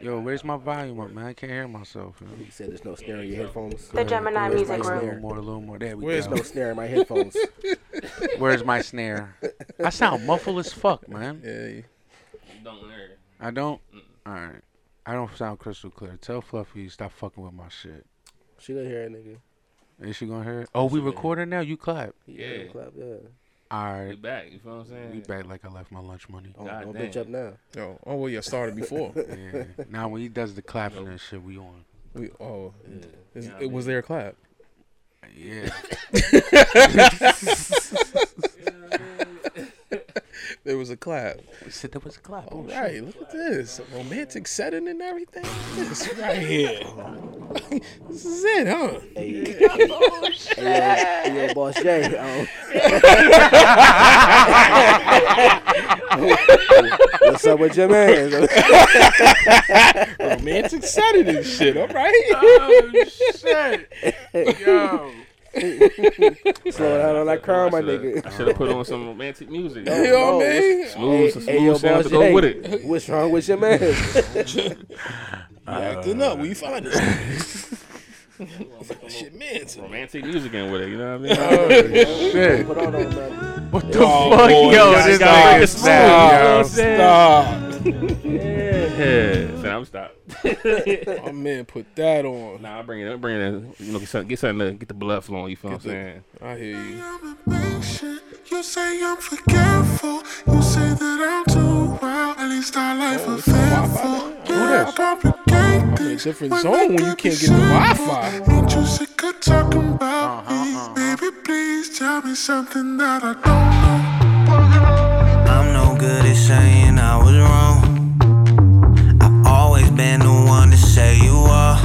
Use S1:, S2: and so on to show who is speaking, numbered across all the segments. S1: Yo, where's my volume up, man? I can't hear myself. You know?
S2: He said there's no snare in your headphones.
S1: Go ahead.
S3: Gemini
S1: Where's
S3: Music
S1: my
S3: Room.
S1: snare? A little more, a little more. There we
S2: There's
S1: go.
S2: no snare in my headphones.
S1: Where's my snare? I sound muffled as fuck, man.
S2: yeah.
S4: Don't worry.
S1: I don't. All right. I don't sound crystal clear. Tell Fluffy to stop fucking with my shit.
S2: She didn't hear it, nigga.
S1: Is she gonna hear it? Oh, we recording now. You clap.
S2: He heard
S4: Yeah.
S2: him clap, yeah.
S1: All
S4: We
S1: right.
S4: back. You feel what I'm saying?
S1: We back like I left my lunch money.
S2: Don't,
S4: God
S2: don't
S4: damn.
S2: bitch up now.
S5: Oh, oh well, yeah, started before.
S1: Yeah. now when he does the clapping and shit, we on.
S5: we, oh, is,
S4: Yeah, I
S5: it was there a clap?
S1: Yeah.
S5: There was a clap.
S1: We said there was a clap.
S5: All
S1: Oh,
S5: right,
S1: shit.
S5: look at this romantic setting and everything. This right here. this is it, huh?
S2: Hey, hey, yo, hey, yo, boss Jay. Um, what's up with your man?
S5: Romantic setting and shit. All right.
S4: oh shit! Yo,
S2: Slow down on that car, my
S4: I
S2: nigga.
S4: should have put on some romantic music.
S5: You know what I mean?
S4: Smooth, some smooth sounds to go with it.
S2: What's wrong with your man?
S5: Acting up. Where you find this? shit, man.
S4: Romantic music in with it. You know what I mean?
S1: Oh,
S6: Oh,
S4: Oh,
S1: Shit.
S2: Put on on man.
S1: What the fuck, yo? This nigga is
S5: Stop.
S1: mad, yo.
S5: Stop.
S4: Yeah. So I'm stopped.
S5: My man put that on.
S4: Nah, I'll bring it. I'll bring it. In. You know, get something, get something to get the blood flowing. You feel what I'm saying?
S5: I hear you.
S6: You say I'm forgetful. You say that I'm too wild. At least I life a faithful. Yeah, I complicate things.
S5: different zone when you can't get the Wi-Fi. Uh-huh,
S6: Ain't you sick of talking about me? Baby, please tell me something that I don't
S7: I'm no good at saying I was wrong. I've always been the one to say you are.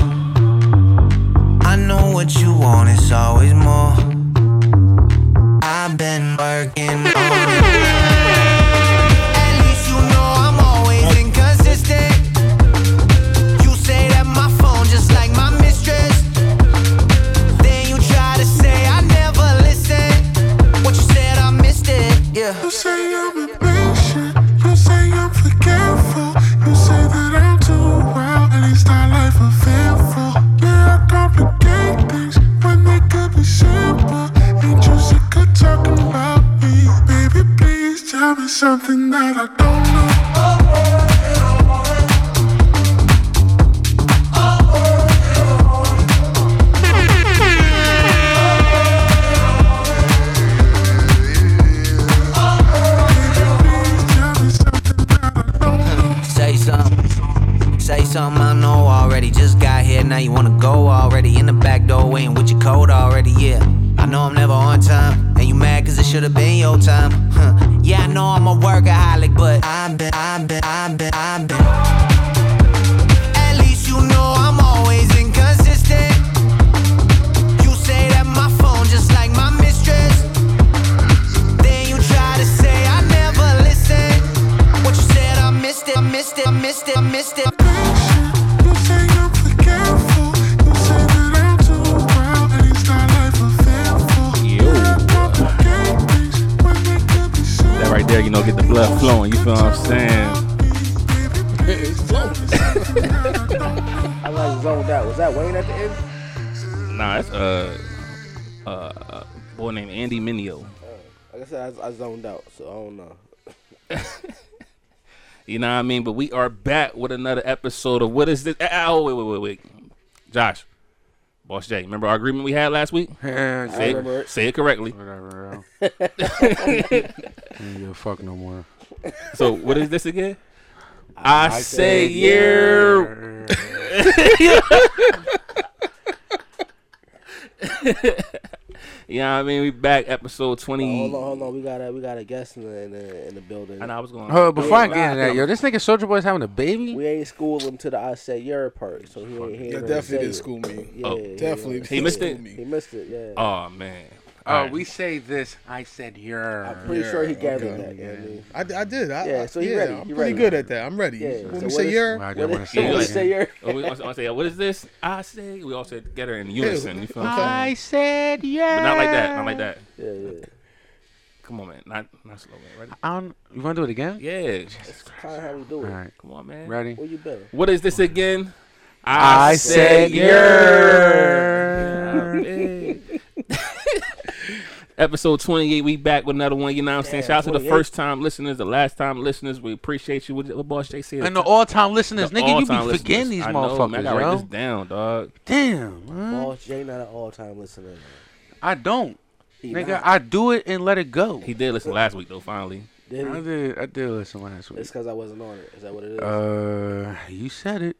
S7: I know what you want, it's always more. I've been working on it. At least you know I'm always inconsistent. You say that my phone just like my mistress. Then you try to say I never listen. What you said, I missed it. Yeah.
S6: know. You say I'm impatient. You say I'm forgetful. You say that I'm too wild. At least I life a faithful. Yeah, I complicate things when they could be simple. Ain't you sick of talking about me? Baby, please tell me something that I don't know. Please tell me something that I don't know.
S7: Say something. Say something I know already. Just got here, now you wanna go already. In the back door, waiting with your coat already, yeah. I know I'm never on time, and you mad cause it should've been your time. Huh. Yeah, I know I'm a workaholic, but I've been, I've been, I've been, I've been. At least you know I'm always inconsistent. You say that my phone just like my mistress. Then you try to say I never listen. What you said, I missed it, I missed it, I missed it, I missed it.
S6: You say I'm forgetful. You say that I'm too wild. At least I life a faithful.
S4: Yo.
S6: Complicate things when they could be simple.
S4: That right there, you know, get the blood flowing. You feel what I'm saying?
S2: I like zoned out. Was that Wayne at the end?
S4: Nah, that's uh, uh, a boy named Andy Minio.
S2: Uh, Like I said, I, I zoned out, so I don't know.
S4: You know what I mean? But we are back with another episode of what is this? Ah, Oh, wait, wait, wait, wait. Josh, Boss J, remember our agreement we had last week?
S1: Yeah,
S4: Say
S2: remember
S4: it,
S2: it.
S4: say it correctly.
S1: Whatever, yo. Yeah, fuck no more.
S4: So, what is this again? I, say
S2: say
S4: year. You know what I mean? We back episode
S2: Oh, Hold
S4: 20.
S2: on, hold on. We got a we got a guest in the in the, in the building.
S4: And I was going.
S1: Uh, before I
S2: Nah,
S1: get into that, yo, this nigga Soldier Boy's having a baby.
S2: We ain't schooled him to the I say your part, so he ain't he ain't
S5: That
S2: really
S5: definitely
S2: say
S5: didn't
S2: it.
S5: school me.
S2: Yeah,
S4: Oh,
S2: yeah,
S5: Definitely.
S2: yeah.
S4: He missed
S5: school
S4: it?
S2: He
S5: me.
S2: missed it. Yeah.
S4: Oh man.
S1: Oh,
S4: Alright.
S1: we say this. I said your.
S2: Pretty sure he
S5: Yeah,
S2: gathered
S5: okay.
S2: that. you know what I mean?
S5: I, I did. I,
S2: Yeah,
S5: I-
S2: so he
S5: yeah,
S2: ready,
S5: I'm
S2: he
S5: pretty
S2: ready.
S5: good at that. I'm ready.
S2: Yeah,
S5: When
S2: so
S5: we
S2: what
S5: say
S2: is-
S5: yeah,
S1: I didn't
S2: What
S1: want to
S2: is-
S1: say
S2: what
S1: it
S2: is
S1: again.
S2: say your?
S4: And Oh, we also- I say, what is this? I say. We all said together in unison. You feel what I'm saying?
S1: I said yeah.
S4: But not like that. Not like that.
S2: Yeah, yeah.
S4: Come on, man. Not not slow, man. Ready?
S1: I don't. You want to do it again?
S4: Yeah.
S2: Try how we do
S1: All
S2: it.
S1: right.
S4: Come on, man.
S1: Ready?
S2: Where you been?
S4: What is this again?
S1: I said
S4: yer. Episode 28, we back with another one. You know what I'm saying?
S2: Yeah,
S4: Shout out to the
S2: 28.
S4: first time listeners, the last time listeners. We appreciate you. What, what boss Jay said?
S1: And the all-time listeners,
S4: The
S1: nigga, you
S4: all-time
S1: be forgetting
S4: listeners.
S1: these
S4: I know, man. I
S1: motherfuckers,
S4: gotta write
S1: yo.
S4: this down, dog.
S1: Damn, man.
S2: Boss J not an all time listener. man.
S1: I don't,
S2: He
S1: nigga.
S2: not.
S1: I do it and let it go.
S4: He did listen last week, though, finally.
S2: Did
S1: I
S2: he?
S1: did. I did listen last
S2: It's
S1: week.
S2: because I wasn't on it. Is that what it is?
S1: Uh, you said it.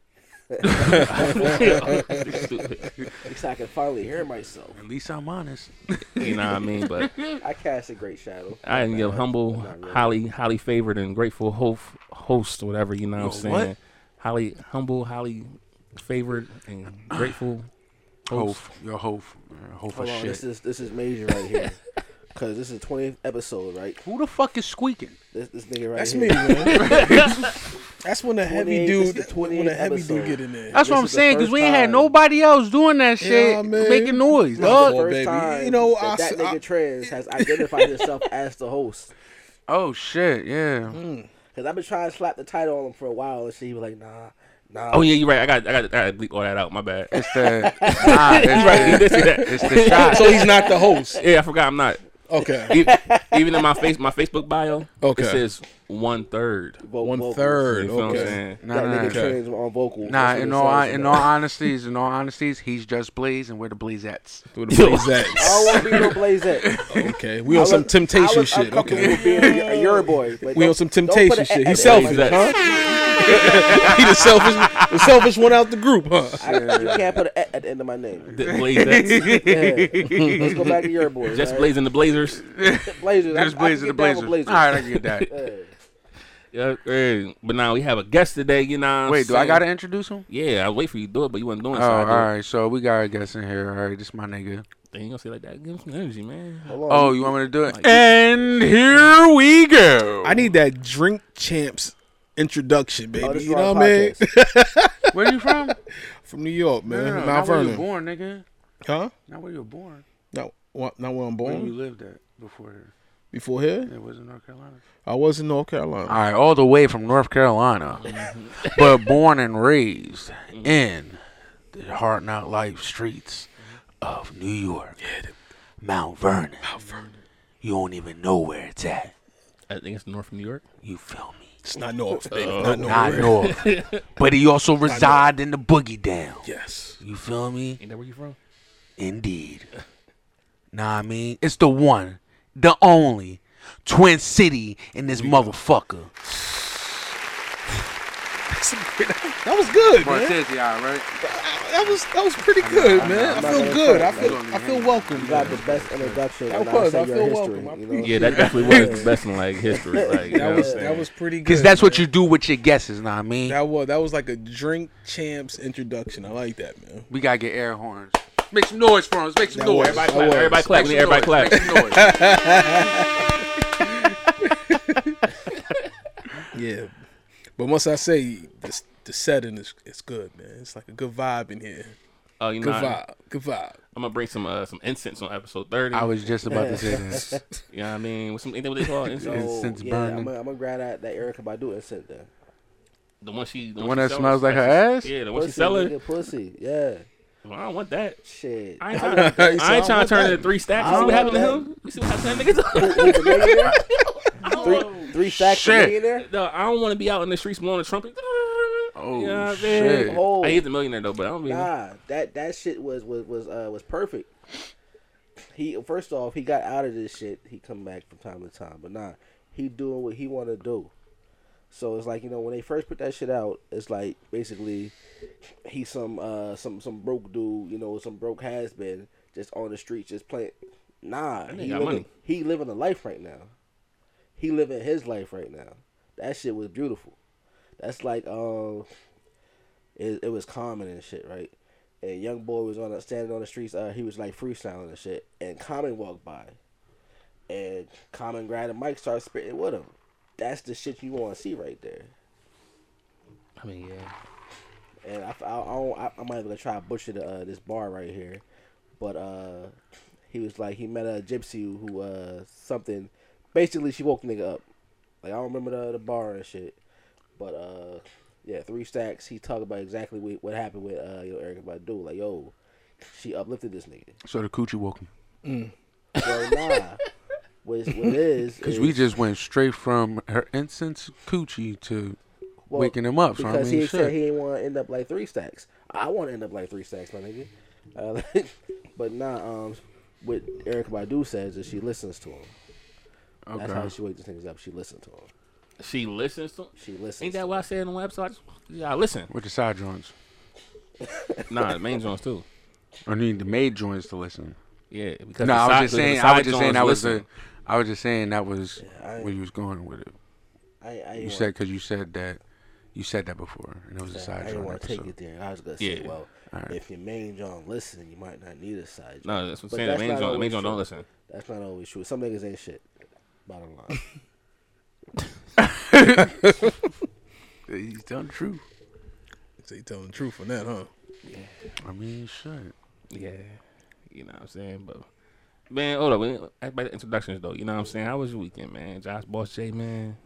S4: Stupid.
S2: Because I can finally hear myself.
S1: At least I'm honest.
S4: you know what I mean? But
S2: I cast a great shadow.
S4: I am your humble,
S2: Not really.
S4: highly, highly favored and grateful ho- host, whatever you know. what I'm
S1: Yo,
S4: saying,
S1: what?
S4: highly humble, highly favored and grateful.
S1: Hope,
S4: Host.
S1: your hope, hope for
S2: Hold on, this
S1: shit.
S2: is this is major right here. Cause this is the twentieth episode, right?
S1: Who the fuck is squeaking?
S2: This this nigga right
S5: That's
S2: here.
S5: me, man. That's when the heavy
S2: 28 is
S5: dude,
S2: the
S5: when
S2: 28th
S5: the heavy
S2: episode.
S5: dude get in there.
S2: This
S1: That's what I'm
S2: is the
S1: saying, cause
S2: first
S1: we ain't had
S2: time.
S1: nobody else doing that
S5: Yeah,
S1: shit,
S5: I mean,
S1: making noise,
S5: my
S1: dog.
S5: fault.
S2: First
S5: baby.
S2: time
S5: You know, I
S2: that, that
S5: s-
S2: nigga
S5: I-
S2: Trans has identified himself as the host. Mm.
S1: Oh shit, yeah.
S2: Cause I've been trying to slap the title on him for a while, and she was like, "Nah, nah."
S4: Oh yeah, you're right. I got, I got, I got to bleep all that out. My bad.
S1: It's the nah, it's,
S4: right, you
S1: the,
S4: did say that.
S1: it's the shot.
S5: So he's not the host.
S4: Yeah, I forgot. I'm not.
S5: Okay.
S4: E- Even in my face, my Facebook bio,
S5: Okay.
S4: it says one third.
S2: Vo-
S5: One
S2: vocals.
S4: You
S5: third.
S4: feel what I'm
S5: Okay.
S4: saying?
S1: Nah,
S2: That
S1: nah,
S2: nigga
S1: nah.
S5: Okay.
S2: Trans on vocal.
S1: Nah,
S2: That's what
S1: in
S2: it
S1: all
S2: says,
S1: in
S2: man.
S1: all honesties, in all honesties, he's just Blaze and we're the Blazettes. Oh,
S5: Through the blaze
S2: I don't want to be no blaze at.
S5: Okay. We on some temptation shit. Okay.
S2: Being a, a your boy. But
S5: We
S2: don't-
S5: on some
S2: don't put
S5: temptation
S2: an
S5: shit.
S2: X
S5: He's
S2: on
S5: selfish,
S2: it.
S5: huh? he the selfish, the selfish one out the group, huh?
S2: I, you can't put an at at the end of my name.
S4: The Blazettes.
S2: Yeah. Let's go back to your boy.
S4: Just
S2: man.
S4: blazing the blazers.
S2: Blazers. I- I
S1: Just
S2: can
S1: Blaze and the
S2: get down with
S1: Blazers. All right, I get that.
S2: Blazers. Yeah.
S4: Yeah, yeah. But now we have a guest today. You know. what I'm
S1: Wait, do I
S4: saying?
S1: gotta introduce him?
S4: Yeah, I wait for you to do it, but you wasn't doing
S1: Oh,
S4: it. so I
S1: all
S4: did it.
S1: right. So we got a guest in here. All right, this my nigga.
S4: Then you gonna say like that. Give him some energy, man.
S2: Hold on.
S1: Oh, you want me to do it? And here we go.
S5: I need that drink champs introduction, baby.
S2: Oh, this is
S5: you
S2: our
S5: know what I mean?
S2: podcast.
S1: Where you from?
S5: From New York,
S1: No,
S5: man.
S1: no, no,
S5: Mount
S1: not where you were
S5: Vernon.
S1: born, nigga.
S5: Huh?
S1: Not where you were born.
S5: No, what, not where I'm
S1: Where you
S5: born.
S1: lived at before here.
S5: Before here,
S1: It was in North Carolina.
S5: I was in North Carolina.
S1: All right, all the way from North Carolina,
S4: Mm-hmm.
S1: but born and raised in the hard not life streets of New York, Mount Vernon. Mount Vernon. You don't even know where it's at.
S4: I think it's North New York.
S1: You feel me?
S5: It's not North, baby.
S4: Oh,
S5: not North.
S1: Not North, but he also resided in the Boogie Down.
S5: Yes.
S1: You feel me?
S4: Ain't that where you from?
S1: Indeed. Nah, I mean it's the one, the only, Twin City in this motherfucker.
S5: that was good, man. That was that was pretty good, man. I
S2: not
S5: feel
S2: gonna
S5: good. I
S2: front,
S5: feel I feel welcome.
S2: You got the
S5: man.
S2: best introduction.
S5: That
S2: when
S5: was,
S2: I,
S5: I
S2: say
S5: feel
S2: your history,
S5: welcome. I
S2: you know?
S4: Yeah, that definitely was the best in like history. Like you know
S5: That was
S4: what I'm
S5: that
S4: saying?
S5: was pretty good.
S1: Cause that's what
S5: man.
S1: you do with your guesses, know what I mean?
S5: That was that was like a drink champs introduction. I like that, man.
S1: we gotta get air horns. Make some noise for us. Make some
S5: That
S1: noise.
S5: was-
S1: Everybody
S5: that
S1: clap.
S5: was.
S4: everybody clap. We need everybody clap.
S1: Make some noise.
S5: Yeah, but once I say this, the setting is it's good, man. It's like a good vibe in here.
S4: Oh, you know,
S5: Good
S4: I,
S5: vibe. Good vibe.
S4: am gonna bring some uh, some incense on episode thirty.
S1: I was just about to say that.
S4: you know what I mean? With some ain't that what they call it? incense?
S2: So,
S1: Incense
S2: Oh, yeah,
S1: burning.
S2: I'm gonna grab that, that Erica Badu incense then.
S4: The one she, the,
S1: one
S4: she
S1: that
S4: selling?
S1: smells like her
S4: That's-
S1: ass?
S4: Yeah, the one she
S2: Pussy,
S4: selling.
S2: nigga, Pussy, yeah.
S4: Well, I don't want that.
S2: Shit.
S4: I ain't trying to,
S5: He said,
S4: I ain't
S5: "I
S4: trying
S5: want
S4: to turn
S5: that."
S4: into three stacks.
S2: I
S4: You see what
S2: don't
S4: happened to
S2: want
S4: him? You see what happened to that nigga?
S2: Who's the millionaire? three, three stacks
S1: Shit.
S2: of millionaire?
S4: no, I don't want to be out in the streets blowing a trumpet.
S1: Oh,
S4: You know what I
S1: shit.
S4: mean?
S2: Oh.
S4: I hate the millionaire though, but I don't mean.
S2: Nah, that that shit was was was uh, was perfect. He first off, he got out of this shit. He come back from time to time, but nah, he doing what he want to do. So it's like you know when they first put that shit out, it's like basically he's some uh some some broke dude, you know, some broke has been just on the streets just playing. Nah,
S4: nigga
S2: he
S4: got money.
S2: living, he living a life right now. He living his life right now. That shit was beautiful. That's like um, it, it was Common and shit, right? And young boy was on a, standing on the streets. Uh, he was like freestyling and shit. And Common walked by, and Common grabbed the mic, started spitting with him. That's the shit you want to see right there.
S4: I mean, yeah.
S2: And I, I, I, don't, I, I might gonna try to butcher the, uh, this bar right here, but uh, he was like he met a gypsy who uh something basically she woke the nigga up. Like I don't remember the, the bar and shit, but uh, yeah, three stacks. He talked about exactly what, what happened with uh, you know, Erica Badu. Like yo, she uplifted this nigga.
S1: So the coochie woke him.
S2: Well, nah. What, is- what it is?
S1: Because
S2: is-
S1: we just went straight from her incense coochie to
S2: well,
S1: waking him up. So I
S2: Because
S1: mean,
S2: he
S1: shit.
S2: said he didn't want to end up like three stacks. I want to end up like three stacks, my nigga. Uh, but nah, um, what Erica Badu says is she listens to him. That's how
S1: okay.
S2: she wakes things up. She listens to him.
S4: She listens to.
S2: She listens.
S4: Ain't that what I said on the website? Yeah, I listen.
S1: With the side joints.
S4: Nah, the main joints too.
S1: I need the maid joints to listen.
S4: Yeah, because the
S1: No, I
S4: side- because
S1: was just
S4: the
S1: saying. I
S4: side
S1: was just saying
S4: joints
S1: that was
S4: listen.
S1: the. I was just saying that was
S2: I-
S1: where you was going with it.
S2: I, I
S1: You
S2: ain't
S1: said because you said that. You said that before, and it was a
S2: wanna- I
S1: side
S2: didn't
S1: joint
S2: want to take
S1: episode.
S2: it there. I was gonna say,
S4: Yeah.
S2: well,
S1: Alright.
S2: if your main John listen, you might not need a side. joint.
S4: No, that's what
S2: But
S4: I'm saying. The
S2: that's
S4: main joint,
S2: not
S4: the main
S2: always
S4: joint don't
S2: true.
S4: listen.
S2: That's not always true. Some niggas ain't shit. Bottom line,
S1: He's done true.
S5: So you telling the truth on that, huh?
S1: I mean, shit.
S4: Yeah, you know what I'm saying. But man, hold up. we- Back to the introductions though. You know what I'm saying. How was your weekend, man? Josh, Boss J, man.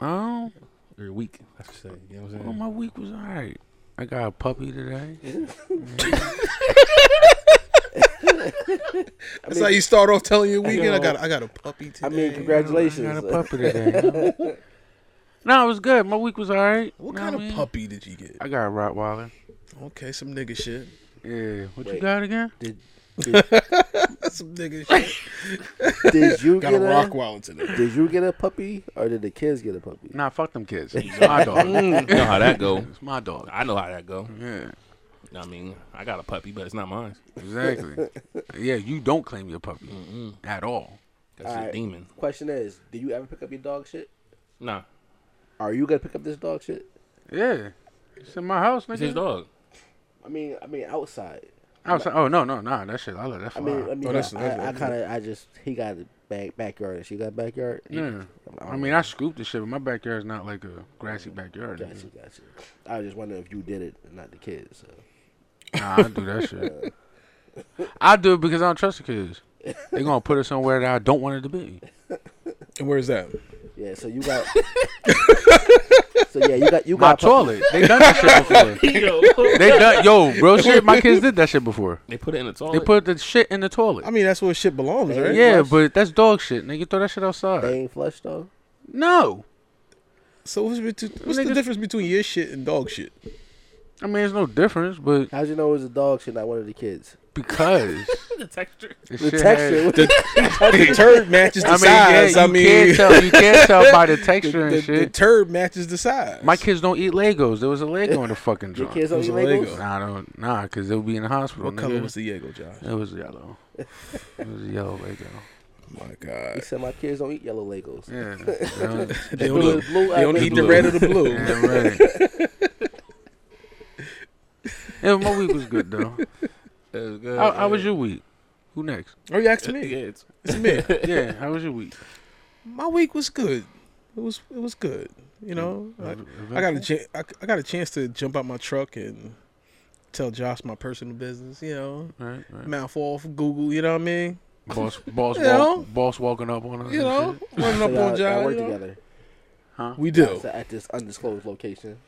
S1: Oh,
S4: Your week, I should say. You know what I'm
S1: well,
S4: saying.
S1: Oh, my week was alright. I got a puppy today.
S5: That's how you start off telling your weekend. I
S2: know,
S5: got I got a puppy today.
S2: I mean,
S1: I got
S2: congratulations.
S1: a puppy today. you know? no, it was good. My week was alright.
S5: what
S1: Know
S5: kind
S1: I
S5: of
S1: mean?
S5: puppy did you get?
S1: I got a Rottweiler.
S5: Okay, some nigga shit.
S1: Yeah. What you
S2: Wait.
S1: got again?
S5: That's some nigga shit.
S2: did you
S5: got a
S2: get
S5: rock
S2: a?
S5: wallet today.
S2: Did you get a puppy or did the kids get a puppy?
S1: Nah, fuck them kids. It's my dog.
S4: You know how that go.
S1: Mm. It's my dog.
S4: I know how that go.
S1: Yeah.
S4: I mean, I got a puppy, but it's not mine.
S1: Exactly. yeah, you don't claim your puppy at all.
S4: That's a
S2: Alright.
S4: demon.
S2: Question is, do you ever pick up your dog shit?
S4: Nah,
S2: Are you gonna pick up this dog shit?
S1: Yeah. It's in my house,
S4: it's his
S1: nigga.
S4: dog.
S2: I mean, I mean outside.
S1: I was like, oh no, no, nah, that shit. I let that
S2: I
S1: fly.
S2: mean, I mean,
S5: Oh, that's- that's-
S2: I, I kind of, I just he got a back backyard and she got backyard.
S1: yeah. I mean, I scooped the shit, but my backyard's not like a grassy backyard.
S2: Gotcha,
S1: nigga.
S2: gotcha. I was just wondering if you did it and not the kids. So.
S1: Nah, I do that shit. I do it because I don't trust the kids. They're gonna put it somewhere that I don't want it to be.
S5: And where's that?
S2: Yeah, so you got. so yeah, you got you
S1: My
S2: got a puppy.
S1: toilet. They done that shit before. They done yo, real shit. My kids did that shit before.
S4: they put it in the toilet.
S1: They put the shit in the toilet.
S5: I mean, that's where shit belongs, right?
S1: Yeah, but that's dog shit, nigga. Throw that shit outside.
S2: They ain't flushed though.
S1: No.
S5: So what's, between, what's the
S1: Niggas-
S5: difference between your shit and dog shit?
S1: I mean, there's no difference, but
S2: How'd you know it was a dog shit, not one of the kids?
S1: because
S4: the texture.
S1: the
S5: Oh,
S2: The
S1: shit
S2: texture. was-
S1: had-
S2: the,
S5: the turd matches the
S1: I mean,
S5: size.
S1: yeah,
S5: I
S1: you
S5: mean,
S1: can't tell. You can't tell by the texture
S5: the,
S1: and
S5: the
S1: shit.
S5: turd matches the size.
S1: My kids don't eat Legos. There was a Lego in the fucking
S2: your
S1: drunk.
S2: kids don't
S5: Those
S2: eat
S5: are
S2: Legos.
S5: Legos.
S1: Nah, I don't. Nah, because they'll be in the hospital.
S5: what color
S1: nigga.
S5: was the Lego, Josh?
S1: It was yellow. It was a yellow Lego.
S5: My
S2: He
S5: God,
S2: said my kids don't eat yellow Legos.
S1: Yeah. they don't-
S5: they
S2: Blue
S5: don't,
S2: is
S5: eat,
S2: blue,
S5: they don't
S2: red
S5: eat
S2: is
S5: the
S2: blue.
S5: red or the blue.
S1: Yeah, right. yeah, my week was good though.
S4: good.
S1: How, how was your week? Who next?
S5: Oh, you asked
S4: Yeah,
S5: me.
S4: it's
S5: It's me.
S1: Yeah, how was your week?
S5: My week was good. It was it was good. You know, I, I got a ch- I, I got a chance to jump out my truck and tell Josh my personal business. You know,
S1: Right, right.
S5: mouth off Google. You know what I mean?
S1: Boss, boss,
S5: You know?
S1: walk, boss walking up on us.
S5: You
S1: and
S5: know,
S1: shit.
S5: running
S2: So
S5: up
S2: y'all,
S5: on
S2: y'all
S5: Josh.
S2: work
S5: You know?
S2: together.
S5: We do.
S2: So at this undisclosed location.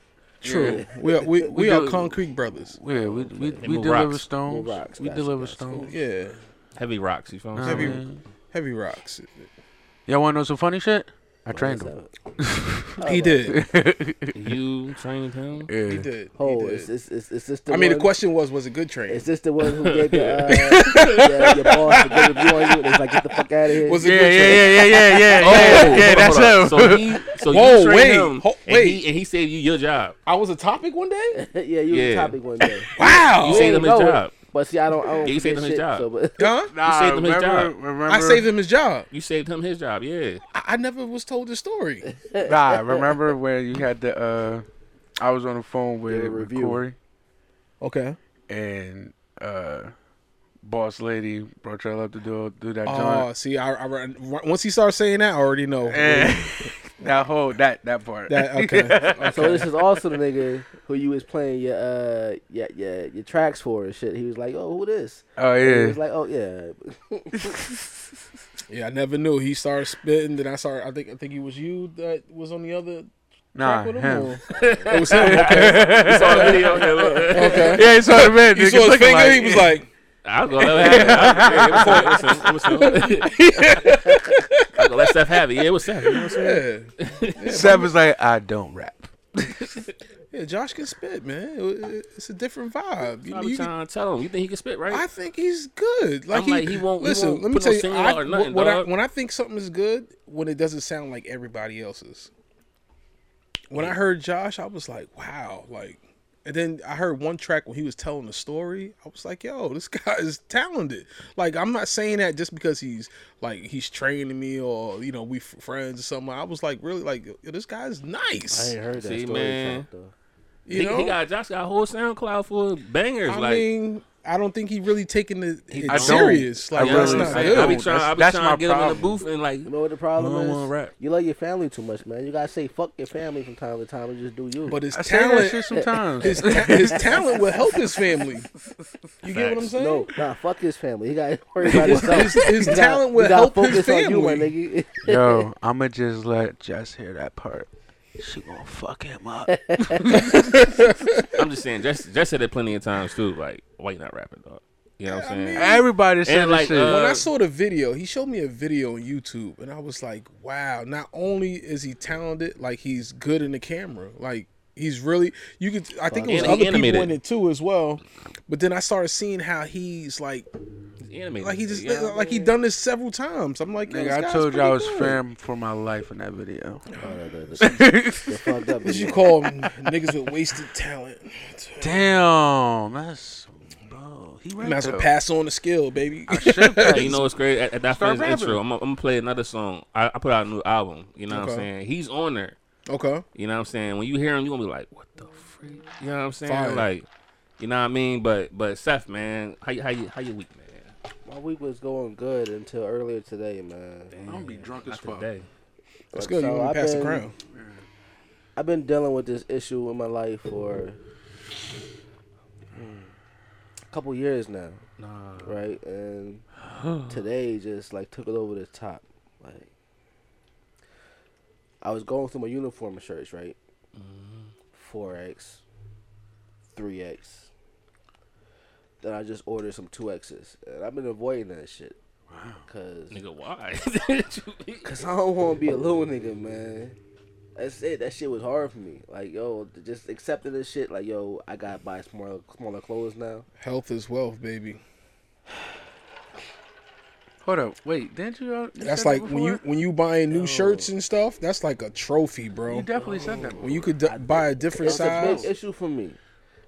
S5: True. We are we, we,
S1: We
S5: are
S1: do.
S5: concrete brothers.
S1: Yeah, we we,
S4: They
S1: we
S4: move
S1: deliver
S4: rocks.
S1: stones.
S2: Move rocks,
S1: we
S2: gotcha,
S1: deliver
S2: gotcha.
S1: stones.
S5: Yeah.
S4: heavy rocks. You feel what
S1: Nah,
S4: I'm
S5: Heavy-
S4: saying?
S1: man.
S5: Heavy rocks.
S1: Y'all want to know some funny shit? I trained him.
S2: What's
S5: He did.
S4: You trained him.
S1: Yeah.
S5: He did.
S2: up? Oh,
S5: he
S2: is
S5: did.
S2: this, is, is this the
S5: I mean, the
S2: one-
S5: question was, was it good training?
S2: Is this the one who gave the, uh, the, your boss the good review on you? And it's like, get the fuck out of here.
S5: Was it
S1: Yeah,
S5: good
S1: yeah,
S5: training?
S1: yeah, yeah, yeah, yeah,
S4: Oh,
S1: yeah,
S4: hold
S1: yeah.
S4: on,
S1: That's
S4: hold
S1: him.
S4: on. So he, so
S5: Whoa,
S4: you trained
S5: wait,
S4: him,
S5: ho-
S4: and
S5: wait.
S4: he and he saved you your job.
S5: I was a topic one day.
S2: yeah, you
S4: Yeah.
S2: was a topic one day.
S5: Wow.
S4: You saved
S2: ain't
S4: him his
S2: know it.
S4: job.
S2: But see, I don't. I don't
S4: Yeah, you saved
S2: forget
S4: him his
S2: shit,
S4: job.
S2: So, but,
S5: Huh?
S1: Nah,
S4: saved him his
S1: remember,
S4: job.
S1: remember,
S5: I saved him his job.
S4: You saved him his job. Yeah.
S5: I, I never was told the story.
S1: Nah, remember when you had the? Uh, I was on the phone with,
S2: a
S1: with
S2: review.
S1: Corey
S5: Okay.
S1: and uh, boss lady brought y'all up to do do that
S5: Oh,
S1: joint.
S5: see, I, I run- once he starts saying that, I already know.
S4: Eh.
S1: And that whole that that part.
S5: That okay.
S2: so this is also the nigga who you was playing your uh your, your, your tracks for and shit. He was like, oh, who this?
S1: oh
S2: And He
S1: yeah.
S2: was like, oh yeah.
S5: Yeah, I never knew. He started spitting, then I started. I think I think it was you that was on the other.
S1: Nah,
S5: track with him,
S1: him.
S5: or- It was him. Okay.
S4: It's all video. Okay.
S1: Yeah, he saw the man.
S5: You saw his finger. he was like,
S4: I was gonna let it happen. I was- yeah, it was Seth. It was Seth. I was gonna let Seth have it. Yeah, it was Seth. You know what I'm saying?
S5: yeah.
S1: Seth was like, I don't rap.
S5: yeah, Josh can spit, man. It- it- It's a different vibe. You-
S4: I
S5: you
S4: was trying to tell him. You think he can spit, right?
S5: I think he's good. Like,
S4: I'm
S5: he,
S4: like, he won't- he
S5: Listen,
S4: won't
S5: let me
S4: put
S5: tell
S4: no
S5: you.
S4: single
S5: I,
S4: out or nothing,
S5: when, I,
S4: dog.
S5: when I think something is good, when it doesn't sound like everybody else's. When I heard Josh, I was like, wow, like. And then I heard one track when he was telling the story. I was like, "Yo, this guy is talented." Like, I'm not saying that just because he's like he's training me or you know we f- friends or something. I was like, really, like, yo, this guy's
S2: I
S5: nice.
S2: ain't heard that
S4: See,
S2: story
S4: man.
S2: track, though.
S5: You
S4: he,
S5: know,
S4: he got Josh got a whole SoundCloud full of bangers.
S5: I
S4: like
S5: mean, I don't think he really taking it, it
S1: I don't.
S5: serious. Like,
S1: I
S5: that's
S1: really
S5: not
S1: don't.
S5: good.
S4: I be
S1: That's-
S4: trying. I be
S1: that's
S4: trying
S1: my
S4: to get him in the
S1: problem.
S4: booth and like.
S2: You know what the problem
S4: I don't wanna
S2: is?
S4: rap.
S2: You love your family too much, man. You gotta say fuck your family from time to time and just do you.
S5: But his
S1: I say that
S5: talent,
S1: shit sometimes.
S5: his, ta- his talent will help his family. You get what I'm
S4: Facts.
S5: saying?
S2: no, nah, fuck his family. He gotta worry about
S5: His-
S2: himself.
S5: his- his
S2: He gotta-
S5: talent
S2: he
S5: will
S2: gotta
S5: help his
S2: focus on you, my
S5: family.
S2: nigga.
S1: Yo, I'ma just let Jess hear that part. She gonna fuck him up.
S4: I'm just saying. Jess, Jess said it plenty of times too. Like, why you not rapping, dog? You know what I'm
S5: I
S4: saying?
S5: mean,
S1: Everybody said
S4: And
S1: this
S4: like,
S1: shit.
S4: uh,
S5: When I saw the video, he showed me a video on YouTube, and I was like, "Wow! Not only is he talented, like he's good in the camera. Like he's really you could. I think it was
S4: And he
S5: other people
S4: animated.
S5: in it too as well. But then I started seeing how he's like,
S4: He's animated.
S5: like he just
S4: You know what I
S5: like he
S4: mean?
S5: done this several times. I'm like, yo, this
S1: Nigga, I
S5: guy's
S1: told you I
S5: pretty
S1: was
S5: good.
S1: fam for my life in that video.
S2: You're fucked up.
S5: What you
S2: nigga.
S5: call 'em? niggas with wasted talent?
S1: Damn, that's bro. He right
S5: Might as well
S1: though.
S5: pass on the skill, baby.
S4: Hey, you know what's great? At, at that
S1: Start
S4: first
S1: rapping.
S4: intro, I'm, gonna- I'm gonna play another song. I, I put out a new album. You know what
S5: Okay.
S4: I'm saying? He's on there.
S5: okay.
S4: You know what I'm saying? When you hear him, you gonna be like, "What the freak?" You know what I'm saying?
S5: Fire.
S4: Like, you know what I mean? But but Seth, man, how you how you how you week, man?
S2: My week was going good until earlier today, man.
S1: I'm gonna be drunk as fuck.
S4: Today.
S5: That's good.
S2: So
S5: you want
S2: I've
S5: to pass the
S2: been-
S5: crown?
S2: I've been dealing with this issue in my life for mm, a couple years now,
S4: Nah.
S2: right? And today just like took it over the top. Like I was going through my uniform shirts, right? Four X, three X. Then I just ordered some two X's, and I've been avoiding that shit. Wow. Cause
S4: Nigga, why?
S2: Cause I don't want to be a little nigga, man. That's it. That shit was hard for me. Like, yo, just accepting this shit. Like, yo, I gotta buy smaller, smaller clothes now.
S5: Health is wealth, baby.
S1: Hold up, wait, didn't you? uh, you
S5: That's
S1: said that
S5: like when you
S1: before?
S5: when you buying new shirts and stuff. That's like a trophy,
S1: You
S5: bro.
S1: definitely said that,
S5: When you could d- buy a different
S2: It's a big
S5: size.
S2: issue for me.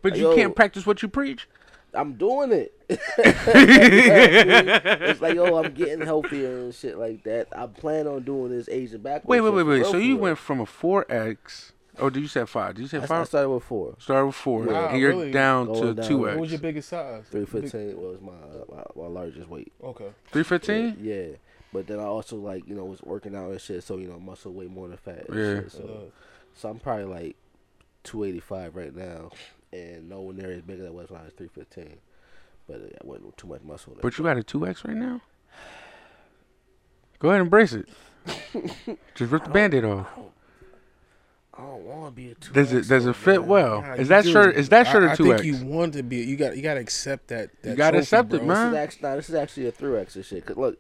S1: but you
S2: Yo.
S1: can't practice what you preach.
S2: I'm doing it. it's like, yo, I'm getting healthier and shit like that. I plan on doing this Asian backwards.
S1: Wait, wait,
S2: shit
S1: wait,
S2: for
S1: wait.
S2: real,
S1: So
S2: for
S1: you
S2: real.
S1: went from a four X. Oh, did you say five? Did you
S2: I,
S1: say
S2: s- I
S1: five?
S2: started with four,
S1: Started with four,
S5: Wow,
S1: and you're
S5: really?
S1: down
S2: Going
S1: to
S2: down.
S1: two
S2: What
S1: X.
S5: biggest size?
S2: three fifteen was my, uh, my my largest weight.
S5: Okay.
S1: Three
S2: Yeah,
S1: fifteen.
S2: yeah. But then I also like you know was working out and shit, so you know muscle weight more than fat. And
S1: Yeah.
S2: Shit, so. So I'm probably like 285 right now, and nowhere near as big as I was when I was 315. But uh, I wasn't with too much muscle.
S1: But you got a two X right now. Go ahead and embrace it. Just rip the band-aid off.
S2: I don't want to be a two.
S1: Does it does it fit well?
S5: Nah,
S1: Is
S5: you
S1: that
S5: do.
S1: shirt is that shirt
S5: I,
S1: a two
S5: I
S1: X?
S5: think you want to be. You got you got to accept that. that
S1: gotta
S5: trophy,
S1: accept it,
S5: bro.
S1: man.
S2: This is actually nah, this is actually a three X and shit. 'cause look,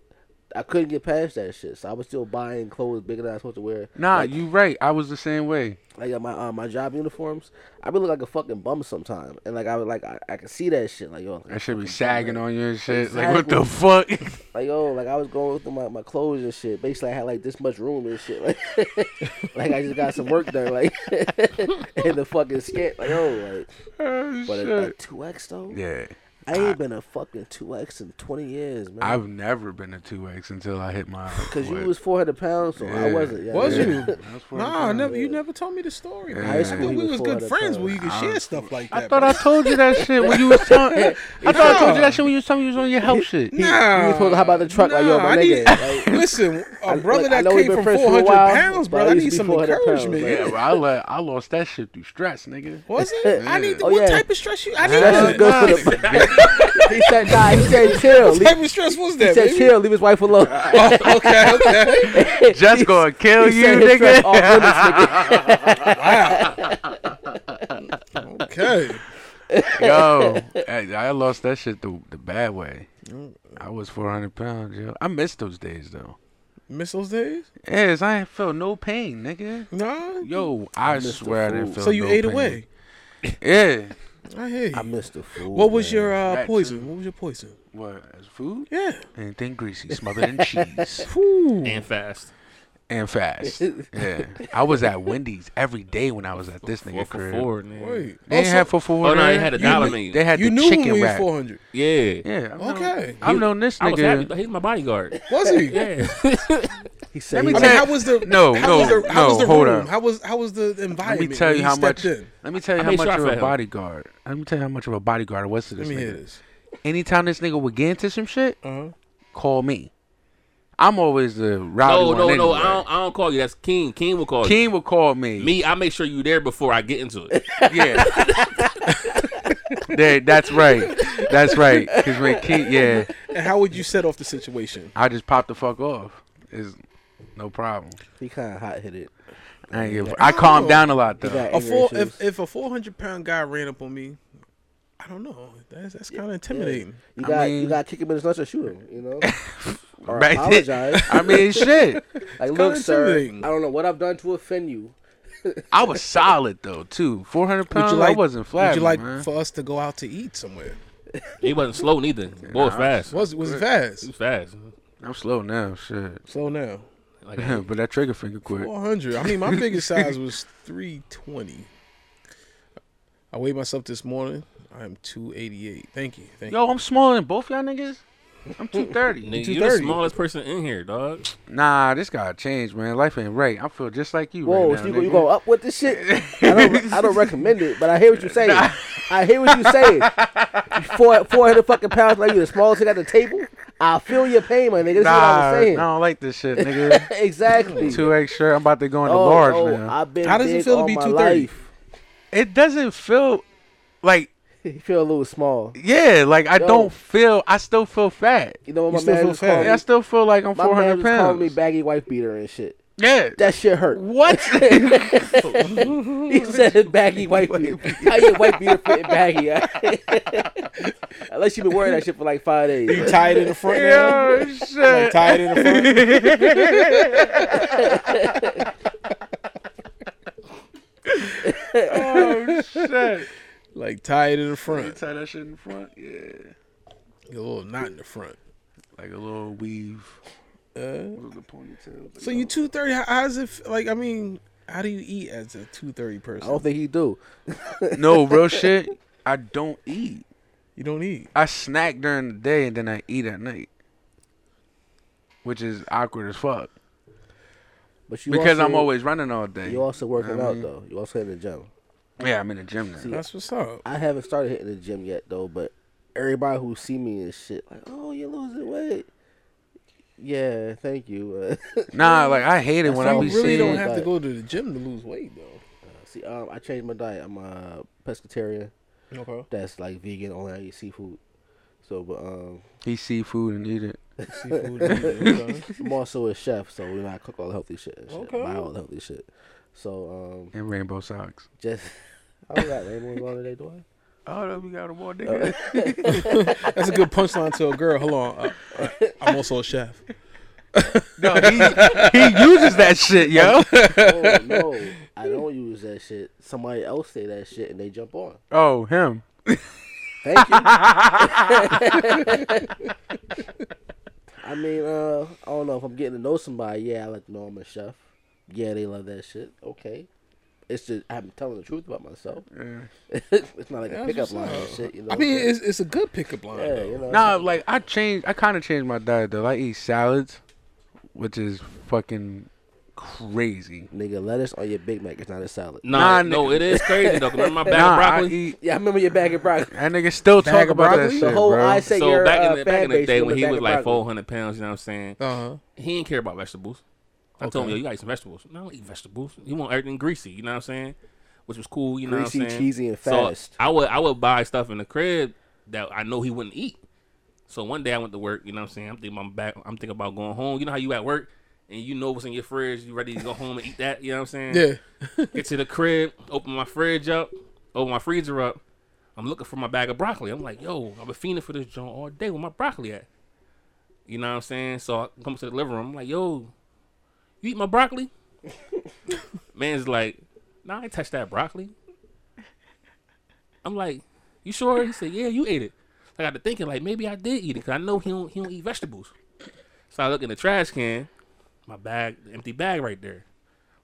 S2: I couldn't get past that shit, so I was still buying clothes bigger than I was supposed to wear.
S1: Nah,
S2: like,
S1: you right. I was the same way.
S2: like uh, my uh, my job uniforms. I be look like a fucking bum sometimes, and like I would like I, I could see that shit. Like yo, like,
S1: That should be sagging on you and shit. Like what the fuck?
S2: Like yo, like I was going through my, my clothes and shit. Basically, I had like this much room and shit. Like, like I just got some work done. Like, in the fucking skit. Like yo,
S1: Oh,
S2: like, but
S1: shit.
S2: a- a two X though.
S1: yeah,
S2: I ain't been a fucking two X in twenty years, man.
S1: I've never been a two X until I hit my.
S2: Cause you
S1: what?
S2: was four hundred pounds, so I
S1: Yeah.
S2: wasn't. Yeah,
S5: Was
S2: yeah.
S5: you?
S1: I was four
S5: Nah, I
S1: times.
S5: never. You never told me the story. man.
S1: high
S5: I
S1: school,
S5: thought
S2: he
S5: we
S2: was
S5: was
S2: four
S5: good
S2: at a
S5: friends
S2: time.
S5: where you could share stuff like that.
S1: I thought
S5: bro.
S1: I told you that shit when you was telling. I thought I told you that shit when you was telling me you was on your health shit.
S5: Nah,
S2: You was supposed to hop out the truck like yo,
S5: nah,
S2: my
S5: I need-
S2: nigga. Like,
S5: Listen, a
S2: I-
S5: brother
S2: look, I
S5: that
S2: know we
S5: came from
S2: been friends for a
S5: 400
S2: while,
S5: pounds,
S2: but
S5: bro,
S2: I
S5: I need
S2: used to be
S5: some
S2: 400 pounds,
S5: encouragement.
S2: man.
S1: Yeah, bro, I, le- I lost that shit through stress, nigga.
S5: Was it? I need.
S2: Oh,
S5: What
S2: yeah.
S5: type of stress you? I need
S2: That's
S5: that.
S2: just good for the. he said, nah, he said, chill.
S5: What
S2: Leave,
S5: type of stress was
S2: he
S5: that,
S2: said,
S5: baby?
S2: chill, leave his wife alone.
S5: Oh, okay, okay.
S1: Just gonna kill
S2: He
S1: you,
S2: said his stress off
S1: nigga.
S2: limits, nigga.
S5: Okay.
S1: yo, I, I lost that shit the the bad way. I was 400 pounds, yo. I miss those days though.
S5: Miss those days?
S1: Yes, I ain't felt no pain, nigga.
S5: Nah.
S1: Yo, I,
S2: the
S1: swear I didn't
S2: food.
S1: feel.
S5: So you
S1: no
S5: ate
S1: pain.
S5: away.
S1: Yeah.
S5: I hear you.
S2: I missed the food.
S5: what was
S2: man.
S5: your uh,
S1: That
S5: poison? What was your poison?
S1: What? As food?
S5: Yeah.
S1: Anything greasy, smothered in cheese,
S4: and fast.
S1: and fast. Yeah. I was at Wendy's every day when I was at this
S4: Four
S1: nigga
S4: for
S1: crib.
S4: four, nigga.
S5: Wait.
S1: They didn't
S5: Also,
S1: have for four.
S4: Oh, no, they
S1: there.
S4: had a
S1: You
S4: dollar
S1: kn-
S4: menu.
S1: They had
S5: you
S1: the
S5: knew
S1: chicken
S5: when we was
S1: wrap.
S5: 400.
S4: Yeah.
S1: Yeah. I've
S5: Okay.
S1: Known, I've known this
S4: I was happy.
S1: nigga.
S4: though. He's my bodyguard.
S5: Was he?
S4: Yeah.
S2: He said,
S5: I
S2: he
S5: mean,
S1: tell-
S5: how was the
S1: No,
S5: how
S1: no,
S5: was the, how was
S1: no,
S5: the
S1: hold
S5: room?
S1: up.
S5: How was how was the environment?
S1: Let me tell
S5: when
S1: you how
S5: stepped
S1: much.
S5: In?
S1: Let me tell
S4: I
S1: you how
S4: made
S1: much
S4: sure I
S1: of a
S4: fed him.
S1: bodyguard. Let me tell you how much of a bodyguard I was to this
S5: Let me hear
S1: nigga.
S5: this.
S1: Anytime this nigga would get into some shit,
S5: Uh-huh.
S1: call me. I'm always the rowdy
S4: no, no,
S1: one.
S4: no. I
S1: anyway.
S4: don't, I don't call you. That's King. King will call
S1: King would call me.
S4: you. Me, I make sure you there before I get into it.
S1: Yeah. That- that's right. That's right. Because when King, yeah,
S5: And how would you set off the situation?
S1: I just pop the fuck off. Is no problem.
S2: he kind of hot headed.
S1: I, ain't give, I calm down a lot
S2: oh. He got
S1: though.
S5: A
S2: anger
S5: four,
S2: issues.
S5: if, if a four hundred pound guy ran up on me, I don't know. That's that's kind of intimidating.
S2: You
S1: I
S2: got
S1: mean-
S2: you got to kick him in his nuts or shoot him. You know, or
S1: Right.
S2: apologize.
S1: I mean, shit.
S2: like, look, sir, I
S5: intimidating.
S2: don't know what I've done to offend you.
S1: I was solid though too. Four hundred pounds. I wasn't flat.
S5: Would you like
S1: man.
S5: for us to go out to eat somewhere?
S4: He wasn't slow neither. Boy, was fast.
S5: Was was it
S4: He
S5: fast?
S4: was fast.
S1: I'm slow now. Shit.
S5: Slow now.
S4: Like, I-
S1: but that trigger finger quick.
S5: Four hundred. I mean, my biggest size was three twenty. I weighed myself this morning. I am two eighty eight. Thank you. Thank
S1: Yo, I'm smaller than both y'all niggas. I'm two thirty.
S4: nigga, you the
S5: 230.
S4: smallest person in here, dog.
S1: nah, this gotta change, man. Life ain't right. I feel just like you.
S2: Whoa,
S1: right
S2: so
S1: now,
S2: you, go, you
S1: nigga.
S2: go up with this shit? I don't, I don't recommend it, but I hear what you're saying. I hear what you're saying. Four four hundred fucking pounds like you the smallest thing at the table. I feel your pain, my nigga. This
S1: Nah, I
S2: is what I was
S1: don't like this shit, nigga.
S2: saying. exactly.
S1: Two X shirt. I'm about to go into
S2: Oh,
S1: large
S2: oh,
S1: now.
S2: I've been
S5: How does it
S2: big
S5: feel to
S2: all
S5: be
S2: my
S5: 230?
S2: life.
S1: it doesn't feel like
S2: You feel a little small.
S1: yeah, like I
S2: Yo.
S1: don't feel. I still feel fat.
S2: You know what
S5: You
S2: my
S5: still
S2: man
S5: feel
S2: was
S5: fat.
S2: calling
S1: Yeah, I
S2: me?
S1: still feel like I'm
S2: My
S1: 400
S2: man was
S1: pounds.
S2: calling me baggy wife beater and shit.
S1: Yeah.
S2: That shit hurt.
S1: what?
S2: He said baggy white beater. How your white beater fit in baggy? Unless you've been wearing that shit for like five
S5: you.
S2: days.
S5: Tied in the front. now?
S1: Yo,
S5: Like,
S1: shit.
S5: tied in the front.
S1: Oh shit.
S5: Like tied in the
S1: You
S5: front.
S1: tie that shit in the front. Yeah.
S5: A little knot in the front.
S1: Like a little weave.
S5: Uh,
S1: with a ponytail.
S5: so you two thirty. How, how does it f- like? I mean, how do you eat as a two thirty person?
S2: I don't think he do.
S1: No real shit. I don't eat.
S5: you don't eat.
S1: I snack during the day and then I eat at night, which is awkward as fuck.
S2: But you
S1: because I'm
S2: also-
S1: always running all day.
S2: You also working
S1: I
S2: out
S1: mean-
S2: though. You also in the gym.
S1: Yeah, I'm in the gym now.
S5: That's what's up.
S2: I haven't started hitting the gym yet though, but everybody who see me and shit like, oh, you're losing weight. Yeah, thank you. Uh,
S1: Nah, like I hate it when I
S5: you
S1: be
S5: really
S1: seeing.
S5: don't have to
S2: diet.
S5: go to the gym to lose weight though.
S2: see, um, I changed my diet. I'm a pescatarian.
S5: Okay.
S2: That's like vegan. Only I eat seafood. So, but um,
S1: He see food and eat it.
S5: Seafood. okay.
S2: I'm also a chef, so you know I cook all the healthy shit. And shit
S5: Okay.
S2: Buy all the healthy shit. So um,
S1: And rainbow socks.
S2: just I don't got rainbows on today, do
S1: Oh, no, we got a more
S2: nigga.
S5: That's a good punchline to a girl. Hold on. Uh, uh, I'm also a chef.
S1: no, he, he uses that shit, yo.
S2: I? oh no, I don't use that shit. Somebody else say that shit and they jump on.
S1: Oh, him.
S2: Thank you. I mean, uh, I don't know if I'm getting to know somebody. Yeah, I let them know I'm a chef. Yeah, they love that shit. Okay, it's just I'm telling the truth about myself.
S1: Yeah.
S2: it's not like a pickup
S5: what's
S2: line and
S5: up.
S2: shit. You know,
S5: I mean, it's, it's a good pickup line.
S2: yeah,
S5: though.
S2: you know.
S1: Nah, like I changed. I kind of changed my diet though. I eat salads, which is fucking crazy.
S2: nigga, lettuce on your Big Mac. It's not a salad.
S4: Nah,
S1: Nah,
S4: no, it is crazy though. Remember my bag
S1: Nah,
S4: of
S1: I
S4: broccoli?
S1: eat.
S2: Yeah, I remember your bag of broccoli.
S1: That nigga still
S5: Bag
S1: talk
S5: of
S1: about that
S5: broccoli?
S1: shit,
S2: The whole
S1: bro.
S2: I say
S4: so
S2: your
S4: back in
S2: uh,
S4: the
S2: fan
S4: back in the
S2: base
S4: day
S2: from
S4: when he
S2: bag
S4: was
S2: of
S4: like
S2: broccoli.
S4: four hundred pounds, you know what I'm saying?
S5: Uh-huh.
S4: He didn't care about vegetables. I told him, yo, you gotta eat some vegetables. No, I don't eat vegetables. He want everything greasy, you know what I'm saying? Which was cool, you know
S2: Greasy,
S4: what I'm saying?
S2: cheesy, and
S4: So
S2: fast.
S4: I would I would buy stuff in the crib that I know he wouldn't eat. So one day I went to work, you know what I'm saying? I'm thinking I'm back I'm thinking about going home. You know how you at work and you know what's in your fridge, you ready to go home and eat that, you know what I'm saying?
S5: Yeah.
S4: Get to the crib, open my fridge up, open my freezer up. I'm looking for my bag of broccoli. I'm like, yo, I've been fiending for this joint all day. Where my broccoli at? You know what I'm saying? So I come to the living room. I'm like, yo, you eat my broccoli? Man's like, nah, I ain't touched that broccoli. I'm like, you sure? He said, yeah, you ate it. I got to thinking, like, maybe I did eat it because I know he don't, he don't eat vegetables. So I look in the trash can, my bag, the empty bag right there.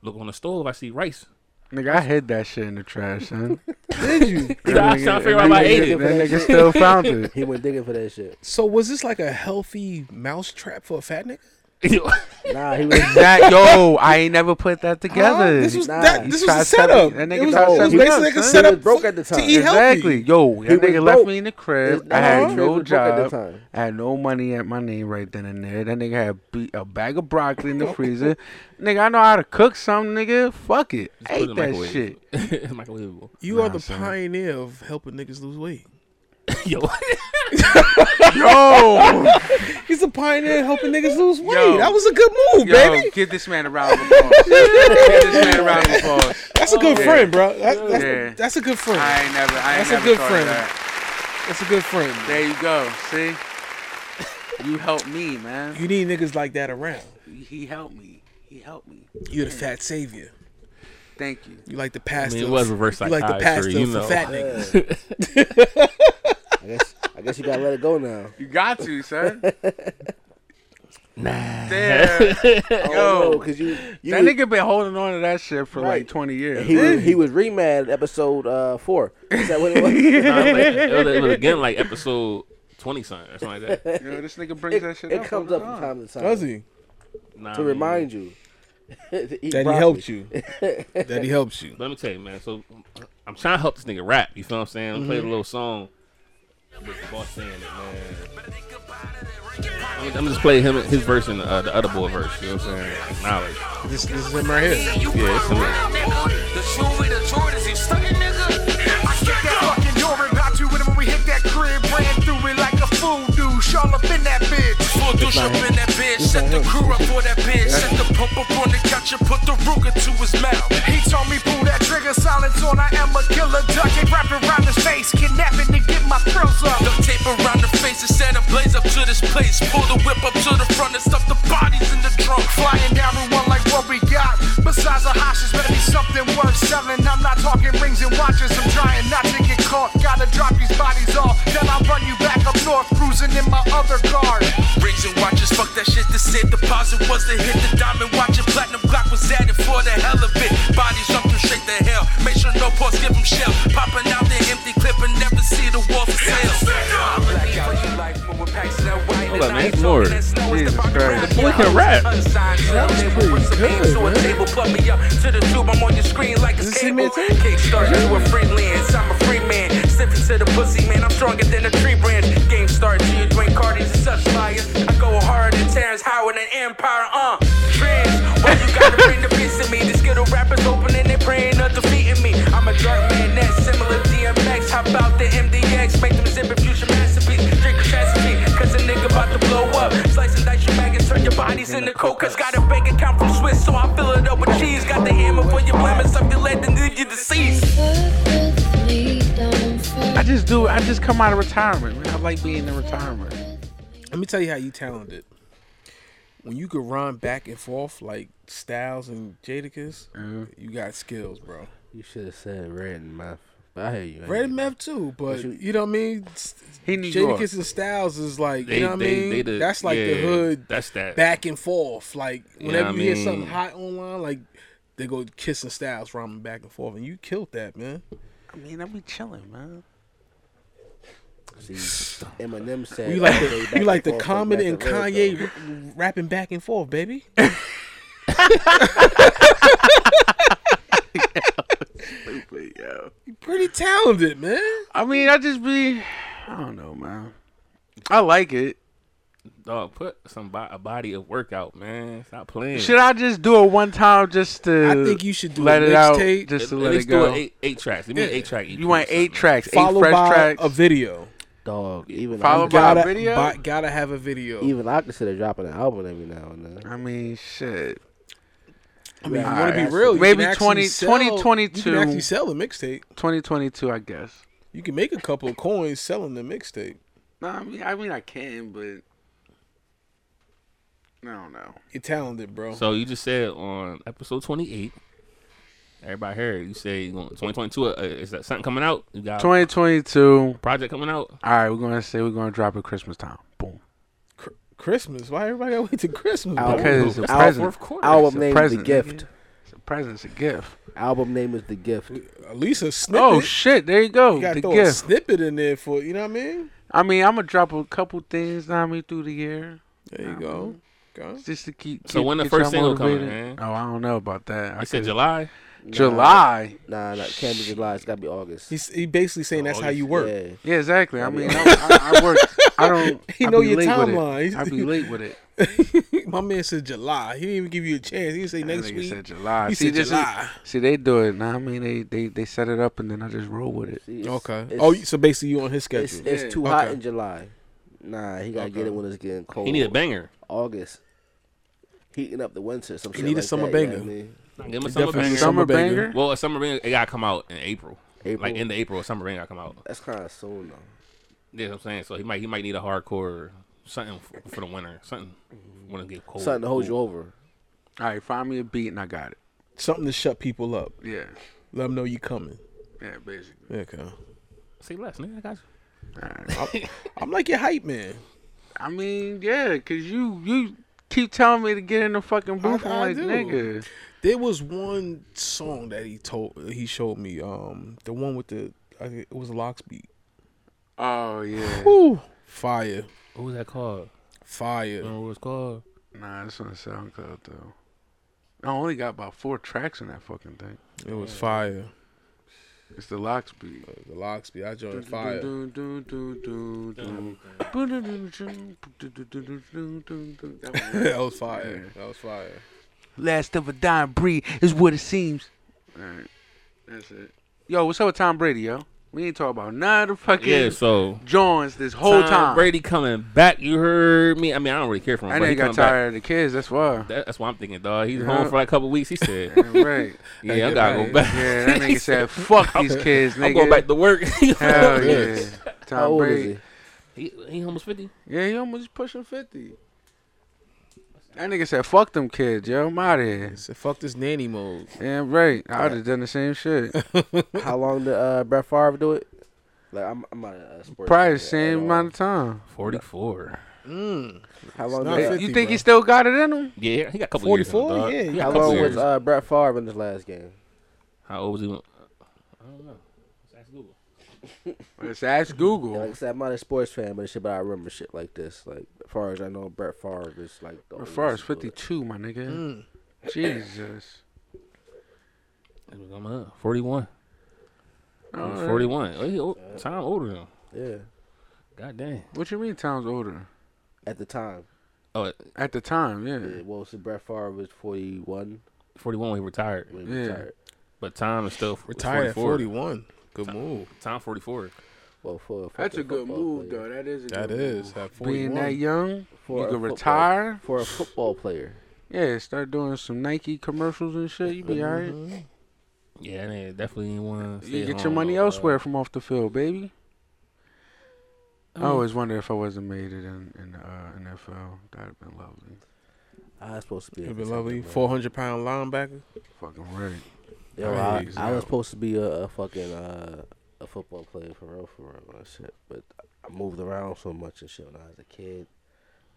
S4: Look on the stove, I see rice.
S1: Nigga, I hid that shit in the trash, son.
S5: Did you?
S4: So I was trying to figure out if I ate it.
S1: That nigga still found it.
S2: He went digging for that shit.
S5: So was this like a healthy mouse trap for a fat nigga?
S4: Yo,
S2: Nah, he was.
S1: That yo, I ain't never put that
S5: Huh?
S1: together.
S5: This was
S2: Nah.
S5: that,
S2: He
S5: this was
S1: tried
S5: a
S1: to set
S5: setup.
S1: it- that nigga
S5: it was,
S1: tried to
S5: it
S1: set
S5: was
S1: it
S5: basically
S1: up,
S5: like a
S1: son.
S5: setup.
S2: He was broke
S5: for-
S2: at the
S5: To
S2: time.
S5: eat
S1: exactly. Yo,
S2: was
S1: that nigga left
S2: broke.
S1: me in the crib.
S2: It's-
S1: I
S2: uh-huh.
S1: had
S2: He
S1: no
S2: was broke at the
S1: job.
S2: time.
S1: I had no money at my name right then and there. That nigga had be- a bag of broccoli in the freezer. nigga, I know how to cook something, nigga. Fuck it. I
S4: Put it in the
S1: ate that
S4: microwave.
S1: shit.
S4: it's microwavable.
S5: healthy. You are
S1: Nah,
S5: the
S1: son.
S5: pioneer of helping niggas lose weight.
S4: Yo,
S1: Yo,
S5: He's a pioneer of helping niggas lose weight.
S1: Yo.
S5: That was a good move,
S1: yo,
S5: baby.
S1: give this man a round of applause. Give this man a round of applause.
S5: That's a good
S1: Oh, yeah.
S5: friend, bro. That- that's,
S1: Yeah.
S5: that's a good friend.
S1: I ain't never. I
S5: That's
S1: ain't
S5: a
S1: never
S5: good
S1: thought
S5: friend.
S1: Of that.
S5: That's a good friend.
S1: There you go. See, you helped me, man.
S5: You need niggas like that around.
S1: He helped me. He helped me.
S5: You're the fat savior.
S1: Thank you.
S5: You like the pastor.
S4: mean, it
S5: of-
S4: was reverse
S5: You like the pastor
S4: psychiatry, you
S5: for
S4: know.
S5: fat niggas.
S2: I guess. I guess you gotta let it go now.
S1: You got to, son.
S4: nah.
S1: Damn.
S2: Oh,
S1: Yo,
S2: no, cause you. you
S1: that
S2: was-
S1: nigga been holding on to that shit for
S2: Right.
S1: like 20 years.
S2: He was, he was remad episode uh, four. Is that what it was?
S4: Nah, like, it, was, it was again like episode twenty something or something like that.
S1: Yo, this nigga brings
S2: it,
S1: that shit
S2: it
S1: up.
S2: comes
S1: all
S2: up
S1: the
S2: from
S1: time.
S2: time to time.
S5: Does he?
S4: Nah,
S2: To
S4: man.
S2: remind you that
S5: That he helped you. that he helps you.
S4: Let me tell you, man. So I'm trying to help this nigga rap. You feel what I'm saying? I'm
S5: Mm-hmm.
S4: playing a little song with the boss saying it, man. I'm- I'm just playing him his verse and uh, the other boy verse. You know what I'm saying? Like, knowledge.
S5: This, this is him right here.
S4: Yeah, it's him.
S8: The jewelry, the Jordans, you stuck in nigga.
S9: I get that fucking urine about you when we hit that crib, ran through it like a fool douche, all up in that bitch.
S8: Full douche up in that bitch, set the crew up for that bitch, set the pump up on the couch and put the Ruger to his mouth.
S9: He told me pull that trigger, silence on. I am a killer, duck ain't wrapping around his face, kidnapping to get my thrills up.
S8: Duct tape around the face and set a blaze up to this place. Pull the whip up to the front and stuff the bodies in the trunk.
S9: Flying down the one like what we got. Besides the hostage, better be something worth selling. I'm not talking rings and watches. I'm trying not to get caught. Gotta drop these bodies off. Then I'll run you back up north, cruising in my other car.
S8: Rings and watches, fuck that shit. The safe deposit was to hit the diamond watch and platinum clock was added for the hell of it. Bodies jumping straight to hell. Make sure no pause, give them shell. Popping out the empty clip and never see the wall for sale.
S4: Hold up, man. It's Lord.
S1: Jesus Christ.
S4: Boy can rap.
S8: That was pretty good, man. Plug me up to the tube, I'm on your screen like a
S5: Is this him
S8: cable.
S5: in too?
S8: Kickstart you a friendly and I'm a free man. Sipping to the pussy, man, I'm stronger than a tree branch. Game start to your Dwayne Cardi's and such liars. I go harder than Terrence Howard and Empire, uh. Trends, why you gotta bring the piece to me? These ghetto rappers opening and praying or defeating me. I'm a dark man that's similar to DMX. Hop out the MDX, make them zip a future masterpiece. Drink a catastrophe, cause a nigga about to blow up. Slice and dice your bag and turn your bodies into cocas. Got a bank account from Swiss, so I fill it up with cheese. Got the hammer for your blemish, up your leg and leave you deceased.
S1: I just do. I just come out of retirement. Man. I like being in retirement.
S5: Let me tell you how you talented. When you could rhyme back and forth like Styles and Jadakiss,
S1: Mm-hmm.
S5: you got skills, bro.
S2: You should have said red and mouth. But I hear you. I hear
S5: Red
S2: you.
S5: Meth too, but you know what I mean. S-
S1: He New York.
S5: Jadakiss and Styles is like
S4: They,
S5: you know what I
S4: they,
S5: mean.
S4: they the,
S5: that's like the
S4: yeah,
S5: hood
S4: That's that.
S5: back and forth. Like
S4: know
S5: whenever
S4: what
S5: you
S4: I
S5: hear something
S4: mean?
S5: hot online, like they go kissing Styles rhyming back and forth, and you killed that man.
S1: I mean, I be chilling, man.
S2: See, Eminem said.
S5: You like
S2: okay,
S5: the,
S2: back
S5: you like
S2: and
S5: the
S2: forth,
S5: Common
S2: back
S5: and
S2: red,
S5: Kanye r- rapping back and forth, baby. You pretty talented, man.
S1: I mean, I just be. I don't know, Oh, man. I like it.
S4: Dog, put some bo- a body of workout, man. Stop playing.
S1: Should I just do it one time just to?
S5: I think you should do
S1: let
S5: a
S1: it out,
S5: mixtape.
S1: just to
S4: At
S1: let it
S4: least do
S1: go.
S4: an eight, eight tracks. Give me an
S5: Yeah.
S4: eight track. EP
S1: you want
S4: or
S1: eight
S4: something.
S1: tracks, eight
S5: Followed
S1: fresh
S5: by
S1: tracks.
S5: a video.
S2: dog. Even
S1: Followed
S2: I,
S1: by a
S5: Gotta,
S1: video?
S5: bi- gotta have a video.
S2: even I consider dropping an album every now and then.
S1: I mean, shit.
S5: I mean, if you
S1: All
S5: want to
S1: right.
S5: be real. you
S1: Maybe
S5: can actually
S1: 20
S5: sell-
S1: 2022.
S5: You can actually sell a mixtape.
S1: 2022, I guess.
S5: You can make a couple of coins selling the mixtape.
S1: No, I mean, I mean, I can, but I don't know.
S5: You're talented, bro.
S4: So you just said on episode 28, everybody heard you say you want 2022 uh, is that something coming out? You got
S1: 2022.
S4: a project coming out?
S1: All right, we're gonna say we're gonna drop it Christmas time. Boom.
S5: Cr- Christmas. Why everybody gotta wait to Christmas?
S2: Album.
S5: bro?
S1: Because it's a
S2: Album.
S1: present.
S4: Fourth quarter.
S1: It's
S2: Album
S1: a
S2: name is the
S1: present,
S2: gift.
S1: It's a present. It's a gift.
S2: Album name is the gift.
S5: At least a snippet.
S1: Oh shit! There you go.
S5: You gotta
S1: the
S5: throw a
S1: gift.
S5: snippet in there for you know what I mean.
S1: I mean, I'm gonna drop a couple things. know what I mean, through the year,
S5: There you go. Okay.
S1: just to keep.
S4: So
S1: keep-
S4: when the
S1: get
S4: first
S1: y'all
S4: single coming, man?
S1: motivated. Oh, I don't know about that. I
S4: I said
S1: could-
S4: July.
S1: July.
S2: Nah, nah, can't be July. It's gotta be August.
S5: He's he basically saying that's how you work.
S2: Yeah.
S1: Yeah, exactly. I mean, I, I, I work. I don't.
S5: He
S1: I
S5: know
S1: be
S5: your
S1: late with it.
S5: timeline.
S1: I be late with it.
S5: My man said July. He didn't even give you a chance. He didn't say
S1: That
S5: next
S1: nigga
S5: week.
S1: said July.
S5: He
S1: see,
S5: said
S1: this is-
S5: July.
S1: see, they do it. Nah, I mean, they, they they set it up and then I just roll with it.
S2: See, it's-
S5: okay.
S2: it's-
S5: Oh, you- so basically you on his
S2: it's,
S5: schedule.
S2: it's
S1: Yeah.
S2: too hot
S5: Okay.
S2: in July. Nah, he gotta get it when it's getting cold.
S4: He need a banger.
S2: August. Heating up the winter. Some shit
S5: need a
S2: like
S5: summer
S2: that, you know
S5: banger.
S2: what I mean?
S4: Give him a summer
S5: definitely
S4: banger.
S1: Summer
S5: Summer banger.
S1: banger.
S4: Well, a summer banger it gotta come out in April.
S2: April.
S4: Like end of April, a summer banger gotta come out.
S2: That's kind of soon though.
S4: Yeah, I'm saying. So he might he might need a hardcore something for, for the winter. Something when it get cold.
S2: Something to hold you over.
S1: All right, find me a beat and I got it.
S5: Something to shut people up.
S1: Yeah,
S5: Let them know you coming.
S1: yeah, basically.
S5: Okay.
S4: Say less, nigga. I got you.
S1: All right.
S5: I'm like your hype man.
S1: I mean, yeah, cause you you keep telling me to get in the fucking booth.
S5: I
S1: I'm like,
S5: do.
S1: nigga.
S5: There was one song that he told he showed me. Um, the one with the I, think it was a locks beat.
S1: Oh yeah.
S5: Woo, fire,
S4: What was that called?
S5: fire.
S4: I don't know what it's called.
S1: Nah, it's on SoundCloud though. I only got about four tracks in that fucking thing.
S5: It was fire.
S1: It's the locks beat.
S5: The locks beat. I joined fire.
S1: Last
S5: that was fire. That was fire.
S1: of a dying breed is what it seems. Alright. That's it. Yo, what's up with Tom Brady, yo? We ain't talking about none of the fucking
S4: Yeah. So
S1: Johns this whole
S4: Tom
S1: time.
S4: Brady coming back. You heard me. I mean, I don't really care for him.
S1: I
S4: but he
S1: didn't
S4: coming
S1: got
S4: back.
S1: tired of the kids, that's why.
S4: That, that's what I'm thinking, dog. He's
S1: Yeah.
S4: home for like a couple weeks. He said,
S1: right.
S4: "Yeah, I
S5: get
S4: gotta
S5: back.
S4: go back.
S1: Yeah, that nigga said, fuck these kids, nigga.
S4: I'm going back to work."
S1: Hell yeah.
S2: How
S1: Tom
S2: old
S1: Brady.
S2: is
S4: he, he almost fifty.
S1: Yeah, he almost pushing 50. That nigga said, fuck them kids, yo. I'm out of here.
S5: So fuck this nanny mode.
S1: Yeah, right. I would have done the same shit.
S2: he? How long did uh, Brett Favre do it? Like I'm, I'm not a uh, sports.
S1: Probably the
S2: fan at
S1: same
S2: all.
S1: amount of time.
S4: Forty-four.
S2: How long?
S5: not
S2: Did,
S5: Yeah.
S1: you
S5: 50,
S1: think he
S5: bro.
S1: still got it in him?
S4: Yeah, he got a couple. Years on,
S5: 44?
S4: dog.
S5: Yeah,
S4: he
S5: he
S4: got
S2: how
S4: a couple
S2: long
S4: years.
S2: was uh, Brett Favre in his last game?
S4: How old was he? when- I don't know. Let's ask Google.
S1: Let's ask
S2: Yeah, like I
S1: Google.
S2: said, I'm not a sports fan, but shit, but I remember shit like this. Like as far as I know, Brett Favre is like the
S1: As far as
S2: oldest, but-
S1: 52, my
S2: Mm.
S1: nigga. Jesus.
S4: It was, um, uh, Forty-one. He was
S1: Alright.
S4: Forty-one. Oh, he old, time older than him.
S2: Yeah,
S4: God damn.
S1: What you mean Tom's older?
S2: at the time.
S4: Oh,
S1: At the time,
S2: Yeah,
S1: yeah.
S2: well, so Brett Favre was 41
S4: 41 when he retired,
S2: when he
S1: Yeah.
S2: retired.
S4: but Tom is still
S5: Retired
S4: 44.
S5: at 41. Good move.
S4: Tom 44.
S2: Well, for a
S1: That's a
S2: fucking
S1: good
S2: football
S1: move,
S2: player.
S1: though. That is a
S5: That
S1: good
S5: is
S1: move.
S5: at 41.
S1: Being that young,
S2: For
S1: you
S2: a
S1: can
S2: football-
S1: retire.
S2: for a football player.
S1: Yeah, start doing some Nike commercials and shit. You be all right.
S2: Mm-hmm.
S4: Yeah, and they definitely didn't want to.
S1: You get your money elsewhere from off the field, baby. I always wonder if I wasn't made it in in the uh, NFL, that'd have been lovely.
S2: I was Ah, supposed to be. a
S5: It'd be
S2: contender,
S5: lovely.
S2: man.
S5: 400 pound linebacker.
S1: Fucking right.
S2: Yo,
S5: Right,
S2: I, I
S1: exactly.
S2: was supposed to be a, a fucking uh, a football player for real, for real, and shit. But I moved around so much and shit when I was a kid.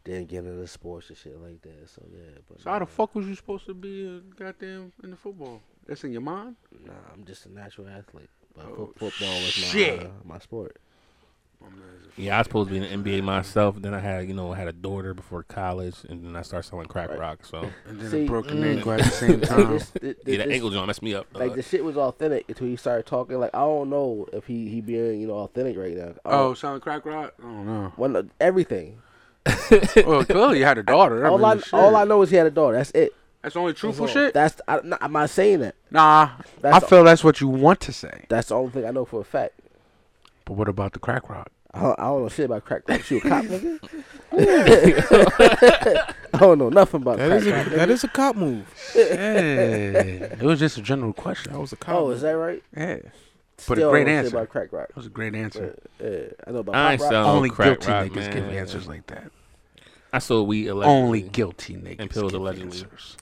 S2: Didn't get into sports and shit like that. So yeah, but
S1: So how
S2: nah,
S1: the fuck was you supposed to be a goddamn in the football? That's in your mind.
S2: Nah, I'm just a natural athlete. But
S1: Oh,
S2: fo- football was my
S1: shit.
S2: uh, my sport.
S4: Yeah, I was supposed to be in the NBA myself. Then I had, you know, I had a daughter before college, and then I started selling crack rock. So
S1: And then
S2: See, mm.
S1: a broken ankle at the same time.
S2: This- thi- thi-
S4: Um, yeah, that
S2: this-
S4: ankle joint messed me up.
S2: like
S4: uh,
S2: the shit was authentic until he started talking. Like I don't know if he he being you know authentic right now.
S1: oh, sound crack rock. I don't know.
S2: one of- everything.
S1: well, clearly you had a daughter.
S2: all I all I know is he had a daughter. That's it.
S1: That's the only truthful shit.
S2: That's I, no, I'm not saying that.
S1: nah,
S2: That's
S1: I feel that's what you want to say.
S2: That's the only thing I know for a fact.
S1: But what about the crack rock?
S2: I don't, I don't know shit about crack cops. You a cop, nigga? I
S1: Oh,
S2: don't know nothing about
S5: That
S2: crack
S5: is
S2: cops,
S5: a
S2: nigga.
S5: that is a cop move.
S1: it was just a general question.
S5: That
S1: That
S5: was a cop.
S2: Oh,
S5: move.
S2: is that right?
S5: yeah.
S1: But a
S2: Still don't know
S1: great
S2: shit
S1: answer.
S2: About crack rock.
S1: was a great answer.
S2: Yeah, I know about
S4: I ain't
S2: pop rock.
S4: selling
S1: Only
S4: no crack
S1: guilty
S4: rock,
S1: niggas give
S4: man.
S1: answers like that.
S4: I sold weed allegedly.
S1: Only guilty niggas
S4: And pills
S1: give
S4: allegedly.
S1: answers.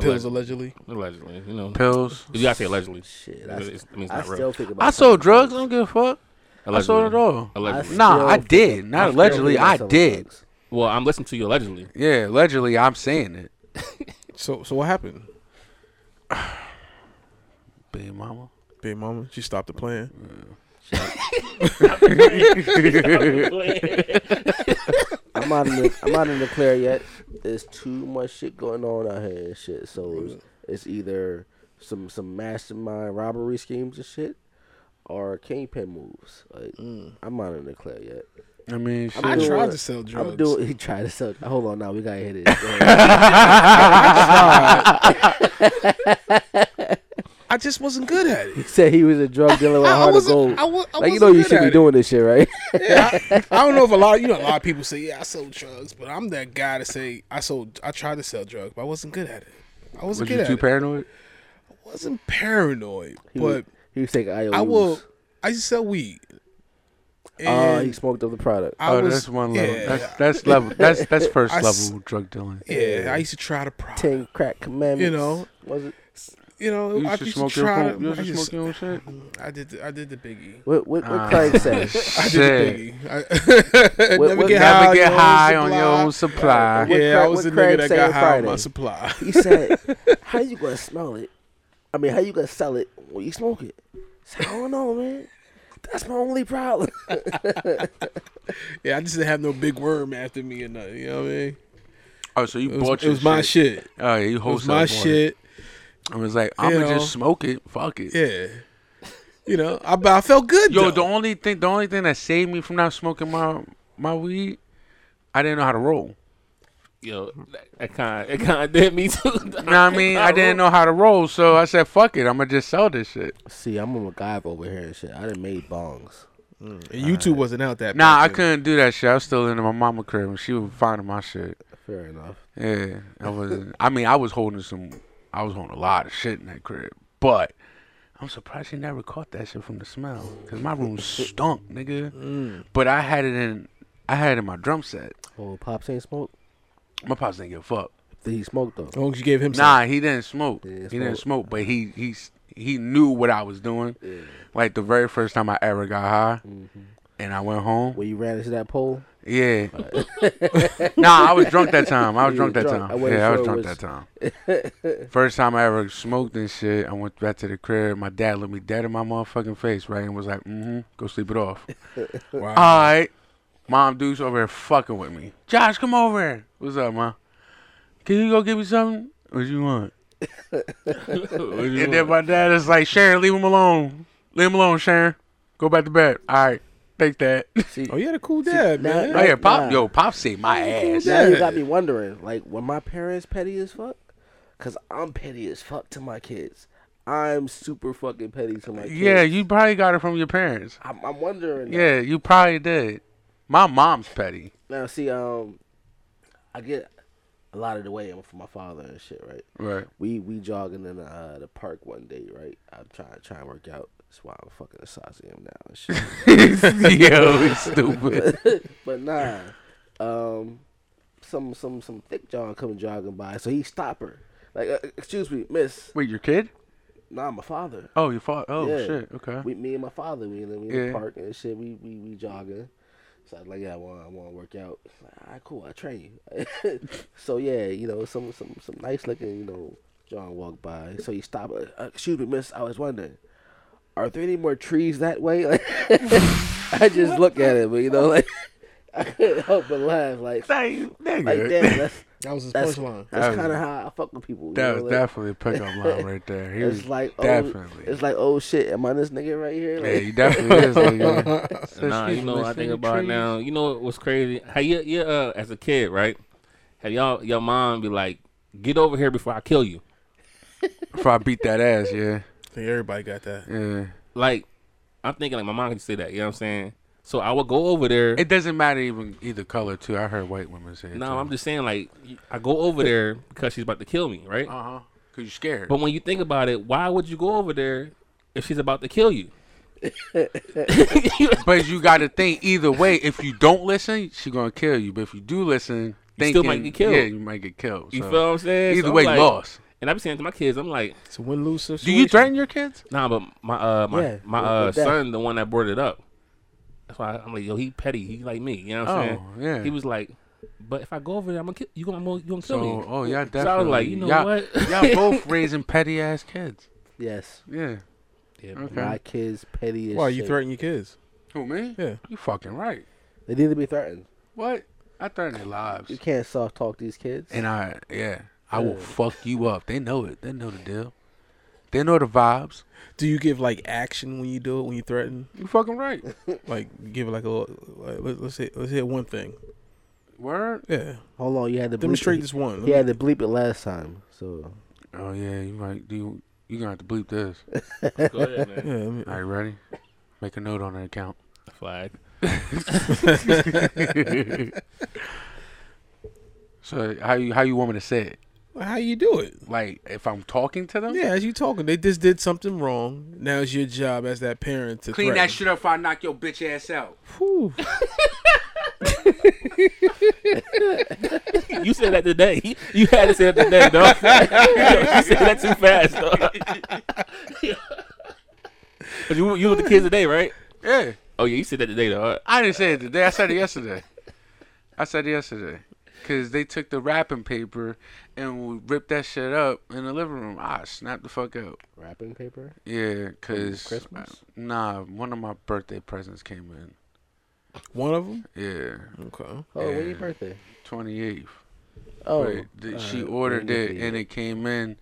S5: Pills allegedly.
S4: allegedly. You know,
S1: Pills.
S4: you gotta say allegedly.
S2: Shit, I,
S4: It's- it's- I mean, it's
S2: I
S4: not
S2: still
S4: real.
S2: think about.
S1: I sold drugs. I don't give a fuck. I
S4: Allegedly.
S1: sold it all.
S4: Allegedly.
S1: Nah, I
S2: Still-
S1: did. Not
S2: still
S1: allegedly.
S2: think
S1: I
S2: selling
S1: did.
S2: drugs.
S4: Well, I'm listening to you allegedly.
S1: Yeah, allegedly, I'm saying it.
S5: So so what happened?
S1: Big mama.
S5: Big mama, she stopped the plan.
S2: I'm not in the, I'm not in the clear yet. There's too much shit going on out here and shit. So it's, it's either some some mastermind robbery schemes and shit, or kingpin moves. Like I'm not in the clear yet.
S1: I mean, shit.
S2: I
S5: Mm. I
S2: doing-
S5: tried to sell drugs.
S2: I'm doing. He tried to sell. Hold on, now we gotta hit it.
S5: I just wasn't good at it.
S2: he said he was a drug dealer with a
S5: I- I
S2: heart of
S5: wasn't-
S2: gold.
S5: I wa- I
S2: like you know,
S5: wasn't
S2: you
S5: good
S2: should
S5: at
S2: be
S5: it.
S2: doing this shit, right?
S5: I don't know if a lot you know a lot of people say, Yeah, I sold drugs, but I'm that guy to say I sold I tried to sell drugs, but I wasn't good at it. I wasn't
S1: was
S5: good
S1: you
S5: at
S1: too
S5: it.
S1: paranoid?
S5: I wasn't paranoid.
S2: He was,
S5: but
S2: he was taking IOUs.
S5: I will I used to sell weed. And
S2: Oh, he smoked up the product.
S5: I
S1: Oh,
S5: was
S1: that's one level.
S5: yeah,
S1: That's that's level. That's that's first
S5: I s-
S1: level drug dealing.
S5: yeah, I used to try to prop
S2: Ten crack commandments.
S5: You
S2: Uh,
S5: know.
S2: was it?
S5: you know,
S1: You
S5: I
S1: should
S5: used to
S1: smoke your
S5: try
S1: own.
S5: to
S1: You
S5: I,
S1: should
S5: just, Mm,
S1: smoke your own shit.
S5: I did the, I did the biggie.
S2: What what, what
S1: Ah,
S2: Craig said?
S5: I did
S1: Shit.
S5: the biggie. I,
S2: What-
S5: never
S2: what-
S5: get
S1: Never
S5: high, on
S1: get
S5: your own
S1: high on your
S5: supply.
S1: own supply.
S5: Yeah,
S2: What
S5: I
S2: Craig-
S5: was
S2: what
S5: the
S2: Craig
S5: nigga that
S2: said
S5: got high on
S2: Friday.
S5: my supply.
S2: He said, "How you gonna smell it? I mean, how you gonna sell it when you smoke it?" I, said, I don't know, man. That's my only problem.
S5: Yeah, I just didn't have no big worm after me or nothing. You know what I mean?
S1: Oh, so you
S5: It
S1: bought
S5: was, it
S1: your
S5: was my shit. It
S1: Oh, yeah, you wholesale.
S5: was my
S1: bought it.
S5: shit.
S1: I was like, I'm gonna
S5: know.
S1: just smoke it. Fuck it.
S5: Yeah. You know, I, but I felt good.
S1: Yo, the
S5: though.
S1: only thing, the only thing that saved me from not smoking my my weed, I didn't know how to roll.
S4: Yo, that- that kind it kind of did me too.
S1: You know what I mean? I didn't know how to roll, so I said, "Fuck it, I'm gonna just sell this shit."
S2: See, I'm a guy over here and shit. I done made bongs.
S5: And YouTube Mm, wasn't out that.
S1: Nah,
S5: back
S1: I
S5: then.
S1: couldn't do that shit. I was still in my mama crib, and she was finding my shit.
S2: Fair enough.
S1: Yeah, I was. I mean, I was holding some. I was holding a lot of shit in that crib, but I'm surprised she never caught that shit from the smell, cause my room stunk, nigga. But I had it in. I had it in my drum set.
S2: Mm. Oh, pops ain't smoke.
S1: My pops didn't give a fuck.
S2: Did he smoke though?
S5: As long as you gave him some.
S1: Nah, he didn't smoke.
S2: He
S1: He
S2: didn't
S1: didn't,
S2: smoke.
S1: smoke, but he he s- he knew what I was doing. Like the very first time I ever got high, and I went home.
S2: When Mm-hmm. you ran into that pole,
S1: Yeah. nah, I was drunk that time. I was
S2: You
S1: drunk
S2: were
S1: that
S2: drunk. I
S1: time.
S2: wasn't
S1: yeah, I
S2: sure
S1: was
S2: it
S1: drunk that time. First time I ever smoked and shit, I went back to the crib. My dad looked me dead in my motherfucking face, right, and was like, "Mm-hmm, go sleep it off."
S5: Wow.
S1: All right, mom, dude's over here fucking with me. Josh, come over here. What's up, mom? Can you go get me something? What you want? And then my dad is like, Sharon, leave him alone. Leave him alone, Sharon. Go back to bed. All right, take that.
S2: see,
S5: oh, you had a cool dad,
S2: now-
S5: man.
S1: Oh yeah, Pop,
S2: Nah.
S1: yo, Pop saved my ass.
S2: now you
S5: Yeah.
S2: got me wondering, like, were my parents petty as fuck? Cause I'm petty as fuck to my kids. I'm super fucking petty to my kids.
S1: Yeah, you probably got it from your parents.
S2: I'm, I'm wondering. that.
S1: Yeah, you probably did. My mom's petty.
S2: Now, see, um, I get a lot of the way from my father and shit, right?
S1: Right.
S2: We we jogging in uh, the park one day, right? I'm trying to try and work out. That's why I'm fucking assassin him now and shit.
S1: yo, it's stupid.
S2: But nah, um, some some some thick John come jogging by, so he stop her. Like, uh, excuse me, miss.
S1: Wait, your kid?
S2: Nah, my father.
S1: Oh, your father. Oh
S2: Yeah.
S1: shit. Okay.
S2: We, me and my father, we in the, we in the
S1: Yeah.
S2: park and shit. We we we jogging. So I was like, yeah, I want I want to work out. He's Like, All right, cool. I train you. so yeah, you know, some some some nice looking, you know, John walked by. So he stopped. Uh, uh, excuse me, miss. I was wondering, are there any more trees that way? Like, I just look at it, but you know, like I couldn't help but laugh. Like, like
S1: Thank- nigga.
S2: damn, that's
S5: That was his
S2: that's
S5: punchline.
S2: that's
S1: That was-
S2: kind of how I fuck with people. you
S1: that
S2: know,
S1: was
S2: like,
S1: definitely a pickup line right there. He was
S2: It's like oh,
S1: definitely.
S2: it's like oh shit, am I this nigga right here?
S1: yeah,
S2: Like,
S1: he definitely is. Nigga. So
S4: Nah, you
S1: she's
S4: know what I
S1: missing
S4: think
S1: the
S4: about
S1: trees.
S4: now. You know what's crazy? How you, you uh, as a kid, right? Have y'all your mom be like, "Get over here before I kill you."
S1: Before I beat that ass, yeah,
S5: I think everybody got that.
S1: yeah.
S4: Like, I'm thinking like my mom could say that. You know what I'm saying? So I would go over there.
S1: It doesn't matter even either color too. I heard white women say. it,
S4: No,
S1: too.
S4: I'm just saying, like, I go over there because she's about to kill me, right?
S1: Uh-huh. Cause you're scared.
S4: But when you think about it, why would you go over there if she's about to kill you?
S1: But you got to think either way. If you don't listen, she gonna kill you. But if you do listen,
S4: You
S1: thinking,
S4: still might get killed.
S1: Yeah, you might get killed.
S4: You
S1: So,
S4: feel what I'm saying?
S1: Either
S4: So I'm
S1: way,
S4: like-
S1: lost.
S4: And I be saying to my kids, I'm like,
S5: It's a win lose
S1: Do
S5: situation.
S1: you threaten your kids?
S4: nah, but my uh my
S2: Yeah,
S4: my
S2: with-
S4: uh
S2: with that.
S4: son, the one that brought it up. That's why I'm like, yo, he petty. He like me. You know what I'm saying?
S1: Oh, yeah.
S4: He was like, but if I go over there, I'm gonna kill you. Gonna you gonna kill
S1: So,
S4: me?
S1: oh yeah, definitely.
S4: So I was like, you know
S1: all
S4: what?
S1: y'all both raising petty ass kids.
S2: Yes.
S1: Yeah.
S4: Yeah,
S1: okay.
S2: My kids petty as
S5: Why you
S2: shit.
S5: threaten your kids?
S1: Who me?
S5: Yeah.
S1: You fucking right.
S2: They need to be threatened.
S1: What? I threaten their
S2: You
S1: lives.
S2: can't soft talk these kids.
S1: And I, yeah, I will fuck you up. They know it. They know the deal. They know the vibes.
S5: Do you give like action when you do it when you threaten?
S1: You fucking right.
S5: Like give like a little, like, let's let's hit let's hit one thing.
S1: Word.
S5: Yeah,
S2: Hold on, you had to bleep
S5: demonstrate
S2: it.
S5: this one.
S2: He had to bleep it last time, so
S1: Oh yeah, you might do. You gonna have to bleep this.
S4: Go ahead, man.
S5: Yeah, I mean,
S1: All right, ready? Make a note on that account.
S4: Flag.
S1: so how you how you want me to say it?
S5: how you do it?
S1: Like if I'm talking to them,
S5: Yeah, as you talking, they just did something wrong. Now it's your job as that parent to
S1: clean
S5: threaten.
S1: that shit up before I knock your bitch ass out.
S5: Whew.
S4: You said that today. You had to say that today, dog. you said that too fast, dog. But you you with the kids today, right?
S1: Yeah,
S4: Oh yeah, you said that today, dog.
S1: I didn't say it today. I said it yesterday. I said it yesterday because they took the wrapping paper and ripped that shit up in the living room. I snapped the fuck out.
S2: wrapping paper.
S1: Yeah, cause uh,
S2: Christmas?
S1: nah, one of my birthday presents came in.
S5: One of them.
S1: Yeah,
S5: Okay.
S2: Oh, when's
S1: Yeah.
S2: your birthday?
S1: twenty eighth.
S2: Oh,
S1: But th- she
S2: alright,
S1: ordered
S2: we'll
S1: it
S2: leave
S1: and it came in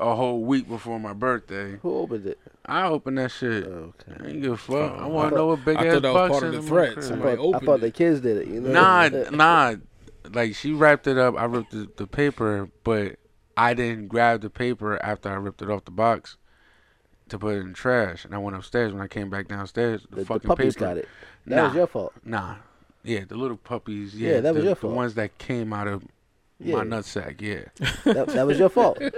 S1: a whole week before my birthday.
S2: Who opened it?
S1: I opened that shit.
S2: Okay.
S1: I ain't give a fuck. I
S5: Oh,
S1: want
S2: I
S1: to know what big
S5: I
S1: ass
S5: thought that was
S1: box
S5: part of the
S1: is in my
S5: threat.
S1: crib.
S5: Somebody
S2: I thought, I
S5: opened
S2: thought
S5: it.
S2: the kids did it. You know?
S1: Nah, nah. Like she wrapped it up. I ripped the, the paper, but I didn't grab the paper after I ripped it off the box to put it in the trash. And I went upstairs. When I came back downstairs, the,
S2: the, the
S1: fucking
S2: puppies
S1: paper.
S2: got it. That was
S1: Nah.
S2: your fault.
S1: Nah. Yeah, the little puppies. Yeah,
S2: Yeah, that was
S1: the,
S2: your
S1: the
S2: fault.
S1: ones that came out of
S2: Yeah.
S1: my nutsack. Yeah.
S2: That, that was your fault.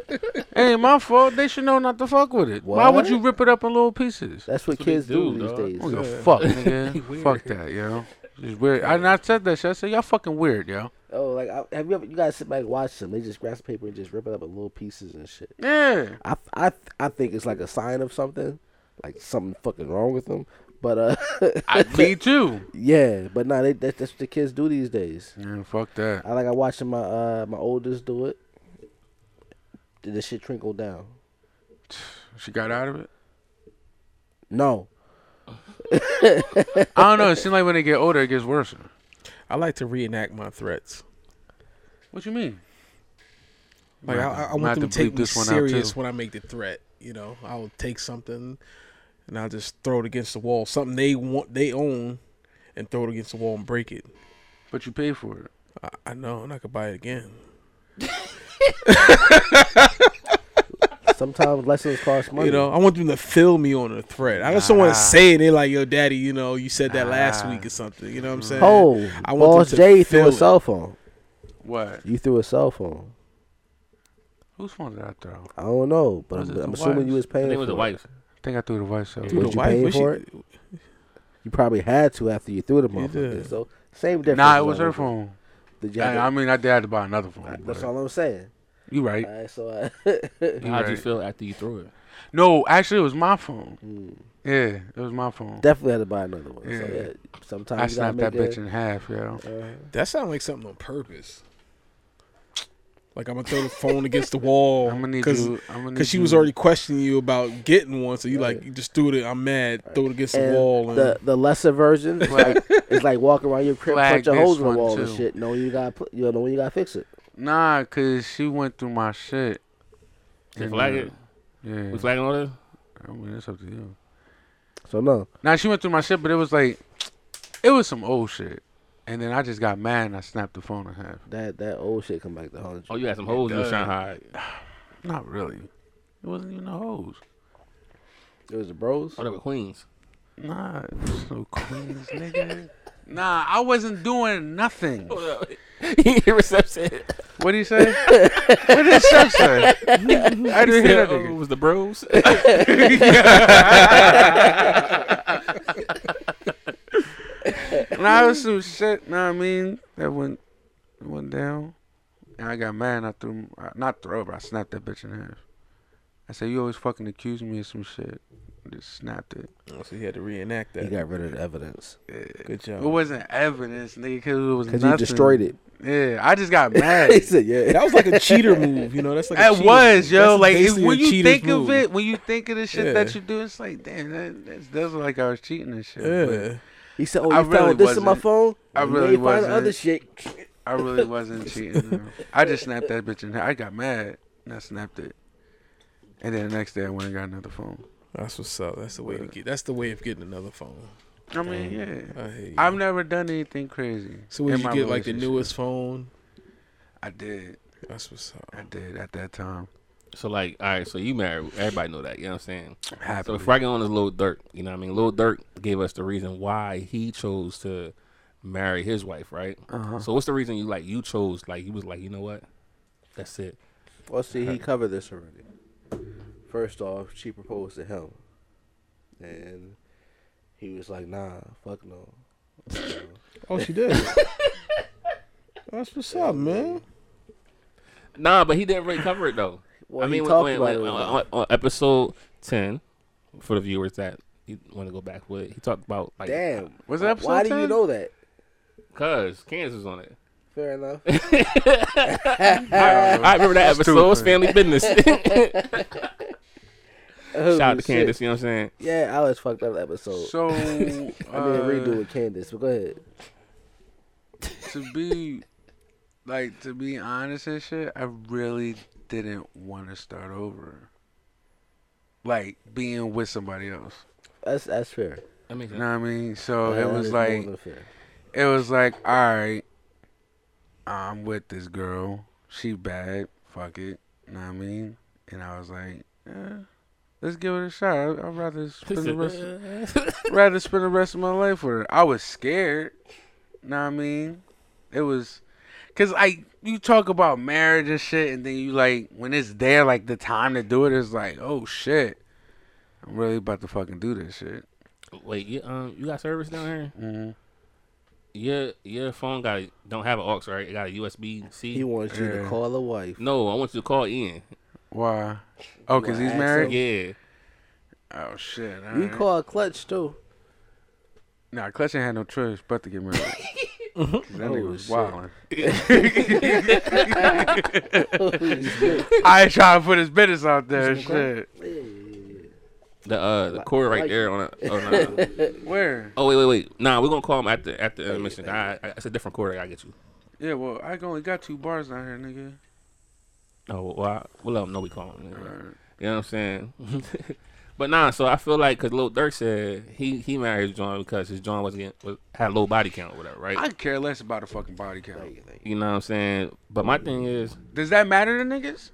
S1: It ain't my fault. They should know not to fuck with it. Why would
S2: What?
S1: you rip it up in little pieces?
S2: That's what
S4: what they
S2: kids do,
S4: do, dog.
S1: I
S2: these
S1: don't
S2: days.
S1: give a fuck, nigga. fuck that, yo. It's weird. I, and I said that shit. I said, y'all fucking weird, yo.
S2: Oh, like I, have you ever? You guys sit back and watch them. They just grab some paper and just rip it up in little pieces and shit.
S1: Yeah.
S2: I, I, I think it's like a sign of something, like something fucking wrong with them. But uh,
S1: I, me too.
S2: yeah, but nah, they, that, that's what the kids do these days.
S1: Yeah, fuck that.
S2: I like I watching my uh my oldest do it. Did the shit trickle down?
S1: She got out of it.
S2: No,
S1: I don't know. It seems like when they get older, it gets worse.
S5: I like to reenact my threats.
S1: What you mean?
S5: Like I,
S1: Might have
S5: I, I
S1: to- might
S5: want them
S1: have
S5: to
S1: to
S5: take
S1: bleep
S5: me
S1: this one out, too.
S5: serious when I make the threat. You know, I'll take something and I'll just throw it against the wall. Something they want, they own, and throw it against the wall and break it.
S1: But you paid for it.
S5: I, I know, and I could buy it again.
S2: sometimes lessons cost money.
S5: You know, I want them to feel me on a threat. I just don't want to say it. They're like, "Yo, daddy, you know, you said that last week or something." You know what I'm saying?
S1: Mm-hmm.
S2: oh,
S5: I want
S2: boss
S5: them to
S2: Jay threw
S5: feel
S2: a
S5: it.
S2: cell phone.
S1: What?
S2: You threw a cell phone.
S1: Whose phone did I throw?
S2: I don't know, but
S1: Was
S2: I'm,
S1: it
S2: I'm
S1: the
S2: assuming
S1: wife's?
S2: you was
S4: I
S2: paying.
S4: think it was
S2: for
S4: the wife.
S1: I think I threw the vice out.
S5: Through
S2: Would
S5: the
S2: you
S5: wife,
S2: pay
S5: what
S2: for
S5: she-
S2: You probably had to after you threw the
S5: You
S2: motherfucker.
S5: did.
S2: So same difference. Uh,
S1: Nah, it
S2: is
S1: was
S2: all
S1: her
S2: over.
S1: phone.
S2: Did you have
S1: I,
S2: to-
S1: I mean, I did have to buy another phone.
S2: That's
S1: but
S2: all I'm saying.
S1: You right.
S2: All right, so uh, I,
S4: How'd you
S1: right.
S4: feel after you threw it?
S1: No, actually, it was my phone. Yeah, it was my phone.
S2: Hmm. definitely had to buy another one. So
S1: Yeah.
S2: yeah, sometimes
S1: I
S2: you gotta
S1: snapped that
S2: make Uh-huh.
S1: bitch in half, yo.
S5: That sounds like something on purpose. Like I'm gonna throw the phone against the wall.
S1: I'm gonna need
S5: cause,
S1: you- I'm gonna
S5: 'cause
S1: need
S5: she was
S1: you-
S5: already questioning you about getting one, so you like you just threw it. I'm mad. Throw it against
S2: And
S5: the wall. And
S2: the the lesser version is like it's like walking around your crib,
S1: Flag
S2: punch your
S1: this
S2: holes in the
S1: one,
S2: wall
S1: too.
S2: and shit. No, you got you know when you got to fix it.
S1: Nah, cause she went through my shit.
S4: They
S1: And,
S4: flag
S1: uh,
S4: it?
S1: Yeah.
S4: We flagging all this?
S1: I mean, it's up to you.
S2: So no,
S1: Nah, she went through my shit, but it was like, it was some old shit. And then I just got mad and I snapped the phone in half.
S2: that that old shit come back to haunt
S4: Oh,
S2: you.
S4: you had some holes in
S1: does.
S4: Shanghai.
S1: Not really. It wasn't even a hose.
S2: It was the bros.
S4: Oh, they were Queens.
S1: Nah, so Queens, nigga. Nah, I wasn't doing nothing.
S10: he reception.
S1: What do you say? what did Seth say? I didn't hear that
S4: Oh, it
S1: nigga.
S4: was the bros.
S1: Nah, it was some shit. Know what I mean? That went it went down, and I got mad. And I threw I- not throw, but I snapped that bitch in half. I said, "You always fucking accuse me of some shit." Just snapped it.
S5: Oh, So he had to reenact
S2: He
S5: that.
S2: got rid of the evidence
S5: Good
S1: It
S5: job.
S1: wasn't evidence, nigga, because it was
S2: because
S1: nothing.
S2: you destroyed it.
S1: Yeah, I just got
S2: he
S1: mad.
S2: said, "Yeah,
S5: That was like a cheater move, you know. That's like a
S1: That
S5: cheater
S1: was
S5: move.
S1: yo,
S5: That's
S1: like it-
S5: basically
S1: when
S5: a
S1: you
S5: cheater's
S1: think
S5: move.
S1: of it, when you think of the shit that
S5: Yeah.
S1: you do, it's like, damn, that that's, that's like I was cheating and shit. but
S5: Yeah.
S2: He said, "Oh, you
S1: I
S2: found
S1: really
S2: this in my
S1: wasn't.
S2: phone.
S1: I
S2: You
S1: really
S2: ain't find the
S1: wasn't.
S2: other shit.
S1: I really wasn't cheating. though. I just snapped that bitch in half. I got mad and I snapped it. And then the next day I went and got another phone.
S5: That's what's up. That's the way to get. That's the way of getting another phone.
S1: I mean, yeah.
S5: I hate Oh, you.
S1: I've never done anything crazy.
S5: so when
S1: in
S5: you
S1: my
S5: get like the
S1: relationship.
S5: newest phone,
S1: I did.
S5: that's what's up.
S1: I did at that time.
S4: so like, all right, so you married. Everybody know that. You know what I'm saying? So
S1: Happily.
S4: if I get on is Lil Durk, you know what I mean? Lil Durk gave us the reason why he chose to marry his wife, right?
S1: Uh-huh.
S4: So what's the reason you like you chose like you was like, you know what? That's it.
S2: Well, Oh, see, he covered this already. First off, she proposed to him, and he was like, "Nah, fuck no."
S5: Oh, she did. that's what's up, man.
S4: Nah, but he didn't really cover it though.
S2: Well,
S4: I
S2: he
S4: mean, when,
S2: talked
S4: when,
S2: about
S4: when,
S2: it a
S4: on,
S2: little
S4: on- on episode ten, for the viewers that you want to go back with, it, he talked about like
S2: Damn.
S1: Was that
S2: Why
S1: episode
S2: do you
S1: 10?
S2: know that?
S4: cause Kansas was on it.
S2: Fair enough.
S4: I, I remember that episode. It was family
S1: Stupid.
S4: business. Shout
S2: Oh,
S4: out to
S2: shit.
S4: Candace. You know what I'm saying?
S2: Yeah, I was fucked up episode.
S1: So I
S2: I mean, redo with Candace, but go ahead.
S1: to be like to be honest and shit, I really didn't want to start over. Like being with somebody else.
S2: That's that's fair.
S4: That makes
S1: You
S4: sense.
S1: know what I mean? So
S2: That
S1: it was
S2: is more
S1: like
S2: than fair.
S1: it was like, all right, I'm with this girl. She bad. Fuck it. Know what I mean? And I was like, eh, let's give it a shot. I'd, I'd rather spend the rest, rather spend the rest of my life with her. I was scared. Know what I mean? It was, cause I you talk about marriage and shit, and then you like when it's there, like the time to do it is like, oh shit, I'm really about to fucking do this shit.
S4: Wait, you um, you got service down here?
S1: Mhm.
S4: Your your phone got a- don't have an aux, right? It got a USB
S2: He
S4: C.
S2: wants you to
S1: Yeah.
S2: call a wife.
S4: No, I want you to call Ian.
S1: Why? Oh, cause
S2: wanna
S1: he's
S2: ask
S1: married.
S4: Yeah,
S1: Oh shit!
S2: You
S1: alright.
S2: call a clutch too.
S1: Nah, Clutch ain't had no choice but to get married. 'Cause that
S2: Oh,
S1: nigga was
S2: shit.
S1: wildin'.
S2: yeah,
S1: I ain't trying to put his business out there. Shit.
S4: the uh the cord right
S2: like-
S4: there on a. On a
S1: Where?
S4: oh wait wait wait. Nah, we're gonna call him after after the intermission. I, I it's a different cord. I gotta get you.
S1: Yeah, well, I only got two bars down here, nigga.
S4: Oh well, I, we'll let him know we call him.
S1: Alright.
S4: You know what I'm saying? but nah, so I feel like because Lil Durk said he he married his John because his John was getting was, had low body count or whatever, right?
S1: I could care less about a fucking body count.
S4: you know what I'm saying? But my thing is,
S1: Does that matter to niggas?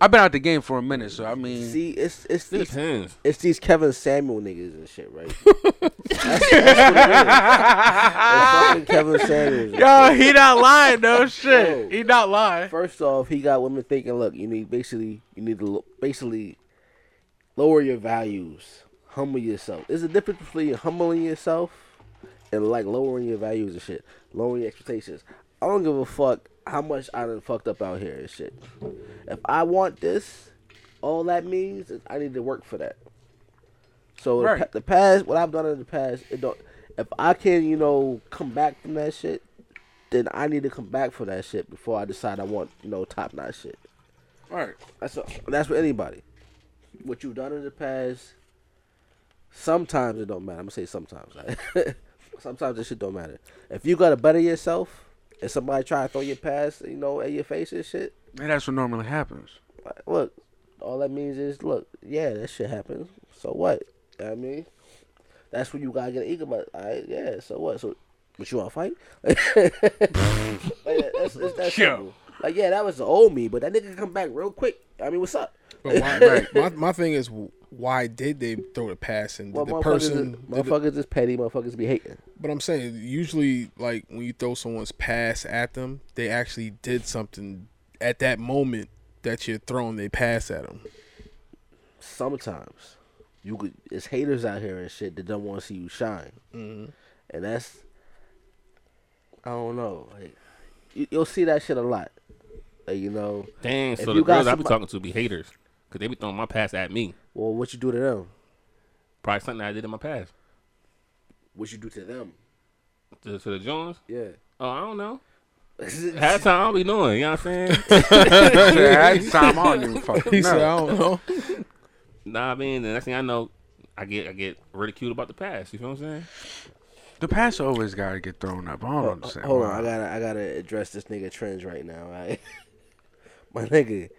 S1: I've been out the game for a minute, so I mean,
S2: See, it's it's
S4: it
S2: these
S4: depends.
S2: it's these Kevin Samuel niggas and shit, right? that's, that's what it is. It's fucking Kevin Samuels. and
S1: yo, he not lying, no
S2: Yo.
S1: shit. He not lying.
S2: First off, he got women thinking, look, you need basically you need to lo- basically lower your values, humble yourself. There's a difference between humbling yourself and like lowering your values and shit, lowering your expectations. I don't give a fuck how much I done fucked up out here and shit. If I want this, all that means is I need to work for that. So the
S1: Right.
S2: pa- the past, what I've done in the past, it don't. If I can, you know, come back from that shit, then I need to come back for that shit before I decide I want you know top notch shit.
S1: All right.
S2: That's all. That's for anybody. What you've done in the past, sometimes it don't matter. I'm gonna say sometimes. sometimes this shit don't matter. If you gotta better yourself, and somebody try to throw your past, you know, at your face and shit,
S1: And that's what normally happens.
S2: like, look, all that means is look, yeah, that shit happens. So what? You know what I mean, that's when you gotta get an ego. But all right, yeah. So what? So, but you wanna fight? like, that- that's, it's that
S1: Yo.
S2: simple. Like yeah, that was the old me, but that nigga can come back real quick. I mean, what's up?
S5: But why, right. my, my thing is, why did they throw the pass? And
S2: Well,
S5: did the
S2: motherfuckers,
S5: person,
S2: is,
S5: did the-
S2: motherfuckers is petty. Motherfuckers be hating.
S5: But I'm saying, usually, like when you throw someone's pass at them, they actually did something at that moment that you're throwing their pass at them.
S2: Sometimes you could. It's haters out here and shit that don't want to see you shine.
S5: Mm-hmm.
S2: And that's. I don't know. Like, you, you'll see that shit a lot. Like, you know.
S4: Dang,
S2: If
S4: so
S2: you
S4: the
S2: got
S4: girls I be
S2: somebody-
S4: talking to be haters because they be throwing my pass at me.
S2: Well, what you do to them?
S4: Probably something I did in my past
S2: What you do to them?
S4: to, to the Jones.
S2: Yeah.
S4: Oh, I don't know. Half time I don't be knowing. You know what I'm saying?
S1: At the time, I don't even
S5: He
S1: fucking
S5: said,
S1: know.
S5: "I don't know."
S4: nah, I mean the next thing I know, I get I get ridiculed about the past. You feel what I'm saying?
S1: The pass always gotta get thrown up. I don't
S2: Hold,
S1: understand.
S2: Oh, hold on,
S1: why.
S2: I gotta I gotta address this nigga trends right now. Right? My nigga,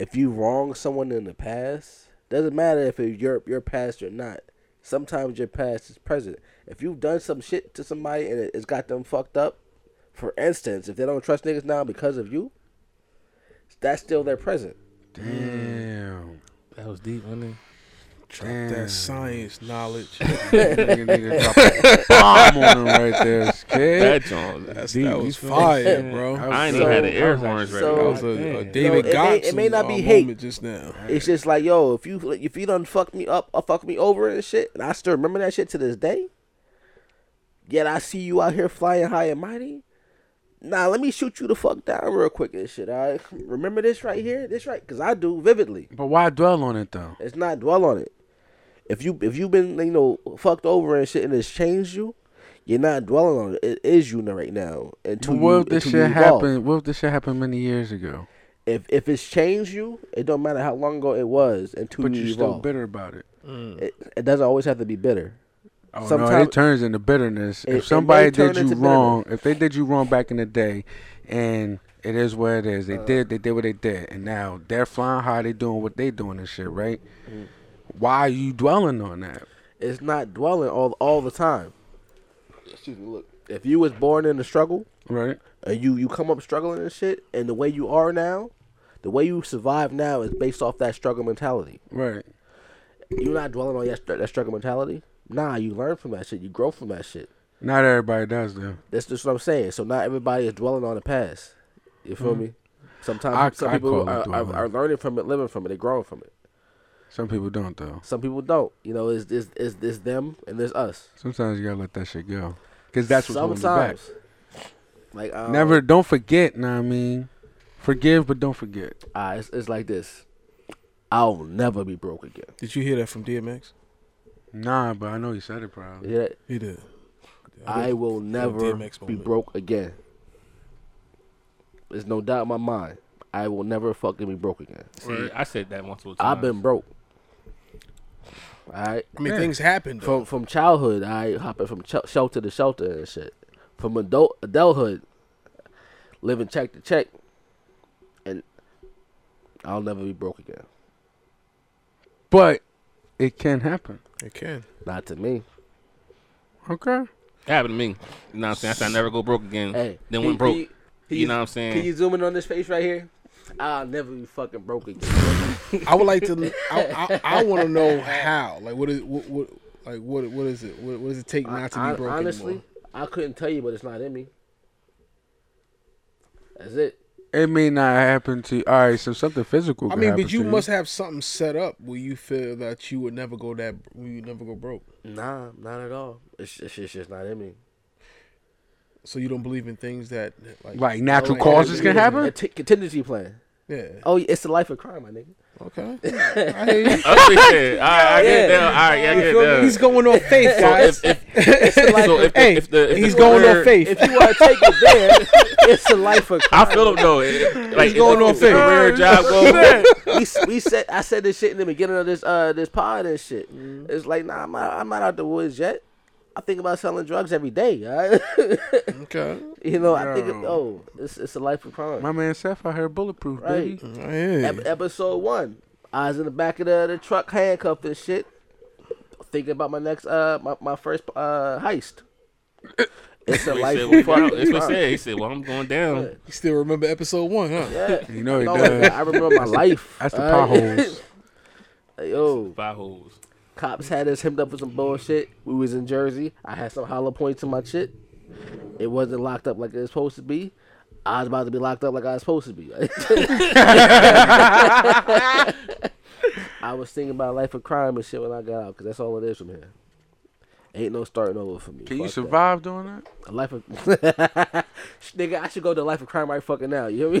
S2: if you wrong someone in the past, doesn't matter if it's your your past or not. Sometimes your past is present. If you've done some shit to somebody and it, it's got them fucked up, for instance, if they don't trust niggas now because of you, that's still their present.
S1: Damn.
S4: That was deep, wasn't it?
S1: Damn.
S5: That science knowledge.
S1: Nigga need to drop a bomb on him right there.
S4: That
S1: Scared.
S4: Jones.
S5: That's,
S1: Deep,
S5: that
S1: you
S5: was
S1: feel
S5: fire,
S2: me?
S5: bro.
S4: I ain't
S1: so-
S4: even had the
S1: I
S4: air
S1: was like,
S4: horns right
S2: so-
S5: That
S4: now.
S5: was a, a
S4: Damn.
S5: David
S2: So, it may-
S5: Gotson.
S2: it may not
S5: uh,
S2: be hate.
S5: moment just now.
S2: It's just like yo, if you if you done fuck me up, or fuck me over and shit, and I still remember that shit to this day. Yet I see you out here flying high and mighty. Nah, let me shoot you the fuck down real quick and shit. All right, remember this right here, this right, cause I do vividly.
S1: But why dwell on it though?
S2: It's not dwell on it. If you if you've been you know fucked over and shit and it's changed you, you're not dwelling on it. It is you right now. Until
S1: What
S2: you,
S1: if this
S2: until you
S1: shit
S2: evolve.
S1: happened? What if this shit happened many years ago?
S2: If if it's changed you, it don't matter how long ago it was. Until
S1: But
S2: you
S1: you're still
S2: evolve.
S1: bitter about it.
S2: it, it doesn't always have to be bitter.
S1: Oh no,
S2: Sometime-
S1: it turns into bitterness.
S2: It- it may
S1: if somebody
S2: turn
S1: did you
S2: into
S1: wrong, if they did you wrong back in the day, and it is what it is, they
S2: Uh.
S1: did, they did what they did, and now they're flying high, they doing what they doing and shit, right? Why are you dwelling on that?
S2: It's not dwelling all all the time. Excuse me. Look, if you was born in the struggle
S1: Right?
S2: and you you come up struggling and shit, and the way you are now, the way you survive now is based off that struggle mentality.
S1: Right.
S2: You're not dwelling on that, str- that struggle mentality. Nah, you learn from that shit. You grow from that shit.
S1: Not everybody does though.
S2: That's just what I'm saying. So not everybody is dwelling on the past. You feel me? Sometimes
S1: Mm-hmm. I-
S2: some
S1: I
S2: people
S1: call it
S2: are,
S1: dwelling.
S2: are, are learning from it, living from it, they're growing from it.
S1: Some people don't though.
S2: Some people don't. You know, is is is this them and there's us.
S1: Sometimes you gotta let that shit go, cause that's what's holding you back.
S2: Sometimes. Like um,
S1: Never, don't forget. Know what I mean, forgive, but don't forget.
S2: Ah, it's, it's like this. I'll never be broke again.
S5: Did you hear that from DMX?
S1: Nah, but I know he said it probably.
S2: You hear that?
S5: He did.
S2: I will never
S5: DMX
S2: be
S5: moment.
S2: broke again. There's no doubt in my mind. I will never fucking be broke again.
S4: See, I said that multiple times.
S2: I've been broke. All right.
S5: I mean, things happened. though.
S2: From from childhood, I hopping from ch- shelter to shelter and shit. From adult adulthood, living check to check, and I'll never be broke again.
S1: But it can happen.
S5: It can.
S2: Not to me.
S1: Okay.
S4: That happened to me. You know what I'm saying? I said I never go broke again.
S2: Hey,
S4: Mm-hmm. then
S2: he-
S4: went broke.
S2: he-
S4: you know what I'm saying?
S2: Can you zoom in on this face right here? I'll never be fucking broke again.
S5: I would like to. I, I, I want to know how. Like, what is what, what like what what is it? What, what does it take not to
S2: I-
S5: be broken?
S2: honestly,
S5: anymore?
S2: I couldn't tell you, but it's not in me. That's it.
S1: It may not happen to you. All right, so something physical.
S5: I
S1: could
S5: mean, but
S1: happen
S5: you
S1: to
S5: must have something set up where you feel that you would never go that you would never go broke.
S2: Nah, not at all. It's, it's, it's just not in me.
S5: So you don't believe in things that like,
S1: like natural
S5: Like,
S1: causes can
S5: yeah,
S2: A
S1: happen.
S2: t- contingency plan.
S5: yeah.
S2: Oh, it's the life of crime, my nigga.
S5: Okay. I hear you.
S4: That's what he said. Oh, All right, I get
S2: Yeah.
S4: that. All right, yeah, I get
S5: Feel me?
S4: that.
S5: He's going on faith, guys.
S4: if, if,
S2: life
S4: so
S2: of-
S4: if,
S5: hey,
S4: if the, if
S5: he's
S4: the
S5: going on
S4: word-
S5: faith.
S2: If you want to take it there, it's the life of crime.
S4: I feel him though. It- it- like it's
S5: going on
S4: it's a
S5: faith.
S4: Career job goal.
S2: we, s- we said I said this shit in the beginning of this uh this pod and shit.
S5: Mm-hmm.
S2: It's like nah, I'm not, I'm not out the woods yet. I think about selling drugs every day. all right?
S5: Okay.
S2: you know, I think it,
S1: Yo.
S2: oh, it's it's a life of crime.
S1: My man Seth out here bulletproof,
S2: Right.
S1: baby.
S5: I hear you.
S2: Ep- episode one. I was in the back of the, the truck, handcuffed and shit, thinking about my next uh my, my first uh heist. It's a
S4: That's what
S2: life
S4: he
S2: of
S4: said. Well,
S2: crime.
S4: that's what he said. He said, "Well, I'm going down."
S5: You still remember episode one, huh?
S2: Yeah.
S1: You know he
S2: No,
S1: does.
S2: I remember my life.
S1: That's the
S2: all right?
S1: potholes.
S2: Hey, yo,
S4: Five holes.
S2: cops had us hemmed up for some bullshit. We was in Jersey. I had some hollow points in my shit. It wasn't locked up like it was supposed to be. I was about to be locked up like I was supposed to be. I was thinking about life of crime and shit when I got out, cause that's all it is from here. Ain't no starting over for me.
S1: Can you
S2: Fuck that.
S1: survive doing that?
S2: A life of nigga, I should go to life of crime right fucking now. You hear me?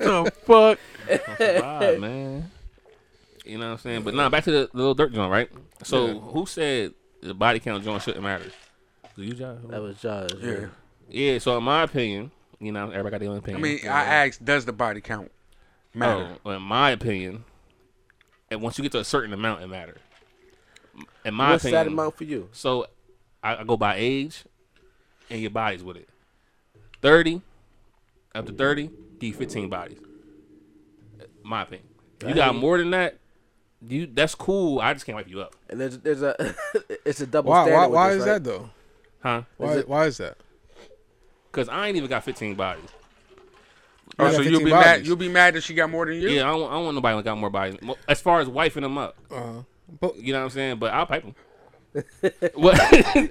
S1: the fuck?
S4: Five, man. You know what I'm saying? But nah, back to the, the little dirt joint, right? So who said the body count joint shouldn't matter? Was it You, Josh?
S2: that was Josh.
S1: Yeah.
S4: Yeah. So in my opinion, you know, everybody got their own
S1: I
S4: opinion.
S1: mean,
S4: Yeah.
S1: I asked, does the body count matter?
S4: Oh, well, in my opinion, and once you get to a certain amount, it matter. In my
S2: What's
S4: opinion,
S2: that amount for you?
S4: so I, I go by age, and your bodies with it. Thirty, up to thirty, give you fifteen bodies. My opinion. You got more than that, you that's cool. I just can't wipe you up,
S2: And there's there's a it's a double
S5: Why?
S2: standard.
S5: Why?
S2: with
S5: Why
S2: this,
S5: is
S2: right?
S5: that though?
S4: huh?
S5: Why? why is that?
S4: Because I ain't even got fifteen bodies.
S1: Oh,
S5: Yeah,
S1: so you'll
S5: 15
S1: be mad.
S5: bodies.
S1: You'll be mad that she got more than you.
S4: Yeah, I don't, I don't want nobody that got more bodies. Mo- As far as wiping them up,
S2: Uh-huh.
S5: But
S4: you know what I'm saying. But I'll pipe them. what?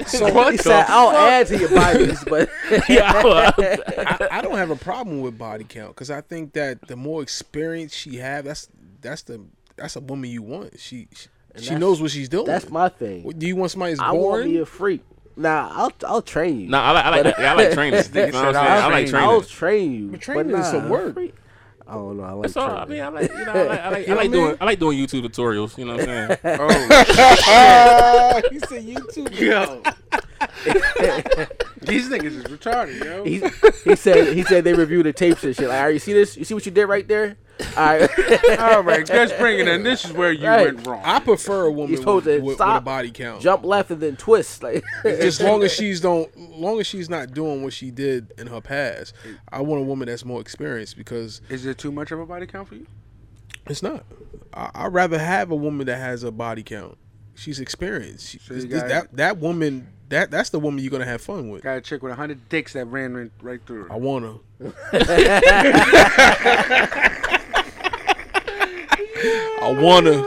S5: so
S2: He said, "I'll add to your bodies, but
S4: yeah, I-
S5: I, I don't have a problem with body count because I think that the more experience she have, that's that's the that's a woman you want. She she, she
S2: that's-
S5: knows what she's doing.
S2: that's my thing.
S5: Do you want somebody that's
S2: I want to be
S5: boring?
S2: a freak. Nah, I'll I'll train you.
S4: No, I like, I like, yeah, I like trainers. You know
S1: Nigga
S4: what I'm
S1: said,
S4: saying? I
S1: "I'll
S4: like
S1: train
S2: I'll
S4: trainers.
S2: train you.
S5: training
S2: but
S5: is
S2: nah,
S5: some
S2: I'm a
S5: work.
S2: freak. I don't know. I like
S4: So I
S2: training.
S4: mean, I like, you know, I like, I like, I like doing, I like doing YouTube tutorials. You know what I'm saying?
S1: Oh,
S5: you said YouTube. Yo,
S1: these niggas is retarded, yo.
S2: he, he said he said they reviewed the tapes and shit. Like, all right, you see this? You see what you did right there? All right,
S1: All right, just bringing in. This is where you
S2: Right.
S1: went wrong.
S5: I prefer a woman
S2: You're
S5: with,
S2: supposed to
S5: with- with a
S2: stop,
S5: body count.
S2: jump left and then twist. Like
S5: Just long as she's don't, long as she's not doing what she did in her past. I want a woman that's more experienced because
S1: is it too much of a body count for you?
S5: it's not. I, I'd rather have a woman that has a body count. She's experienced. She,
S1: you
S5: this-
S1: got-
S5: that that woman that that's the woman you're gonna have fun with.
S1: Got a chick with hundred dicks that ran right- right through.
S5: I
S1: Her.
S5: want her. I wanna.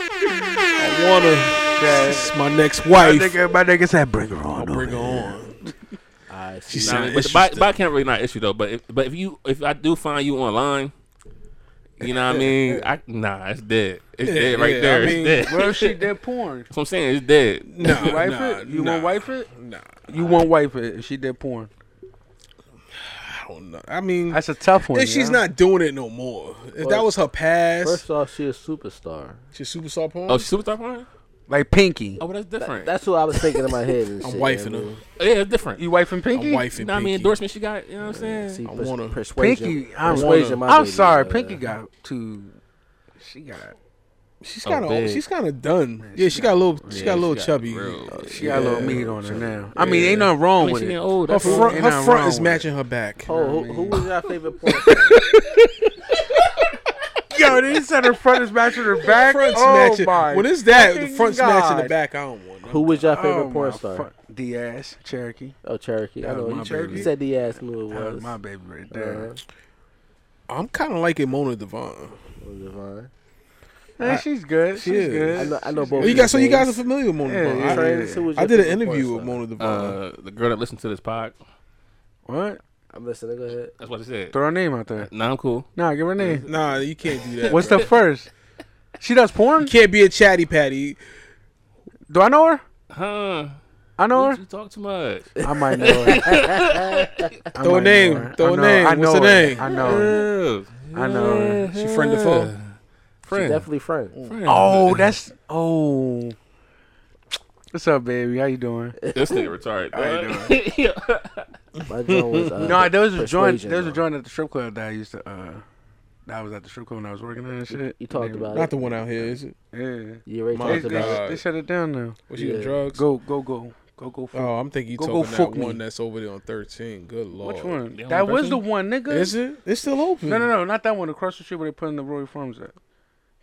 S5: I wanna. This is my next
S1: My
S5: wife.
S1: nigga, my nigga said, "Bring her on."
S5: Bring her
S1: over
S5: on.
S2: I
S5: She
S2: see.
S4: Nah,
S5: sound
S4: but, the body,
S5: interesting.
S4: body count really not an issue though. But if, but if you, if I do find you online, you know what I mean? I nah, it's dead. It's dead right
S5: yeah,
S4: there.
S5: I
S4: it's
S5: mean,
S4: dead.
S1: here. Well, if she did porn.
S4: That's what I'm saying. It's dead.
S5: Nah,
S1: You wipe
S5: nah,
S1: it? You
S5: nah,
S1: won't wipe it?
S5: Nah,
S1: You won't wipe it if she did porn.
S5: I don't know. I mean,
S1: That's a tough one.
S5: if she's
S1: yo.
S5: not doing it no more, if that was her past,
S2: First off, she a superstar.
S5: she's superstar porn.
S4: Oh, she superstar porn?
S1: like Pinky,
S4: Oh, well, that's different.
S2: That's what I was thinking in my head. And
S5: I'm
S2: shit,
S5: wifing
S2: you know
S5: her.
S4: yeah, it's different.
S1: you wifing
S5: I'm
S1: Pinky?
S4: you
S5: wifing.
S4: know what I mean?
S5: Pinky.
S4: Endorsement she got. You know what I'm saying?
S2: See,
S5: I
S2: pers-
S5: wanna-
S2: persuasion.
S1: Pinky, I'm,
S2: persuasion, my
S1: I'm
S2: baby,
S1: sorry,
S2: uh,
S1: Pinky got too. She got,
S5: She's
S4: Oh,
S5: kind of.
S4: big.
S5: she's kind of done. Yeah, she got a little. She got a little
S4: she got
S5: chubby.
S4: real-
S1: she got a little meat on her now. I mean, ain't nothing wrong
S4: I mean,
S1: with
S4: she getting
S1: it.
S4: old.
S5: Her
S4: That's all.
S5: front,
S1: ain't
S5: her
S1: nothing
S5: front
S1: wrong
S5: is
S1: with
S5: matching her back.
S2: Oh, who, who was your favorite porn?
S1: Yo, they said her front is matching her back.
S5: front's
S1: oh
S5: matching.
S1: my!
S5: When it's that, the
S1: fucking
S5: front's matching the
S1: God.
S5: back. I don't want. No.
S2: Who was your
S1: Oh,
S2: favorite porn
S1: my
S2: star?
S1: fu- Diaz Cherokee.
S2: oh, Cherokee. I
S1: That was
S2: know
S1: my
S2: you Cherokee.
S1: baby.
S2: said the ass knew it
S1: That was
S2: was.
S1: my baby right there.
S2: Uh,
S5: I'm kind of liking Mona Devon.
S2: was Devon.
S1: Hey, she's good. She's
S5: is.
S1: good.
S2: I know, I know
S1: She's
S2: both.
S5: Oh, you
S2: of
S5: guys, so you
S2: names.
S5: guys are familiar with Mona
S1: Yeah,
S5: Devon.
S1: yeah,
S5: I,
S1: yeah.
S2: Friends, who was
S5: I
S2: your
S5: did an
S2: favorite porn
S5: interview with
S2: star?
S5: Mona Devon.
S4: Uh, the girl that listened to this pod.
S1: What?
S2: I'm listening. Go ahead.
S4: That's what I said.
S1: Throw her name out there.
S4: Nah, I'm cool.
S1: Nah, give her a name.
S5: nah, you can't do that.
S1: What's
S5: bro.
S1: the first? She does porn?
S5: You can't be a chatty patty.
S1: Do I know her?
S2: Oh,
S4: Huh?
S1: I know her.
S4: You talk too much.
S1: I might know her. I
S5: Throw a
S1: might
S5: name.
S1: know her.
S5: Throw
S1: I
S5: a
S1: know-
S5: name.
S1: I
S5: What's
S1: know
S5: her
S1: her.
S5: name?
S1: I know her. I know her.
S5: She friend of foe.
S4: Friend.
S2: Definitely friend.
S4: friend.
S1: Oh, that's oh. What's up, baby? How you doing?
S4: This nigga retarded.
S1: ain't
S4: dog. Yeah.
S2: My joint was. Uh,
S1: No, there was a joint.
S2: Persuasion,
S1: There was a
S2: though.
S1: joint at the strip club that I used to. uh that I was at the strip club when I was working there and shit.
S2: You talked
S1: They-
S2: about
S5: Not
S2: it.
S5: the one out here, is it?
S1: Yeah.
S2: You already
S1: They,
S2: talked
S1: they,
S2: about it.
S5: God.
S1: they shut it down now.
S5: Was she on
S2: Yeah.
S5: drugs?
S1: Go go go go go. fuck.
S5: Oh, I'm thinking you
S1: Go- go
S5: talking
S1: fuck
S5: that
S1: me.
S5: one that's over there on 13. Good lord.
S1: Which one?
S4: they on
S1: That
S4: 13?
S1: was the one, nigga.
S5: Is it? It's still open.
S1: No, no, no, not that one. Across the street where they putting the Roy Farms at.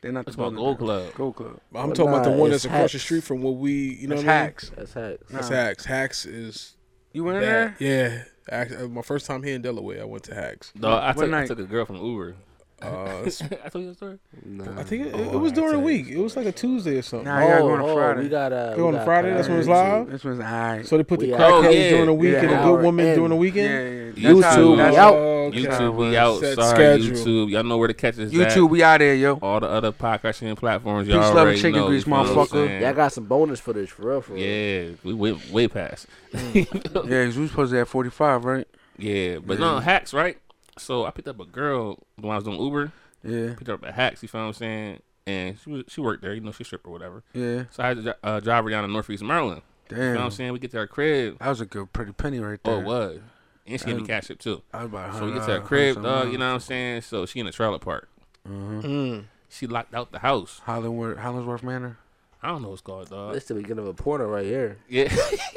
S1: They're not
S4: That's
S1: the
S4: my
S1: building
S4: Gold
S1: now.
S4: Club.
S1: Gold Club.
S5: I'm
S2: But
S5: talking about the
S2: nah,
S5: one
S2: it's
S5: that's across the
S2: Hacks.
S5: street from what we, you know,
S1: That's
S5: what I mean?
S1: hacks.
S2: That's hacks.
S5: That's
S1: Nah.
S5: hacks. Hacks is
S1: You went in
S5: bad.
S1: there?
S5: Yeah. Hacks- uh, My first time here in Delaware, I went to hacks.
S4: No, I
S1: What
S4: took, I
S1: night?
S4: took a girl from Uber.
S5: Uh, it's-
S4: I told you that story.
S5: oh, I think it, it was during the week. It was like a Tuesday or something.
S1: Nah, y'all
S2: Oh,
S1: going on
S2: oh,
S1: Friday.
S2: We got uh,
S5: Go
S2: we
S5: on
S2: got
S5: Friday, that's when it's live?
S1: This one's alright.
S5: So they put the
S2: We
S5: crackheads
S4: out. Oh, yeah.
S5: during the week
S1: Yeah.
S5: and the good woman
S2: Hour
S5: during the
S2: in.
S1: yeah,
S5: weekend.
S1: yeah, yeah.
S2: YouTube,
S1: That's how-
S2: we
S1: that's-
S2: out.
S5: Okay.
S4: YouTube, we
S1: Okay.
S4: out.
S5: Set
S4: Sorry,
S5: schedule.
S4: YouTube. Y'all know where to catch us. at.
S1: YouTube, we out there, yo.
S4: all the other podcasting platforms.
S1: Peace,
S4: Y'all
S1: love, and
S4: already
S1: chicken
S4: know,
S1: grease,
S4: you know what I'm
S1: motherfucker.
S4: saying?
S2: Y'all got some bonus footage for real, for real.
S4: Yeah, we went way past.
S1: Yeah, 'cause we supposed to have 45, right?
S4: yeah, but no hacks, right? So I picked up a girl when I was doing Uber.
S1: Yeah,
S4: Picked her up at hacks. You feel what I'm saying? And she was, she worked there. You know, she stripped or whatever.
S1: yeah.
S4: So I had to dri- uh, drive her down to Northeast Maryland. You know what I'm
S1: Damn.
S4: saying? We get to her crib.
S1: That was a good, pretty penny right there.
S4: Oh, it was. And she gave me
S1: Damn.
S4: cash up too.
S1: I was about
S4: So we get to
S1: $100,
S4: her crib, dog.
S1: $100.
S4: You know what I'm saying? So she in a trailer park.
S1: Mm-hmm.
S5: Mm.
S1: Mm.
S4: She locked out the house.
S1: Hollywood, Hollingsworth Manor.
S4: I don't know what's called, dog.
S2: This the beginning of a porno right here.
S4: Yeah.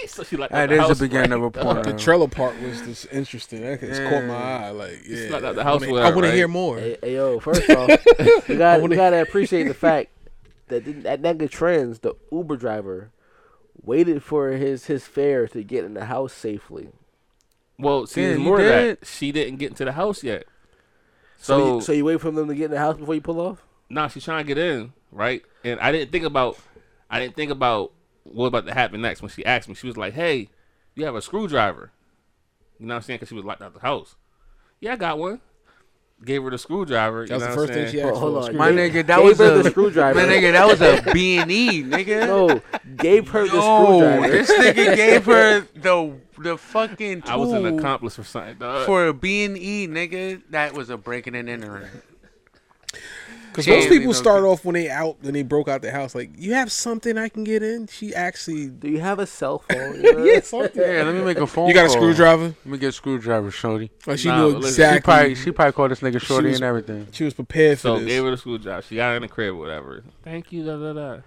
S4: so she locked out
S1: That
S4: the
S1: is the
S4: house.
S1: beginning of a porno.
S5: The trailer part was just interesting. That just caught my eye. Like, yeah,
S4: like that the
S5: I
S4: house
S5: wanna-
S4: with
S5: I
S4: her,
S5: want to
S4: right?
S5: hear more.
S2: Hey, hey, yo, first off, we got we gotta appreciate the fact that th- that nigga trends the Uber driver waited for his his fare to get in the house safely.
S4: Well, see,
S1: Yeah,
S4: there's
S1: you
S4: more of that.
S1: did.
S4: She didn't get into the house yet.
S2: So
S4: So,
S2: you, so you wait for them to get in the house before you pull off.
S4: nah, she's trying to get in, right? And I didn't think about, I didn't think about what about to happen next when she asked me. She was like, "Hey, you have a screwdriver?" You know what I'm saying? Because she was locked out the house. Yeah, I got one. Gave her the screwdriver.
S5: That was
S4: you
S5: the
S4: know what
S5: first
S4: I'm
S5: thing she
S4: saying?
S5: asked
S2: Hold
S5: for.
S2: on,
S5: Screw
S1: My
S5: it.
S1: nigga,
S2: Gave
S1: that was
S2: her
S1: a
S2: the screwdriver.
S1: My nigga, that was a B and E, nigga.
S2: No, gave her the
S1: No,
S2: screwdriver.
S1: this nigga gave her the the fucking tool
S4: I was an accomplice or something, dog.
S1: for a B and E, nigga. That was a breaking and entering.
S5: Because
S1: Yeah,
S5: most
S1: we
S5: people
S1: don't
S5: start
S1: get-
S5: off when they out, when they broke out the house. Like, you have something I can get in? She actually,
S2: Do you have a cell phone? You know?
S5: yeah, something.
S1: Yeah, let me make a phone.
S5: You got a
S1: call.
S5: screwdriver?
S1: Let me get a screwdriver, shorty.
S5: Like, Oh, she
S4: Nah,
S5: knew
S4: but listen, she
S1: She probably
S5: exactly. She,
S1: she probably called this nigga shorty
S5: was-
S1: and everything.
S5: was prepared for
S4: So
S5: this.
S4: gave her the screwdriver. She got in the crib, whatever. Thank you, da da da.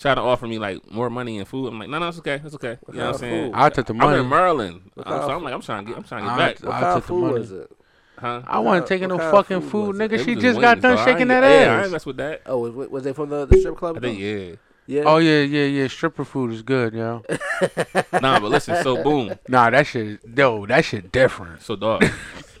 S4: Trying to offer me like more money and food. I'm like, no, no, it's okay, it's okay. You know what I'm saying?
S1: I took the
S4: I'm in
S1: money.
S4: Maryland, Uh, so I'm like, I'm trying to get, I'm trying to
S1: I-
S4: get back.
S2: What
S1: I
S2: kind
S1: took
S2: of
S1: the
S2: food
S1: money.
S2: was it?
S4: Huh?
S1: I wasn't taking no fucking food,
S4: They
S1: nigga.
S4: was
S1: She
S4: just
S1: just got
S4: wings,
S1: done
S4: dog. I
S1: shaking
S4: ain't-
S1: that
S4: yeah, I ain't
S1: ass.
S4: mess with that.
S2: Oh, was, was they from the, the strip club?
S4: I think yeah.
S2: yeah.
S1: Oh yeah, yeah, yeah. Stripper food is good, yo.
S4: Nah, but listen. So boom.
S1: Nah, that shit, yo, that shit different.
S4: So dog,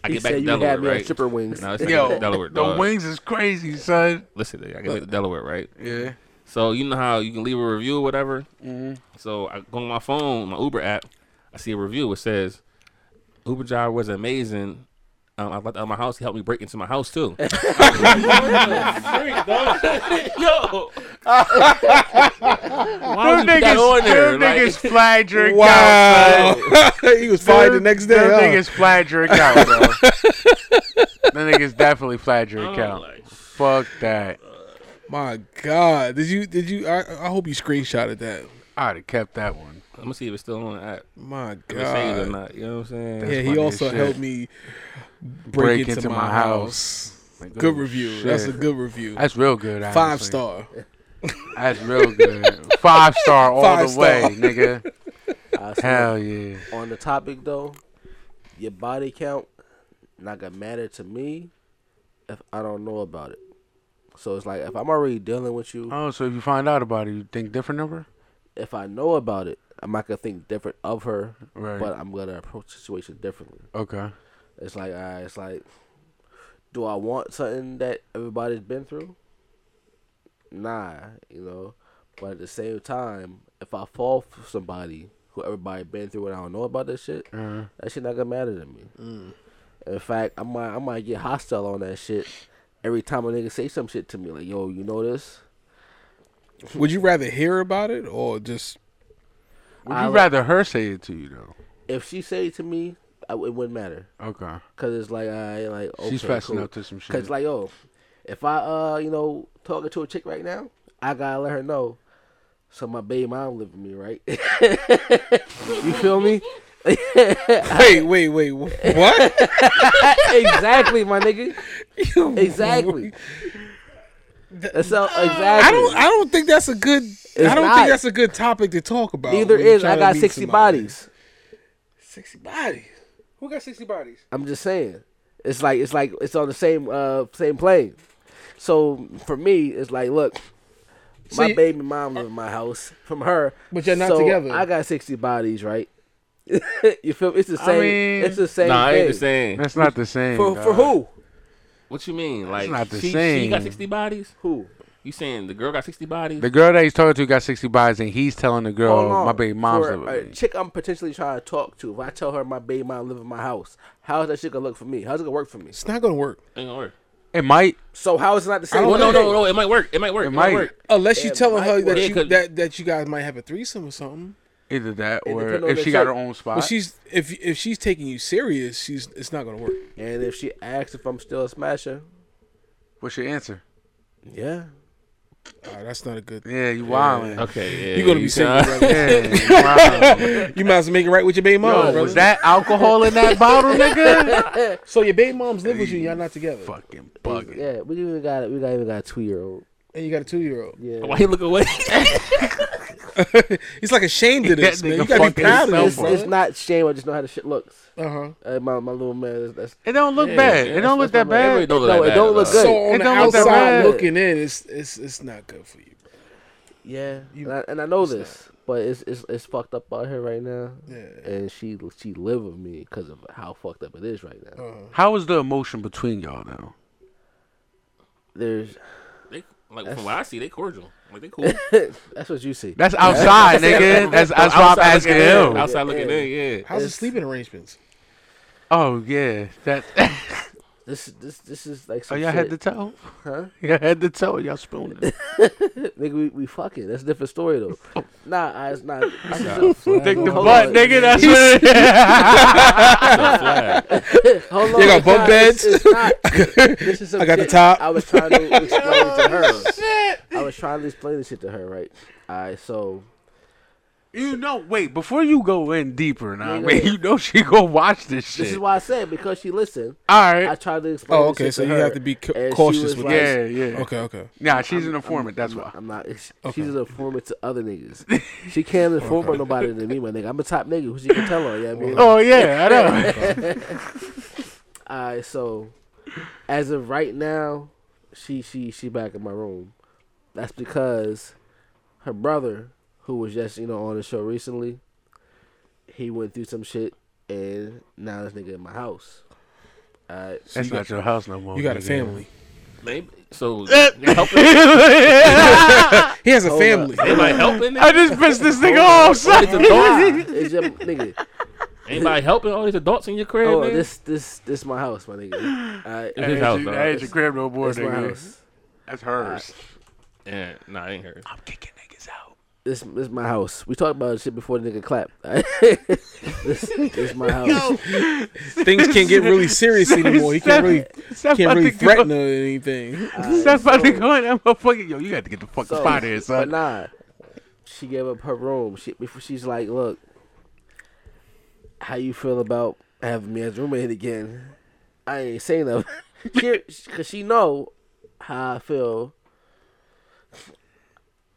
S4: I
S2: He
S4: get back
S2: said
S4: to
S2: you had
S4: Delaware,
S2: me on
S4: right?
S2: stripper wings.
S4: No, it's
S1: Yo,
S4: like Delaware.
S1: the
S4: dog.
S1: wings is crazy, son.
S4: Listen, I get back to Delaware, right?
S1: Yeah.
S4: So you know how you can leave a review or whatever.
S5: Mm-hmm.
S4: So I go on my phone, my Uber app. I see a review. It says, "Uber driver was amazing. Um, I left out of my house. He helped me break into my house too." Yo, why would you put
S1: Them
S4: that on
S1: niggas,
S4: there?
S1: them
S4: Like-
S1: niggas fly drink out. son.
S5: Wow. he was fired the next day.
S1: Them
S5: huh?
S1: niggas fly drink out, bro. them niggas definitely fly drink
S2: Oh
S4: I'm
S1: out.
S4: Oh, like,
S1: Fuck that.
S5: My God, did you? Did you? I, I hope you screenshotted that.
S1: I'd have kept that one.
S4: I'm gonna see if it's still on the app.
S5: My
S4: If it's saved or
S5: God.
S4: not, you know what I'm saying?
S5: Yeah, he
S1: funny as
S5: also
S1: shit.
S5: helped me break, into, my, house.
S1: Like,
S5: Good
S1: oh,
S5: review.
S1: shit.
S5: That's a good review.
S1: That's real good.
S5: Five
S1: honestly.
S5: star.
S1: That's real good. Five star all
S5: Five
S1: the
S5: star.
S1: way, nigga.
S2: I swear.
S1: Hell yeah.
S2: on the topic though, your body count not gonna matter to me if I don't know about it. So it's like if I'm already dealing with you,
S1: Oh, so if you find out about it, you think different of her?
S2: if I know about it, I'm not gonna think different of her,
S1: Right.
S2: but I'm gonna approach the situation differently.
S1: Okay.
S2: It's like I, it's like, do I want something that everybody's been through? Nah, you know. But at the same time, if I fall for somebody who everybody been through and I don't know about this shit,
S1: Uh-huh.
S2: that shit not gonna matter to me.
S1: Mm.
S2: In fact, I might I might get hostile on that shit every time a nigga say some shit to me like, yo, you know this?
S5: Would you rather hear about it or just?
S1: Would
S2: I
S1: you
S2: li-
S1: rather her say it to you though?
S2: If she say it to me, I, it wouldn't matter.
S1: Okay.
S2: Cause it's like I like okay,
S1: She's fessing
S2: cool.
S1: up to some shit.
S2: Cause like yo, if I uh you know talking to a chick right now, I gotta let her know. So my baby mom living me right. you feel me?
S5: Wait, wait, wait. wh- What?
S2: exactly, my nigga. Exactly. That's so exactly.
S5: I don't. I don't think that's a good. I don't
S2: not.
S5: think that's a good topic to talk about.
S2: Neither
S5: when you're
S2: is
S5: trying
S2: I
S5: to
S2: got
S5: meet
S2: sixty
S5: somebody.
S2: bodies.
S5: Sixty bodies. Who got sixty bodies?
S2: I'm just saying. It's like it's like it's on the same uh same plane. So for me, it's like look.
S5: So
S2: My
S5: you-
S2: baby mom live in my house from her,
S5: But you're not
S2: so
S5: together.
S2: I got sixty bodies, right? you feel me? It's the
S1: I
S2: same.
S1: mean-
S2: it's the same.
S4: Nah, I
S2: thing.
S4: ain't the same.
S1: That's not the same.
S2: For for
S1: dog.
S2: who?
S4: What you mean? Like
S1: not the
S4: she, she
S1: same.
S4: got sixty bodies?
S2: Who?
S4: You saying the girl got sixty bodies?
S1: The girl that he's talking to got 60 bodies, and he's telling the girl,
S5: Oh,
S2: Hold on.
S1: my baby mom's
S2: For
S1: living
S2: a
S1: with me.
S2: chick I'm potentially trying to talk to. If I tell her my baby mom live in my house, how's that shit gonna look for me? How's it gonna work for me?
S5: It's not gonna work
S4: Ain't gonna work.
S1: It might.
S2: So how is it not the same?
S4: Well, no,
S2: thing?
S4: no, no. It might work. It might work. It, might
S1: might.
S4: work.
S5: unless you
S2: It
S5: telling her
S2: might
S5: that
S4: work.
S5: you
S4: Yeah, 'cause-
S5: that, that you guys might have a threesome or something.
S1: Either that or
S2: depend on
S1: if
S2: the
S1: she got her
S2: chick.
S1: own spot.
S5: But she's if if she's taking you serious, she's it's not gonna work.
S2: And if she asks if I'm still a smasher,
S1: What's your answer?
S2: yeah.
S5: Ah, that's not a good.
S1: Yeah, you wildin'.
S4: Okay. Yeah,
S5: You're gonna be
S4: you
S5: single.
S4: can-
S5: brother.
S1: Yeah, you wildin'.
S5: You might as well make it right with your baby mom.
S1: Yo,
S5: brother.
S1: was that alcohol in that bottle, nigga?
S5: so your baby moms live with you, and y'all not together,
S1: Fucking bugging.
S2: Yeah, we even got it. We got even got a two year old.
S5: and you got a two year old.
S2: Yeah.
S4: Why he look away?
S5: He's like ashamed of
S1: That
S5: this, man. You
S1: nigga
S5: gotta be
S1: fucking
S5: proud of this.
S2: It's,
S1: himself,
S2: it's not shame. I just know how the shit looks.
S5: Uh huh.
S2: Uh, my my little man. That's, that's
S1: It don't look bad. It don't look that
S4: Everybody
S1: bad.
S4: don't look
S2: No,
S4: that
S2: it don't
S4: bad,
S2: look
S4: though.
S2: good.
S5: So on
S1: It
S5: the
S1: don't look that
S5: outside
S1: bad.
S5: looking in, it's it's it's not good for you.
S2: yeah. and, I, and I know this, but it's it's it's fucked up out here right now.
S5: Yeah.
S2: And she she live with me because of how fucked up it is right now.
S5: Uh-huh.
S1: How was the emotion between y'all now?
S2: There's
S4: They, like from what I see, they cordial. Like they cool.
S2: that's what you see.
S1: That's outside, nigga. That's, that's why I'm
S4: Outside
S1: asking
S4: looking in,
S1: him.
S4: Outside looking in, yeah.
S5: How's the
S2: It's-
S5: sleeping arrangements?
S1: Oh yeah, that.
S2: this this this is like
S1: oh,
S2: some
S1: y'all
S2: shit.
S1: head to toe.
S2: huh?
S1: Y'all head to toe. Y'all spooning.
S2: Nigga, we, we fucking. That's a different story though. nah, I, it's not. This is a-
S1: Dick the
S2: Hold
S1: butt,
S2: on.
S1: nigga. That's what. It
S2: Hold on,
S5: You got
S2: it's
S5: bunk
S2: not-
S5: beds?
S2: It's, it's not. This is some
S5: I got the
S2: shit
S5: top.
S2: I was trying to explain to her. I was trying to explain this shit to her, right? All right, so
S1: is. you know. Wait, before you go in deeper, now,
S2: Nigga.
S1: man. You know she gonna watch this shit.
S2: this is why I said because she listened.
S1: All
S2: I
S1: right.
S2: tried to explain.
S5: Oh,
S2: this
S5: okay.
S2: shit
S5: So
S2: to
S5: you
S2: her,
S5: have to be ca-
S2: and she
S5: cautious
S2: was
S5: with
S2: like,
S1: yeah, yeah.
S5: Okay, okay.
S1: Nah, she's an informant. that's why.
S2: I'm not. She,
S5: Okay.
S2: She's an informant to other niggas. She can't inform on nobody than me, my nigga. I'm a top nigga. Who she can tell on? Yeah, you know what I mean.
S1: oh yeah, I know.
S2: All right, so as of right now, she she she back in my room. That's because her brother, who was just you know on the show recently, he went through some shit, and now this nigga in my house. All right,
S1: that's not your house no more.
S5: You got a
S1: nigga.
S5: family.
S4: Maybe. So they helping.
S5: He has a family.
S4: Anybody helping?
S1: I just pissed this nigga off. son.
S2: it's your nigga.
S4: Anybody helping all these adults in your crib,
S2: Oh,
S4: man?
S2: this this this my house, my nigga. All right,
S4: It's
S1: That
S4: his
S1: ain't
S4: house,
S1: your-
S4: dog.
S1: that ain't your crib no more,
S2: this my
S1: nigga.
S2: house.
S1: That's hers.
S4: Uh, Yeah, nah, I ain't heard.
S1: I'm kicking niggas out.
S2: This this my house. We talked about shit before the nigga clapped. all right? this, this my house.
S5: Things can't get really serious anymore. He can't really
S1: Steph
S5: can't
S1: about
S5: really
S1: to go-
S5: threaten her or anything.
S1: Steph about to go in that motherfucking yo. You got to get the fuck
S2: So,
S1: up out of here,
S2: But
S1: son.
S2: nah, she gave up her room. She before she's like, look, how you feel about having me as roommate again? I ain't saying nothing. she, cause she know how I feel.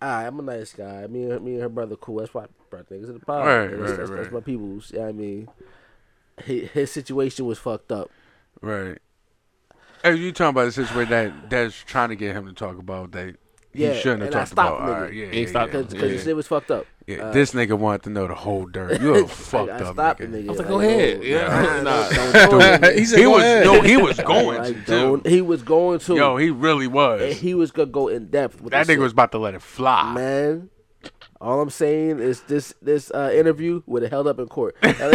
S2: I, I'm a nice guy. Me and me and her brother cool. That's why I brought niggas to the pod.
S1: Right,
S2: That's-
S1: right,
S2: that's, that's
S1: right.
S2: my people's. Yeah, I mean, he, his situation was fucked up.
S1: Right. Hey, you talking about the situation that that's trying to get him to talk about that he
S2: Yeah,
S1: shouldn't have
S2: and I
S1: talked
S2: stopped,
S1: about. All right,
S2: nigga.
S1: yeah,
S4: He
S1: yeah,
S4: stopped
S1: yeah.
S2: Cause, 'cause
S4: Yeah.
S2: it was fucked up.
S1: Yeah,
S2: uh,
S1: this nigga wanted to know the whole dirt. You a fucked
S2: I, I
S1: up
S2: stopped
S1: nigga.
S2: the nigga.
S4: I was like,
S2: like,
S4: go ahead.
S2: no,
S4: Yeah, nah.
S5: he said,
S1: He
S5: "Go
S1: was
S5: ahead."
S1: no, he was going
S2: Like,
S1: to.
S2: don't- he was going to.
S1: Too. Yo, he really
S2: and
S1: was.
S2: he was gonna go in depth with
S1: That
S2: this
S1: nigga was
S2: shit.
S1: about to let it fly.
S2: man. All I'm saying is this this uh, interview would have held up in court.
S1: Yo,
S4: Once a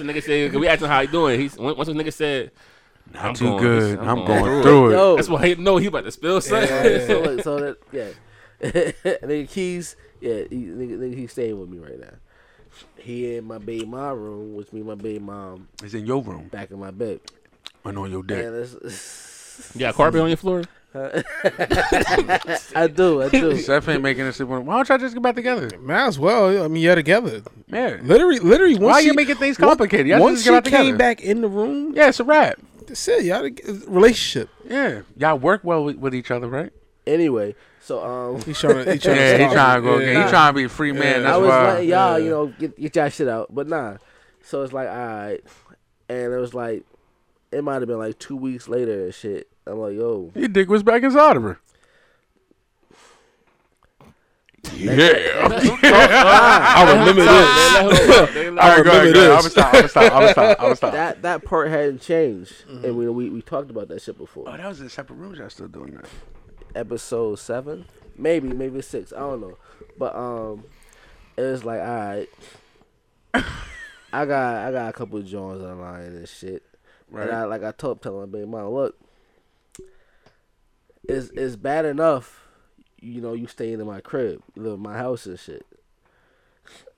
S4: nigga said, 'cause we asked him how he doing. He's once once a nigga said,
S1: not
S4: I'm
S1: too
S4: going-
S1: good.
S4: I'm
S1: I'm,
S4: going
S1: going,
S4: through
S1: through it.
S2: Yo,
S4: that's why he know he about to spill something.
S2: so, look, so that yeah, nigga Keys, yeah, he, nigga, nigga, he's staying with me right now. He in my baby mom room, which me and my baby mom
S1: It's in your room Oh,
S2: back in my bed.
S1: and on your dick.
S2: And it's,
S4: You got carpet on your floor?
S2: I do, I do.
S1: Steph ain't making it sleep with him. Why don't y'all just get back together?
S5: Might as well. I mean, you're together.
S1: Yeah.
S5: Literally, literally. Once
S1: Why
S5: she,
S1: you making things complicated? Y'all
S5: once
S1: just
S5: she
S1: get out
S5: came
S1: together.
S5: back in the room,
S1: Yeah, it's a wrap.
S5: that's it. Y'all toge- relationship.
S1: Yeah, y'all work well with, with each other, right?
S2: Anyway, so um,
S5: He's trying to. He's trying
S1: Yeah,
S5: to
S1: he trying to go.
S5: again.
S1: He trying to be a free
S2: I
S1: man. That's
S2: was
S1: why.
S2: letting y'all, you know, get, get y'all shit out. But nah. So it's like, all right. And it was like, it might have been like two weeks later and shit. I'm like, yo,
S1: Your dick was back inside of her. Yeah.
S5: I remember this. I remember this.
S1: I'm gonna stop. I'm gonna stop. I'm gonna stop. Mm-hmm.
S2: That that part hadn't changed, and we, we we talked about that shit before.
S1: Oh, that was in separate rooms. Y'all still doing that?
S2: episode seven, maybe maybe six. I don't know, but um, it was like all right. I got I got a couple of joints online and shit,
S1: Right.
S2: and I like I told telling my baby mom, look, it's it's bad enough, you know, you staying in my crib, you live in my house and shit.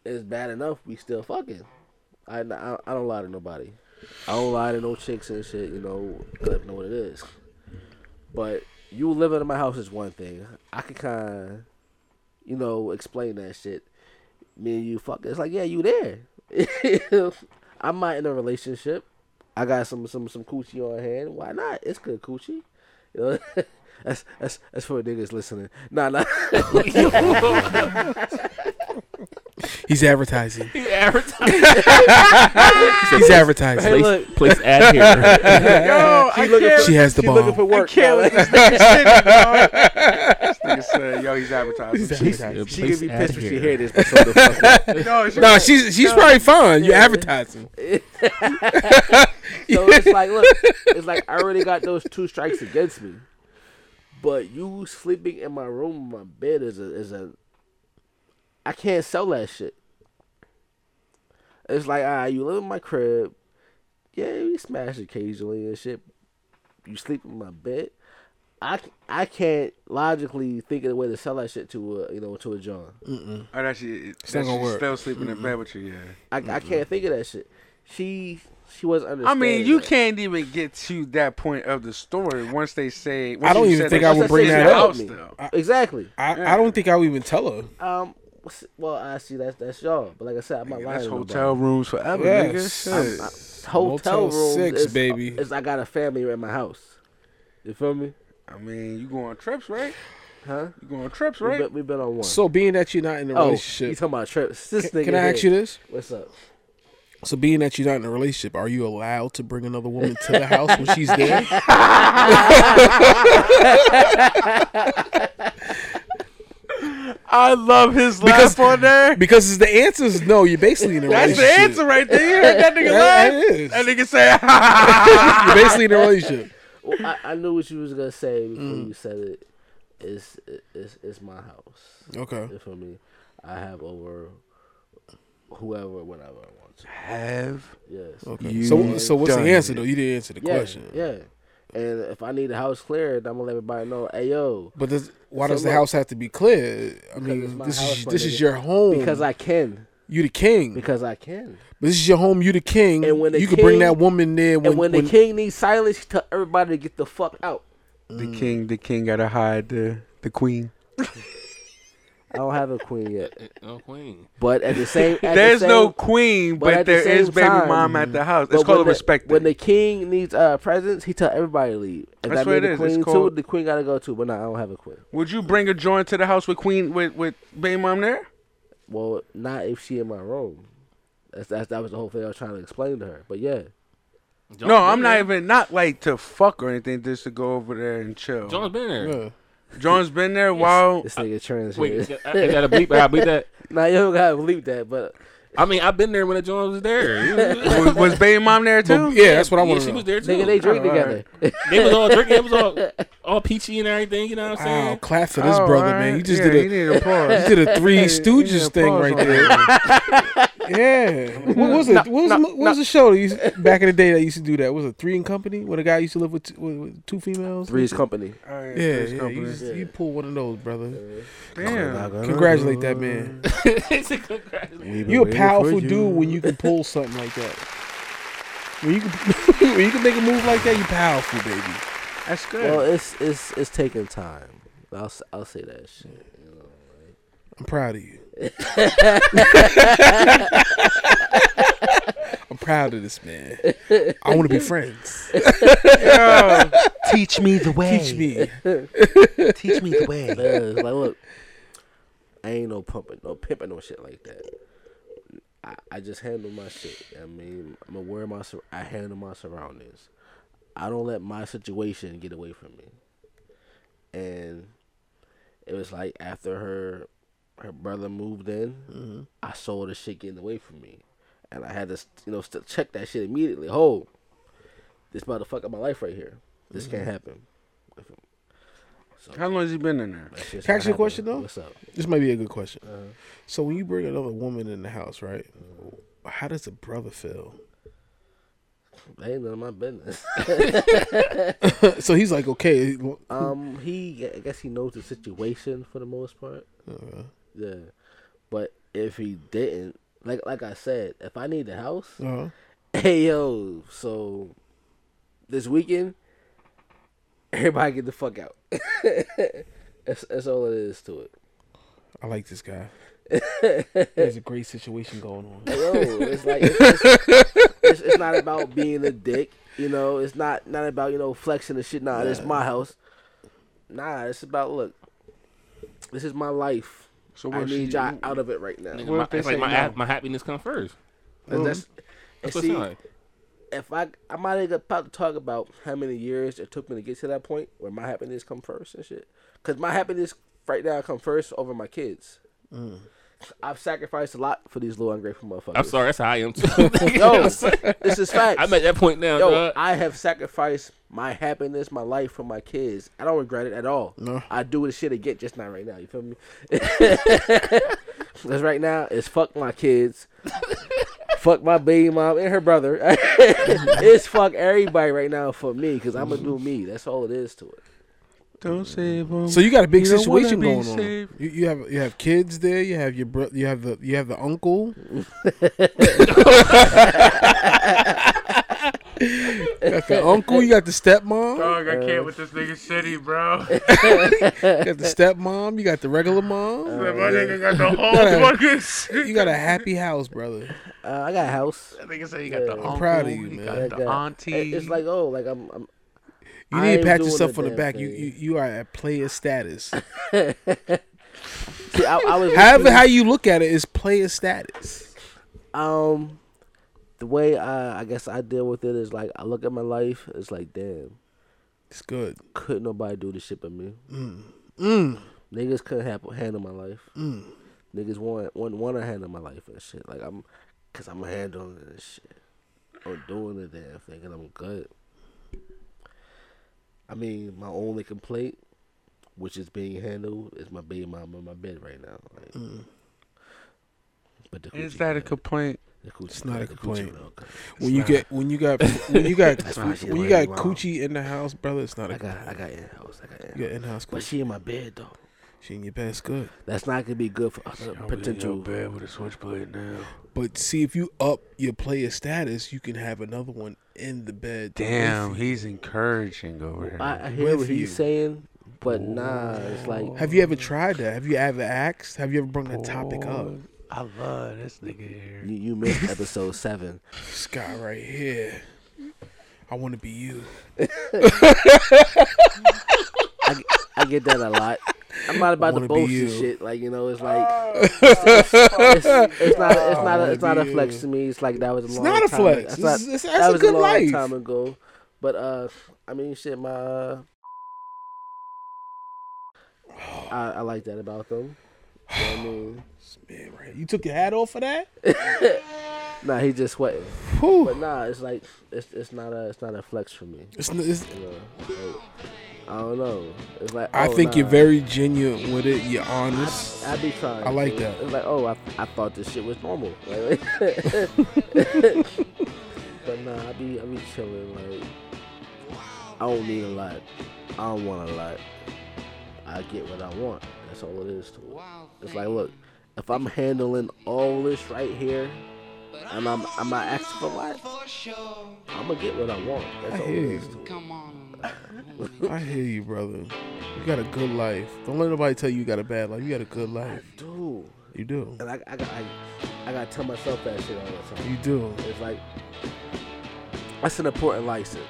S2: It's bad enough we still fucking. I, I, I don't lie to nobody. I don't lie to no chicks and shit, you know, let them know what it is. But you living in my house is one thing. I could kind of, you know, explain that shit. Me and you fuck. It's like, yeah, you there. I'm not in a relationship. I got some some some coochie on hand. Why not? It's good coochie. You know, that's that's that's for niggas listening. Nah, nah.
S5: He's advertising.
S4: Advertise.
S5: He's advertising.
S2: look.
S10: Place, place ad here.
S5: Yo,
S2: She looking for,
S5: She has the
S2: she looking for
S5: ball.
S2: work. dog.
S1: Nigga said, yo, he's advertising.
S5: She's-
S2: She could be pissed when she hear this. But so the fuck
S1: no, it's
S5: No, she's she's probably fine. You're advertising.
S2: So it's like, look, it's like I already got those two strikes against me. But you sleeping in my room, my bed is a is a. I can't sell that shit. It's like, ah, you live in my crib. Yeah, we smash occasionally and shit. You sleep in my bed. I, c- I can't logically think of a way to sell that shit to a you know to a John.
S1: Oh, that she, that
S5: not gonna
S1: she's
S5: work.
S1: still sleeping in bed with you, yeah.
S2: I, I can't think of that shit. She she wasn't
S1: I
S2: understanding.
S1: mean, you
S2: that.
S1: can't even get to that point of the story once they say. Once
S5: I don't
S1: you
S5: even
S1: said
S5: think
S1: that
S5: I
S1: she
S5: would
S1: said
S5: bring
S1: she's
S5: that
S1: in the
S5: up.
S1: house still.
S2: exactly.
S5: I, I don't think I would even tell her.
S2: Um. what's- Well, I see that's that's y'all, but like I said, I'm not lying.
S1: That's
S2: to
S1: hotel
S2: nobody.
S1: rooms forever,
S5: Yes.
S1: nigga. Shit.
S5: I'm-
S2: Hotel
S5: Motel
S2: rooms
S5: six,
S2: is, uh,
S5: baby.
S2: Is I got a family in my house. You feel me?
S1: I mean, you go on trips, right?
S2: Huh?
S1: You go on trips,
S2: We've
S1: right?
S2: been, we been on one.
S5: So being that you're not in a
S2: oh, you
S5: relationship,
S2: talking about trips? This nigga.
S5: can I ask
S2: here.
S5: you this?
S2: What's up?
S5: So being that you're not in a relationship, are you allowed to bring another woman to the house when she's there?
S1: I love his
S5: Because-
S1: on there.
S5: Because it's- the answer is no. You're basically in a
S1: That's
S5: relationship.
S1: the answer right there. You heard that nigga
S5: That-
S1: laugh.
S5: that is.
S1: That nigga say,
S5: You're basically in a relationship.
S2: Well, I, I knew what you was gonna say before
S1: Mm.
S2: you said it. It's it's it's my house.
S5: Okay.
S2: You feel me? I have over whoever, whenever I want to.
S1: "Have
S2: Yes.
S5: Okay. So so what's the
S1: done
S5: answer
S1: it.
S5: though? You didn't answer the
S2: Yeah.
S5: question.
S2: Yeah. And if I need a house cleared, I'm gonna let everybody know. Hey yo,
S5: But does, why
S2: So
S5: does the
S2: look-
S5: house have to be clear? I
S2: it's
S5: mean,
S2: my
S5: this
S2: house,
S5: is
S2: my
S5: this
S2: nigga.
S5: is your home.
S2: because I can.
S5: you the king.
S2: Because I can.
S5: But this is your home. You the king.
S2: And when the
S5: you can bring
S2: king-
S5: that woman there when,
S2: and when, the king needs silence, he tell everybody to get the fuck out.
S1: the
S5: mm.
S1: king, the king gotta hide the the queen."
S2: I don't have a queen yet,
S4: No queen.
S2: but at the same, at
S1: There's
S2: the same,
S1: no queen,
S2: but
S1: but,
S2: at the
S1: there is
S2: same
S1: baby
S2: time-
S1: mom at the house.
S2: but
S1: It's
S2: when
S1: called
S2: the-
S1: respect.
S2: When the king needs uh presence, he tell everybody to leave. If
S1: That's
S2: that
S1: what
S2: mean
S1: it
S2: the
S1: is.
S2: queen
S1: It's called-
S2: too, the queen gotta go too. But no, I don't have a queen.
S1: Would you bring a joint to the house with queen with with baby mom there?
S2: Well, not if she in my room. That's, that's that was the whole thing I was trying to explain to her. But yeah,
S4: John
S1: no, I'm not
S4: been
S1: even not like to fuck or anything. Just to go over there and chill.
S4: there. John's been there.
S5: Yeah.
S1: John's been there while.
S2: this nigga trans.
S4: Wait,
S2: here.
S4: is that- I, I gotta bleep. I gotta bleep that.
S2: Now you don't gotta believe that, but
S4: I mean, I've been there when the John was there.
S1: was, was baby mom there
S5: But-
S1: too?
S5: yeah, that's what I want
S4: Yeah,
S5: to
S4: she
S5: know.
S4: was there too.
S2: nigga, they drink
S1: Oh, all
S2: together.
S1: right.
S4: They was all drinking. It was all all peachy and everything. You know what I'm saying?
S5: Wow, Oh, clap for this brother, man. You just did a
S1: a pause.
S5: you did a Three Stooges
S1: a
S5: thing
S1: pause
S5: right
S1: on
S5: there. yeah. What was it? what was, the- what was the show that used, back in the day that used to do that? Was it Three and Company? When a guy used to live with two, with- with two females. Oh,
S2: Three's company.
S1: All right,
S5: Yeah,
S1: Three's
S5: yeah, you,
S1: Company.
S5: just, you pull one of those, brother.
S1: Damn.
S5: Congratulate that man. You a powerful dude when you can pull something like that. When you can, when you can make a move like that, you powerful, baby.
S1: That's good.
S2: Well, it's it's it's taking time. I'll s- I'll say that shit.
S5: I'm proud of you. I'm proud of this man. I want to be friends.
S10: Teach me the way.
S5: Teach me.
S10: Teach me the way.
S2: Yeah, it's like look, I ain't no pumping, no pimping, no shit like that. I, I just handle my shit. I mean, I'm aware of my sur- I handle my surroundings. I don't let my situation get away from me. And it was like after her her brother moved in,
S10: Mm-hmm.
S2: I saw the shit getting away from me, and I had to you know st- check that shit immediately. Hold, this motherfucker, my life right here. This can't
S10: Mm-hmm.
S5: Mhm.
S2: happen.
S1: How long has he been in there?
S2: That shit's
S5: Can I
S2: not
S5: ask you a
S2: happening.
S5: question though?
S2: What's up?
S5: This might be a good question.
S2: Uh-huh.
S5: So when you bring another woman in the house, right?
S2: Mm-hmm.
S5: How does the brother feel?
S2: That ain't none of my business.
S5: so he's like, okay,
S2: Um, he I guess he knows the situation for the most part.
S5: Okay.
S2: Yeah, but if he didn't, like like I said, if I need the house,
S5: Uh-huh.
S2: hey yo, so this weekend, everybody get the fuck out. that's that's all it is to it.
S5: I like this guy. There's a great situation going on.
S2: Yo, it's like it's, it's, it's, it's not about being a dick. You know, it's not not about you know flexing and shit. Nah, it's
S5: Nah.
S2: my house. Nah, it's about look. This is my life.
S1: So
S2: So I
S1: what
S2: need
S1: she-
S2: y'all out of it right now.
S4: Nigga, my, it's like my, hap- my happiness comes first.
S2: And
S1: Mm-hmm.
S2: that's, and
S4: That's what it
S2: see,
S4: sound like.
S2: if I I might have about to talk about how many years it took me to get to that point where my happiness come first and shit. Cause my happiness right now come first over my kids.
S5: Mm.
S2: I've sacrificed a lot for these little ungrateful motherfuckers.
S4: I'm sorry, that's how I am too.
S2: Yo, this is facts.
S4: I'm at that point now,
S2: Yo,
S4: dog.
S2: I have sacrificed my happiness, my life for my kids. I don't regret it at all.
S5: No.
S2: I do the shit again, just not right now. You feel me? Because right now it's fuck my kids, fuck my baby mom and her brother. it's fuck everybody right now for me because I'm gonna do me. That's all it is to it.
S1: Don't save him.
S5: So you got a big
S1: You don't wanna
S5: situation
S1: be
S5: going on. You,
S1: saved.
S5: you have you have kids there. You have your bro- you have the you have the uncle. you got the uncle. You got the stepmom.
S11: Dog, I
S2: Uh,
S11: can't with this nigga city, bro.
S5: You got the stepmom. You got the regular mom.
S11: My nigga got the whole
S5: Gotta-
S11: fucking city.
S5: You got a happy house, brother.
S2: Uh, I got a house.
S11: That nigga said he got the
S2: I'm
S11: uncle,
S5: proud of you,
S11: he
S5: man.
S11: got
S2: I
S11: the
S2: got-
S11: auntie.
S2: It's like oh, like I'm. I'm
S5: You
S2: I
S5: need to
S2: am
S5: pat
S2: doing
S5: yourself
S2: the
S5: on the
S2: damn
S5: back. You,
S2: thing.
S5: you you are at player status.
S2: see, I, I was
S5: However, how you look at it is player status.
S2: um the way I, I guess I deal with it is like I look at my life. It's like damn,
S5: It's good.
S2: could nobody do this shit but me.
S5: Mm.
S2: Niggas couldn't have, handle my life. Niggas want want want to handle my life and shit. Like I'm, cause I'm handling this shit. I'm doing the damn thing and I'm good. I mean, my only complaint, which is being handled, is my baby mama in my bed right now. Like,
S5: Mm.
S2: But the
S1: Is
S2: coochie
S1: that a
S2: good.
S1: complaint?
S2: The coochie
S5: It's not
S2: good.
S5: a
S2: The coochie
S5: complaint.
S2: real good.
S5: When you get when you got when you got
S2: That's why she
S5: when you
S2: lay
S5: got
S2: low.
S5: coochie in the house, brother, it's not a
S2: I got I got in house. I got in house.
S5: you got in house
S2: But
S5: coochie.
S2: she in my bed though.
S5: She in your best good.
S2: That's not gonna be good for other potential.
S1: bed with a switchblade now.
S5: But see, if you up your player status, you can have another one in the bed.
S1: Damn, he's encouraging over here.
S2: I, I hear
S5: With
S2: what
S5: you.
S2: he's saying, but nah, it's like
S5: Have you ever tried that? Have you ever asked? Have you ever brought that topic up?
S1: I love this nigga here.
S2: you, you missed episode seven.
S5: This guy right here. I want to be you.
S2: I get that a lot. I'm not about
S5: wanna
S2: to
S5: be
S2: boast
S5: you.
S2: and shit. Like you know, it's like it's, it's, it's not it's not a, it's not a
S5: be
S2: flex
S5: you.
S2: to me. It's like that was a
S5: It's
S2: long
S5: not a
S2: time
S5: flex.
S2: That's
S5: This
S2: not-
S5: is- it's- that's
S2: that
S5: a
S2: was
S5: good
S2: a long
S5: life.
S2: time ago. But uh, I mean, shit, my uh, I, I like that about them. You know what I mean,
S5: Man, right. You took your hat off for that?
S2: nah, he just sweating.
S5: Whew.
S2: But nah, it's like it's it's not a it's not a flex for me.
S5: It's, n- it's,
S2: You know, like, I don't know. It's like
S5: I
S2: oh,
S5: think you're
S2: nah.
S5: very genuine with it. You're honest.
S2: I be trying.
S5: I like
S2: to.
S5: that.
S2: It's like, oh, I, I thought this shit was normal. Like, but nah, I be I be chilling. Like, I don't need a lot. I don't want a lot. I get what I want. That's all it is to it. It's like, look, if I'm handling all this right here, and I'm I'm not asking for a lot, I'm gonna get what I want. That's
S5: I
S2: all it
S5: hear you.
S2: is to it.
S5: I hear you, brother. You got a good life. Don't let nobody tell you you got a bad life. You got a good life.
S2: Dude,
S5: You do.
S2: and I I got I, I gotta tell myself that shit all the time.
S5: You do.
S2: It's like that's an important lesson,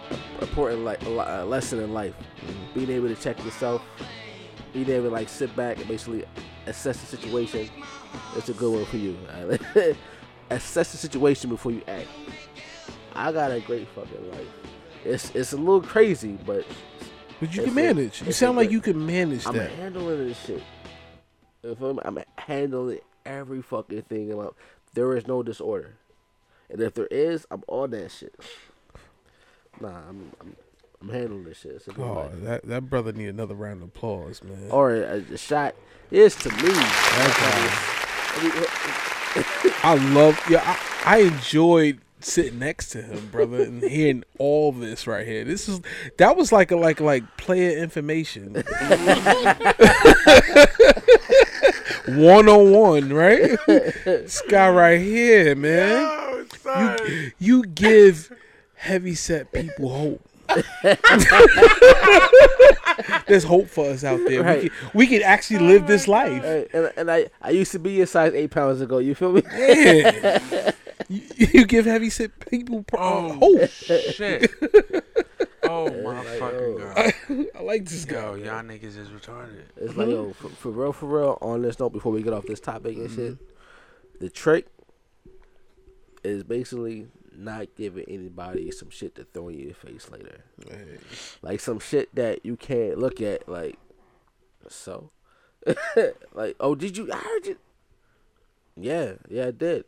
S2: important like a lesson in life.
S5: Mm-hmm.
S2: Being able to check yourself, being able to like sit back and basically assess the situation. It's a good one for you. alright? assess the situation before you act. I got a great fucking life. It's it's a little crazy, but
S5: But you can
S2: It's a-
S5: manage. You
S2: it's a
S5: sound like
S2: good-
S5: you can manage
S2: I'm
S5: that.
S2: handling this shit. You feel me? I'm handling every fucking thing about. There is no disorder, and if there is, I'm on that shit. Nah, I'm I'm, I'm handling this shit. It's a good
S5: Oh,
S2: life.
S5: that, that brother need another round of applause, man.
S2: Or a, a shot is to me.
S5: I love yeah, I, I enjoyed sitting next to him, brother, and hearing all this right here. This is that was like a like like player information. one on one, right? this guy right here, man. you, you give heavy set people hope. There's hope for us out there.
S2: Right.
S5: We, can, we can actually live this life.
S2: Hey, and, and I, I used to be a size eight pounds ago. You feel me?
S5: Yeah. you, you give heavy set people pro- oh, hope.
S1: shit. Oh my fucking god.
S5: I like this guy.
S1: Yo, y'all niggas is retarded.
S2: It's like yo, for, for real, for real. On this note, before we get off this topic and shit,
S1: Mm-hmm.
S2: the trick is basically not giving anybody some shit to throw in your face later, like some shit that you can't look at. Like, so, like, oh, did you? I heard you. Yeah, yeah, I did.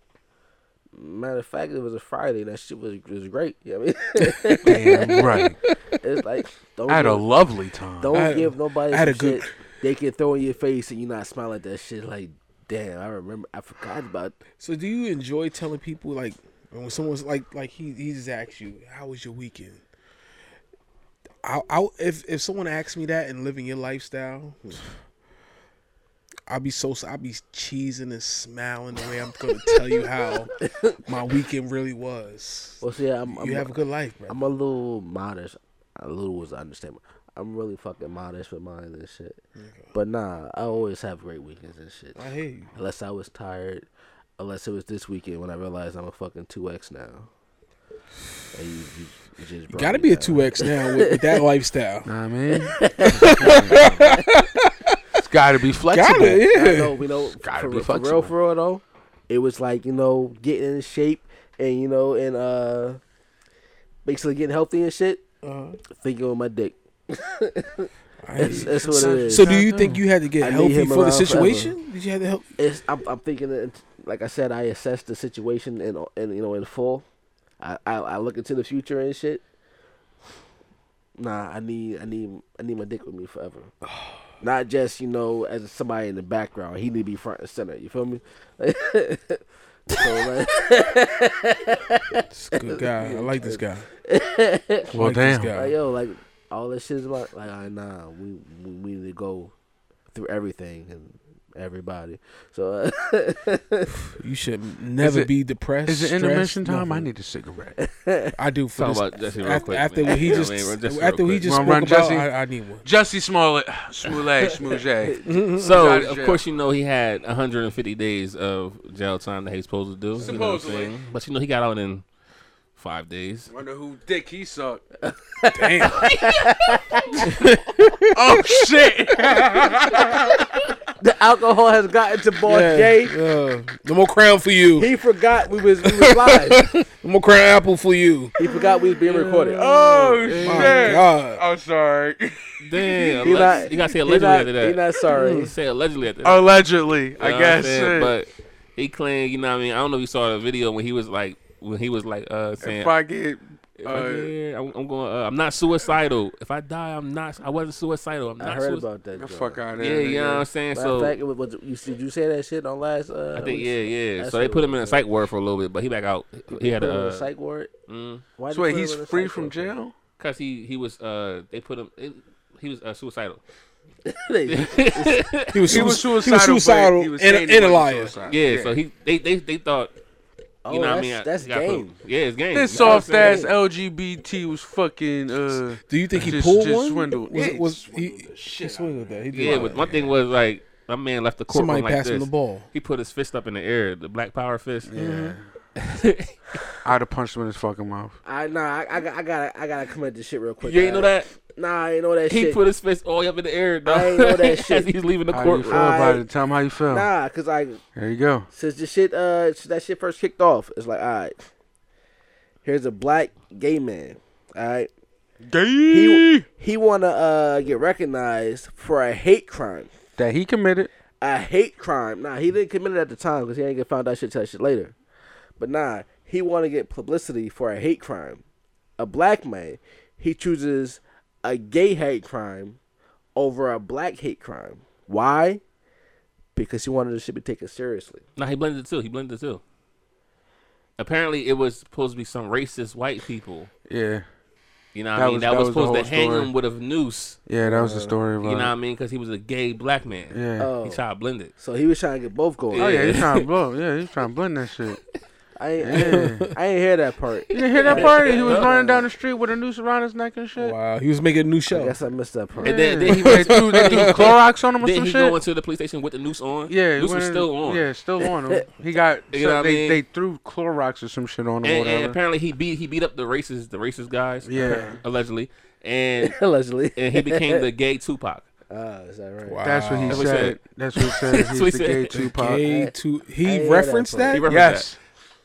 S2: Matter of fact, it was a Friday. That shit was was great. You know what I mean?
S1: Damn right.
S2: It's like don't
S1: I had a
S2: give-
S1: lovely time.
S2: Don't
S5: I had-
S2: give nobody
S5: I had
S2: some
S5: a good-
S2: shit they can throw in your face and you not smile at that shit. Like, damn, I remember. I forgot about.
S5: So do you enjoy telling people like when someone's like like he he just asks you how was your weekend? I I if if someone asks me that and living your lifestyle. I'll be so I'll be cheesing and smiling the way I'm gonna tell you how my weekend really was.
S2: Well, see, I'm. I'm
S5: you have a good life, bro.
S2: I'm a little modest. A little was understandable. I'm really fucking modest with mine and shit. But nah, I always have great weekends and shit.
S5: I hate you.
S2: Unless I was tired. Unless it was this weekend when I realized I'm a fucking two X now. And you, you, you just brought
S5: Gotta
S2: me
S5: be a
S2: down.
S5: two X now with, with that lifestyle.
S1: Nah, I mean, it's got to be flexible.
S5: Gotta, yeah.
S2: No, we know
S1: Gotta
S2: for,
S1: be
S2: for real,
S1: flexible.
S2: for real though, it was like you know getting in shape and you know and uh basically getting healthy and shit.
S5: Uh-huh.
S2: Thinking with my dick. That's, that's what it is.
S5: So, do you think you had to get
S2: I need
S5: healthy
S2: him
S5: for the
S2: around
S5: situation? Did you have to help?
S2: it's, I'm, I'm thinking that, like I said, I assess the situation and and you know in full. I, I I look into the future and shit. Nah, I need I need I need my dick with me forever. Not just you know as somebody in the background. He need to be front and center. You feel me? so like,
S5: This good guy. I like this guy.
S1: Well,
S5: Like this
S1: damn.
S5: guy.
S2: Like yo, like all this shit is about like ah, nah, we, we we need to go through everything and everybody. So uh,
S5: You should never
S1: it-
S5: be depressed.
S1: Is it
S5: stressed,
S1: intermission time? I
S5: nothing.
S1: need a cigarette.
S5: I do for
S4: Talk
S5: this.
S4: about Jesse real
S5: after,
S4: quick,
S5: after
S4: man.
S5: what he
S4: You know
S5: just
S4: what
S5: after
S4: I mean? Run Jesse real
S5: he
S4: quick.
S5: just spoke
S1: Run, run,
S5: about,
S1: Jesse.
S5: I, I need one.
S1: Jussie Smollett, Smollett, Smooge.
S2: Mm-hmm.
S4: So
S1: Out of
S4: of
S1: jail.
S4: course you know he had 150 days of jail time that he's supposed to do. you know what I'm
S1: Supposedly.
S4: saying? but you know he got out in five days.
S1: Wonder who dick he sucked.
S5: Damn.
S1: Oh shit!
S2: the alcohol has gotten to boy
S5: Yeah,
S2: Jay.
S5: yeah. no more crown for you.
S2: He forgot we was we was live.
S5: No more crown apple for you.
S2: he forgot we was being recorded.
S1: Oh
S5: My
S1: shit!
S5: God.
S1: I'm sorry.
S4: Oh, Damn,
S2: He
S4: alleg-
S2: not-
S4: you gotta say
S2: he
S4: allegedly
S2: not-
S4: after
S2: He
S4: that. Mm-hmm.
S2: not sorry.
S4: Say allegedly after that.
S1: Allegedly,
S4: You
S1: I
S4: know what I'm
S1: guess.
S4: saying?
S1: shit.
S4: But he claimed, you know what I mean? I don't know if you saw the video when he was like, when he was like, uh, saying,
S1: if I get,
S4: if
S1: uh,
S4: I did, I'm, I'm going, uh, I'm not suicidal. If I die, I'm not, I wasn't suicidal. I'm
S2: I
S4: not
S2: heard
S4: suicidal.
S2: about that.
S1: the
S2: joint.
S1: fuck out of
S4: Yeah,
S1: here.
S4: you know what I'm
S1: nigga.
S4: saying?
S2: Matter of
S4: so,
S2: fact, it was, was- you, see- did you say that shit on last? Uh,
S4: I think,
S2: week?
S4: yeah, yeah.
S2: That's
S4: So they
S2: what
S4: put
S2: it
S4: him in a
S2: was.
S4: psych ward for a little bit, but he back out. He had
S2: Put him in
S4: a, uh,
S2: the psych ward.
S4: mm,
S2: Why
S1: So
S2: they
S1: wait,
S2: put him
S1: he's
S2: in the
S1: free
S2: psych
S1: from
S2: ward?
S1: jail.
S4: cause he, he was, uh, they put him, it, he was uh, suicidal.
S2: They-
S5: He was,
S1: He was
S5: suicidal,
S1: suicidal. but
S5: he was suicidal
S1: he was
S5: and, and
S1: saying he
S5: a
S1: wasn't
S5: liar.
S1: suicidal.
S4: Yeah, so he, they, they, they thought, you
S2: oh,
S4: know what I
S2: that's,
S4: mean? I-
S2: that's
S4: he got put-
S2: game.
S4: Yeah, it's game.
S1: This
S4: You know what I'm
S1: soft ass
S4: saying?
S1: LGBT was fucking. Uh,
S5: Do you think he
S1: Just-
S5: pulled
S1: just
S5: one?
S1: swindled.
S5: Was,
S1: Yeah,
S5: it
S1: he
S5: was he, he swindled that? He did
S4: Yeah,
S5: that.
S4: but my thing was like my man left the court
S5: Somebody
S4: like
S5: passed him
S4: this.
S5: the ball.
S4: He put his fist up in the air, the black power fist.
S1: yeah.
S2: Mm-hmm.
S1: I'd have punched him in his fucking mouth.
S2: I nah, I, I, got- I gotta, I gotta come at this shit real quick.
S4: You ain't know
S2: alright?
S4: that?
S2: Nah, I ain't know that
S4: He
S2: shit.
S4: put his fist all up in the air, dog.
S2: ain't know that
S4: As
S2: shit.
S4: he's leaving the
S1: How you feel
S4: courtroom.
S1: about
S2: I-
S1: it? Tell him how you feel.
S2: nah, cause I
S1: There you go.
S2: since the shit, uh, since that shit first kicked off, it's like, all right, here's a black gay man. All right, he he wanna uh get recognized for a hate crime.
S1: That he committed.
S2: I hate crime. Nah, he didn't commit it at the time because he ain't get found out shit till that shit later. But nah, he want to get publicity for a hate crime. A black man, he chooses a gay hate crime over a black hate crime. Why? Because he wanted this shit to be taken seriously.
S4: No, he blended it too. He blended it too. Apparently, it was supposed to be some racist white people.
S1: Yeah.
S4: You know what
S1: That
S4: I mean?
S1: was-
S4: that,
S1: that
S4: was
S1: was the
S4: supposed to
S1: whole
S4: hang
S1: story.
S4: him with a noose.
S1: Yeah, that was
S2: Uh,
S1: the story
S4: You
S1: about
S4: know
S1: it.
S4: what I mean? Because he was a gay black man.
S1: Yeah. Oh.
S4: He tried to blend it.
S2: So he was trying to get both going.
S1: Oh yeah, he's trying to blow. Yeah, he's trying to blend that shit.
S2: I ain't, I ain't, I ain't hear that part.
S1: You didn't hear that part? He was running down the street with a noose around his neck and shit.
S5: Wow, he was making a new show.
S2: I guess I missed that part.
S4: And then,
S1: Yeah.
S4: then he went
S1: They threw- they threw Clorox on him or
S4: then
S1: some
S4: he
S1: shit?
S4: go into the police station with the noose on.
S1: Yeah,
S4: noose was
S1: when-
S4: still on.
S1: Yeah, still on him. He got.
S4: You
S1: so
S4: know what I
S1: they,
S4: mean?
S1: they threw Clorox or some shit on him. or
S4: and,
S1: whatever.
S4: and apparently he beat he beat up the racist the racist guys.
S1: Yeah.
S4: allegedly and
S2: allegedly
S4: and he became the gay Tupac.
S2: Ah, is that right?
S1: That's what he
S4: That's what he
S1: said.
S4: said.
S1: That's what he said. He's
S4: That's what
S1: the
S4: he
S1: gay
S4: said.
S1: Tupac.
S5: Gay Tu-
S2: I
S5: he
S2: heard that
S5: referenced
S2: part.
S5: that.
S4: He referenced
S1: Yes.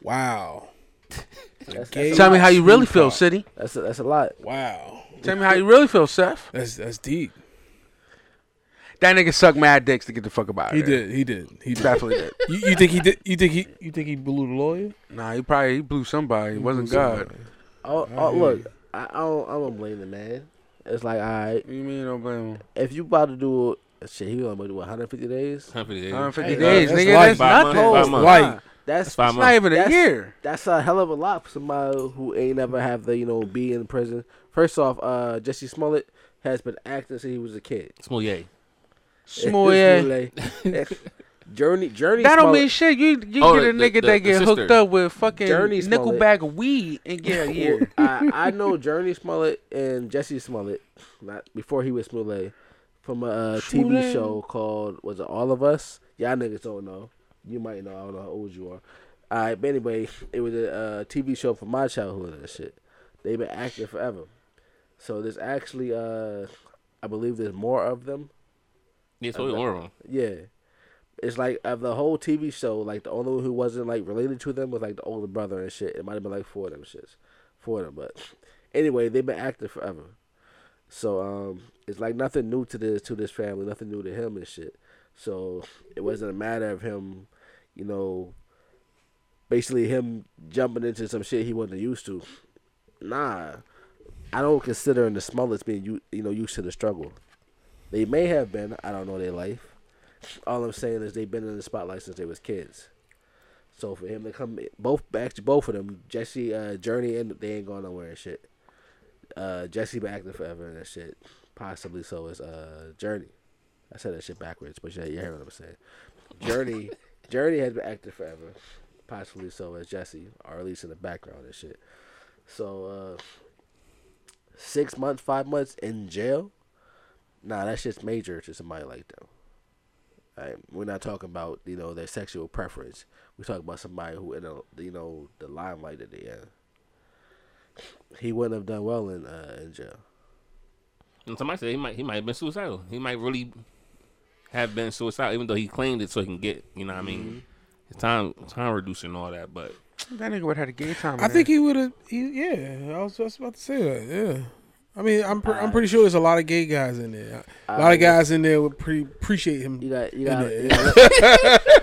S5: Wow.
S2: That's,
S5: Gay
S2: that's, a
S1: Tell
S2: lot.
S1: me how you really feel, City.
S2: that's, a, that's a lot.
S5: Wow.
S1: Tell me how you really feel, Seth.
S5: That's that's deep.
S1: That nigga sucked mad dicks to get the fuck about it.
S5: He did. He did. He did.
S1: Definitely did.
S5: you, you think he did? You think he? You think he blew the lawyer?
S1: Nah, he probably he blew somebody. It wasn't God.
S2: Oh, oh look, I, I don't. I don't blame the man. It's like, all right,
S1: You mean don't blame him?
S2: if you about to do shit, he only about to do 150 days.
S4: Company, yeah.
S1: 150
S5: Hey,
S1: days,
S5: that's
S1: nigga.
S5: life.
S1: That's
S4: Five
S1: nothing.
S4: months. Five
S1: That's
S4: months.
S5: Like
S2: That's
S4: five
S1: not even a
S2: That's-
S1: year.
S2: that's a hell of a lot for somebody who ain't never have the you know be in prison. First off, uh, Jesse Smollett has been acting since he was a kid.
S4: Small yay.
S1: Small
S2: It's
S1: yeah.
S2: like- Journey, Journey.
S1: That don't
S2: Smollett-
S1: mean shit. You you
S4: Oh,
S1: get
S4: the-
S1: a nigga
S4: the-
S1: that
S4: the
S1: get
S4: sister.
S1: hooked up with fucking
S2: Journey
S1: nickel
S2: Smollett.
S1: bag of weed and get a year.
S2: I, I know Journey Smollett and Jesse Smollett, not before he was Smollett, from a uh, TV
S1: Smollett.
S2: show called was it All of Us? Y'all niggas don't know. You might know. I don't know how old you are. All right, but anyway, it was a uh, TV show from my childhood and shit. They've been acting forever, so there's actually uh, I believe there's more of them.
S4: Yeah, so we one of them.
S2: Yeah. It's like of the whole TV show, like the only one who wasn't like related to them was like the older brother and shit. It might have been like four of them shits, four of them. But anyway, they've been acting forever, so um, it's like nothing new to this to this family, nothing new to him and shit. So it wasn't a matter of him, you know, basically him jumping into some shit he wasn't used to. Nah, I don't consider the smallest being you you know used to the struggle. They may have been. I don't know their life. All I'm saying is they've been in the spotlight since they was kids. So for him to come both back to both of them, Jesse, uh, Journey, and they ain't going nowhere and shit. Uh, Jesse been acting forever and that shit. Possibly so is uh Journey. I said that shit backwards, but yeah, you hear what I'm saying. Journey, Journey has been acting forever. Possibly so as Jesse, or at least in the background and shit. So uh, six months, five months in jail. Nah, that shit's major to somebody like them. Right? We're not talking about you know their sexual preference. We're talking about somebody who in a, you know the limelight at the end. He wouldn't have done well in uh, in jail.
S4: And somebody said he might he might have been suicidal. He might really have been suicidal, even though he claimed it so he can get you know what I
S2: Mm-hmm.
S4: mean his time time reducing and all that. But
S1: That nigga would have had a gay time.
S5: I think he would have. He, yeah, I was just about to say that. Yeah, I mean, I'm pre- I'm pretty sure there's a lot of gay guys in there. A lot of guys in there would pre- appreciate him.
S2: You got you got you got look,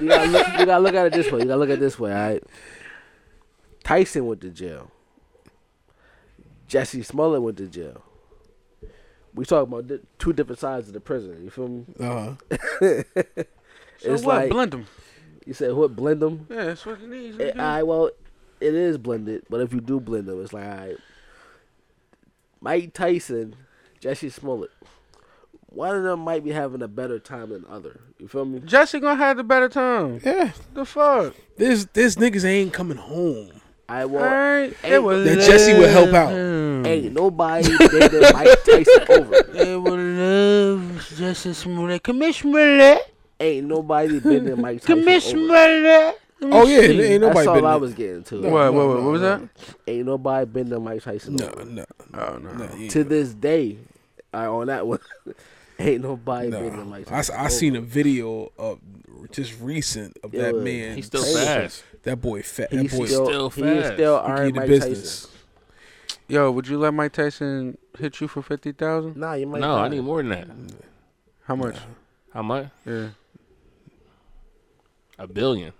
S2: you got look, you gotta look at it this way. You got to look at it this way. All right. Tyson went to jail. Jesse Smollett went to jail. We talking about di- two different sides of the prison. You feel me?
S5: Uh-huh.
S1: so
S2: it's
S1: what?
S2: like-
S1: blend him.
S2: You said what? Blend them.
S1: Yeah, that's what he needs.
S2: It, I Eh, well, it is blended, but if you do blend them, it's like all right. Mike Tyson, Jesse Smollett. One of them might be having a better time than the other. You feel me?
S1: Jesse gonna have the better time.
S5: Yeah,
S1: The fuck.
S5: this this niggas ain't coming home.
S2: I well,
S1: All right.
S2: ain't-
S1: It was
S5: That Jesse would help out.
S2: ain't nobody dated Mike Tyson over.
S1: It would love Jesse Smollett. Commissioner.
S2: Ain't nobody been in Mike Tyson over.
S1: Commissioner.
S5: Oh yeah, ain't nobody
S2: That's all
S5: been.
S2: I
S5: there.
S2: was getting to.
S1: What, what, what, what was that?
S2: Ain't nobody been to Mike Tyson
S5: No,
S2: over.
S5: no.
S1: Oh, no.
S2: To this day, I on that one, ain't nobody been to Mike
S5: I, s-
S2: Tyson.
S5: I
S2: over.
S5: seen a video of just recent of
S2: Yeah,
S5: that
S2: look,
S5: man.
S4: he's still
S5: Shit.
S4: fast.
S5: That boy fat. That
S2: He's
S5: boy
S4: still
S2: still, he is
S4: fast.
S2: still
S5: he
S2: Iron
S5: the
S2: Mike
S5: business.
S2: Tyson.
S1: Yo, would you let Mike Tyson hit you for 50000
S2: Nah, you might.
S4: No, I
S2: not.
S4: need more than that.
S1: How much?
S4: How much?
S1: Yeah.
S4: A billion.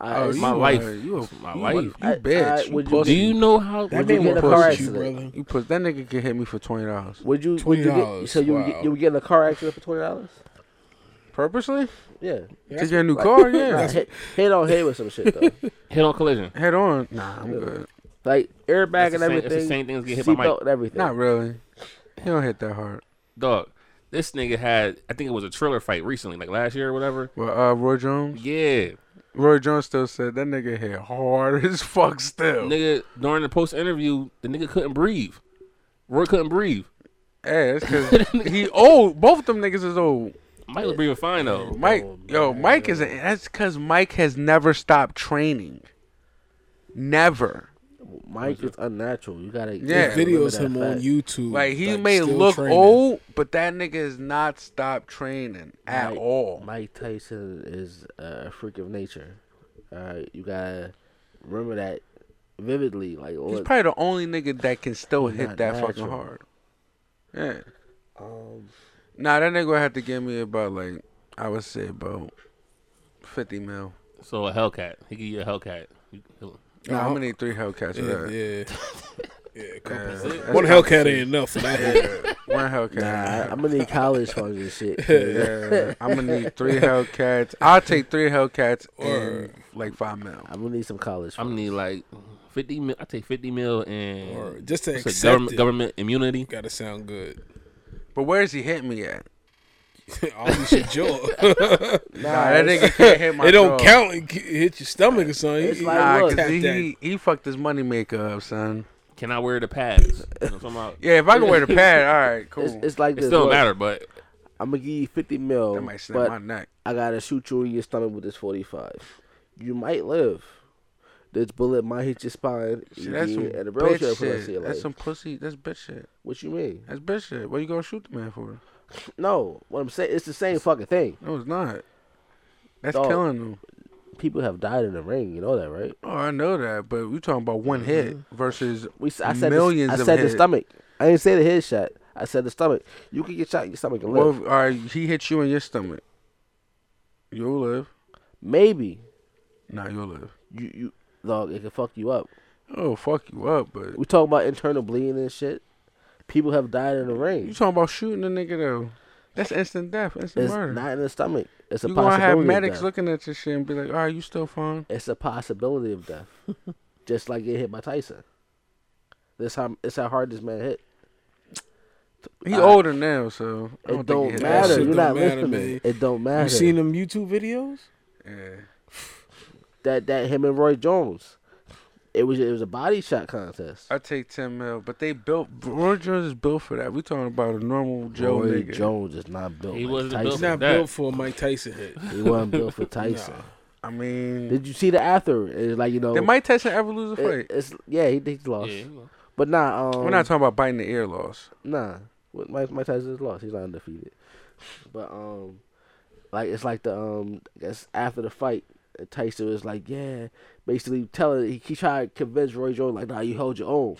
S2: I-
S5: Oh,
S4: it's
S2: you
S4: my
S2: are-
S4: life.
S1: you are-
S4: It's my
S1: you
S4: life.
S1: a- you I- bitch, I- you would you pussy.
S4: do you know how?
S2: That man will push you, brother.
S1: You put that nigga can hit me for twenty dollars.
S2: Would you? Would you get, so you would get, you would get in a car accident for twenty dollars?
S1: Purposely?
S2: Yeah.
S1: To get a new car, yeah.
S2: Nah, hit, hit on head with some shit though.
S4: Head on collision.
S1: Head on? Nah, I'm good.
S2: Like airbag
S4: It's the same-
S2: and everything.
S4: it's the same thing as getting hit by
S2: seatbelt
S4: Mike.
S2: and everything.
S1: Not really. He don't hit that hard.
S4: Dog, this nigga had. I think it was a thriller fight recently, like last year or whatever.
S1: Well, uh, Roy Jones.
S4: Yeah.
S1: Roy Jones still said that nigga hit hard as fuck. Still,
S4: Nigga, during the post interview, the nigga couldn't breathe. Roy couldn't breathe.
S1: ass because he old. Oh, Both them niggas is old.
S4: Mike was breathing fine though.
S1: Mike, yo, Mike is. A, that's because Mike has never stopped training. Never.
S2: Mike is unnatural. You gotta
S1: Yeah.
S2: you gotta
S5: videos him
S2: remember that
S5: on
S2: fact.
S5: YouTube.
S1: Like he
S5: like,
S1: may
S5: still
S1: look
S5: training.
S1: old, but that nigga has not stopped training at
S2: Mike-
S1: all.
S2: Mike Tyson is a freak of nature. Uh, you gotta remember that vividly. Like
S1: He's
S2: what-
S1: probably the only nigga that can still hit
S2: not
S1: that fucking
S2: natural.
S1: hard. Yeah.
S2: um,
S1: Nah, that nigga would have to give me about like I would say about fifty mil.
S4: So a Hellcat. He give you a Hellcat. You- he'll-
S1: Nah, I'm gonna need three Hellcats for
S5: Yeah,
S1: that.
S5: yeah. yeah come on.
S1: that's
S5: One
S1: about
S5: Hellcat
S1: two.
S5: ain't enough for that.
S1: One Hellcat.
S2: nah, I'm gonna need college funds and shit.
S1: Yeah, I'm gonna need three Hellcats. I'll take three Hellcats or like five mil.
S2: I'm gonna need some college.
S4: I'm
S2: Funds.
S4: gonna need like fifty mil. I take fifty mil and
S5: Or just to
S4: what's it,
S5: accept
S4: government
S5: it.
S4: government immunity.
S5: Gotta sound good.
S1: But where is he hitting me at?
S5: Obviously, jaw.
S1: Nah, that nigga can't hit my.
S5: it don't
S1: dog.
S5: count. It c- it hit your stomach or something.
S2: It's
S5: You-
S2: like,
S1: Nah,
S2: look.
S1: cause
S5: Tap
S1: he,
S5: that.
S1: he fucked his moneymaker up, son.
S4: Can I wear the pads? You know what I'm talking about?
S1: Yeah, if I can wear the pad, all right, cool.
S2: It's, it's like
S4: It
S2: this.
S4: still don't
S2: look,
S4: matter, but
S2: I'm gonna give you 50 mil,
S1: that might snap
S2: but
S1: my neck.
S2: I gotta shoot you in your stomach with this 45. You might live. This bullet might hit your spine.
S1: See,
S2: you
S1: that's
S2: get
S1: some
S2: at a road
S1: bitch
S2: trip for the rest of your
S1: shit. That's
S2: life.
S1: some pussy. That's bitch shit.
S2: What you mean?
S1: That's bitch shit. What you gonna shoot the man for?
S2: No, what I'm saying, it's the same fucking thing.
S1: No, it's not. That's
S2: Dog.
S1: killing him.
S2: People have died in the ring. You know that, right? Mm-hmm.
S1: Oh, I know that, but we talking about one hit versus
S2: We s- I said
S1: millions
S2: The, I
S1: of
S2: said the
S1: hits.
S2: stomach. I didn't say the head shot. I said the stomach. You can get shot in your stomach and live.
S1: Well, if- all right, he hits you in your stomach. You'll live.
S2: Maybe
S1: Nah, you'll live.
S2: you you dog. It can fuck you up.
S1: Oh, fuck you up, but
S2: We talk about internal bleeding and shit. People have died in the
S1: you
S2: ring.
S1: talking about shooting a nigga though? That's instant death, instant
S2: It's
S1: murder.
S2: not in the stomach. It's a
S1: you gonna
S2: possibility.
S1: have
S2: of
S1: medics
S2: death.
S1: looking at your shit and be like, "All right, you still fine?"
S2: It's a possibility of death. Just like getting hit by Tyson. This how it's how hard this man hit.
S1: He
S2: I-
S1: older now, so
S2: Ah.
S1: I
S2: It
S1: don't
S2: don't,
S1: think he hit that
S5: Shit
S2: matter. You're
S1: shit.
S5: don't
S2: not
S5: matter,
S2: listening.
S5: man.
S2: It don't matter.
S5: You seen them YouTube videos?
S1: Yeah.
S2: that that him and Roy Jones. It was it was a body shot contest.
S1: I take ten mil, but they built Roy Jones is built for that. We talking about a normal Joe
S2: Roy
S1: nigga.
S2: Jones is not built.
S4: He
S2: like
S4: wasn't
S2: Tyson.
S5: It's
S4: built
S5: not
S4: that.
S5: built for a Mike Tyson hit.
S2: He wasn't built for Tyson.
S1: I mean,
S2: Did you see the after? It's like you know.
S1: did Mike Tyson ever lose a
S2: it-
S1: fight?
S2: it's yeah, he, he lost.
S4: yeah,
S2: But nah, um,
S1: We're not talking about biting the ear loss.
S2: Nah, What- Mike Mike Tyson is lost. He's not undefeated. But um, like it's like the um, I guess after the fight, Tyson was like, yeah, basically telling he, he tried to convince Roy Jones like, nah, you hold your own.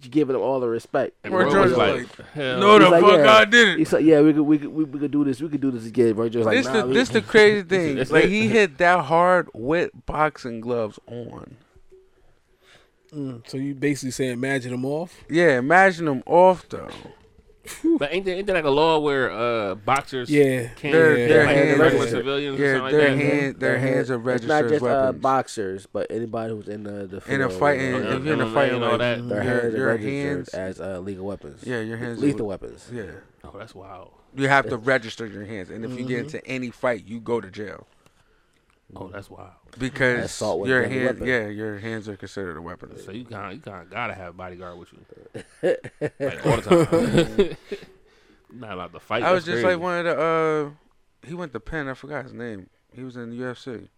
S2: You giving him all the respect.
S4: And
S1: Roy
S4: Roy was
S1: Jones is
S4: like, hell,
S1: No, the
S2: He's like,
S1: fuck,
S2: yeah.
S1: I did it.
S2: He's like, yeah, we could, we could, we, we could do this. We could do this again. Roy Jones like,
S1: this
S2: nah,
S1: the
S2: we-
S1: this the crazy thing.
S4: That's
S1: like
S4: it.
S1: he hit that hard with boxing gloves on.
S5: Mm, So you basically saying imagine them off?
S1: Yeah, imagine him off though.
S4: But ain't there, ain't there like a law where uh, boxers
S5: Yeah.
S4: can't
S1: Their-
S4: hit,
S1: their
S4: like,
S1: hands-
S4: regular civilians or
S1: Yeah,
S4: something
S1: their
S4: like that?
S1: hand their hands are
S2: It's
S1: registered
S2: not just
S1: as
S2: uh,
S1: weapons.
S2: boxers, but anybody who's in the, the
S1: in a
S2: field,
S1: fight,
S2: you know,
S1: and
S4: Yeah,
S1: if you're in a
S4: MMA
S1: fight,
S4: and
S1: like,
S4: all that.
S2: their
S1: your,
S2: hands are
S1: your
S2: registered
S1: hands,
S2: as uh, legal weapons.
S1: yeah, your hands, are-
S2: lethal weapons.
S1: yeah.
S4: Oh, that's wild.
S1: You have to register your hands, and if you
S2: Mm-hmm.
S1: get into any fight, you go to jail
S4: Oh, that's wild.
S1: because
S2: Assault with a
S1: your
S2: deadly
S1: hand,
S2: weapon.
S1: yeah, your hands are considered a weapon.
S4: So you kind you kind gotta have a bodyguard with you, like all the time. Not allowed to fight.
S1: I was
S4: that's
S1: just
S4: crazy.
S1: like one of the uh, he went to Penn. I forgot his name. He was in the UFC.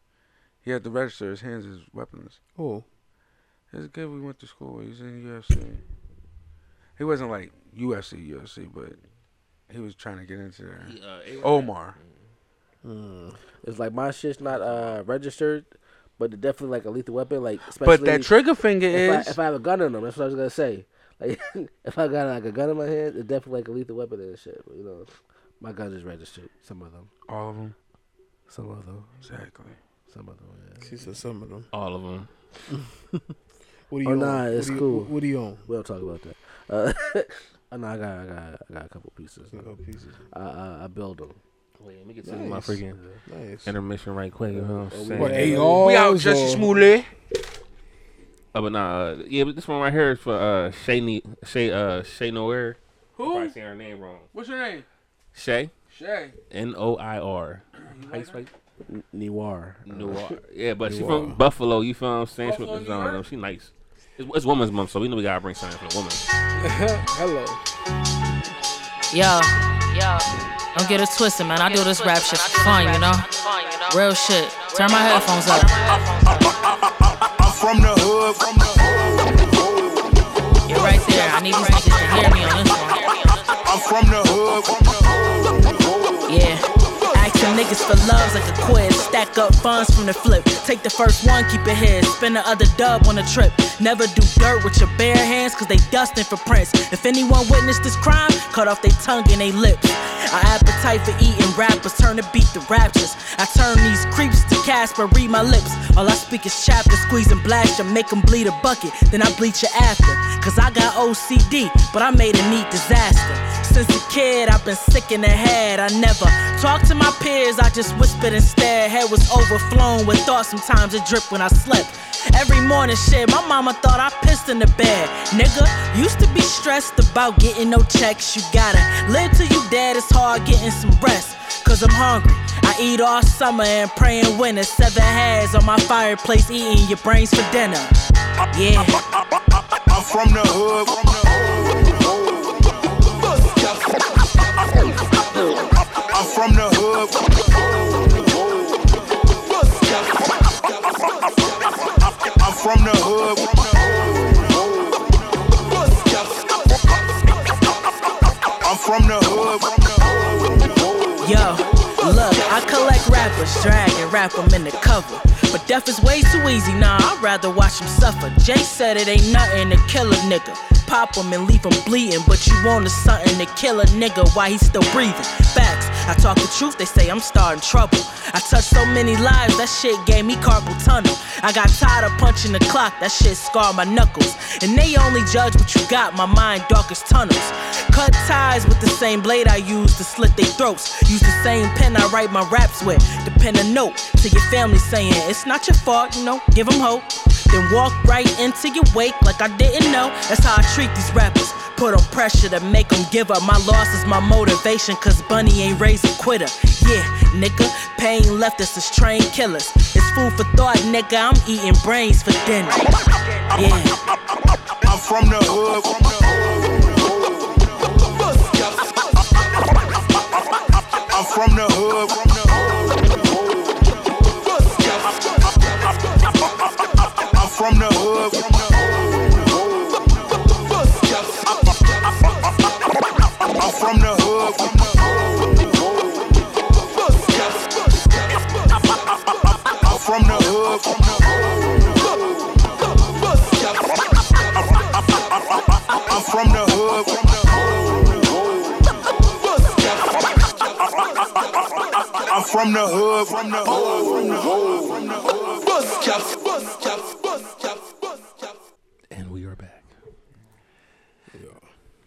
S1: He had to register his hands as weapons.
S5: Oh.
S1: It's good we went to school. He was in the UFC. He wasn't like UFC UFC, but he was trying to get into there.
S4: He, uh, ate-
S1: Omar.
S2: Hmm. It's like my shit's not uh, registered, but it's definitely like a lethal weapon. Like especially
S1: But that trigger finger
S2: if, I,
S1: is
S2: if I have a gun in them, that's what I was gonna say. Like if I got like a gun in my hand, it's definitely like a lethal weapon and shit. But, you know, my gun is registered. Some of them,
S1: all of them.
S2: some of them,
S1: Exactly.
S2: some
S4: Some of them.
S5: She said some of them.
S4: All of them.
S5: What do you
S2: oh,
S5: on?
S2: nah,
S5: What
S2: it's
S5: do you-
S2: cool.
S5: What do you on?
S2: We don't talk about that. Uh, oh, no, I got, I got, I got a couple pieces.
S5: A couple pieces.
S2: I, I, I build them.
S4: Wait, let me get to my
S5: Nice.
S4: freaking
S5: Nice.
S4: intermission right quick. You know what I'm saying?
S5: What
S4: We out
S5: ARs
S4: just
S5: or-
S4: smoothly. Uh, but nah, uh, yeah, but this one right here is for uh, Shay, ne- Shay, uh, Shay Noir.
S1: Who?
S4: Probably saying her name wrong.
S1: What's your name?
S4: Shay.
S1: Shay.
S4: N O I R. How you spell it?
S2: N- Noir.
S4: Noir. Yeah, but she
S2: Noir.
S4: from Buffalo. You feel what I'm saying? She
S1: Buffalo,
S4: from
S1: New
S4: Arizona, though. She nice. It's, it's woman's month, so we know we gotta bring something for the woman.
S5: Hello.
S6: Yo. Yo. Don't get it twisted, man. I do this rap shit for fun, you know? Real shit. Turn my headphones up.
S12: I'm from the hood, from the
S6: You're right there. I need these niggas to hear me on this one.
S12: I'm from the hood, from the
S13: Yeah. Action niggas for loves like a quiz. Stack up funds from the flip. Take the first one, keep it hid. Spend the other dub on a trip. Never do dirt with your bare hands, cause they dusting for prints. If anyone witnessed this crime, cut off their tongue and they lips. Our appetite for eating rappers turn to beat the raptures. I turn these creeps to Casper, read my lips. All I speak is chapter, squeeze and blast you, make 'em bleed a bucket. Then I bleach you after. Cause I got OCD, but I made a neat disaster. Since a kid, I've been sick in the head. I never talked to my peers, I just whispered instead. Head was overflowing with thoughts, sometimes it dripped when I slept. Every morning, shit, my mama thought I pissed in the bed. Nigga, used to be stressed about getting no checks. You gotta live till you dead, it's hard getting some rest. Cause I'm hungry. I eat all summer and pray in winter. Seven heads on my fireplace, eating your brains for dinner. Yeah.
S12: I'm from the hood, from the hood. I'm from the hood. from the hood. I'm from the hood. from the hood. I'm from the hood. from the
S13: Yo, look, I collect rappers, drag and rap 'em in the cover. But death is way too easy, nah, I'd rather watch 'em suffer. Jay said it ain't nothing to kill a nigga. Pop 'em and leave 'em bleeding, but you want a something to kill a nigga while he's still breathing. Facts, I talk the truth, they say I'm starting trouble. I touched so many lives, that shit gave me carpal tunnel. I got tired of punching the clock, that shit scarred my knuckles. And they only judge what you got, my mind dark as tunnels. Cut ties with the same blade I use to slit their throats. Use the same pen I write my raps with. To pen a note to your family saying, It's not your fault, you know, give 'em hope. Then walk right into your wake like I didn't know. That's how I treat these rappers. Put on pressure to make 'em give up. My loss is my motivation, cause Bunny ain't raised a quitter. Yeah, nigga, pain left us as trained killers. It's food for thought, nigga. I'm eating brains for dinner. Yeah.
S12: I'm from the hood. From the hood. I'm from the hood. From the hood. I'm from the hood. From the hood. I'm from the hood. From the hood. I'm from the hood. From the I'm from the hood. From the hood. I'm from the hood. From the hood. From the hood. From the hood. Bus caps. Bus caps. Bus caps. Bus caps.
S4: And we are back.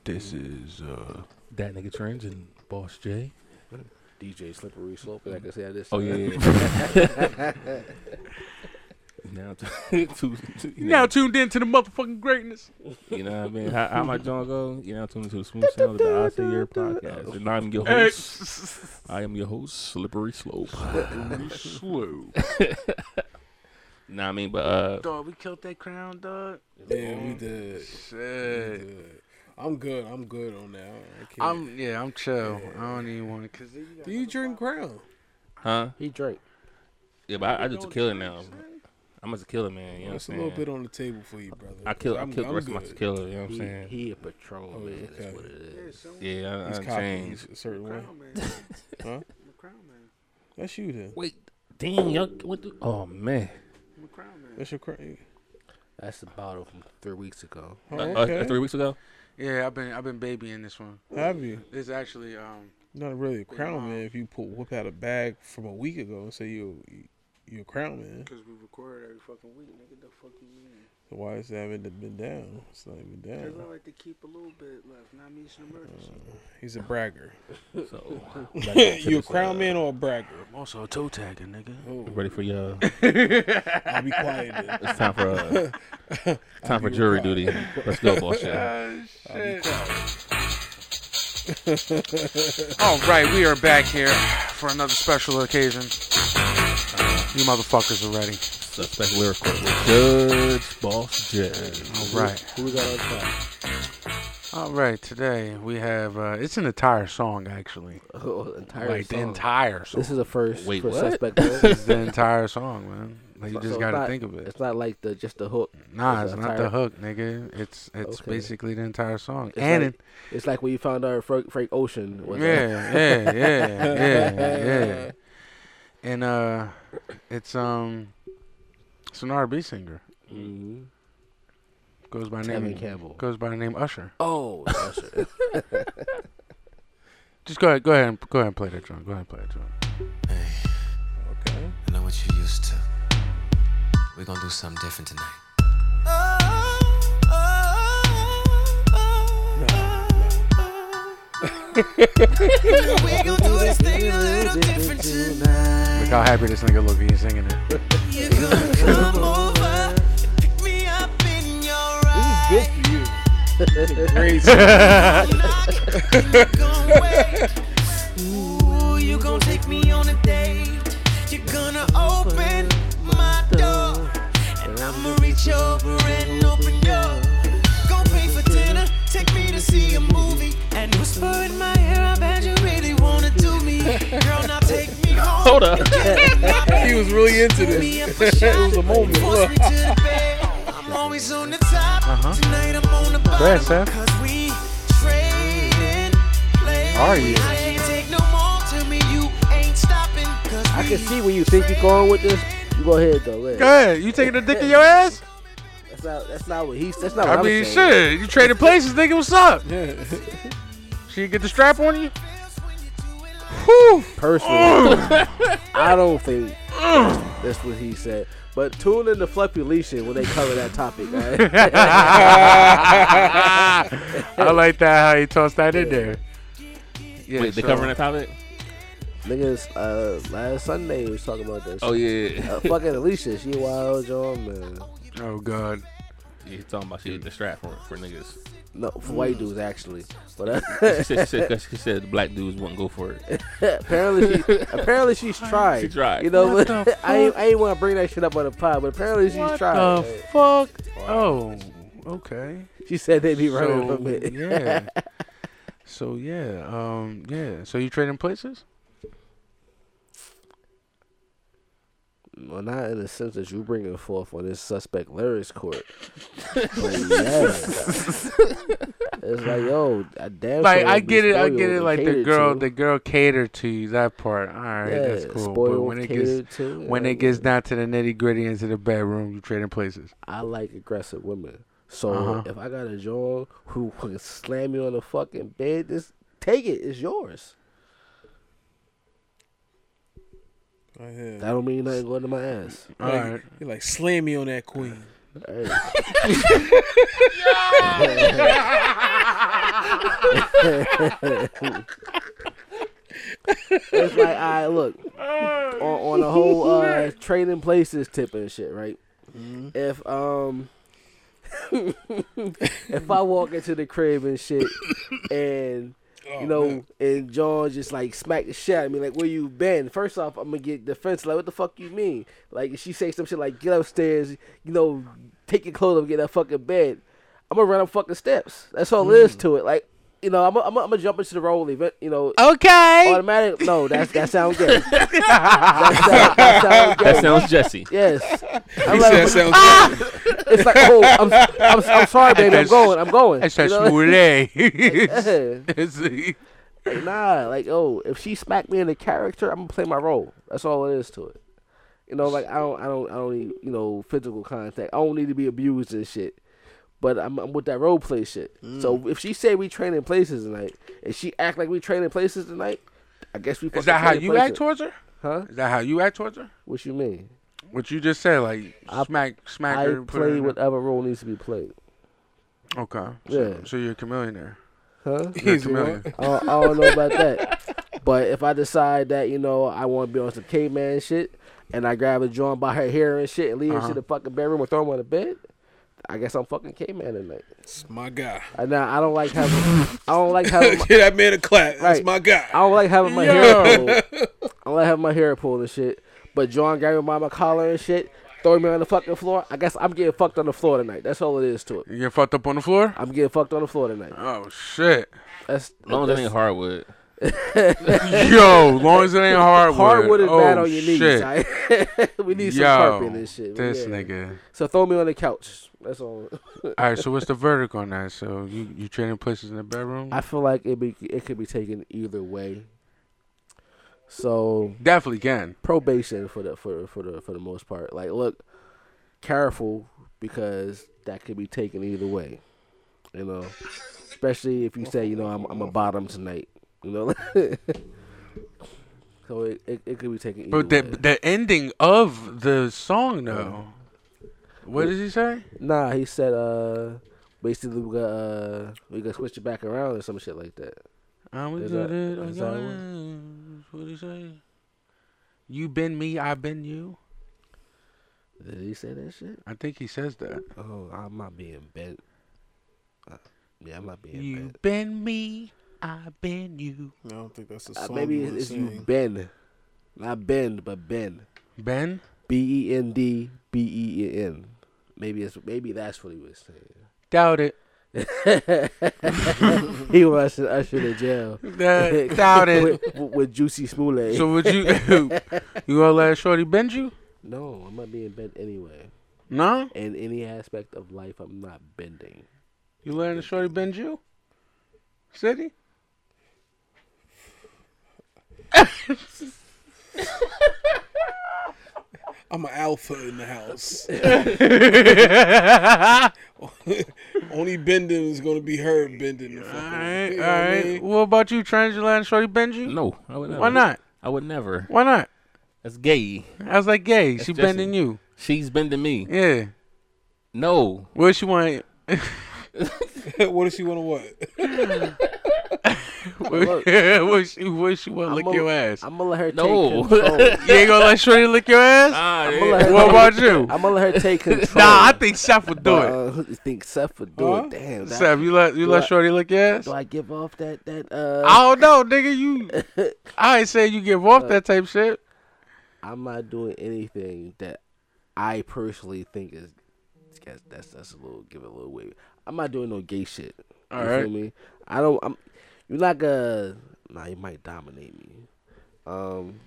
S14: This is uh
S4: That nigga Trends and Boss J.
S2: DJ Slippery Slope, like I said, this.
S4: Oh yeah. yeah, yeah. now, t- two- two- you
S14: now
S4: know-
S14: tuned in to the motherfucking greatness.
S4: You know what I mean? How, how my John go? You know, tune into the smooth sound of the I Say Your podcast. And I'm your
S14: Hey.
S4: host. I am your host, Slippery Slope.
S14: Slippery Slope.
S4: nah, I mean, but uh,
S1: Dog, Oh, we killed that crown, dog.
S5: Yeah, we did.
S1: Shit.
S5: We did. I'm good. I'm good on that. I can't.
S1: I'm yeah, I'm chill. I don't even want to. Cause you
S5: Do you drink Crown?
S4: huh?
S2: He drank.
S4: Yeah, but I, I just a killer now. I'm just a killer man. You know what I'm
S5: It's a little
S4: saying?
S5: bit on the table for you, brother.
S4: I killed. I
S5: I'm-
S4: killed the
S5: I'm
S4: rest of my
S5: good.
S4: tequila. You know what I'm
S2: He,
S4: saying?
S2: he a patrol
S5: Oh,
S2: man.
S5: okay.
S2: That's what it is.
S4: yeah, I,
S5: He's
S4: I'm
S5: cocky.
S4: changed.
S5: He's a certain way.
S1: crown man.
S5: Huh?
S1: I'm a crown man.
S5: That's you then.
S4: Wait, damn, y'all. What the? Oh man,
S1: I'm a crown man.
S5: That's your crown.
S2: That's the bottle from three weeks ago.
S5: Oh,
S4: Uh, uh,
S5: okay.
S4: three weeks ago.
S1: Yeah, I've been I've been babying this one.
S5: Have you?
S1: It's actually um
S5: Not really a crown man if you pull whip out a bag from a week ago and say you You a crown Oh, man.
S11: Because we record every fucking week, nigga. The fuck you mean?
S5: So why is that haven't been down? It's not even
S11: Because
S5: down.
S11: I like to keep a little bit left, not me, it's an emergency.
S5: He's a bragger.
S11: So,
S1: back to
S5: you a
S1: this,
S5: crown
S1: uh,
S5: man or a bragger?
S1: I'm also a toe tagger, nigga.
S4: Ready for your?
S5: I'll be quiet. Then.
S4: It's time for, uh, time
S5: I'll
S4: for
S5: be
S4: jury
S5: quiet.
S4: duty. Let's go,
S1: uh,
S5: Ah,
S4: boss, yeah.
S5: I'll be quiet.
S1: All right, we are back here for another special occasion. You motherfuckers are ready.
S4: Suspect lyrical. Judge, boss, judge.
S1: All right.
S2: Who we got on top?
S1: All right, today we have uh, it's an entire song actually.
S2: Oh, entire
S1: like the
S2: song.
S1: entire song.
S2: This is a first Wait, for what? Suspect
S1: this
S2: Boy.
S1: is the entire song, man. Like, you
S2: So
S1: just
S2: it's
S1: got to
S2: not-
S1: think of it.
S2: It's not like the just the hook.
S1: Nah,
S2: It's
S1: it's,
S2: the
S1: not the
S2: entire-
S1: hook, nigga. It's it's
S2: Okay.
S1: basically the entire song.
S2: It's
S1: and
S2: like, it's like when you found out Frank, Frank Ocean.
S1: it,
S2: Was
S1: yeah, yeah, yeah, yeah, yeah. And uh, it's um, it's an R&B singer.
S2: Mhm.
S1: Goes by
S2: Tevin
S1: name
S2: Campbell.
S1: Goes by the name Usher.
S2: Oh, Usher.
S1: Just go ahead, go ahead, and, go ahead and play that drum. Go ahead and play that drum.
S15: I know what you're used to. We're gonna do something different tonight.
S6: we gon' do this thing a little different tonight.
S1: Look how happy this nigga look. when He's singing it.
S6: You gonna come over and pick me up in your ride. This is good for you.
S5: Great.
S6: Ooh, you gon' take me on a date. You're gonna open my door. And I'ma reach over and open yours. Gonna pay for dinner, take me to see a movie. And whisper in my ear, I bet you really wanna do me. Girl, now take me home.
S5: Hold up. he was really into this. it was a moment.
S6: Force
S5: Look.
S6: me to the bed. I'm always on the top.
S1: Uh-huh.
S6: Tonight I'm on the bottom.
S1: ahead, Seth.
S6: Cause we trading places.
S2: Are you?
S6: I can't take no more. Tell me you ain't stopping. Cause
S2: I can see where you think you're going with this. You go ahead though.
S1: Go ahead. You taking the dick in your ass?
S2: That's not. That's not what he's. That's not. What
S1: I
S2: I'm
S1: mean,
S2: saying.
S1: shit. You traded places, nigga. What's up? Yeah. She get the strap on you. Whew.
S2: Personally, I don't think that's what he said. But tune in to Flepulation when they cover that topic. all right?
S1: I like that how he tossed that in there. Yeah,
S4: Wait, they
S1: so-
S4: covering that topic?
S2: Niggas, uh, last Sunday we was talking about this.
S4: Oh, yeah.
S2: uh, fucking Alicia, she wild, John man.
S1: Oh God.
S4: You talking about she with the strap for, for niggas?
S2: No, for white dudes actually. But uh,
S4: she said, she said, 'cause she said the black dudes wouldn't go for it.
S2: apparently, she, apparently she's tried.
S4: She tried.
S2: You know,
S4: What
S2: but
S4: the
S2: I ain't, I ain't want to bring that shit up on the pod, but apparently she's
S1: What
S2: tried.
S1: the fuck? Oh, okay.
S2: She said they be running
S1: so,
S2: from it.
S1: yeah. So yeah, um, yeah. So you trading places?
S2: Well, not in the sense that you bring it forth on this suspect lyrics court. but yeah. it's like, yo, I damn
S1: like
S2: sure
S1: I
S2: would be
S1: get it, I get
S2: spoiled
S1: it.
S2: and
S1: Like the
S2: catered
S1: girl,
S2: to.
S1: the girl catered to you. That part, all right,
S2: Yeah,
S1: that's cool. But
S2: spoiled,
S1: when it
S2: catered
S1: gets
S2: to,
S1: when
S2: yeah,
S1: it gets down to the nitty gritty into the bedroom, you trading places.
S2: I like aggressive women. So
S1: Uh-huh.
S2: if I got a John who can slam you on the fucking bed, just take it. It's yours.
S5: Right here.
S2: That don't mean nothing going to my ass.
S5: Like, You're like, slam me on that queen.
S2: it's like, all right, look, on, on the whole uh, trading places tip and shit, right? If um, if I walk into the crib and shit, and you know, and John just like smack the shit out of me, like, where you been? First off, I'm gonna get defensive. Like, what the fuck you mean? Like, if she say some shit like, get upstairs, you know, take your clothes up, get that fucking bed. I'm gonna run up fucking steps. That's all there is to it. Like, you know, I'm gonna I'm gonna jump into the role event. You know,
S13: Oh.
S1: okay.
S2: Automatic. No, that's that sounds gay. that, sound, that sounds gay.
S4: That sounds Jesse.
S2: Yes.
S4: He said that sounds
S2: "Ah!" It's like, oh, I'm, I'm, I'm sorry, baby. I'm going. I'm going.
S1: That's a
S2: You know?
S1: smoothie.
S2: Like,
S1: It's-
S2: yeah. Like, nah, like, oh, if she smacked me in the character, I'm gonna play my role. That's all it is to it. You know, like I don't, I don't, I don't need, you know, physical contact. I don't need to be abused and shit. But I'm, I'm with that role play shit. So
S1: Mm.
S2: if she say we training places tonight, and she act like we training places tonight, I guess we.
S1: Is
S2: fucking
S1: that how
S2: training
S1: you
S2: places.
S1: act towards her?
S2: Huh?
S1: Is that how you act towards her?
S2: What you mean?
S1: What you just said, like smack, smack
S2: I
S1: her. put her
S2: play
S1: in-
S2: whatever role needs to be played.
S1: Okay.
S2: Yeah.
S1: So, so you're a chameleon there.
S2: Huh?
S1: You're a chameleon.
S2: I, don't- I don't know about that. But if I decide that, you know, I want to be on some caveman shit and I grab a joint by her hair and shit and lead her
S5: Uh-huh.
S2: to the fucking bedroom and throw him on the bed, I guess I'm fucking caveman tonight.
S5: It's my guy.
S2: And now I don't like having I don't like having
S5: Get that man a clap. That's my guy.
S2: I don't like having my hair
S5: Yo.
S2: pulled. I don't like having my hair pulled and shit. But John grabbed me by my collar and shit, throwing me on the fucking floor. I guess I'm getting fucked on the floor tonight. That's all it is to it.
S1: You getting fucked up on the floor?
S2: I'm getting fucked on the floor tonight.
S1: Oh shit.
S2: That's
S4: As long as it ain't hardwood.
S1: Yo, as long as it ain't hardwood.
S2: Hardwood is
S1: oh,
S2: bad on your knees.
S1: shit.
S2: alright? we need some
S1: Yo,
S2: carpet and shit. but
S1: This
S2: yeah.
S1: nigga.
S2: So throw me on the couch. That's all.
S1: All right, so what's the verdict on that? So you you trading places in the bedroom?
S2: I feel like it be it could be taken either way. So
S1: definitely can
S2: probation for the for for the for the most part. Like, look, careful because that could be taken either way. You know, especially if you say you know I'm I'm a bottom tonight. You know, so it, it it could be taken. Either
S1: But
S2: way.
S1: the the ending of the song though. What did he say?
S2: Nah, he said uh basically we got uh we got switch it back around or some shit like that.
S1: I'm
S2: Is
S1: good
S2: that-
S1: at
S2: is that one?
S1: again. What did he say? You been me, I been you.
S2: Did he say that shit?
S1: I think he says that.
S2: Oh, I'm not being bent. Uh, yeah, I'm not being
S1: You
S2: bent.
S1: been me, I been you.
S5: I don't think that's the
S2: Uh,
S5: song.
S2: maybe
S5: you
S2: it's,
S5: were
S2: it's you
S5: singing.
S2: Ben, not bend, but Ben.
S1: Ben.
S2: B e n d b e e n. Maybe it's maybe that's what he was saying.
S1: Doubt it.
S2: he was usher usher to jail.
S1: That- doubt it.
S2: with, with Juicy Smollett.
S1: So would you you gonna let Shorty bend you?
S2: No, I'm not being bent anyway.
S1: No?
S2: In any aspect of life, I'm not bending.
S1: You letting Shorty bend you? City?
S5: I'm an alpha in the house. Only bending is gonna be her bending. The fucking, all
S1: All right. What about you, trans? You letting Shorty bend you?
S4: No, I would never.
S1: Why not?
S4: I would never.
S1: Why not?
S4: That's gay.
S1: I was like, gay.
S4: That's
S1: she
S4: Jesse.
S1: bending you.
S4: She's bending me.
S1: Yeah.
S4: No.
S1: What she want?
S5: what does she want to what?
S1: what she what she want? Lick
S2: I'ma-
S1: your ass.
S2: I'm gonna let her
S1: No.
S2: take control.
S1: you ain't gonna let Shorty lick your ass? what about you?
S2: I'm gonna let her take
S1: Nah,
S2: control.
S1: I think Seth would do it.
S2: Uh, I think Seth would do
S1: Huh?
S2: it. Damn, that-
S1: Seth, you let you
S2: do
S1: let
S2: I-
S1: Shorty lick your ass?
S2: Do I give off that that? Uh,
S1: I don't know, nigga. You, I ain't saying you give off that type shit.
S2: I'm not doing anything that I personally think is that's that's, that's a little give it a little weight. I'm not doing no gay shit. You
S1: All
S2: feel
S1: right.
S2: me? I don't. I'm. You're not gonna. Nah, you might dominate me. Um,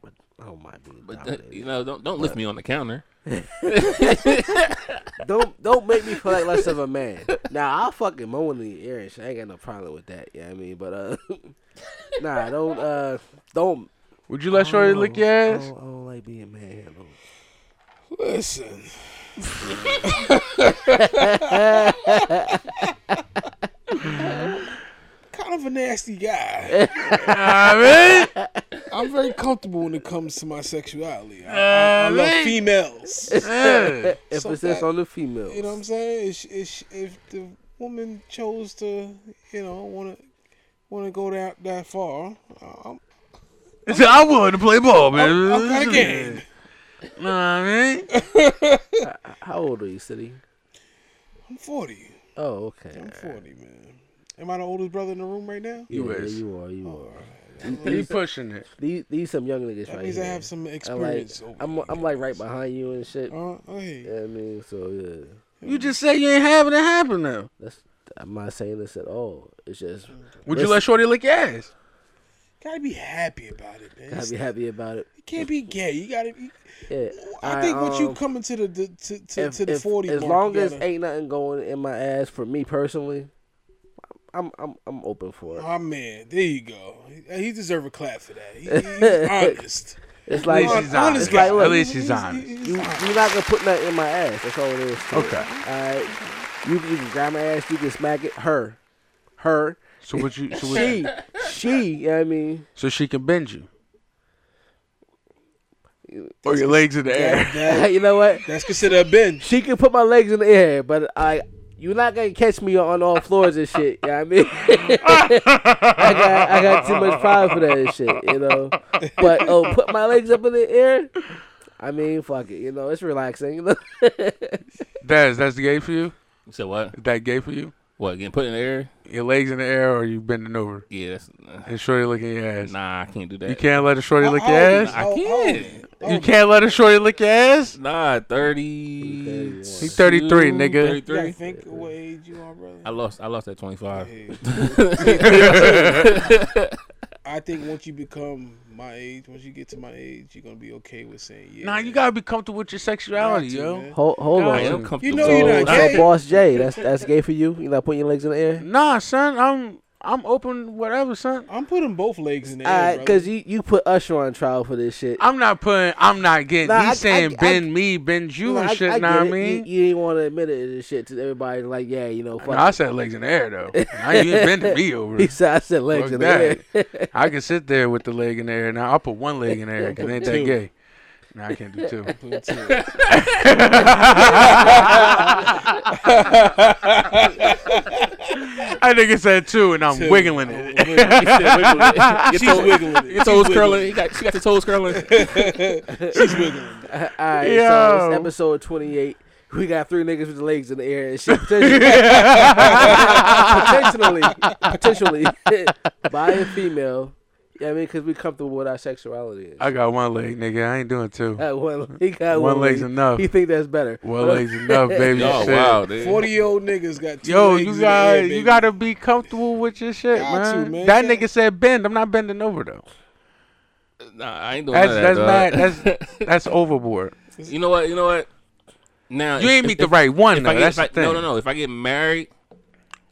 S2: but I don't mind being
S4: But uh,
S2: dominated.
S4: you know, don't don't lift me on the counter.
S2: don't don't make me feel like less of a man. Now I'll fucking moan in the air and shit. I ain't got no problem with that. Yeah, you know what I mean, but uh, nah, don't uh, don't.
S1: Would you let Shorty lick your
S2: I
S1: ass?
S2: don't, I don't Oh, like being manhandled.
S5: Listen. kind of a nasty guy. mean,
S1: I
S5: I'm very comfortable when it comes to my sexuality. I, I, I
S2: I
S5: love
S2: mean.
S5: females.
S2: Yeah. Emphasis
S5: that-
S2: on the females.
S5: You know what I'm saying? If, if, if the woman chose to, you know, want to want to go that that far, I'm,
S1: So I'm willing to play ball, man.
S5: I'm kinda game.
S1: Know what I mean?
S2: How old are you, City?
S5: I'm 40.
S2: Oh, okay.
S5: I'm 40, man. Am I the oldest brother in the room right now?
S1: You
S2: yeah,
S1: is.
S2: You are. You are.
S1: He pushing it.
S2: These, these some young niggas
S5: That
S2: right
S5: means I
S2: here.
S5: have some
S2: I'm like-
S5: experience over
S2: I'm, I'm like right behind you and shit.
S5: Uh, hey.
S2: Yeah, I mean, so yeah.
S1: You just say you ain't having it happen though.
S2: That's I'm not saying this at all. It's just.
S1: Would you let Shorty lick your ass?
S5: Gotta be happy about it, man.
S2: Gotta be happy about it.
S5: You can't be gay. You gotta. be
S2: Yeah.
S5: I think once you
S2: um,
S5: coming to the, the to, to,
S2: if-
S5: to the
S2: if-
S5: forty,
S2: As
S5: mark,
S2: long
S5: you
S2: as
S5: gotta-
S2: ain't nothing going in my ass for me personally, I'm I'm I'm open for it.
S5: Oh man, there you go. He, he deserve a clap for that. He, he's honest.
S2: It's like
S5: Hon-
S1: he's honest.
S2: It's like,
S1: At
S2: look,
S1: least he's honest.
S2: You, you're not gonna put nothing in my ass. That's all it is. to it.
S1: Okay.
S2: All right. You, can- you can grab my ass. You can smack it. Her, her.
S1: So would you- so would-
S2: she, she. You know what I mean,
S1: So she can bend you. Or your legs in the air.
S2: That- that- you know what?
S5: That's considered a bend.
S2: She can put my legs in the air, but I you're not gonna catch me on all floors and shit. You know what I mean? I got I got too much pride for that and shit, you know. But oh, put my legs up in the air. I mean, fuck it, you know, it's relaxing. You know?
S1: That's that's gay for you.
S4: You said what?
S1: Is that gay for you?
S4: What getting put in the air?
S1: Your legs in the air, or you bending over?
S4: Yeah, that's, uh,
S1: and shorty licking your ass.
S4: Nah, I can't do that.
S1: You can't let a shorty lick your
S4: old
S1: ass.
S4: is- how
S1: can't. You can't let a shorty lick your ass.
S4: Nah, thirty.
S1: He's 33, nigga.
S5: I
S4: Thirty three.
S5: think what age you are, brother.
S4: I lost. I lost at twenty five.
S5: I think once you become my age, once you get to my age, you're gonna be okay with saying yeah.
S1: Nah, you gotta be comfortable with your sexuality,
S5: Got to,
S1: yo.
S5: man.
S2: Hold, hold
S5: Nah,
S2: on.
S5: I am
S2: So-
S5: comfortable. You know you're not
S2: so
S5: gay.
S2: boss J, that's that's gay for you. You not putting your legs in the air?
S1: Nah, son, I'm I'm open whatever, son.
S5: I'm putting both legs in the
S2: All right, cause you, you put Usher on trial for this shit.
S1: I'm not putting. I'm not getting.
S2: Nah,
S1: he's
S2: I-
S1: saying
S2: I- I-
S1: bend me, bend you,
S2: No,
S1: and shit.
S2: get
S1: Know what I
S2: it.
S1: mean?
S2: you, you didn't want to admit it and shit to everybody. Like, yeah, you know, fuck
S1: No, I
S2: it.
S1: said legs in the air though. I you ain't bending me over.
S2: He said, "I said legs
S1: Fuck
S2: in the
S1: that. I can sit there with the leg in the air. Now I'll put one leg in the air. Cause it ain't that
S5: Two.
S1: gay. No, I can't do two.
S5: Put
S1: I think it said two, and I'm
S4: Two.
S1: wiggling
S4: I'm
S1: it.
S4: wiggling it. She said wiggling it. Your toe- your toes curling. You got- she got your toes curling. She's wiggling.
S2: All right, so
S4: Yo.
S2: it's episode twenty-eight. We got three niggas with the legs in the air and shit. Potentially, potentially, potentially, by a female. Yeah, I mean, because we comfortable with our sexuality.
S1: I got one leg, nigga. I ain't doing two.
S2: Got one, he got
S1: One leg's
S2: leg.
S1: enough.
S2: He think that's better.
S1: One leg's enough, baby.
S4: Oh,
S1: Shit.
S4: wow, dude.
S5: Forty year old niggas got two
S1: Yo,
S5: legs
S1: you
S5: in the air,
S1: got
S5: baby.
S1: you gotta be comfortable with your shit,
S5: Got to,
S1: man.
S5: man.
S1: That nigga said bend. I'm not bending over though.
S4: Nah, I ain't doing
S1: That's
S4: none of
S1: that's
S4: that.
S1: not that's that's overboard.
S4: that's. You know what? You know what? Now
S1: You ain't meet the right one,
S4: if
S1: though.
S4: I get,
S1: That's
S4: if I,
S1: the
S4: No, no,
S1: thing.
S4: no. If I get married,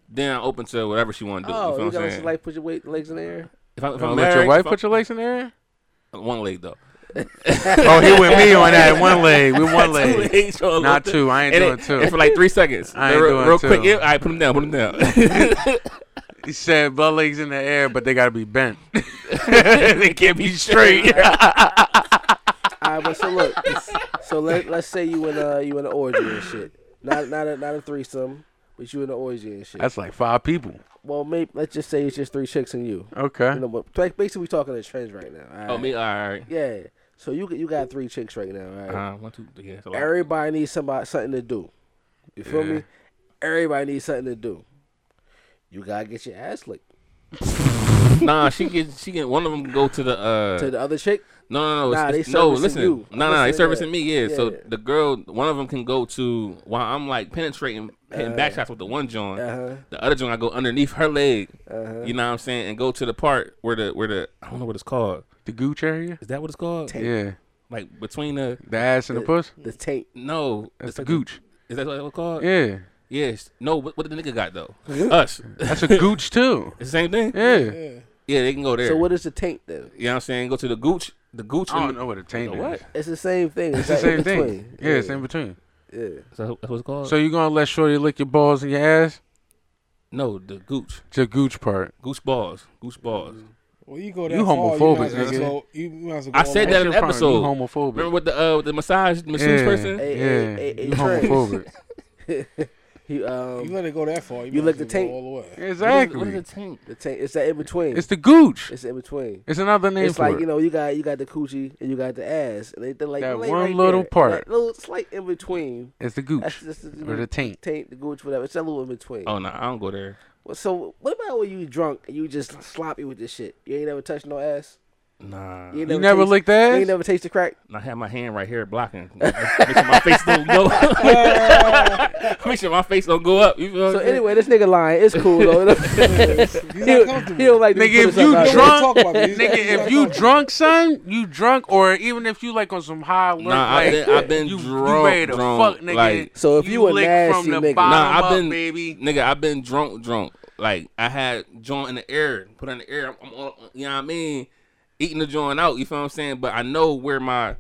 S4: then I'm open to whatever she want to do. you
S2: Oh,
S4: feel
S2: you
S4: what I'm
S2: gotta
S4: saying?
S2: like put your weight, legs in the air.
S4: If, I, if
S1: Wanna
S4: I'm
S1: let
S4: married,
S1: your wife
S4: if I-
S1: put your legs in there?
S4: one leg though.
S1: Oh, he with me on that one leg. With one
S4: Two
S1: leg.
S4: legs, yo, a
S1: Not
S4: little-
S1: two. I ain't
S4: and
S1: doing
S4: it-
S1: two.
S4: and for like three seconds.
S1: I ain't
S4: real,
S1: doing
S4: real
S1: two.
S4: quick. Yeah, all right, put them down. Put them down.
S1: He said both legs in the air, but they gotta be bent. they can't be straight.
S2: All right, but so look, so let let's say you in a you in an orgy and shit. Not not a, not a threesome, but you in an orgy and shit.
S1: That's like five people.
S2: well, maybe let's just say it's just three chicks and you.
S1: Okay.
S2: You know, but like, basically we talking in trends right now. all
S4: Oh,
S2: right?
S4: me? All right.
S2: Yeah. So you you got three chicks right now. All right.
S1: Uh-huh,
S4: Uh, one, two, three. Yeah, that's a lot.
S2: Everybody needs somebody something to do. You feel
S4: Yeah.
S2: me? Everybody needs something to do. You gotta get your ass licked
S4: nah, she get she get one of them go to the uh
S2: to the other chick.
S4: No, no, no.
S2: Nah,
S4: it's-
S2: they
S4: no,
S2: servicing
S4: listen.
S2: you.
S4: No, no, no, they
S2: Listen,
S4: servicing
S2: yeah.
S4: me. Yeah. So
S2: Yeah.
S4: the girl, one of them can go to while I'm like penetrating, hitting
S2: Uh,
S4: back shots with the one joint.
S2: uh-huh.
S4: The other joint, I go underneath her leg.
S2: Uh-huh.
S4: You know what I'm saying? And go to the part where the where the I don't know what it's called.
S1: The gooch area?
S4: Is that what it's called?
S1: Taint. Yeah.
S4: Like between the
S1: The ass and the puss?
S2: The taint.
S4: No,
S1: That's
S4: it's
S1: the
S4: like
S1: gooch.
S4: Is that what it's called?
S1: Yeah.
S4: Yes. No. What, what did the nigga got though? Us.
S1: That's a gooch too.
S4: It's the same thing.
S1: Yeah.
S4: Yeah. they can go there.
S2: So what is the taint then?
S4: You know what I'm saying? Go to the gooch. The gooch.
S1: I
S4: and
S1: don't
S4: the-
S1: know what a taint
S4: the what?
S1: is.
S2: It's the same thing.
S1: It's the
S2: like
S1: same
S2: in
S1: thing.
S2: between.
S1: Yeah, it's in between.
S2: Yeah.
S4: Is that what it's called?
S1: So you gonna let Shorty lick your balls and your ass?
S4: no, the gooch.
S1: The gooch part.
S4: Goose balls. Goose balls.
S5: Well, you go that
S1: You
S5: far,
S1: homophobic,
S5: might as well
S1: nigga.
S5: go- you might as well go
S4: I said
S5: all
S4: that
S5: the
S4: in
S5: way.
S4: the episode.
S1: You homophobic.
S4: Remember with the uh, with the massage masseuse
S1: Yeah,
S4: person?
S1: yeah. you homophobic.
S2: He, um,
S5: You let it go that far. You,
S2: you
S5: might as
S2: lick the
S5: well go
S2: taint.
S5: all the way.
S1: Exactly.
S4: What is, what is a tank?
S2: The taint. It's that in between.
S1: It's the gooch.
S2: It's in between.
S1: It's another name
S2: It's
S1: for
S2: like
S1: it.
S2: you know you got you got the coochie and you got the ass and they, they're like
S1: That
S2: lay
S1: one
S2: right
S1: little
S2: there.
S1: part.
S2: that little slight in between.
S1: It's the gooch.
S2: That's just the-
S1: Or the taint.
S2: taint, the gooch, whatever. It's that little in between.
S4: Oh no, I don't go there.
S2: Well, So what about when you drunk and you just sloppy with this shit? You ain't never touched no ass.
S4: Nah.
S2: You, ain't
S1: You never
S2: taste-
S1: licked ass?
S2: You ain't never tasted crack.
S4: I have my hand right here blocking. Make sure my face don't go. Make sure my face don't go up. You feel
S2: So
S4: what I'm saying?
S2: anyway, this nigga lying. It's cool though. he, don't- he don't like to
S1: Nigga,
S2: put
S1: if
S2: himself
S1: you
S2: out there.
S1: drunk, nigga, if you drunk, son, you drunk, or even if you like on some high alert,
S4: Nah,
S1: like,
S4: I've been, I've been
S1: you, you
S4: drunk,
S1: ready to
S4: drunk.
S1: fuck, nigga.
S4: Like,
S2: So if you a
S1: lick
S2: nasty
S1: from the
S2: nigga.
S1: bottom
S4: nah, I've
S1: up,
S4: been,
S1: baby.
S4: nigga, I've been drunk, drunk. Like I had joint in the air, put in the air. I'm, I'm all, you know what I mean, eating the joint out. You feel what I'm saying? But I know where my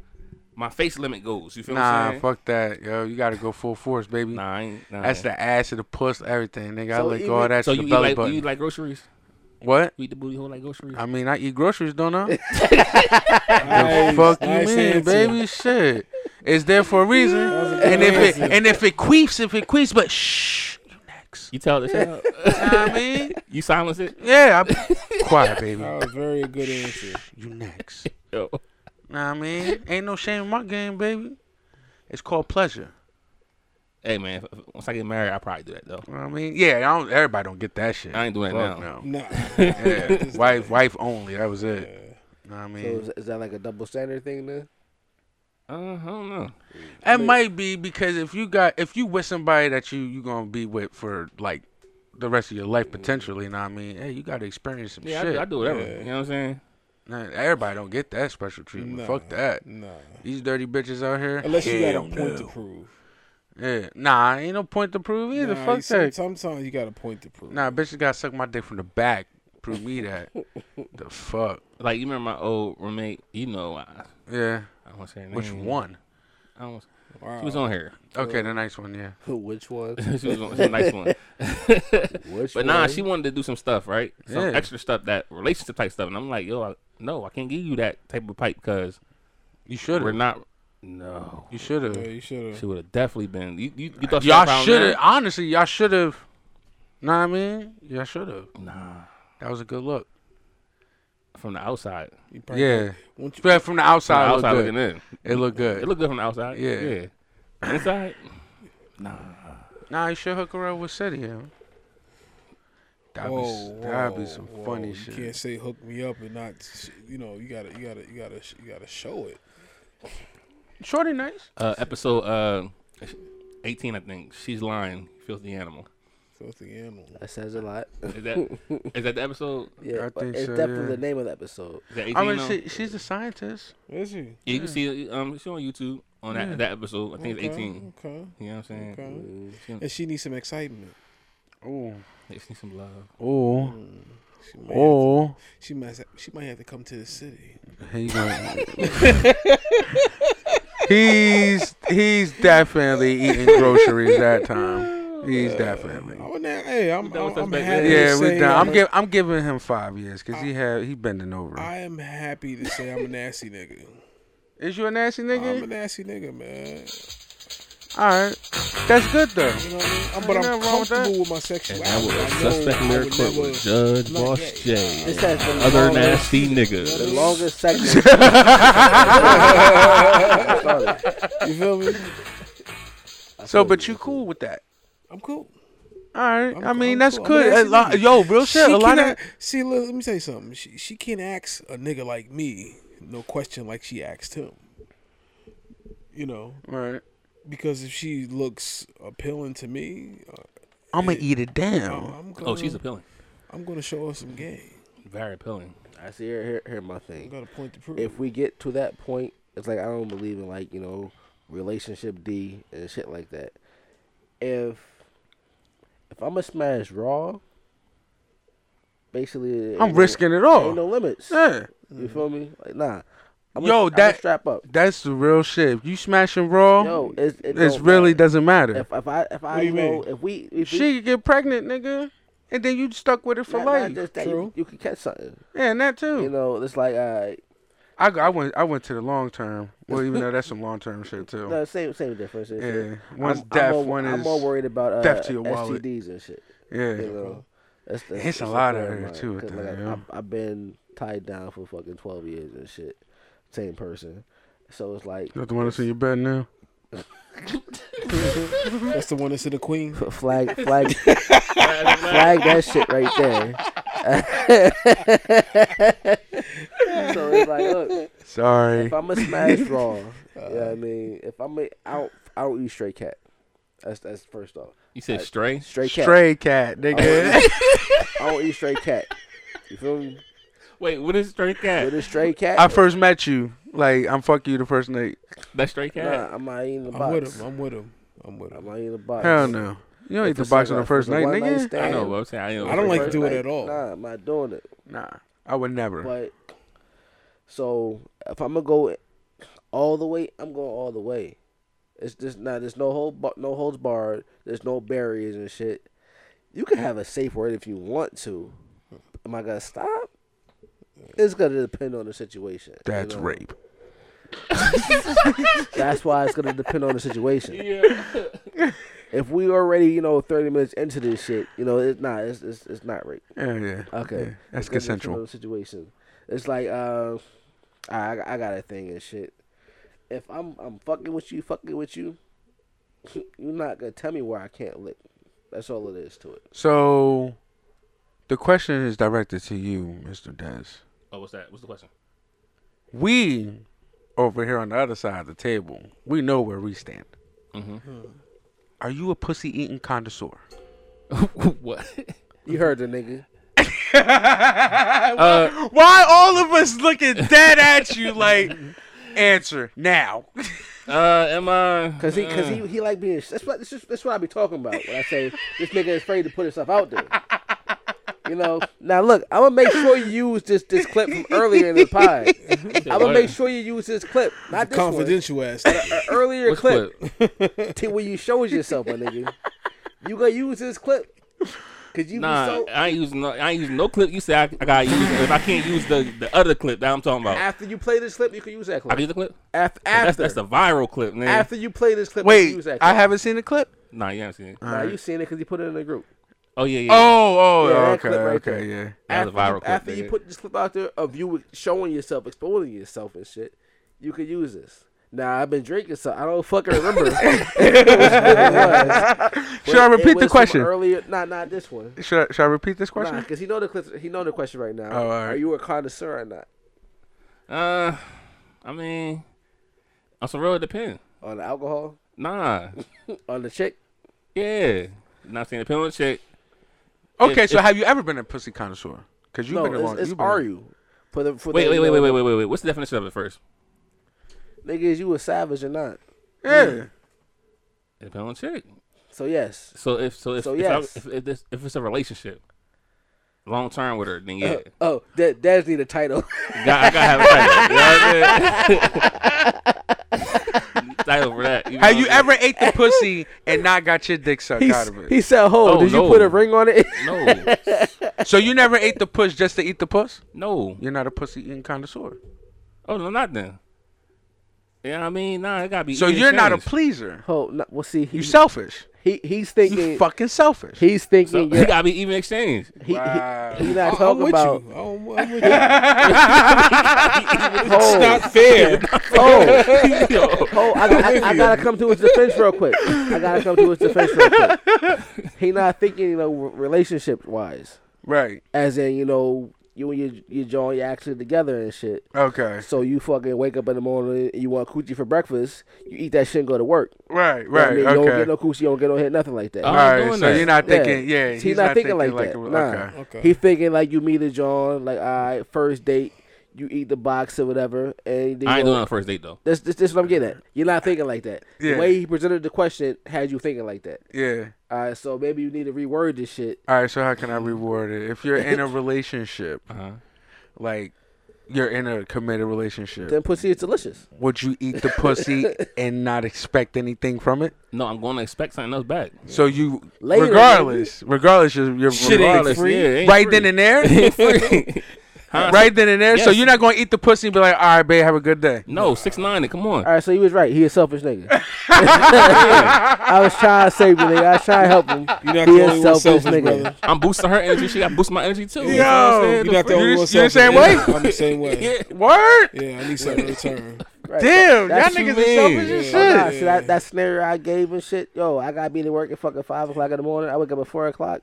S4: my face limit goes. You feel what I'm
S1: Nah,
S4: saying?
S1: fuck that, yo. You gotta go full force, baby.
S4: Nah, I ain't, nah.
S1: That's the ass of the puss, everything, nigga. I
S4: So
S1: lick
S4: even-
S1: all that
S4: So
S1: to
S4: you
S1: the
S4: eat
S1: belly
S4: like
S1: button.
S4: you eat like groceries?
S1: What?
S4: You eat the booty hole like groceries.
S1: I mean, I eat groceries, don't I? the
S4: Nice,
S1: fuck you
S4: nice
S1: mean,
S4: answer.
S1: baby? Shit, it's there for a reason. and if it and if it queefs, if it queefs, but shh, you next.
S4: You tell the shit out.
S1: I mean,
S4: you silence it.
S1: Yeah, I, quiet, baby.
S4: That
S1: was very good answer. You next.
S4: Yo.
S1: Nah, I mean, ain't no shame in my game, baby. It's called pleasure.
S4: Hey man, if- if- once I get married, I probably do that though.
S1: I mean, yeah, I don't, everybody don't get that shit.
S4: I ain't doing that
S1: Fuck
S4: now.
S1: No.
S4: Nah.
S1: yeah, wife, wife only. That was it. Know what I mean,
S2: So is, is that like a double standard thing then? Mm.
S4: Uh, I don't know.
S5: Mm.
S1: It might be because if you got if you with somebody that you you gonna be with for like the rest of your
S5: Mm.
S1: life potentially, you know what I mean? Hey, you gotta experience some
S4: Yeah, I
S1: shit.
S4: do- I do whatever, you know what I'm saying?
S1: Nah, everybody don't get that special treatment.
S5: Nah,
S1: Fuck that.
S5: nah.
S1: These dirty bitches out here.
S5: Unless you got a
S1: Hell
S5: point to prove.
S1: Yeah. Nah, ain't no point to prove either.
S5: Nah, you
S1: Fuck
S5: some-
S1: that.
S5: Sometimes you got a point to prove.
S1: Nah, bitches gotta suck my dick from the back. Prove me that. the fuck.
S4: Like you remember my old roommate? You know, Oh, I,
S1: Yeah.
S4: I don't want to say her name.
S1: Which one?
S4: I don't. She was on here.
S1: Okay, the nice Uh, one, yeah.
S2: Which one?
S4: she was on, she was a nice one.
S2: Which
S4: but nah,
S2: one?
S4: she wanted to do some stuff, right? Some
S1: Yeah.
S4: extra stuff that relationship type stuff, and I'm like, yo, I, no, I can't give you that type of pipe because
S1: you should.
S4: We're not. No,
S1: you should have.
S5: Yeah, you should've.
S4: She would have definitely been. You, you, you thought she was
S1: y'all
S4: around
S1: should
S4: there?
S1: have. Honestly, y'all should have. Know what I mean? Y'all should have.
S4: Nah.
S1: That was a good look.
S4: From the outside.
S5: probably-
S1: yeah.
S5: Once you-
S1: but from the outside,
S4: From the outside
S1: it looked
S4: looking in.
S1: good. It looked good.
S4: It looked good from the outside.
S1: Yeah.
S4: Yeah. Inside. Nah.
S1: Nah, you should hook her up with City. Yeah. That'd,
S5: Whoa,
S1: be, that'd be
S5: Oh, whoa,
S1: some
S5: whoa.
S1: funny
S5: you
S1: shit.
S5: can't say hook me up and not, sh- you know, you gotta, you gotta, you gotta, sh- you gotta show it.
S1: Shorty nice.
S4: Uh, episode uh, 18, I think. She's lying. Filthy animal.
S5: Filthy animal.
S2: That says a lot.
S4: Is that is that the episode?
S2: Yeah,
S1: I
S2: but
S1: think
S2: it's
S1: so,
S2: definitely
S1: yeah.
S2: the name of the episode.
S4: Is that 18
S1: I mean,
S4: though?
S1: she, she's a scientist.
S5: Is she?
S4: Yeah, you can see um, she on YouTube on that
S5: Yeah.
S4: that episode. I think it's
S5: Okay,
S4: 18.
S5: Okay.
S4: You know what I'm saying?
S5: Okay. And she needs some excitement. Mm,
S1: Oh.
S4: They see some love.
S1: Oh.
S5: She might have to-
S1: Oh.
S5: she might have- she might have to come to the city.
S1: He gonna- he's he's definitely eating groceries that time. He's definitely.
S5: Oh, now, hey, I'm,
S4: done with
S5: I'm,
S4: us,
S5: I'm
S4: baby.
S5: happy.
S1: Yeah,
S5: to
S1: we
S5: say uh,
S1: done.
S5: I'm
S1: I'm
S5: a-
S1: give, I'm giving him five years because he had he bending over.
S5: I am happy to say I'm a nasty nigga.
S1: Is you a nasty nigga?
S5: I'm a nasty nigga, man.
S1: All right, that's good though.
S5: You know what I mean? I'm, but
S1: Ain't
S5: I'm
S1: nothing wrong with that.
S5: comfortable with my sexuality.
S4: That was a
S5: I know I
S4: suspect
S5: would
S4: lyric
S5: never-
S4: with Judge Boss J.
S2: This has been
S4: Other
S2: long-
S4: nasty
S2: The
S4: niggas.
S2: longest segment. Sorry.
S5: You feel me?
S1: So, but you cool with that?
S5: I'm cool.
S1: All right. i mean,
S5: I'm
S1: that's
S5: cool. I'm a
S1: good. A
S5: nasty
S1: lot-
S5: nigga.
S1: yo, real shit.
S5: She
S1: A lot of
S5: cannot- see. Look, let me tell you something. She she can't ask a nigga like me no question like she asked him. You know,
S1: right?
S5: Because if she looks appealing to me, uh,
S1: I'm gonna eat it down.
S5: I'm
S4: Oh, she's appealing.
S5: I'm gonna show her some game.
S4: Very appealing.
S2: I see. Here, here, here my thing.
S5: got a point to prove.
S2: If we get to that point, it's like I don't believe in like you know relationship D and shit like that. If if I'm a smash raw, basically
S1: I'm
S2: ain't
S1: risking it
S2: no,
S1: all.
S2: Ain't no limits.
S1: Yeah.
S2: You feel me? Like nah. I'm
S1: Yo,
S2: gonna,
S1: that
S2: strap up.
S1: That's the real shit. If you smashing raw,
S2: Yo, it's, it
S1: it's
S2: don't
S1: really
S2: matter.
S1: doesn't matter.
S2: If, if I if I
S1: do you
S2: you know
S1: mean?
S2: if we if
S1: she
S2: we,
S1: could get pregnant, nigga, and then you stuck with it for
S2: not, not
S1: life.
S2: just that, you- You, could catch something.
S1: Yeah, and that too.
S2: You know, it's like uh,
S1: I, go- I went I went to the long term. Well, even though that's some long term shit too.
S2: no, same same difference. same difference.
S1: Yeah, one's
S2: I'm- I'm
S1: death,
S2: more-
S1: one
S2: I'm
S1: is
S2: more worried about uh,
S1: death to your wallet.
S2: STDs and shit.
S1: Yeah.
S2: you know, that's, that's,
S1: It's a
S2: that's
S1: lot
S2: fear
S1: out
S2: of
S1: here,
S2: mine,
S1: too, with
S2: 'cause,
S1: that,
S2: like,
S1: yo.
S2: I've, I've been tied down for fucking twelve years and shit. Same person, so it's like
S1: Not the one that's in your bed now.
S5: That's the one that's in the queen.
S2: Flag, flag, flag that shit right there. so it's like, look,
S1: Sorry.
S2: If I'm a smash raw, yeah, I mean, if I'm a, I don't, I don't eat stray cat. That's that's first off.
S4: You said stray?
S2: stray cat,
S1: Stray cat,
S2: I don't
S1: nigga.
S2: eat- I don't eat stray cat. You feel me?
S4: Wait, what is stray cat?
S2: With a stray cat.
S1: I first met you. Like I'm fuck you the first night.
S4: That stray cat?
S2: Nah, I'm not eating the box.
S5: I'm with him. I'm with him. I'm with him.
S2: I'm not eating the box.
S1: Hell no. You don't
S2: If
S1: eat the
S2: it's
S1: box
S2: like
S1: on
S2: a-
S1: the first
S2: if it's
S1: night,
S2: a one-night
S1: nigga.
S2: stand,
S4: know what I'm saying. I don't-
S5: I don't like
S2: first
S5: doing it
S2: night,
S5: at all.
S2: Nah, I'm not doing it.
S1: Nah, I would never.
S2: But so if I'm gonna go all the way, I'm going all the way. It's just not. There's no hold, bar, no holds barred. There's no barriers and shit. You can have a safe word if you want to. Am I gonna stop? It's gonna depend on the situation. you
S1: That's
S2: know?
S1: rape.
S2: That's why it's gonna depend on the situation.
S4: Yeah.
S2: If we already, you know, thirty minutes into this shit, you know, it's not, it's it's, it's not rape.
S1: Yeah, yeah,
S2: Okay,
S1: yeah.
S2: It's
S1: That's
S2: gonna depend
S1: consensual.
S2: on the Situation. It's like, uh, I I got a thing and shit. If I'm I'm fucking with you, fucking with you, you're not gonna tell me where I can't lick. That's all it is to it.
S1: So, the question is directed to you, Mr. Des.
S4: Oh, what's that? What's the question?
S1: We, over here on the other side of the table, we know where we stand.
S4: Mm-hmm.
S1: Hmm. Are you a pussy eating connoisseur?
S4: what?
S2: You heard the nigga.
S1: Uh, Why all of us looking dead at you like answer now?
S4: Uh, am I?
S2: Cause he, cause he, he like being. That's what, that's, just, that's what I be talking about when I say this nigga is afraid to put himself out there. You know. Now look, I'm gonna make sure you use this this clip from earlier in the pod. I'm gonna make sure you use this clip, not this
S5: confidential
S2: one,
S5: ass.
S2: but a- a earlier
S5: Which
S2: clip, to where you showed yourself, my nigga. You gonna use this clip? Cause you
S4: nah,
S2: be so
S4: I ain't using no. I ain't using no clip. You say I, I gotta use it. if I can't use the the other clip that I'm talking about.
S2: after you play this clip, you can use that
S4: I
S2: clip.
S4: can use the clip.
S2: Af-
S4: that's,
S2: after
S4: that's the viral clip, man.
S2: after you play this clip, you can use that clip.
S1: seen the clip.
S4: Nah, you haven't seen it.
S2: Nah, you seen it because he put it in the group.
S4: Oh yeah, yeah.
S1: Oh, oh,
S2: Yeah, that
S1: okay,
S2: clip right
S1: okay,
S2: there.
S1: yeah.
S4: That was a
S2: after
S4: viral
S2: you,
S4: clip,
S2: after you
S4: nigga.
S2: put this clip out there of you showing yourself, exposing yourself and shit, you could use this. Now I've been drinking, so I don't fucking remember. which one it was.
S1: Should
S2: But it
S1: I repeat the
S2: was from
S1: question?
S2: Earlier, not not this one.
S1: Should I, should I repeat this question?
S2: because he know the clip, he know the question right now.
S1: Oh, all right.
S2: Are you a connoisseur or not?
S4: Uh, I mean, I'm so real. It depends.
S2: On the alcohol,
S4: Nah.
S2: on the chick.
S4: Yeah. Not saying depend on the chick.
S1: Okay,
S4: If-
S1: so
S4: if-
S1: have you ever been a pussy connoisseur? Because you've
S2: no,
S1: been
S2: it's,
S1: along.
S2: it's
S1: you've been
S2: are you? For the for
S4: Wait,
S2: the,
S4: wait,
S2: you
S4: wait,
S2: know,
S4: wait, wait, wait, wait, wait. What's the definition of it first?
S2: Nigga, is you a savage or not?
S1: Yeah.
S4: It depends on the chick.
S2: So yes.
S4: So if so if
S2: So
S4: if, I-
S2: yes.
S4: if, if, this, if it's a relationship, long term with her, then yeah,
S2: Oh, that that's need a title.
S4: Got- I gotta have a title. You know what I'm saying? title for Mm. that. know what
S1: Have you
S4: I'm saying?
S1: ever ate the pussy and not got your dick sucked
S2: He,
S1: out
S2: s-
S1: of it?
S2: he said, "Hold,
S1: Oh,
S2: did you
S1: no.
S2: put a ring on it?"
S1: No. so you never ate the puss just to eat the puss?
S4: No.
S1: You're not a pussy eating connoisseur.
S4: Oh no, not then. Yeah, I mean, nah, it gotta be.
S1: So
S4: eating
S1: you're not a
S4: change.
S1: pleaser.
S2: Oh, no, well, see, he,
S1: You selfish.
S2: He he's thinking
S1: fucking selfish.
S2: He's thinking
S4: It gotta be even exchange.
S2: He, he, he not talking about.
S5: Oh,
S2: Ho.
S5: not fair.
S2: Ho. Ho, I, got- I, I gotta come to his defense real quick. I gotta come to his defense real quick. He not thinking, you know, relationship wise.
S1: Right.
S2: As in, you know, you and your your joint, you actually together and shit.
S1: Okay.
S2: So you fucking wake up in the morning, you want coochie for breakfast, you eat that shit and go to work.
S1: Right,
S2: You know what I
S1: right,
S2: mean? You
S1: okay.
S2: don't get no coochie, you don't get no hit, nothing like that.
S1: I'm not Alright, doing so that. you're not thinking- yeah,
S2: he's,
S1: he's
S2: not,
S1: not
S2: thinking,
S1: thinking
S2: like that.
S1: like-
S2: nah.
S1: okay. Okay.
S2: He thinking like you meet a John, like all right, first date, you eat the box or whatever, and then
S4: I ain't
S2: you go-
S4: doing it on first date though.
S2: That's this, this is what I'm getting at. You're not thinking like that.
S1: Yeah.
S2: The way he presented the question had you thinking like that.
S1: Yeah.
S2: All right, so maybe you need to reword this shit.
S1: All right, so how
S4: Mm.
S1: can I reward it? If you're in a relationship,
S4: Uh-huh.
S1: like you're in a committed relationship,
S2: Then pussy is delicious.
S1: would you eat the pussy and not expect anything from it?
S4: No, I'm going to expect something else back.
S1: So you,
S4: Later,
S1: regardless, regardless, you're, you're
S4: Shit ain't
S1: regardless,
S4: free. Yeah, it ain't
S1: right
S4: free.
S1: then and there,
S4: Ain't free. Huh?
S1: right then and there. So
S4: Yes.
S1: you're not gonna eat the pussy and be like, all right, babe, have a good day.
S4: No, six nine. Come on.
S2: All right, so he was right. He a selfish nigga. I was trying to save you, nigga. I was trying to help him.
S4: You're not
S2: he
S4: the
S2: a
S4: only one
S2: selfish,
S4: selfish,
S2: nigga.
S4: brother. I'm boosting her energy. She got to boost my energy too.
S5: Yo,
S4: You know what I'm saying?
S5: you're not the
S4: fuck?
S5: only one
S4: just- you're
S5: selfish.
S4: the same
S5: I'm the same way.
S1: Word.
S5: Yeah, I need something in return.
S1: Damn,
S2: That's
S1: y'all
S2: what
S1: niggas
S2: you
S1: are
S2: mean.
S1: selfish as
S2: Oh, nah,
S1: shit.
S2: see that, that scenario I gave and shit. Yo, I gotta be to work at fucking five o'clock in the morning. I wake up at four o'clock.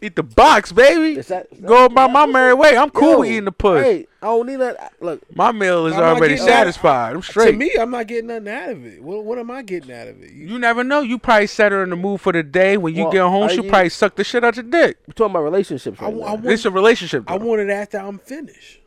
S1: Eat the box, baby. Go by my merry way. I'm cool with eating the puss.
S2: Hey, I don't need that. Look,
S1: My meal is
S5: I'm not
S1: already
S5: getting that.
S1: satisfied. I'm straight.
S5: To me, I'm not getting nothing out of it. What, what am I getting out of it?
S1: You never know. You probably set her in the mood for the day. When you
S5: Well,
S1: get home,
S5: are
S1: she
S5: you-
S1: probably suck the shit out your dick.
S2: We're talking about relationships.
S5: I, wa- I want,
S1: It's a relationship.
S5: I want it after I'm finished.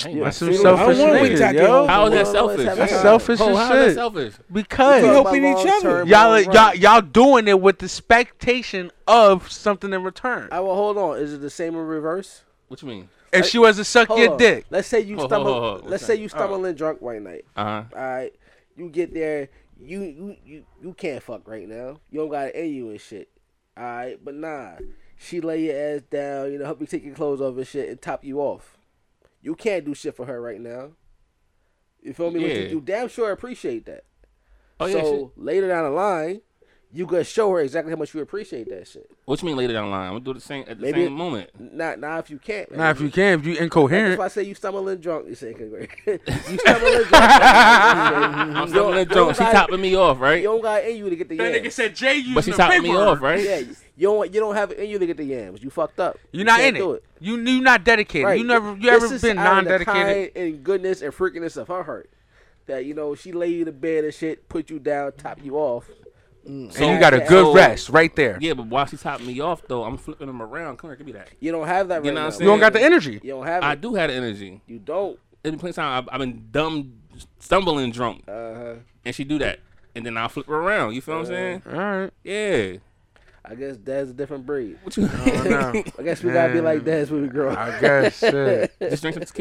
S1: That's some
S5: I don't
S1: selfish
S5: wanna wait till I
S1: nigga,
S5: get
S1: yo.
S5: home.
S4: How is that selfish?
S1: That's selfish
S4: Oh,
S1: as
S4: how is
S1: shit.
S4: that selfish?
S1: Because
S5: We helping each other.
S1: y'all, y'all, y'all doing it with the expectation of something in return.
S2: I will hold on. Is it the same in reverse?
S4: What you mean?
S1: If she was to suck
S2: Hold
S1: your
S2: on.
S1: dick,
S2: Let's say you
S1: Hold,
S2: stumble.
S1: hold, hold, hold.
S2: Let's say you stumbling drunk one night.
S1: Uh-huh.
S2: All right, you get there. You you you you can't fuck right now. You don't got it in you and shit. All right, but nah, She lay your ass down, you know, help you take your clothes off and shit, and top you off. You can't do shit for her right now. You feel me? But
S4: Yeah.
S2: you, you damn sure appreciate that.
S4: Oh, yeah,
S2: so later down the line, you gonna show her exactly how much you appreciate that shit.
S4: What you mean later down the line? I'm gonna do the same at the
S2: Maybe-
S4: same moment.
S2: Not not if you can't.
S1: Now, if you can, if you incoherent,
S2: That's why I say you stumbling drunk. You say incoherent. you stumbling drunk. I'm
S4: stumbling drunk. She topping me off, right?
S2: You don't got it in you to get the
S4: That
S2: yams.
S4: nigga said Jay using But she the topping me paper. off, right?
S2: Yeah, you you don't you don't have it in you to get the yams. You fucked up.
S1: you're not
S2: can't
S1: in it.
S2: do
S1: You you not dedicated.
S2: Right.
S1: You never you
S2: This
S1: ever
S2: is
S1: been
S2: out
S1: non
S2: of the
S1: dedicated.
S2: kind And goodness and freakiness of her heart. That you know she lay you to bed and shit, put you down, top you off. Mm.
S1: and you got a good
S4: so-
S1: rest right there.
S4: Yeah, but while she topping me off though, I'm flipping them around. Come here, give me that.
S2: You don't have that
S4: You
S2: right
S4: know
S2: now.
S4: what I'm
S1: You don't got the
S4: saying?
S1: energy.
S2: You don't have
S4: I
S2: it.
S4: do have the energy.
S2: You don't.
S4: There's been plenty of time I've, I've been dumb, stumbling drunk,
S2: Uh-huh.
S4: and she do that, and then I'll flip her around. You feel what I'm saying?
S2: Uh-huh.
S1: All right.
S4: Yeah.
S2: I guess Dad's a different breed.
S4: What you?
S1: I don't know.
S2: I guess we gotta be
S1: Yeah.
S2: like Dad's when we grow up.
S1: I guess. shit. Cause I,
S2: Right.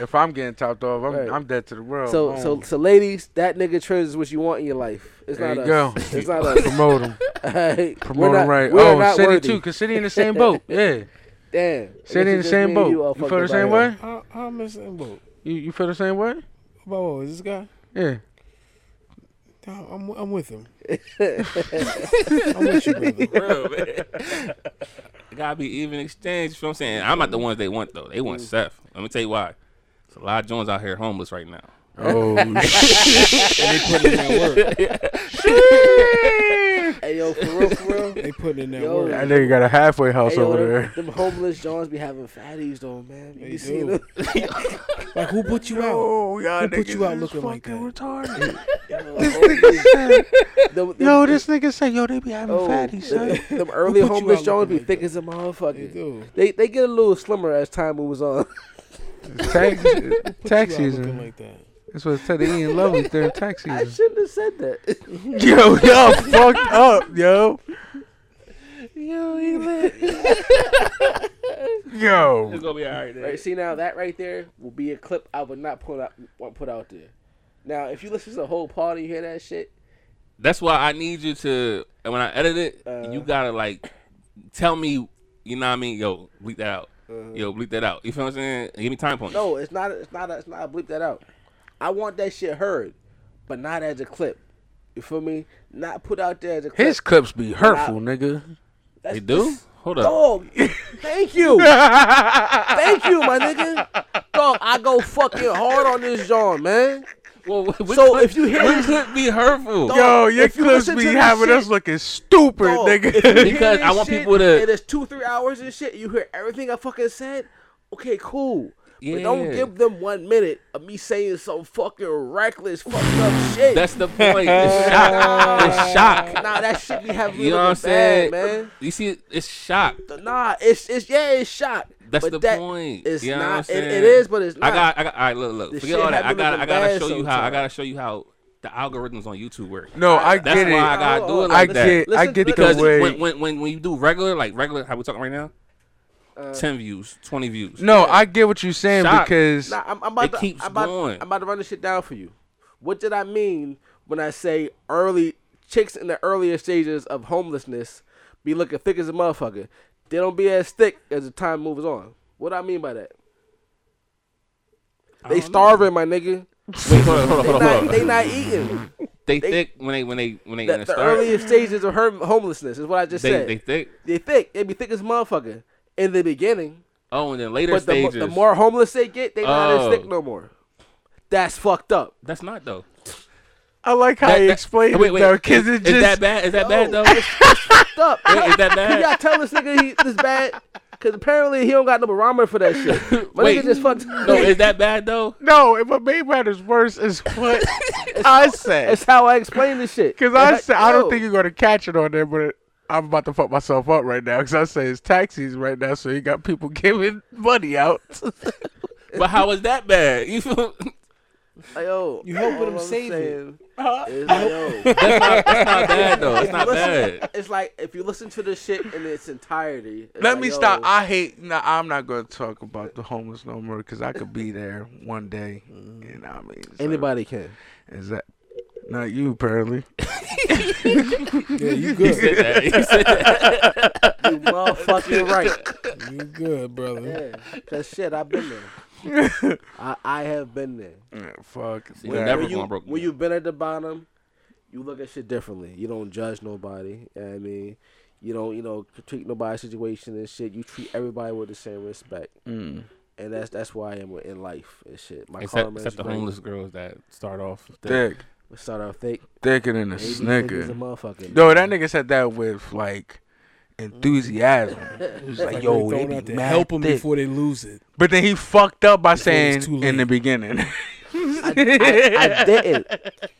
S1: if I'm getting topped off, I'm,
S2: Right.
S1: I'm dead to the world.
S2: So, so,
S1: Boom.
S2: so, ladies, that nigga Trez is what you want in your life. It's
S1: There
S2: not
S1: you
S2: us.
S1: go.
S2: It's not us.
S1: Promote 'em.
S2: Alright,
S1: Promote
S2: we're
S1: 'em
S2: not-
S1: right.
S2: we're
S1: Oh,
S2: not
S1: City
S2: worthy.
S1: too, 'cause City in the same boat. Yeah.
S2: Damn. I guess
S1: City in
S2: it's
S1: the
S2: just
S1: same
S2: me and
S1: boat.
S2: all
S1: You
S2: fucked
S1: feel the
S2: up
S1: same
S2: out
S1: way?
S2: here.
S5: I, I'm the same boat.
S1: You you feel the same way?
S5: About what is this guy?
S1: Yeah.
S5: Nah, I'm I'm with him. I'm with you, brother.
S4: Real, man. It gotta be even exchange. You feel what I'm saying? I'm not the ones they want though. They want
S5: Mm.
S4: Seth. Let me tell you why. It's a lot of Jones out here homeless right now.
S1: Oh,
S5: shit. And they putting in that
S2: Hey yo, for real, for real.
S5: They putting in that
S2: Yo.
S5: work.
S1: That nigga got a halfway house
S2: Oh, Hey, yo,
S1: over
S2: them-
S1: there.
S2: Them homeless Johns be having fatties though, man. You
S5: They
S2: see
S5: do.
S2: them?
S5: like who put you
S1: Yo, y'all
S5: out? Who put
S1: niggas
S5: you out
S1: is
S5: looking like that?
S1: Retarded.
S2: Them- them-
S1: Yo, this nigga say, yo, they be having
S2: Oh,
S1: fatties, son.
S2: them- Them early
S5: Who put you
S2: homeless
S5: out
S2: Johns
S5: looking
S2: be
S5: like
S2: thick as a motherfucker.
S5: do.
S2: They they get a little slimmer as time moves on.
S1: Tax, tax
S5: you out
S1: season.
S5: looking like that?
S1: That's what Teddy Ian Love was during tax
S2: I
S1: season.
S2: shouldn't have said that.
S1: Yo, y'all fucked up, yo.
S2: Yo, he lit.
S1: Yo.
S4: It's gonna be alright. then.
S2: Right, see now that right there will be a clip I would not put out want put out there. Now if you listen to the whole party, you hear that shit.
S4: That's why I need you to. And when I edit it,
S2: Uh.
S4: you gotta like tell me. You know what I mean? Yo, bleep that out. Yo, bleep that out. You feel what I'm saying? Give me time points.
S2: Uh-huh. No, it's not. It's not. It's not. Bleep that out. I want that shit heard, but not as a clip. You feel me? Not put out there as a clip.
S1: His clips be hurtful, nigga.
S2: That's-
S4: They do?
S2: that's-
S4: Hold up.
S2: Dog, thank you, thank you, my nigga. Dog, I go fucking hard on this John, man.
S4: Well, what
S2: so
S4: clip-
S2: if you hear
S4: what
S2: this-
S4: clip be hurtful?
S2: Dog,
S1: Yo, your
S2: if you
S1: clips
S2: listen
S1: be
S2: to this
S1: having
S2: shit-
S1: us looking stupid,
S2: Dog,
S1: nigga.
S2: if you hear
S4: Because
S2: this
S4: I want
S2: shit,
S4: people to-
S2: And it's two, three hours and shit. You hear everything I fucking said. Okay, cool. But don't
S4: Yeah.
S2: give them one minute of me saying some fucking reckless, fucked up shit.
S4: That's the point. It's shock. It's shock.
S2: Nah, that shit be having me
S4: You know what I'm
S2: looking
S4: saying?
S2: bad, man.
S4: You see, it's shock.
S2: Nah, it's it's yeah, it's shock.
S4: That's
S2: but
S4: the
S2: that-
S4: point.
S2: It's
S4: You know what I'm
S2: not. It, it
S4: saying?
S2: is, but it's
S4: I
S2: not.
S4: got. I got. All right, look, look.
S2: This
S4: Forget
S2: shit
S4: all that. I
S2: had me
S4: got.
S2: looking
S4: I gotta
S2: bad
S4: show you how. I
S2: sometime.
S4: gotta show you how the algorithms on YouTube work.
S1: No, I
S4: That's
S1: get
S4: why
S1: it.
S4: I gotta do it.
S1: I
S4: Like that.
S1: get- I Listen, get the
S4: because
S1: way-
S4: When, when when when you do regular, like regular, how we talking right now?
S2: Uh,
S4: Ten views, twenty views.
S1: No, I get what you're saying
S4: Shock.
S1: because
S2: Nah, I'm, I'm about
S4: It
S2: to,
S4: keeps
S2: I'm about,
S4: going.
S2: I'm about to run this shit down for you. What did I mean when I say early chicks in the earlier stages of homelessness be looking thick as a motherfucker? They don't be as thick as the time moves on. What do I mean by that? They starving, my nigga.
S4: Wait, hold on, hold on,
S2: they,
S4: hold on,
S2: not,
S4: hold on.
S2: they not eating.
S4: They, thick when they when they when they
S2: The,
S4: when they
S2: the
S4: start.
S2: earlier stages of her homelessness is what I just
S4: They-
S2: said.
S4: they thick?
S2: They thick. They be thick as a motherfucker in the beginning.
S4: Oh, and then later
S2: But the, mo-
S4: stages.
S2: the more homeless they get, they not as
S4: Oh.
S2: thick no more. That's fucked up.
S4: That's not though.
S1: I like how you explain
S4: wait,
S1: it
S4: wait.
S1: though, because
S4: Is-
S1: it
S4: is that
S1: just
S4: bad? Is that bad though?
S2: fucked up.
S4: Wait, is that bad?
S2: Can y'all tell this nigga he, this bad? Because apparently he don't got no barometer for that shit. My
S4: Wait.
S2: nigga just fucked.
S4: No, is that bad though?
S1: No, and what made matters worse is what I said.
S2: It's how I explain this shit.
S1: Because I
S2: It's
S1: said
S2: like,
S1: I don't
S2: yo.
S1: think you're gonna catch it on there, but I'm about to fuck myself up right now because I say it's taxis right now, so you got people giving money out.
S4: But how is that bad? You feel?
S2: Like, yo,
S5: You help with
S2: all
S5: him
S2: I'm
S5: save it.
S2: saying is, like, yo.
S4: That's not- that's not bad, though. That's
S2: If you
S4: not
S2: listen-
S4: bad.
S2: It's like if you listen to this shit in its entirety. it's
S1: Let
S2: like,
S1: me
S2: yo,
S1: stop. I hate. No, I'm not gonna talk about the homeless no more because I could be there one day, and I mean so-
S2: Anybody can.
S1: Is that not you? Apparently.
S5: Yeah, you good.
S1: said that. He said that.
S2: You motherfucking right.
S5: You good, brother.
S2: Yeah, cause shit, I've been there. I, I have been there.
S5: fuck.
S4: See, you're never
S2: when you,
S4: going broke.
S2: when you've been at the bottom, you look at shit differently. You don't judge nobody. you know what I mean, you don't you know treat nobody's situation and shit. You treat everybody with the same respect.
S4: Mm.
S2: And that's that's why I am in life and shit. My
S4: except
S2: karma is
S4: except the
S2: great.
S4: homeless girls that start off
S1: Thick.
S2: We start off thick.
S1: Thicker than a
S2: Maybe thick
S1: snicker.
S2: as a motherfucker.
S1: No, that nigga said that with like enthusiasm. It was like,
S5: Like, really
S1: yo, they
S5: throwing
S1: be
S5: out there,
S1: mad
S5: help 'em
S1: thick.
S5: before they lose it.
S1: But then he fucked up by
S5: it's
S1: saying in the beginning.
S2: I, I, I didn't.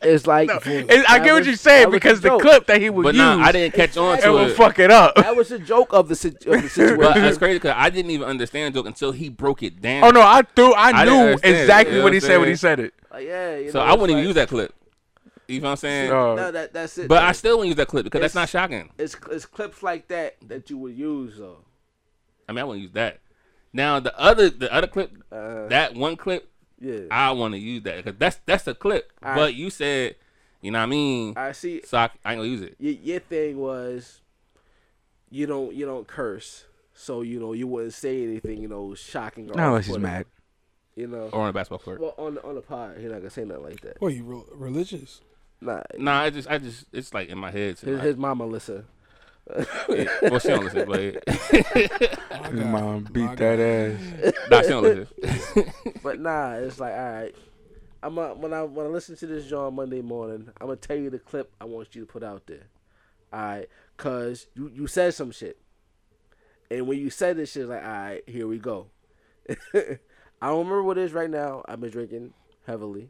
S2: It's like
S1: It- I get what you're saying because the clip that he would
S4: But
S1: use,
S4: nah, I didn't catch on to
S1: would
S4: it.
S1: fuck it up. uh,
S2: That was a joke of the, sit- of the situation.
S4: But that's crazy because I didn't even understand the joke until he broke it down.
S1: Oh no, I threw. I,
S4: didn't
S1: knew
S4: understand it,
S1: exactly
S4: you know
S1: what he said when
S4: I'm
S1: he said it.
S2: Like, yeah, you
S4: So
S2: know,
S4: I
S2: it's
S4: wouldn't even
S2: like-
S4: use that clip. You know what I'm saying?
S1: No.
S2: No, that- that's it,
S4: But
S2: though.
S4: I still wouldn't use that clip because that's not
S2: It's-
S4: shocking.
S2: It's it's clips like that that you would use though.
S4: I mean, I wouldn't use that. Now the other the other clip, that one clip,
S2: Uh, yeah,
S4: I want to use that because that's that's a clip.
S2: I-
S4: but you said, you know what I mean?
S2: I see.
S4: So I, I ain't gonna use it.
S2: Your, your thing was you don't you don't curse, so you know you wouldn't say anything you know shocking. or
S1: Not unless he's
S2: off-putting,
S1: mad.
S2: you know,
S4: Or on a basketball court.
S2: Well, on the- on the pod, he's not gonna say nothing like that.
S5: What you re- religious?
S2: Nah,
S4: Nah, I just I just it's like in my head. so
S2: his,
S4: I-
S2: his mama listen.
S4: Yeah, well, she don't listen, but
S1: His mom beat that ass.
S4: Nah, she don't listen.
S2: but nah, it's like all right. I'm a, when I when I listen to this John Monday morning, I'm gonna tell you the clip I want you to put out there. All right, cause you you said some shit, and when you said this shit, it's like all right, here we go. I don't remember what it is right now. I've been drinking heavily,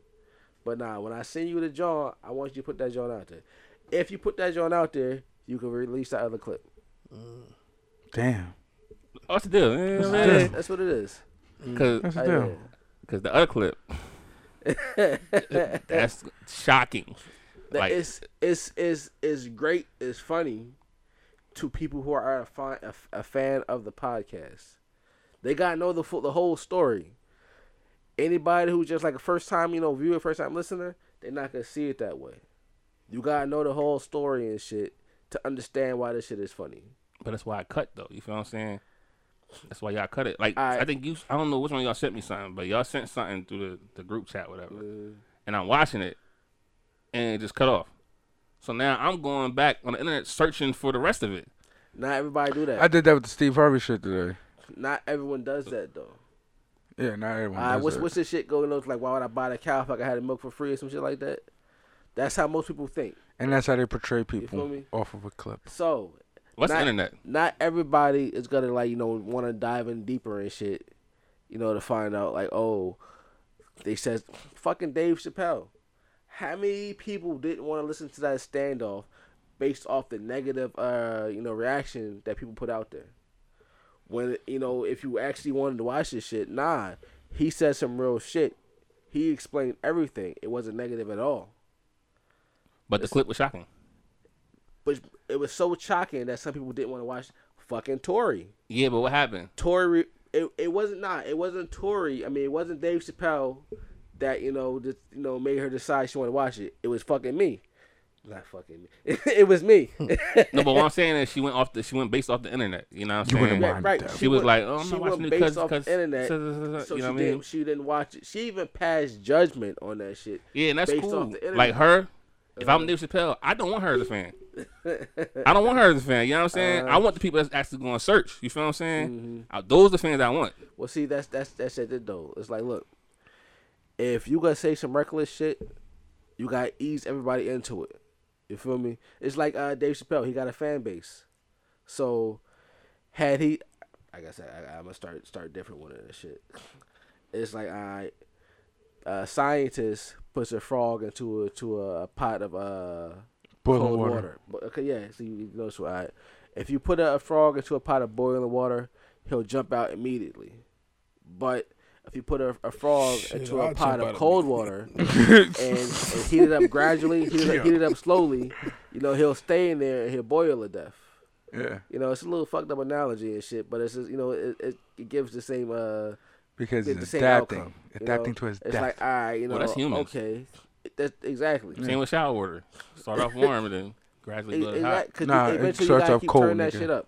S2: but nah, when I send you the John, I want you to put that John out there. If you put that John out there, you can release that other clip.
S1: Damn.
S4: What's the deal? Yeah,
S2: That's,
S4: Oh, man.
S2: that's- that's what it is.
S4: Cause,
S2: Like, Mm. Oh, yeah.
S4: Cause the other clip, that's shocking.
S2: that
S4: like
S2: it's it's is is great. It's funny to people who are a fan a, f- a fan of the podcast. They gotta know the full, the whole story. Anybody who's just like a first time you know viewer, first time listener, they're not gonna see it that way. You gotta know the whole story and shit to understand why this shit is funny.
S4: But that's why I cut though. You feel what I'm saying? That's why y'all cut it. Like I, think you. I don't know which one of y'all sent me something, but y'all sent something through the, the group chat, whatever. And I'm watching it, and it just cut off. So now I'm going back on the internet searching for the rest of it.
S2: Not everybody do that.
S1: I did that with the Steve Harvey shit today.
S2: Not everyone does that though.
S1: Yeah, not everyone.
S2: Uh,
S1: does
S2: what's
S1: that.
S2: what's this shit going on? Like, why would I buy the cow if I could have the milk for free or some shit like that? That's how most people think.
S1: and that's how they portray
S2: feel
S1: people
S2: me?
S1: off of a clip.
S2: So
S1: What's the
S2: not-
S1: internet?
S2: Not everybody is gonna like you know want to dive in deeper and shit, you know, to find out like oh, they says fucking Dave Chappelle. How many people didn't want to listen to that standoff based off the negative uh you know reaction that people put out there? When you know if you actually wanted to watch this shit, nah, he said some real shit. He explained everything. It wasn't negative at all.
S4: But the clip was shocking.
S2: But it was so shocking that some people didn't want to watch fucking Tory.
S4: Yeah, but what happened?
S2: Tory, it, it wasn't not. It wasn't Tory. I mean, it wasn't Dave Chappelle that you know just you know made her decide she wanted to watch it. It was fucking me. Not fucking me. it was me.
S4: Hmm. no, but what I'm saying is she went off the she went based off the internet. You know what I'm
S2: You
S4: saying?
S2: wouldn't want Right, that.
S4: She was
S2: went-
S4: like, oh, I'm
S2: she
S4: not
S2: went
S4: watching it
S2: based
S4: because
S2: off the internet, so
S4: you
S2: she
S4: know what I
S2: didn't.
S4: mean?
S2: She didn't watch it. She even passed judgment on that shit.
S4: Yeah, and that's
S2: based
S4: cool.
S2: off the internet. Uh, Uh-huh.
S4: Like her, if I'm Dave Chappelle, I don't want her as a fan. I don't want her as a fan. You know what I'm saying?
S2: Uh,
S4: I want the people that's actually going to search. You feel what I'm saying?
S2: Mm-hmm.
S4: Uh, Those the fans I want.
S2: Well, see, that's that's that's it though. It's like, look, if you gonna say some reckless shit, you gotta ease everybody into it. You feel me? It's like uh, Dave Chappelle. He got a fan base, so had he, like I said, I, I'm gonna start start different with it and shit. It's like I, a scientist puts a frog into a to a pot of uh
S1: Boiling
S2: cold
S1: water.
S2: But okay, yeah. So you know, so I, if you put a, a frog into a pot of boiling water, he'll jump out immediately. But if you put a, a frog
S5: Shit,
S2: into
S5: I'll
S2: a pot
S5: jump out
S2: of cold water and, and heat it up gradually, heat it up, heat it up slowly, you know, he'll stay in there and he'll boil to death.
S1: Yeah.
S2: You know, it's a little fucked up analogy and shit, but it's just, you know, it, it, it gives the same uh
S1: Because
S2: the- the
S1: it's
S2: same
S1: adapting.
S2: outcome, you
S1: Adapting
S2: know?
S1: to his
S2: It's
S1: death.
S2: like, all right, you know,
S4: Well, that's humans.
S2: okay. That's exactly.
S4: Same with shower water. Start off warm and then gradually
S2: It-
S4: go to
S2: it
S4: hot.
S2: got- 'cause you- eventually you gotta keep turning that shit up.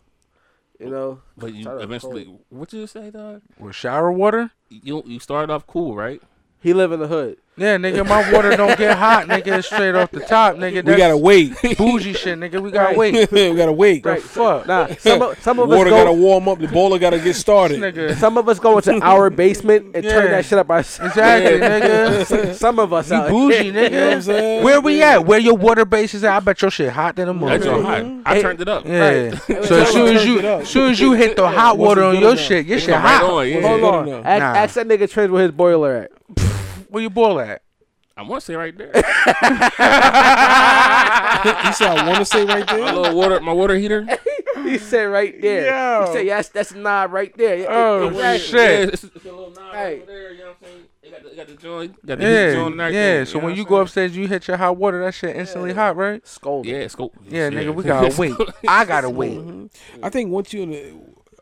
S2: You know,
S4: But you
S2: Started off
S4: eventually,
S2: cold.
S4: what did you say, dog?
S1: With shower water?
S4: You you started off cool, right?
S2: He live in the hood.
S1: Yeah, nigga, my water don't get hot, nigga. It's straight off the top, nigga.
S5: We gotta wait.
S1: Bougie shit, nigga. We gotta wait.
S5: we gotta wait.
S1: The fuck?
S2: Nah, some of- some of us
S5: water
S2: go-
S5: gotta warm up. The boiler gotta get started.
S2: Some of us go into our basement and
S1: Yeah.
S2: turn that shit up ourselves.
S1: Exactly, nigga.
S2: Some- Some of us
S1: We
S2: out
S1: bougie,
S2: here.
S1: nigga. Where we at? Where your water base is at? I bet your shit hot than a mother.
S4: That joint hot. I turned it up.
S1: Yeah.
S4: Right.
S1: So as soon as you, as soon as you hit the hot water on your shit, your shit hot.
S2: Hold on. Ask, ask that nigga Trent where his boiler at.
S1: Where your boiler at?
S4: I want to say right there.
S5: you said I want to say right there.
S4: My little water, my water heater.
S2: he said right there.
S4: Yo.
S2: He said yes, that's a knob right there.
S4: Oh, shit.
S2: It's,
S4: a little knob
S2: right there.
S4: They got the joint. Got the heat
S1: Yeah,
S4: joint and everything,
S1: yeah. So
S4: know
S1: when
S4: what
S1: you
S4: I'm
S1: go upstairs, you hit your hot water. That shit instantly hot, right?
S2: Scold.
S4: Yeah, scold.
S1: Yeah, nigga, we gotta wait. I gotta wait.
S5: Mhm. I think once you're in the,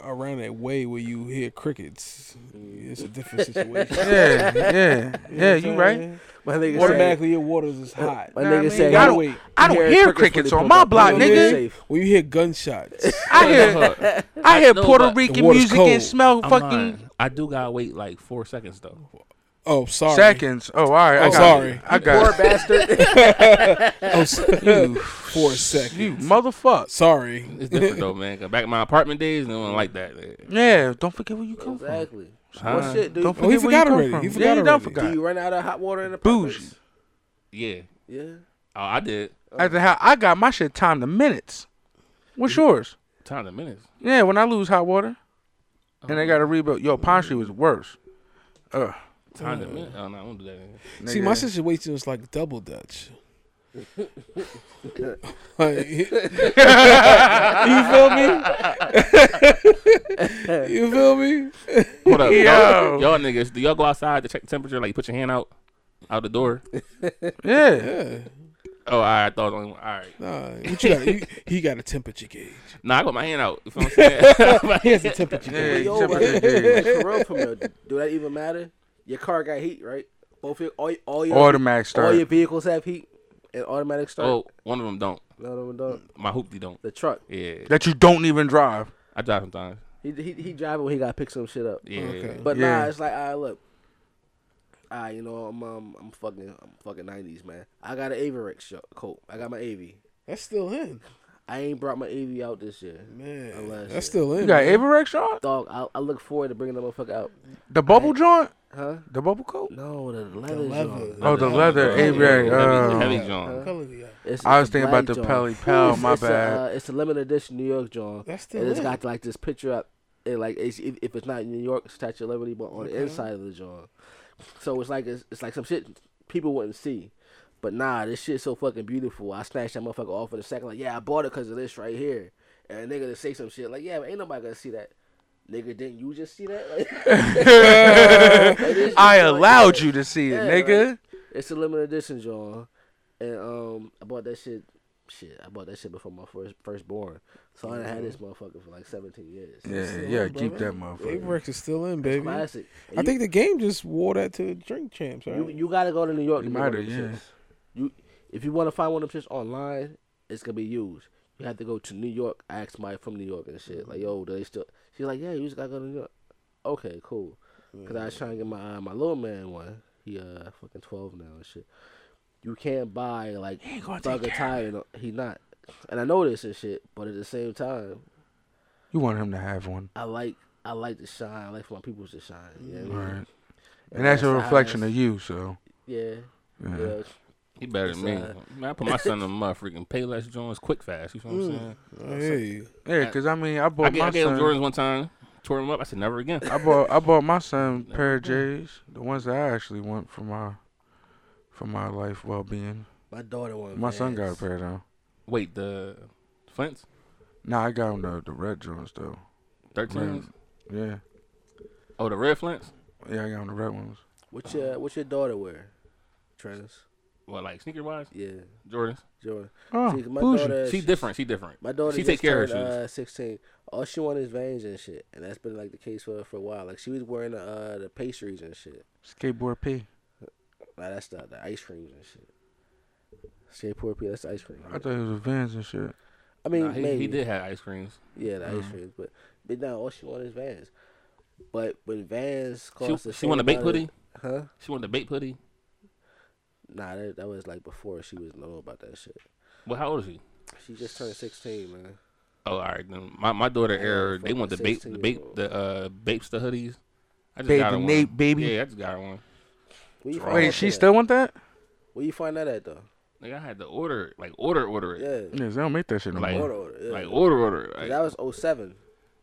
S5: around that way where you hear crickets, it's a different situation.
S1: Yeah,
S5: You
S1: yeah,
S5: know
S1: yeah,
S5: what
S1: you
S5: I'm
S1: right.
S5: saying?
S1: My nigga say-
S5: Automatically, your waters is hot.
S1: My Nah, nigga I mean, say- I don't- I don't You hear hear crickets crickets when they on my pull up. block,
S5: You know what I'm
S1: nigga.
S5: saying? When you hear gunshots,
S1: I hear, I hear
S4: No,
S1: Puerto
S4: but-
S1: Rican music and smell
S4: I'm
S1: fucking.
S4: lying. I do gotta wait like four seconds though.
S5: Oh, sorry.
S1: Seconds. Oh, all right. I
S5: Oh,
S1: got
S5: sorry.
S1: It. I got
S5: Poor
S1: it.
S5: Oh, s- four seconds.
S1: You motherfucker.
S5: Sorry.
S4: It's different though, man. 'Cause Back in my apartment days, no one like that. man.
S1: Yeah, don't forget where you come
S2: exactly.
S4: Huh?
S2: What shit, dude?
S1: Don't Oh, he forget where you forgot come already. from. He
S2: Yeah,
S1: forgot
S2: you
S1: already.
S2: done forgot. Do you run out of hot water in the
S1: Bougie.
S4: Yeah.
S2: Yeah.
S4: Oh, I did.
S1: from. After how I got my shit timed to minutes. What's yours?
S4: Time to minutes.
S1: Yeah, when I lose hot water, and they got
S4: Oh.
S1: to rebuild. Yo, Pine Street was worse. Ugh.
S4: Time to minutes. Oh no, I won't do that. Anymore.
S5: See, my situation is like double Dutch. Like, you feel me? you feel me?
S4: Hold up,
S5: Yo.
S4: y'all, y'all niggas. Do y'all go outside to check the temperature? Like, put your hand out, out the door.
S5: Yeah.
S4: Oh, all right, I thought. All right.
S5: Nah, what you got? You, he got a temperature gauge.
S4: Nah, I got my hand out. You feel what I'm saying?
S5: He has a temperature
S2: But
S5: gauge.
S2: yo,
S5: Yeah,
S2: like,
S5: temperature
S2: like, for real, for real, do that even matter? Your car got heat, right? Both your all, all your
S1: Automatic start.
S2: All your vehicles have heat and automatic start.
S4: Oh, one of them don't.
S2: No, no, don't.
S4: My hoopty don't.
S2: The truck.
S4: Yeah.
S1: That you don't even drive.
S4: I drive sometimes.
S2: He he he driving when he got to pick some shit up.
S4: Yeah. Okay.
S2: But
S1: Yeah.
S2: nah, it's like, all right, look. Ah, you know, I'm um, I'm fucking I'm fucking nineties, man. I got an Averix sh- coat. I got my AV.
S5: That's still in.
S2: I ain't brought my AV out this year. Man,
S5: that's still in,
S1: You got man. Avirex out?
S2: Dog, I, I look forward to bringing that motherfucker out.
S1: The bubble joint?
S2: Huh?
S1: The bubble coat?
S2: No, the leather. The
S5: leather.
S1: Oh, the leather.
S2: Yeah. Heavy-
S1: Avery. uh,
S2: heavy joint. What color we got? It's-
S1: I
S2: it's
S1: was
S2: a
S1: thinking about
S2: black
S1: the
S2: joint.
S1: Pelly Pal. My
S2: it's
S1: bad.
S2: A, uh, it's a limited edition New York John.
S5: That's
S1: still
S2: And it's
S1: lit.
S2: got like this picture up. It like it's, if if it's not in New York Statue of Liberty, but on
S5: Okay.
S2: the inside of the John. So it's like it's, it's like some shit people wouldn't see. But nah, this shit's so fucking beautiful. I snatched that motherfucker off in a second. Like, yeah, I bought it because of this right here. And a nigga to say some shit like, yeah, but ain't nobody gonna see that. Nigga, didn't you just see that? Like, this
S1: I
S2: joint-
S1: allowed you to see it, nigga.
S2: like, it's a limited edition, John. And um, I bought that shit. Shit, I bought that shit before my first firstborn. So I done had this motherfucker for like seventeen years.
S1: Mm-hmm. Yeah, Still yeah, in, keep brother. that motherfucker.
S5: Avirex is still in, baby.
S2: classic.
S5: I
S2: You-
S5: think the game just wore that to the drink champs. Right?
S2: You you gotta go to New York.
S1: You
S2: to get one
S1: mighta,
S2: of them
S1: yeah.
S2: shits. You if you want to find one of them shits online, it's gonna be used. You have to go to New York. I asked my from New York and
S1: Mm-hmm.
S2: shit. Like, yo, do they still? She's like, yeah, you just gotta go to New York. Okay, cool. Cause I was trying to get my uh, my little man one. He uh fucking twelve now and shit. You can't buy like thug attire. and all- He not. And I know this and shit, but at the same time,
S1: You want him to have one.
S2: I like I like to shine. I like for my people to shine. You know what I mean?
S1: Right. And that's a
S2: how
S1: reflection
S2: it's-
S1: of you, so.
S2: Yeah.
S1: Yeah.
S2: yeah.
S4: He better than me.
S2: It's, uh,
S4: Man, I put my son in my freaking Payless Jones quick fast. You know what I'm saying?
S5: I hear you.
S1: Mm. Yeah, 'cause I mean, I bought
S4: I gave,
S1: my
S4: I gave
S1: son-
S4: him Jordans one time, tore him up. I said never again.
S1: I bought I bought my son a pair of J's, the ones that I actually want for my for my life well being.
S2: My daughter wanted
S1: My son got a
S2: Vans.
S1: pair though.
S4: Wait, the Flints?
S1: Nah, I got him the the red joints though.
S4: 13s?
S1: Red- Yeah,
S4: Oh, the red Flints?
S1: yeah, I got him the red ones.
S2: What's your What's your daughter wear? Trainers.
S4: What, like sneaker wise?
S2: Yeah.
S4: Jordans.
S2: Jordan.
S4: Oh,
S2: See, 'cause
S4: bougie. She different, she different.
S2: My daughter
S4: She
S2: just
S4: take care of her
S2: turned,
S4: shoes.
S2: uh, Sixteen. All she wanted is veins and shit, and that's been like the case for for a while. Like she was wearing uh the pastries and shit.
S1: Skateboard P.
S2: Nah, that's the, the ice creams and shit. Skateboard P. That's the ice cream.
S1: I thought it was a Vans and shit.
S2: I mean,
S4: Nah, he- he
S2: maybe.
S4: did have ice creams.
S2: Yeah, the ice
S4: Mhm.
S2: creams, but but now all she wanted is Vans. But when Vans
S4: She,
S2: cost the
S4: she
S2: same
S4: won a baked
S2: amount
S4: hoodie.
S2: of- Huh?
S4: She won a baked hoodie.
S2: Nah, that, that was like before she was know about that shit.
S4: Well, how old is she?
S2: She just turned sixteen, man.
S4: Oh, all right. Then my my daughter
S2: Yeah,
S4: era. They
S2: fucking
S4: want the bape, the
S2: 16 year
S4: bape, the uh, bapes, the hoodies. I just
S1: Bape
S4: got her
S1: the
S4: one.
S1: nape, baby.
S4: Yeah, I just got her one.
S2: Where you
S4: Draw.
S2: find that shit at?
S1: that?
S2: Where you find that at though?
S4: Like I had to order, it, like order, order it.
S2: Yeah.
S1: Yeah, they don't make that shit no
S4: like,
S1: more.
S4: Order, order,
S1: Order, order,
S2: yeah.
S4: Like order, order. it,
S2: 'Cause
S4: Like,
S2: that was 07.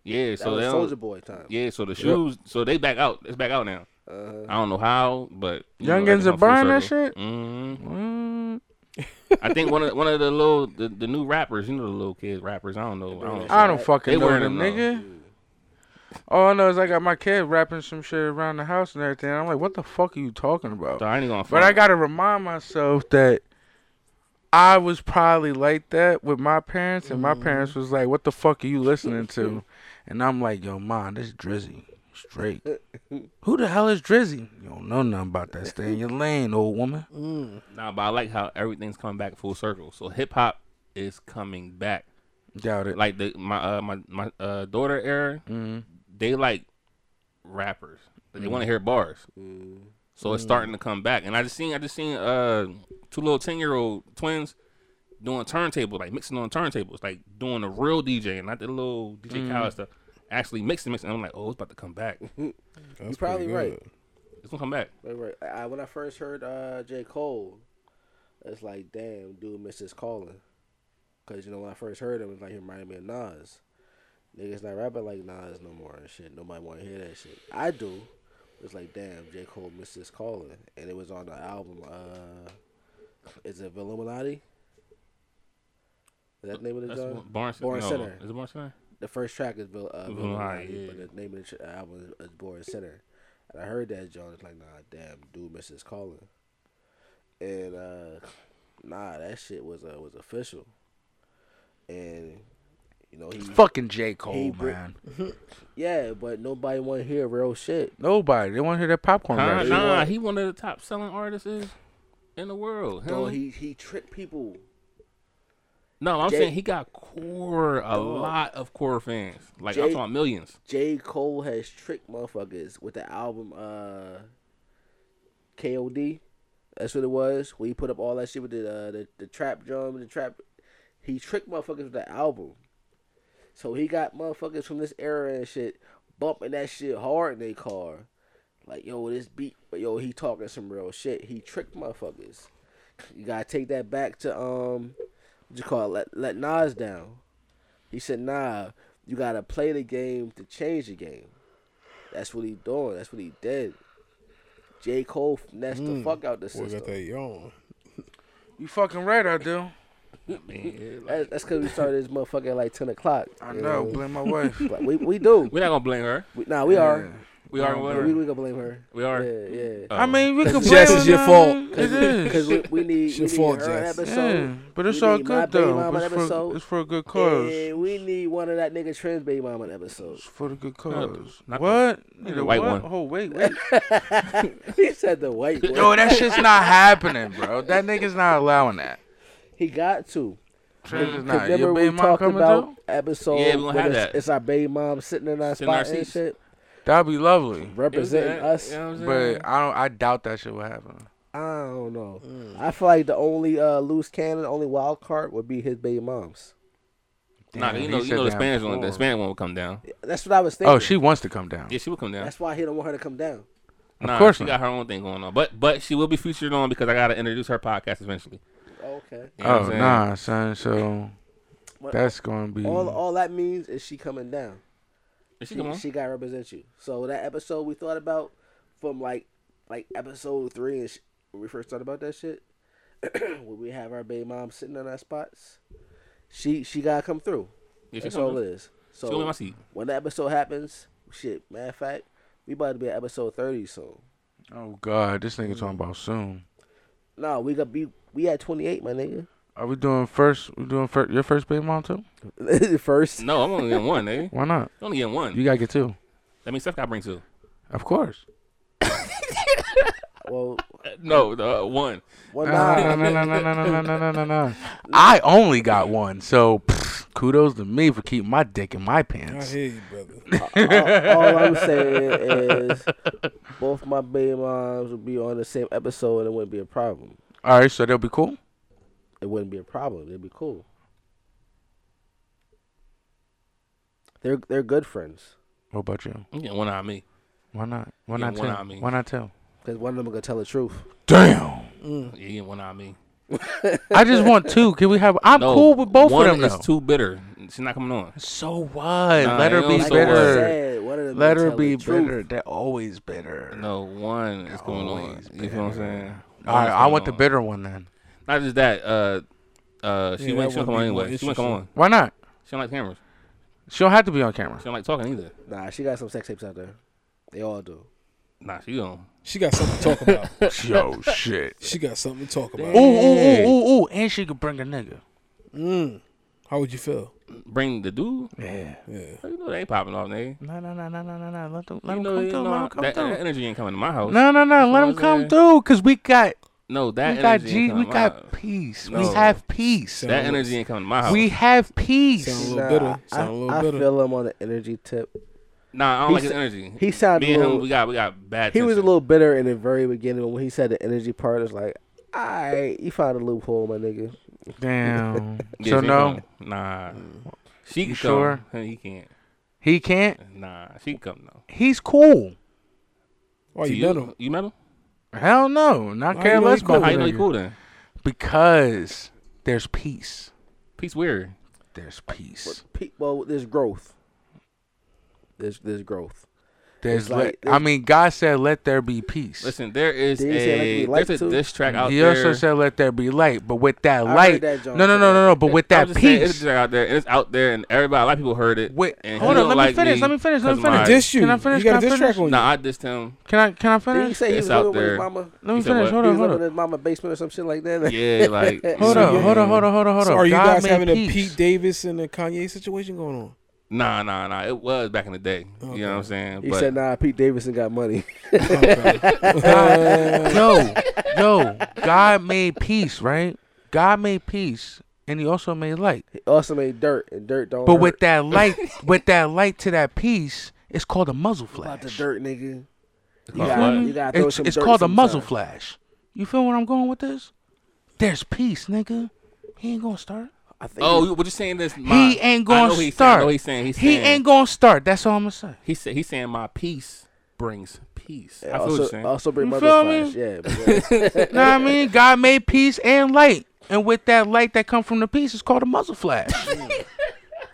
S4: yeah,
S2: that
S4: so
S2: was
S4: they
S2: Soldier Boy time. Uh-huh.
S4: Yeah, so the
S2: Yep.
S4: shoes, so they back out. It's back out now. I don't know how, but you know,
S1: Youngins
S4: everything
S1: are buying that
S4: full circle. Mm-hmm.
S1: shit. Mm.
S4: I think one of one of the little the, the new rappers, you know, the little kids rappers. I don't know. I don't,
S1: I don't fucking
S4: They
S1: know
S4: wearing
S1: them,
S4: though.
S1: nigga. All I know is I got my kid rapping some shit around the house and everything. I'm like, what the fuck are you talking about?
S4: So I ain't gonna.
S1: But I gotta remind myself that I was probably like that with my parents, and my
S2: Mm-hmm.
S1: parents was like, "What the fuck are you listening to?" and I'm like, "Yo, mom, this Drizzy, straight. Who the hell is Drizzy? You don't know nothing about that. Stay in your lane, old woman."
S2: Mm.
S4: Nah, but I like how everything's coming back full circle. So hip hop is coming back.
S1: Doubt it.
S4: Like the my uh, my my uh, daughter era,
S1: Mhm.
S4: they like rappers. Like, They want to
S1: Mhm.
S4: hear bars. So
S2: Mm.
S4: it's
S1: Mhm.
S4: starting to come back. And I just seen I just seen uh two little ten year old twins doing turntable, like mixing on turntables, like doing a real DJ and not the little DJ
S1: Mhm.
S4: Khaled stuff. Actually mixing, mixing. I'm like, oh, it's about to come back.
S2: You're probably right.
S4: It's gonna come back.
S2: Right, right. I, I- when I first heard uh, J. Cole, it's like, damn, dude missed his calling. Because, you know, when I first heard him, it was like, he reminded me of Nas. Niggas not rapping like Nas no more and shit. Nobody want to hear that shit. I do. It's like, damn, J. Cole missed his calling. And it was on the album, uh, is it Villuminati? Is that the name of the
S4: That's
S2: song?
S4: what- Born Cen-
S2: Born
S4: no.
S2: Center.
S4: Is it Born Center?
S2: The first track is Vil- uh,
S4: Villuminati,
S2: Villuminati,
S4: yeah.
S2: but the name of the tr- album is, is Born Center. And I heard that, John. It's like, nah, damn, dude missed his calling. And, uh, nah, that shit was uh, was official. And, you know, he.
S1: Fucking J Cole,
S2: bri-
S1: man.
S2: yeah, but nobody want to hear real shit.
S1: Nobody. They want to hear that popcorn.
S4: Nah,
S1: rap shit.
S4: nah, he one of the top selling artists is in the world.
S2: No,
S4: him.
S2: he, he tricked people.
S4: No, I'm
S2: Jay-
S4: saying he got core, a
S2: Dog.
S4: lot of core fans. Like
S2: Jay-
S4: I'm talking millions.
S2: J. Cole has tricked motherfuckers with the album uh KOD. That's what it was. We put up all that shit with the uh, the, the trap drum, the trap. He tricked motherfuckers with the album. So he got motherfuckers from this era and shit bumping that shit hard in their car. Like, yo, this beat, but yo, he talking some real shit. He tricked motherfuckers. You gotta take that back to um, what you call it? Let let Nas down. He said, nah, you gotta play the game to change the game. That's what he doing. That's what he did. J. Cole finessed the fuck out the
S5: Hmm. Boy, got
S2: system.
S5: that yawn.
S1: You fucking right, I do.
S2: That's that's because we started this motherfucker at like ten o'clock.
S1: I
S2: you
S1: know, blame my wife.
S2: But we we do.
S4: We're not gonna blame her.
S2: We, nah, we are. Um,
S4: Yeah. We are gonna blame
S2: We,
S4: her.
S2: we gonna blame her.
S4: We are.
S2: Yeah, yeah.
S4: I
S1: mean, we could
S5: Jess, it's your fault.
S1: It is.
S2: Because we, we need,
S5: It's
S2: we
S5: your
S2: need
S5: fault,
S2: her
S5: Jess.
S2: episode.
S1: Yeah, but it's
S2: we
S1: all
S2: need
S1: good,
S2: my baby
S1: though.
S2: mama
S1: It's for-
S2: episode.
S1: it's for a good cause.
S2: And we need one of that nigga trans baby mama episode.
S1: For the good cause.
S4: not the-
S1: what?
S4: the
S1: Nigga,
S4: white
S1: what?
S4: one.
S1: Oh, wait, wait.
S2: he said the white one.
S1: Yo, that shit's not happening, bro. That nigga's not allowing that.
S2: He got to.
S1: Trans is
S2: Cause
S1: not.
S2: remember
S1: Your
S2: we
S1: baby mom
S2: talked
S1: coming
S2: about
S1: through?
S2: episode.
S1: Yeah, we gonna
S2: when
S1: have
S2: it's,
S1: that.
S2: It's our baby mom sitting in our
S1: Sitting in our
S2: spot and
S1: seats.
S2: shit,
S1: That'd be lovely.
S2: representing
S4: that-
S2: us.
S4: you know what I'm saying?
S1: But I don't. I doubt that shit will happen.
S2: I don't know.
S1: Mm.
S2: I feel like the only uh, loose cannon, only wild card would be his baby mom's.
S4: Nah,
S1: Damn,
S4: you
S1: he
S4: know, you
S1: said
S4: know the
S1: that
S4: Spanish one. The
S1: before.
S4: Spanish one will come down.
S2: That's what I was thinking.
S1: Oh, she wants to come down.
S4: Yeah, she will come down.
S2: That's why he don't want her to come down.
S4: Nah,
S1: course
S4: she
S1: not.
S4: got her own thing going on, but but she will be featured on because I gotta introduce her podcast eventually.
S2: Okay.
S4: You know what I'm
S1: oh
S4: saying?
S1: nah, son. So
S2: But
S1: that's gonna be.
S2: all. All that means is she coming down.
S4: Is she coming on?
S2: she got to represent you. So that episode we thought about from like like episode three and sh- when we first thought about that shit, when we have our baby mom sitting on our spots, she she gotta come through.
S4: Yeah, she
S2: That's
S4: come
S2: all it
S4: through.
S2: is.
S4: She
S2: So
S4: gonna be my seat.
S2: when the episode happens, shit. Matter of fact, we about to be at episode thirty soon.
S1: Oh God, this nigga talking about soon.
S2: No, we gonna be we at twenty eight, my nigga.
S1: Are we doing first? We doing first, your first baby mom too?
S2: first.
S4: No, I'm only getting one, nigga.
S1: Why not?
S4: I'm only getting one.
S1: You gotta get two.
S4: That means Steph got to bring two.
S1: Of course.
S2: Well,
S4: No, the uh, one.
S2: Well,
S1: No, no, no, no, no, no, no, no, no, no, no. I only got one, so pfft, Kudos to me for keeping my dick in my pants.
S5: hear you,
S2: brother. all, all I'm saying is both my baby moms would be on the same episode and it wouldn't be a problem.
S1: All right, so that'll be cool.
S2: It wouldn't be a problem. It'd be cool. They're they're good friends.
S1: What about you?
S4: I'm getting one eye on me.
S1: Why not? Why
S4: Yeah,
S1: not
S4: one
S1: tell?
S4: eye on me.
S1: Why not tell?
S2: Because one of them gonna tell the truth.
S1: Damn.
S5: Mm.
S4: Yeah, you getting one eye on me.
S1: I just want two. Can we have? I'm
S4: No,
S1: cool with both of
S4: one
S1: them
S4: is
S1: though.
S4: too bitter. She's not coming on.
S1: So what? Let her
S4: it
S1: be
S4: don't so
S1: bitter.
S4: what?
S1: Said, one of them Let her tell be the truth. bitter. They're always bitter.
S4: No, one is going on. You feel what I'm saying?
S1: All right,
S4: One is
S1: I
S4: going
S1: want the
S4: on.
S1: bitter one then.
S4: Not just that. Uh, uh, she
S1: Yeah,
S4: went.
S1: that
S4: She don't
S1: would
S4: come on
S1: be more
S4: anyway. She won't come on.
S1: interesting. Why not?
S4: She don't like cameras.
S1: She don't have to be on camera.
S4: She don't like talking either.
S2: Nah, she got some sex tapes out there. They all do.
S4: Nah, she don't.
S5: She got something to talk about.
S1: Yo, shit.
S5: She got something to talk
S1: Ooh,
S5: about.
S1: ooh, ooh, ooh, ooh, and she could bring a nigga.
S5: Mm. How would you feel?
S4: Bring the dude.
S1: Yeah.
S5: Yeah.
S4: You know they ain't popping off, nigga.
S1: No, no, no, no, no, no, no. Let them,
S4: You
S1: let them
S4: know,
S1: come
S4: you
S1: through.
S4: know,
S1: Let them come
S4: that,
S1: through.
S4: that energy ain't coming to my house.
S1: No, no, no. Let them come through, cause we got.
S4: Oh. No, that
S1: we got
S4: energy ain't
S1: G. We
S4: coming
S1: got
S4: out.
S1: peace. We
S4: No.
S1: have peace.
S4: That energy ain't coming to my house.
S1: We have peace.
S2: Nah, I, I feel him on the energy tip.
S4: Nah, I don't
S2: He
S4: like his
S2: sa-
S4: energy.
S2: He sounded
S4: Me
S2: a
S4: and him,
S2: little,
S4: we got- we got bad
S2: He was a little bitter in the very beginning but when he said the energy part. It's like, alright, you found a loophole, my nigga.
S1: Damn.
S4: Yeah,
S1: so
S4: she
S1: no.
S4: coming. Nah. She can
S1: Mm. You
S4: come.
S1: sure?
S4: He can't.
S1: He can't.
S4: Nah, she can come though.
S1: He's cool.
S5: Why
S4: To
S5: you met him?
S4: You met him?
S1: Hell no. Not
S4: How
S1: care
S4: you know
S1: less
S4: he cool?
S1: about
S4: How you
S1: the
S4: know he
S1: nigga.
S4: cool then?
S1: Because there's peace.
S4: Peace weird.
S1: There's peace.
S2: Pe- Well, there's growth. There's there's growth.
S1: There's
S2: It's
S1: like,
S2: like-
S1: I mean, God said, "Let there be peace."
S4: Listen, there is
S2: Did he say like
S4: a
S2: we like
S4: there's a
S2: to?
S4: diss track out
S1: he
S4: there.
S1: also said, "Let there be light," but with that
S4: heard
S1: light,
S4: that,
S1: no,
S4: John.
S1: no, no, no, no, but with
S4: I'm
S1: that
S4: just saying, it's a
S1: peace.
S4: diss track out there, and it's out there, and everybody, a lot of people heard it. Wait, and he
S1: hold on,
S4: don't
S1: let me
S4: like
S1: finish, let me finish, let me
S4: 'cause of my-
S1: finish. Diss you. Can I You finish? got a Can I diss track finish? on you.
S4: Nah, I dissed him.
S1: Can I uh, can I finish?
S2: Did he say he
S4: It's
S2: was
S4: out
S2: living with
S4: there.
S2: his mama?
S1: Let me
S4: You said
S1: finish.
S4: what?
S1: Hold
S2: he
S1: on,
S2: was
S1: hold
S2: living
S1: on.
S2: in his mama's basement or some shit like that.
S4: Yeah, like-
S1: Hold
S4: So
S1: on,
S4: you-
S1: hold on, hold on, hold on, hold
S5: So
S1: on.
S5: are you
S1: God
S5: guys
S1: made
S5: having a
S1: peace.
S5: Pete Davis and a Kanye situation going on?
S4: Nah, nah, nah. It was back in the day. You know what I'm saying?
S2: He
S4: but
S2: said, "Nah, Pete Davidson got money."
S1: God, yo, yo, God made peace, right? God made peace, and He also made light.
S2: He also made dirt, and dirt don't.
S1: But
S2: hurt.
S1: with that light, with that light to that peace, it's called a muzzle flash.
S2: about the dirt, nigga. You
S1: You
S2: gotta,
S1: feel me?
S2: you gotta throw
S1: it's
S2: some
S1: it's
S2: dirt
S1: called a muzzle
S2: sometime.
S1: flash. You feel where I'm going with this? There's peace, nigga. He ain't gonna start.
S2: I think
S4: Oh, you- what you saying? This my-
S1: He ain't
S4: I
S1: gonna
S4: know what he's saying, I
S1: start.
S4: know what he's saying. He's
S1: he
S4: saying-
S1: ain't gonna start. That's all I'm gonna say.
S4: He said he's saying my peace brings peace.
S2: Yeah,
S4: I feel what
S2: also-
S4: you're saying.
S2: also bring
S1: You
S2: Muzzle
S1: feel me?
S2: flash, yeah, but
S1: know what I mean? God made peace and light, and with that light that come from the peace, it's called a muzzle flash.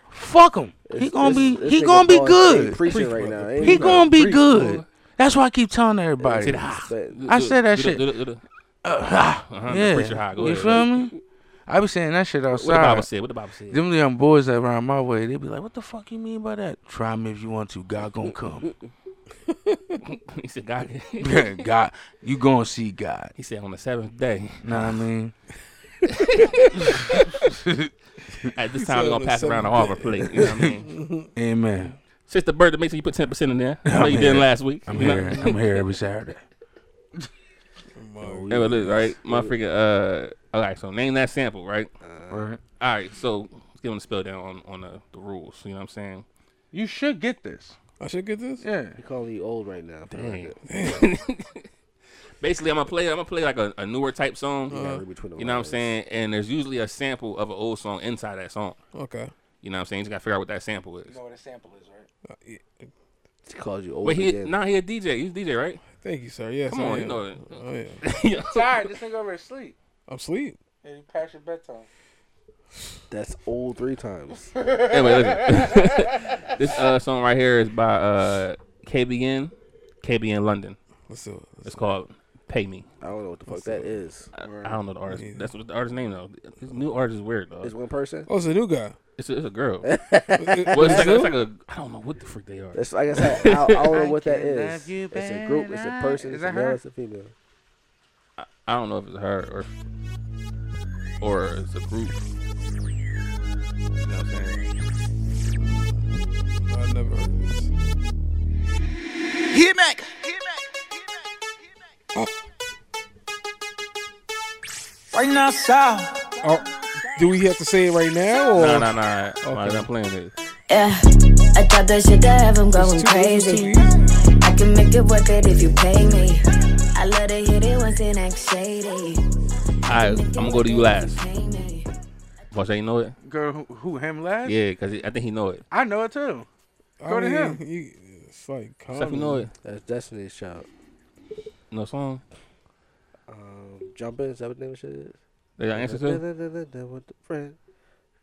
S1: Fuck him. He
S2: This-
S1: gonna
S2: this-
S1: be
S2: this
S1: he
S2: nigga
S1: gonna be
S2: Paul is
S1: good.
S2: preaching right now. Ain't
S1: He
S2: he?
S1: gonna be
S2: Preach,
S1: good.
S2: boy.
S1: That's why I keep telling everybody.
S4: Said, "Ah."
S1: I said that
S4: Do the-
S1: shit.
S4: do the- do the-
S1: Uh, ha.
S4: Uh-huh, the
S1: yeah,
S4: preacher high. Go
S1: you
S4: ahead.
S1: feel me? I be saying that shit outside.
S4: Bible said? What the Bible said?
S1: Them young boys that around my way, they be like, "What the fuck you mean by that? Try me if you want to. God gonna come.
S4: he said God.
S1: God, you gonna see God."
S4: He said on the seventh day.
S1: Know what I mean?
S4: At this time,
S1: He
S4: we're
S1: said on
S4: gonna
S1: the
S4: pass around the
S1: seventh
S4: offer
S1: day.
S4: plate. You know what I mean?
S1: Amen.
S4: Since the birthday, make sure you put ten percent in there. I know
S1: I'm
S4: you didn't
S1: here.
S4: last week.
S1: I'm
S4: you know?
S1: here. I'm here every Saturday.
S4: Yeah, but look, right? My freaking uh. All right, so name that sample, right?
S1: Right.
S4: All right, so let's give them the spell down on on the, the rules. You know what I'm saying?
S1: You should get this.
S5: I should get this.
S1: Yeah.
S2: He calling you old right now.
S4: Dang. Basically, I'm gonna play. I'm gonna play like a, a newer type song.
S5: You gotta read between the
S4: You know what I'm saying? And there's usually a sample of an old song inside that song.
S5: Okay.
S4: You know what I'm saying? You just gotta figure out what that sample is.
S5: what a sample is, right? Uh, yeah.
S2: He calls you old
S4: But he
S2: again.
S4: nah, he a DJ. He's a DJ, right?
S5: Thank you, sir. Yes,
S4: Come
S5: I
S4: on, you
S5: am.
S4: know that.
S5: Oh,
S4: yeah.
S1: Tired. This nigga over here sleep.
S5: I'm asleep.
S1: And you pass your bedtime.
S2: That's old three times.
S4: anyway, listen. this uh, song right here is by uh, KBN, KBN London.
S5: Let's do it.
S4: it's called "Pay Me."
S2: I don't know what the fuck that is.
S4: I, I don't know the artist. That's what the artist name though. This new artist is weird though.
S2: It's one person.
S5: Oh, it's a new guy.
S4: It's a, it's a girl. well, it's like, a- it's like a I don't know what the frick they are.
S2: It's like I said, I, I don't know what that is. It's a group. It's a person.
S1: Is
S2: It's
S1: that
S2: a male.
S1: her?
S2: It's a female.
S4: I don't know if it's her or or it's a group. You know what I'm saying?
S5: I never heard this.
S10: Hit back. Right now, south.
S5: Oh, Do we have to say it right now? Or?
S4: No, no, no. I'm not playing it.
S16: Yeah, I thought that shit that have 'em going crazy. I can make it worth it if you pay me. I love to hit it once and act shady.
S4: All right, I'm gonna go to you last. Watch, you know it.
S1: Girl, who, who him last?
S4: Yeah, because I think he know it.
S1: I know it too.
S5: I
S1: Go to
S5: mean,
S1: him.
S5: You, Uh, it's like, come
S4: Steph, you know it.
S2: That's Destiny's Child.
S4: No song.
S2: Um, Jumpin', is that what the name of the shit is?
S4: They got answers to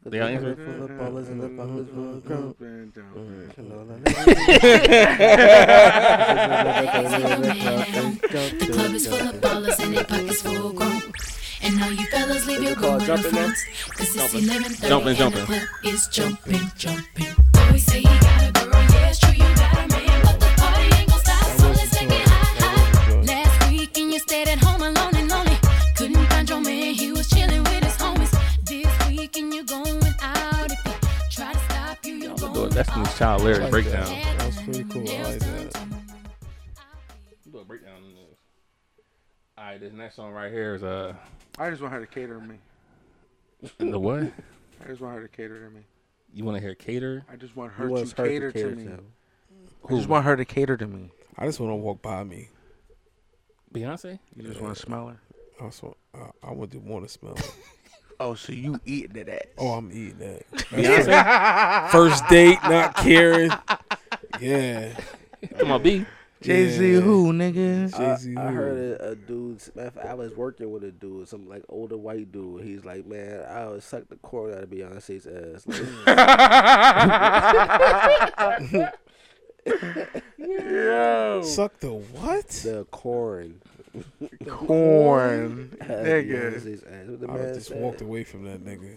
S4: They got answers?
S6: The club is full of ballers and their pockets full grown. And now you fellas leave your
S4: Call
S6: room in
S4: jumping
S6: front. Cause it's 11
S4: Jumping,
S6: and
S4: jumping.
S6: the club is jumping, jumping. Always say he got a girl, yeah, it's true, you got a man. But the party ain't gon' stop, so let's take it high, high. Last weekend you stayed at home alone and lonely. Couldn't find your man, he was chilling with his homies. This weekend you going out. If you try to stop you, you're
S4: I'm doing Destiny's Child lyric breakdown.
S5: That's pretty cool. I like that.
S4: Do a breakdown. on this. All right, this next song right here is uh
S1: I just want her to cater to me.
S4: the what?
S1: I just want her to cater to me.
S4: You want to hear cater?
S1: I just want
S4: You
S1: her to
S4: want
S1: cater,
S4: her to
S1: to,
S4: cater
S1: me.
S4: to him.
S1: I just
S4: Who?
S1: want her to cater to me.
S5: I just want to walk by me.
S4: Beyonce.
S1: You just want to smell her.
S5: I just want, I, I want to want to smell.
S1: Oh, so you eating it at?
S5: Oh, I'm eating that.
S1: Beyonce?
S5: That's it. First date, not caring. Yeah.
S4: Come on, B.
S1: Jay-Z who, nigga?
S5: Jay-Z
S2: I, I
S5: who?
S2: heard a, a dude. matter of fact, I was working with a dude, some like older white dude. He's like, man, I would suck the core out of Beyonce's ass. Like,
S1: Yo.
S5: Suck the what? The
S2: corn.
S1: Corn,
S2: Out of Beyonce's ass. What
S5: nigga. Uh,
S2: the
S5: I
S2: man
S5: just
S2: said.
S5: walked away from that nigga.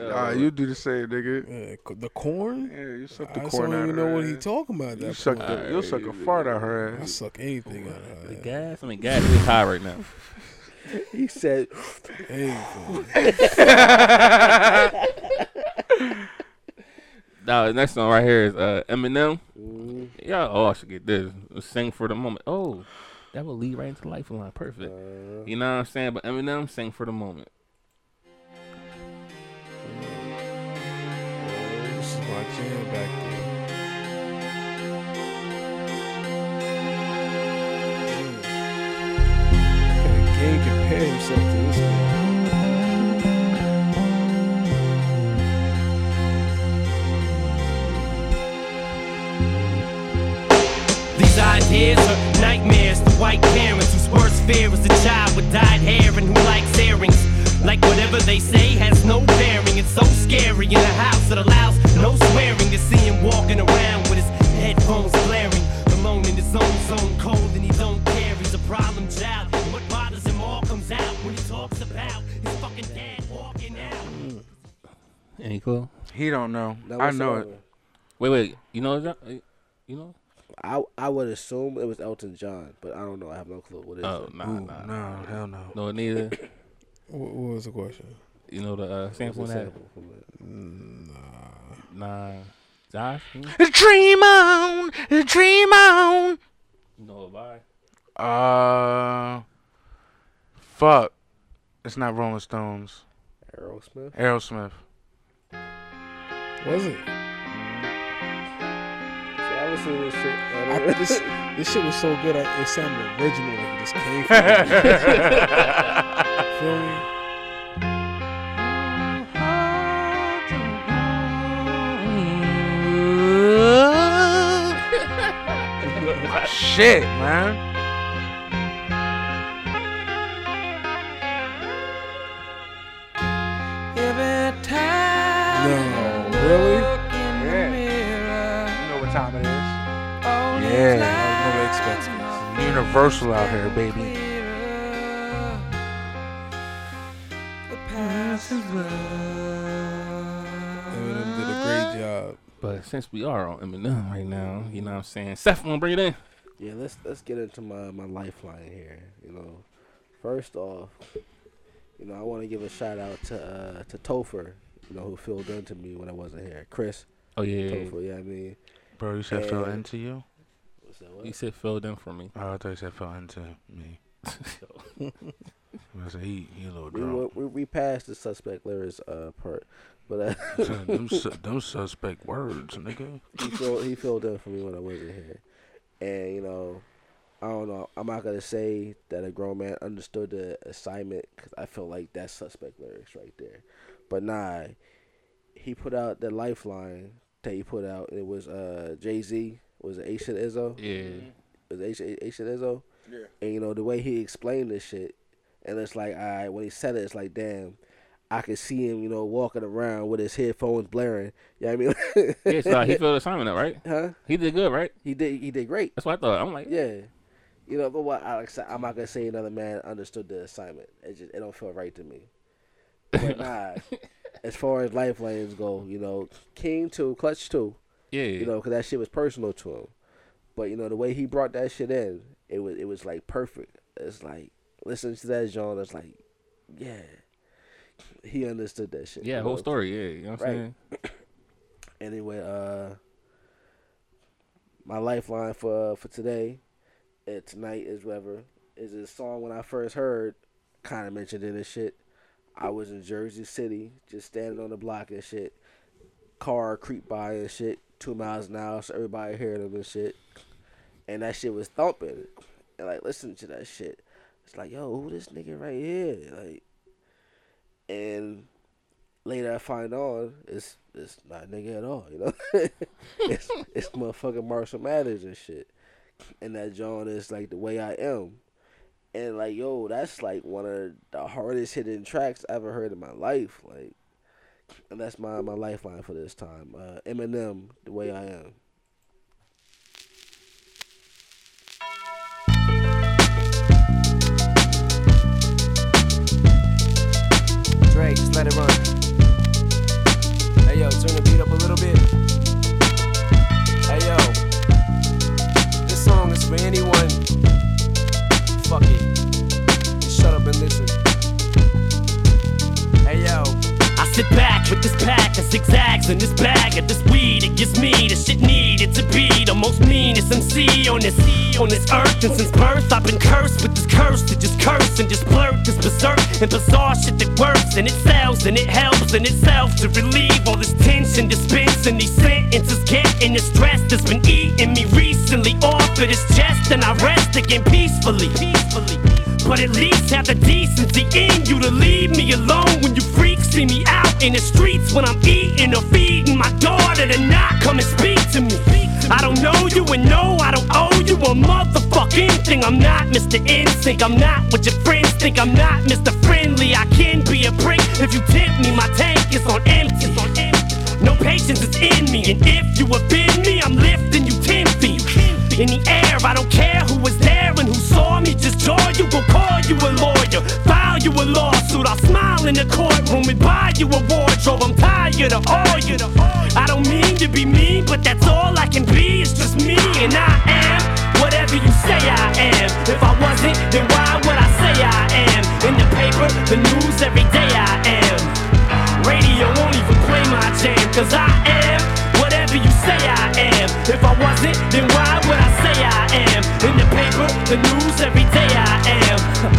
S1: Ah, you do the same, nigga.
S5: Yeah, c- the corn?
S1: Yeah, you suck the
S5: I
S1: corn
S5: don't
S1: out
S5: even
S1: of
S5: know
S1: her
S5: what he
S1: ass.
S5: talking about. at
S1: You
S5: that
S1: suck
S5: point.
S1: the, you'll suck a fart out her
S5: I
S1: ass.
S5: suck anything out of her.
S4: Gas. I mean, gas is high right now.
S2: he said,
S5: Anything.
S4: Now the next song right here is uh, Eminem. Yeah, oh, I should get this. Sing for the moment. Oh, that would lead right into Lifeline. Perfect.
S5: Uh,
S4: you know what I'm saying? But Eminem, sing for the moment. Mm-hmm.
S5: This is my jam back then. Can a gang compare himself to this man?
S17: These ideas are nightmares to white parents whose worst fear is a child with dyed hair and who likes earrings. Like whatever they say has no bearing. It's so scary in a house that allows no swearing to see him walking around with his headphones blaring. Alone in his own zone, cold and he don't care. He's a problem child. And what bothers him all comes out when he talks about his fucking dad walking out.
S4: Any clue?
S1: He don't know.
S2: That
S1: I
S2: was
S1: know
S2: over.
S1: it.
S4: Wait, wait. You know that? uh, You know?
S2: I I would assume it was Elton John, but I don't know. I have no clue what it is.
S4: Oh, nah,
S2: Ooh.
S4: nah.
S1: No, hell no.
S4: No, neither.
S5: Wh- What, was the question?
S4: You know the uh, sample in
S5: the
S4: that?
S5: sample
S4: Nah. Josh? Hmm?
S1: Dream on, dream on.
S4: No, bye.
S1: Uh, fuck. It's not Rolling Stones.
S2: Aerosmith?
S1: Aerosmith.
S5: Was it?
S2: I was seeing this shit.
S5: I,
S2: and-
S5: this, this shit was so good, I, it sounded original. Like it just came from me. Feel me?
S1: Shit, man.
S18: Every time
S5: No, really?
S1: You know what time it is?
S5: Yeah, I
S1: was never expecting Universal out here, baby.
S5: Eminem did a great job.
S4: But since we are on Eminem right now, you know what I'm saying? Seth, wanna bring it in?
S2: Yeah, let's let's get into my my lifeline here. You know, first off, you know I want to give a shout out to uh, to Topher, you know who filled in to me when I wasn't here. Chris.
S4: Oh, yeah, yeah, yeah.
S2: Topher. Yeah, I mean.
S1: Bro, you said fell
S2: And-
S1: into you?
S2: What's that, what?
S4: You said filled in for me.
S1: Oh, I thought you said fell into me. I said he he a little
S2: We,
S1: drunk.
S2: were, we we passed the suspect lyrics uh part, but uh,
S1: Son, them, su- them suspect words, nigga.
S2: he filled he filled in for me when I wasn't here, and you know, I don't know. I'm not gonna say that a grown man understood the assignment because I feel like that's suspect lyrics right there, but nah, he put out the lifeline that he put out. It was uh Jay Z was it Aisha Izzo?
S4: Yeah.
S2: was Aisha, Aisha Izzo.
S5: Yeah.
S2: And you know the way he explained this shit, and it's like, all right, when he said it, it's like, damn, I could see him, you know, walking around with his headphones blaring. You know what I mean?
S4: Yeah, so uh, he filled the assignment up, right?
S2: Huh?
S4: He did good, right?
S2: He did. He did great.
S4: That's what I thought. I'm like,
S2: yeah. You know, but what I, I'm not gonna say another man understood the assignment. It just it don't feel right to me. But nah, as far as lifelines go, you know, King too, Clutch too.
S4: Yeah.
S2: You know, because that shit was personal to him. But you know, the way he brought that shit in, it was it was like perfect. It's like listening to that genre, it's like, yeah, he understood that shit.
S4: Yeah,
S2: you
S4: whole
S2: know?
S4: story, yeah, you know what I'm saying?
S2: anyway, uh, my lifeline for for today, uh, tonight is whatever is a song when I first heard, kind of mentioned in this shit. I was in Jersey City, just standing on the block and shit. Car creep by and shit, two miles an hour, so everybody heard them and shit. And that shit was thumping, and like listening to that shit, it's like, yo, who this nigga right here? Like, and later I find on it's it's not a nigga at all, you know. it's it's motherfucking Marshall Mathers and shit, and that John is like the way I am, and like yo, that's like one of the hardest hitting tracks I ever heard in my life, like, and that's my my lifeline for this time. Uh, Eminem, the way I am.
S19: Drake, just let it run. Hey yo, turn the beat up a little bit. Hey yo, this song is for anyone. Fuck it. Just shut up and listen. Hey yo.
S17: I sit back with this pack of zigzags and this bag of this weed. It gives me the shit needed to be the most meanest MC on this on this earth. And since birth, I've been cursed with this curse to just curse and just blurt this berserk and bizarre shit that works and it sells and it helps and itself to relieve all this tension, dispense and these sentences getting the stress that's been eating me recently off of this chest and I rest again peacefully. Peacefully. But at least have the decency in you to leave me alone when you freaks see me out in the streets when I'm eating or feeding my daughter to not come and speak to me. I don't know you and no, I don't owe you a motherfucking thing. I'm not Mr. Instinct, I'm not what your friends think. I'm not Mr. Friendly, I can be a prick if you tempt me. My tank is on empty. No patience is in me, and if you offend me, I'm lifting you ten feet in the air. I don't care who was there and who saw me. Just joy, you will call you a lawyer, file you a lawsuit. I'll smile in the courtroom and buy you a wardrobe. I'm tired of all you. I don't mean to be mean, but that's all I can be. It's just me, and I am whatever you say I am. If I wasn't, then why would I say I am? In the paper, the news, every day I am. Radio won't even play my jam, cause I am whatever you say I am. If I wasn't, then why would I say I am? In the paper, the news, every day I am.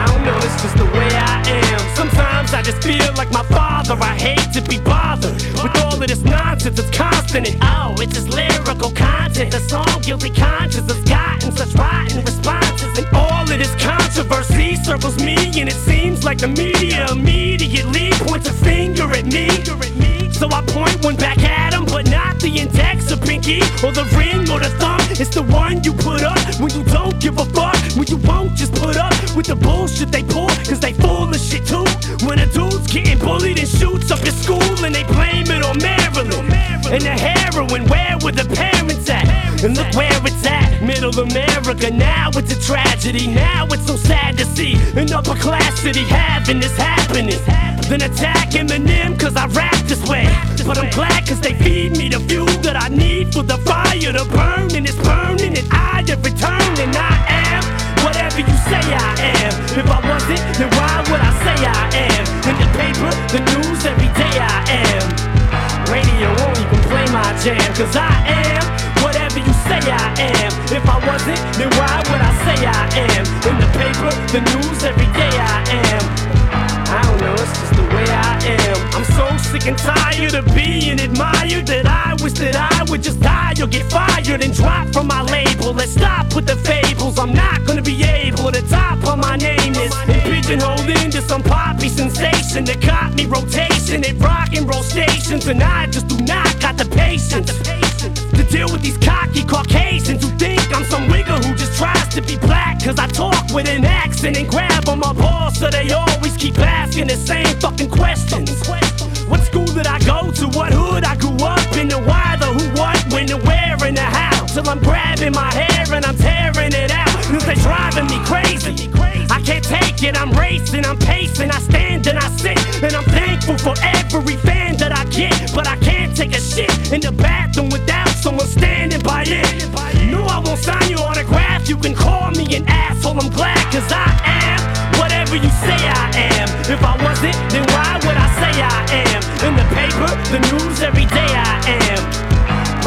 S17: I don't know, it's just the way I am. Sometimes I just feel like my father. I hate to be bothered with all of this nonsense. It's constant and oh, it's just lyrical content. The song Guilty Conscience has gotten such rotten responses. And all of this controversy circles me, and it seems like the media immediately points a finger at me. So I point one back at him, but not the index or pinky or the ring or the thumb. It's the one you put up when you don't give a fuck. When you won't just put up with the bullshit they pull, cause they full of shit too. When a dude's getting bullied and shoots up your school and they blame it on Maryland. And the heroin, where were the parents at? And look where it's at, middle America. Now it's a tragedy, now it's so sad to see an upper class city having this happening. Then attack Eminem cause I rap this way. But I'm glad cause they feed me the fuel that I need for the fire to burn. And it's burning and I to return. And I am whatever you say I am. If I wasn't, then why would I say I am? In the paper, the news, every day I am. Radio won't even play my jam cause I am whatever you say I am. If I wasn't, then why would I say I am? In the paper, the news, every day I am. I don't know, it's just the way I am. I'm so sick and tired of being admired that I wish that I would just die or get fired and drop from my label. Let's stop with the fables. I'm not gonna be able to top how my name is. And pigeonholed into some poppy sensation that caught me rotation at rock and roll stations. And I just do not got the patience to deal with these cocky Caucasians who think I'm some wigger who just tries to be black. Cause I talk with an accent and grab on my balls, so they always keep asking the same fucking questions. What school did I go to? What hood I grew up in? The why, the who, what, when, the where, and the how. Till I'm grabbing my hair and I'm tearing it out. Cause they driving me crazy. I can't take it, I'm racing, I'm pacing, I stand and I sit. And I'm thankful for every fan that I get. But I can't take a shit in the bathroom without someone standing by it. No, I won't sign your autograph. You can call me an asshole, I'm glad, cause I am whatever you say I am. If I wasn't, then why would I say I am? In the paper, the news, every day I am.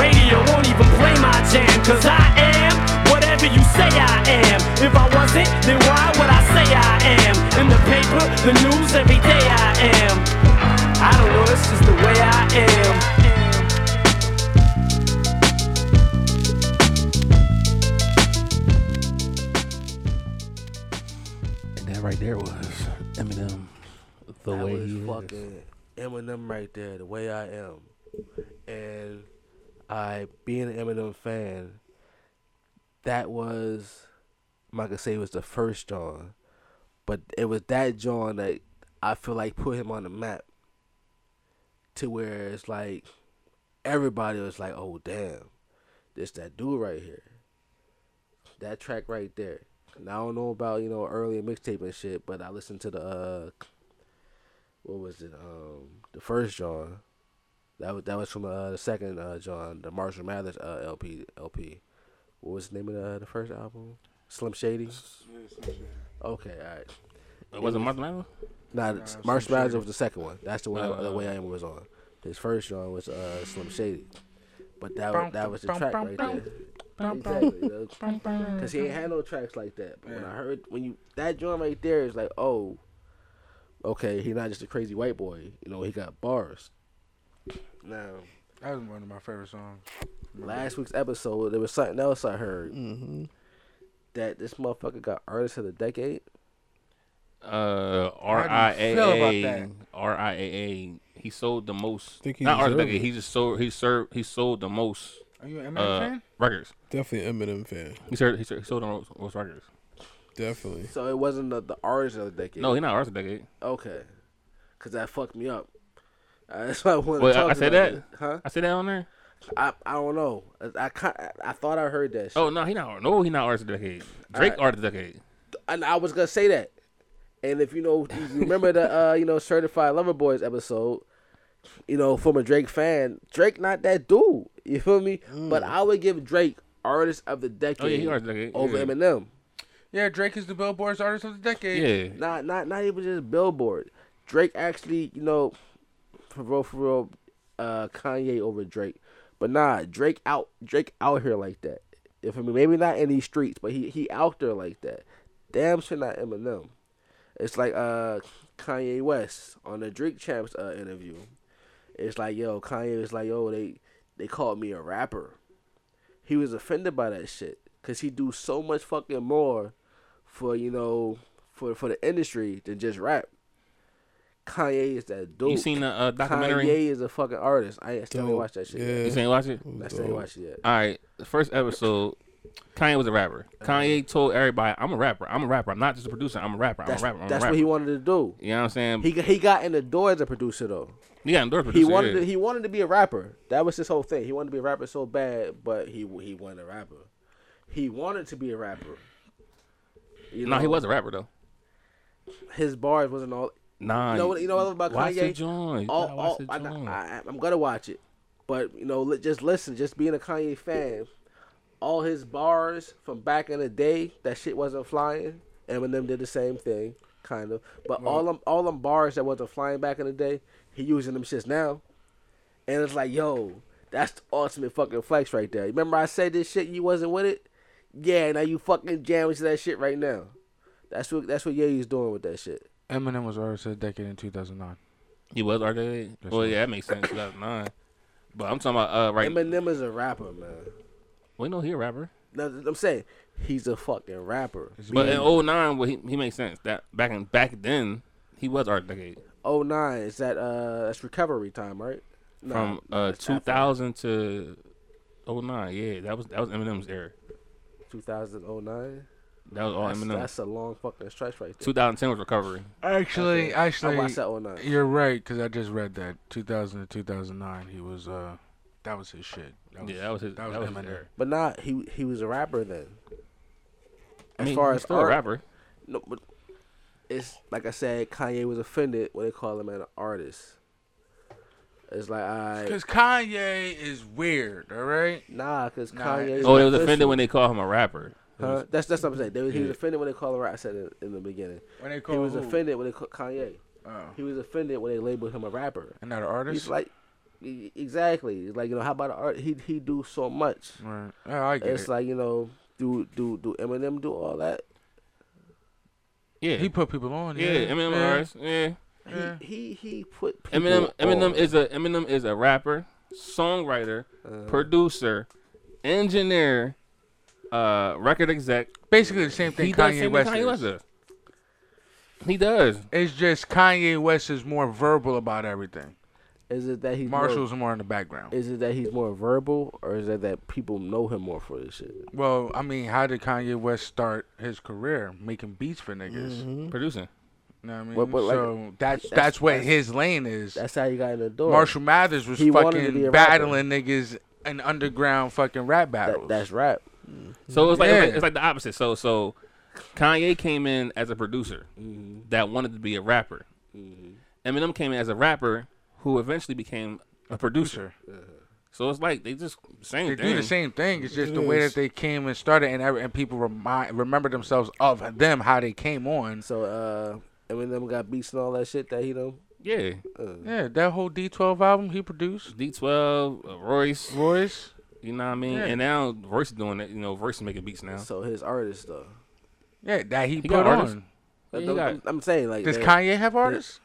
S17: Radio won't even play my jam, cause I am whatever you say I am. If I wasn't, then why would I say I am? In the paper, the news, every day I am. I don't know, it's just the way I am.
S1: And that right there was Eminem. The
S2: that
S1: way
S2: was
S1: he is.
S2: fucking Eminem right there, the way I am. And I being an Eminem fan, that was I'm not gonna say it was the first John, but it was that John that I feel like put him on the map to where it's like everybody was like, Oh damn, this that dude right here. That track right there. And I don't know about, you know, earlier mixtape and shit, but I listened to the uh what was it? Um, the first John. That was that was from uh, the second uh, John, the Marshall Mathers uh, LP. LP. What was the name of the, the first album? Slim Shady. Okay, all right.
S4: It wasn't Marshall Mathers?
S2: Nah,
S4: Nah, Slim
S2: Marshall Mathers
S4: Shady.
S2: was the second one. That's the one.
S4: Uh,
S2: the way I am was on. His first John was uh, Slim Shady. But that was, that was the track right there. Exactly.
S4: Uh-huh.
S2: Because he ain't had no tracks like that. But when I heard when you that joint right there is like, oh, okay, he not just a crazy white boy. You know, he got bars. Now
S20: That was one of my favorite songs.
S4: Mm-hmm.
S2: last week's episode, there was something else I heard that this motherfucker got artist of the decade.
S4: Uh, R
S2: How
S4: I
S2: do you
S4: A
S2: feel about
S4: A
S2: that?
S4: R I A A. He sold the most.
S5: Think he
S4: not R.
S5: deserved it.
S4: He just sold. He served. He sold the most.
S5: Are you an Eminem
S4: uh,
S5: fan?
S4: Records.
S5: Definitely an Eminem fan.
S4: He sold. He sold, he sold the most, most records.
S5: Definitely.
S2: So it wasn't the, the artist of the decade.
S4: No, he not artist of the decade.
S2: Okay, because that fucked me up. Uh, that's why I wanted
S4: Wait,
S2: to
S4: I-
S2: talk
S4: I said
S2: about
S4: that?
S2: it. Huh?
S4: I said that on there.
S2: I I don't know. I I, ca- I- I thought I heard that. Shit.
S4: Oh no, he not. No, he not artist of the decade. Drake
S2: Alright.
S4: artist of the decade.
S2: and I was gonna say that. And if you know, you remember the uh, you know Certified Lover Boys episode, you know from a Drake fan, Drake not that dude. You feel me? But I would give Drake Artist of the Decade,
S4: Hmm. Oh, yeah, he Artist of the Decade,
S2: over
S4: yeah.
S2: Eminem.
S20: Yeah, Drake is the Billboard's artist of the decade.
S2: Not not not even just Billboard. Drake actually, you know, for real for real, uh, Kanye over Drake. But nah, Drake out Drake out here like that. If I mean maybe not in these streets, but he he out there like that. Damn sure not Eminem. It's like uh Kanye West on the Drake Champs uh, interview. It's like yo Kanye was like yo they they called me a rapper. He was offended by that shit because he do so much fucking more for you know for for the industry than just rap. Kanye is that dude.
S4: You seen the, uh, documentary?
S2: Kanye is a fucking artist. I ain't- still ain't
S4: Dope.
S2: watched that shit.
S4: You still ain't watch it?
S2: I still ain't watched it yet.
S4: All right. The first episode, Kanye was a rapper. Kanye told everybody, I'm a rapper. I'm a rapper. I'm not just a producer. I'm a rapper. I'm
S2: That's,
S4: a rapper. I'm
S2: that's
S4: a rapper.
S2: what he wanted to do.
S4: You know what I'm saying?
S2: He he got in the door as a producer though.
S4: He got endorsed.
S2: he wanted to, he wanted to be a rapper. That was his whole thing. He wanted to be a rapper so bad, but he he wasn't a rapper. He wanted to be a rapper. You
S4: no, he
S2: know?
S4: was a rapper though.
S2: His bars wasn't all.
S4: Nah,
S2: you know what? You know what I love about
S4: watch
S2: Kanye?
S4: the joint. You
S2: All-
S4: gotta watch
S2: all-
S4: the
S2: I, I, am gonna watch it, but you know, li- just listen. Just being a Kanye fan, all his bars from back in the day, that shit wasn't flying. Eminem did the same thing, kind of. But all them, all them bars that wasn't flying back in the day, he using them shits now, and it's like, yo, that's the ultimate fucking flex right there. Remember I said this shit, you wasn't with it. Yeah, now you fucking jamming to that shit right now. That's what that's what Ye's doing with that shit.
S1: Eminem was artist of the decade in 2009.
S4: He was arcade.
S1: That's
S4: Well,
S1: right.
S4: yeah, that makes sense. 2009. But I'm talking about uh, right.
S2: Eminem is a rapper, man.
S4: We know he a rapper.
S2: No, I'm saying he's a fucking rapper.
S4: But in oh- 09, well, he, he makes sense. That back in back then, he was art decade.
S2: oh nine is that uh that's recovery time, right? No,
S4: From
S2: no,
S4: uh,
S2: it's not
S4: 2000 to 09, yeah, that was that was Eminem's era.
S2: 2009.
S4: That was all
S2: that's,
S4: Eminem.
S2: That's a long fucking stretch right there.
S4: 2010 was recovery.
S1: Actually,
S2: Okay.
S1: actually,
S2: I watched that one. uh, night.
S1: you're right because I just read that 2000 to 2009. He was uh, that was his shit.
S4: Yeah, that was his- that was his era.
S2: But not nah, he he was a rapper then.
S4: I
S2: As
S4: mean,
S2: far
S4: he's
S2: as
S4: still a
S2: art,
S4: rapper.
S2: No, but it's like I said, Kanye was offended when they call him an artist. It's like I
S1: Because Kanye is weird. All right.
S2: nah, because
S1: Nah,
S2: Kanye. is
S4: Oh, they was
S2: official.
S4: offended when they called him a rapper.
S2: Huh? That's that's what I'm saying. They, was- he was
S4: Yeah.
S2: offended when they called him. I said it in the beginning.
S1: When they
S2: he
S1: called
S2: was
S1: who?
S2: offended when they called Kanye. He was offended when they labeled him a rapper
S1: and not an artist.
S2: He's like, e- exactly. It's like you know, how about an art? He he do so much.
S1: Right. Yeah, I get
S2: It's
S1: it.
S2: like you know, do do do Eminem do all that?
S4: Yeah,
S1: he put people on. Yeah,
S4: Yeah, Eminem
S1: yeah.
S4: artist. Yeah.
S1: Yeah.
S2: He he he put people
S4: Eminem Eminem
S2: on.
S4: is a Eminem is a rapper, songwriter, producer, engineer, uh, record exec.
S1: Basically the same thing
S4: He does
S1: Kanye
S4: same thing
S1: West
S4: Kanye
S1: is.
S4: West does. He does.
S1: It's just Kanye West is more verbal about everything.
S2: Is it that he's
S1: Marshall's more in the background?
S2: Is it that he's more verbal, or is it that people know him more for this shit?
S1: Well, I mean, how did Kanye West start his career making beats for niggas,
S2: Mhm.
S4: producing?
S1: No, I mean,
S2: But- but, like,
S1: so that's that's,
S2: that's-
S1: what
S2: that's-
S1: his lane is.
S2: That's how you got in the door.
S1: Marshall Mathers was
S2: He wanted to be
S1: fucking
S2: a rapper.
S1: battling niggas in underground fucking rap battles.
S2: that's rap.
S4: So it's like, it's like
S1: Yeah.
S4: it's like the opposite. So so Kanye came in as a producer that wanted to be a rapper. Eminem came in as a rapper who eventually became a producer. So it's like they just same
S1: They
S4: thing.
S1: do the same thing. It's just
S4: It
S1: the way
S4: is.
S1: that they came and started, and every- and people remind remember themselves of them how they came on.
S2: So uh, Eminem got beats and all that shit that he done.
S4: Yeah.
S2: Uh.
S1: yeah, that whole D12 album he produced.
S4: D12, uh, Royce,
S1: Royce.
S4: You know what I mean?
S1: Yeah.
S4: And now Royce is doing it. You know, Royce is making beats now.
S2: So his artists though.
S1: Yeah, that he,
S4: He
S1: put
S4: got
S1: on.
S4: artists.
S2: Yeah,
S4: he
S2: I'm-
S4: got-
S2: I'm, I'm saying like
S1: Does
S2: they-
S1: Kanye have artists?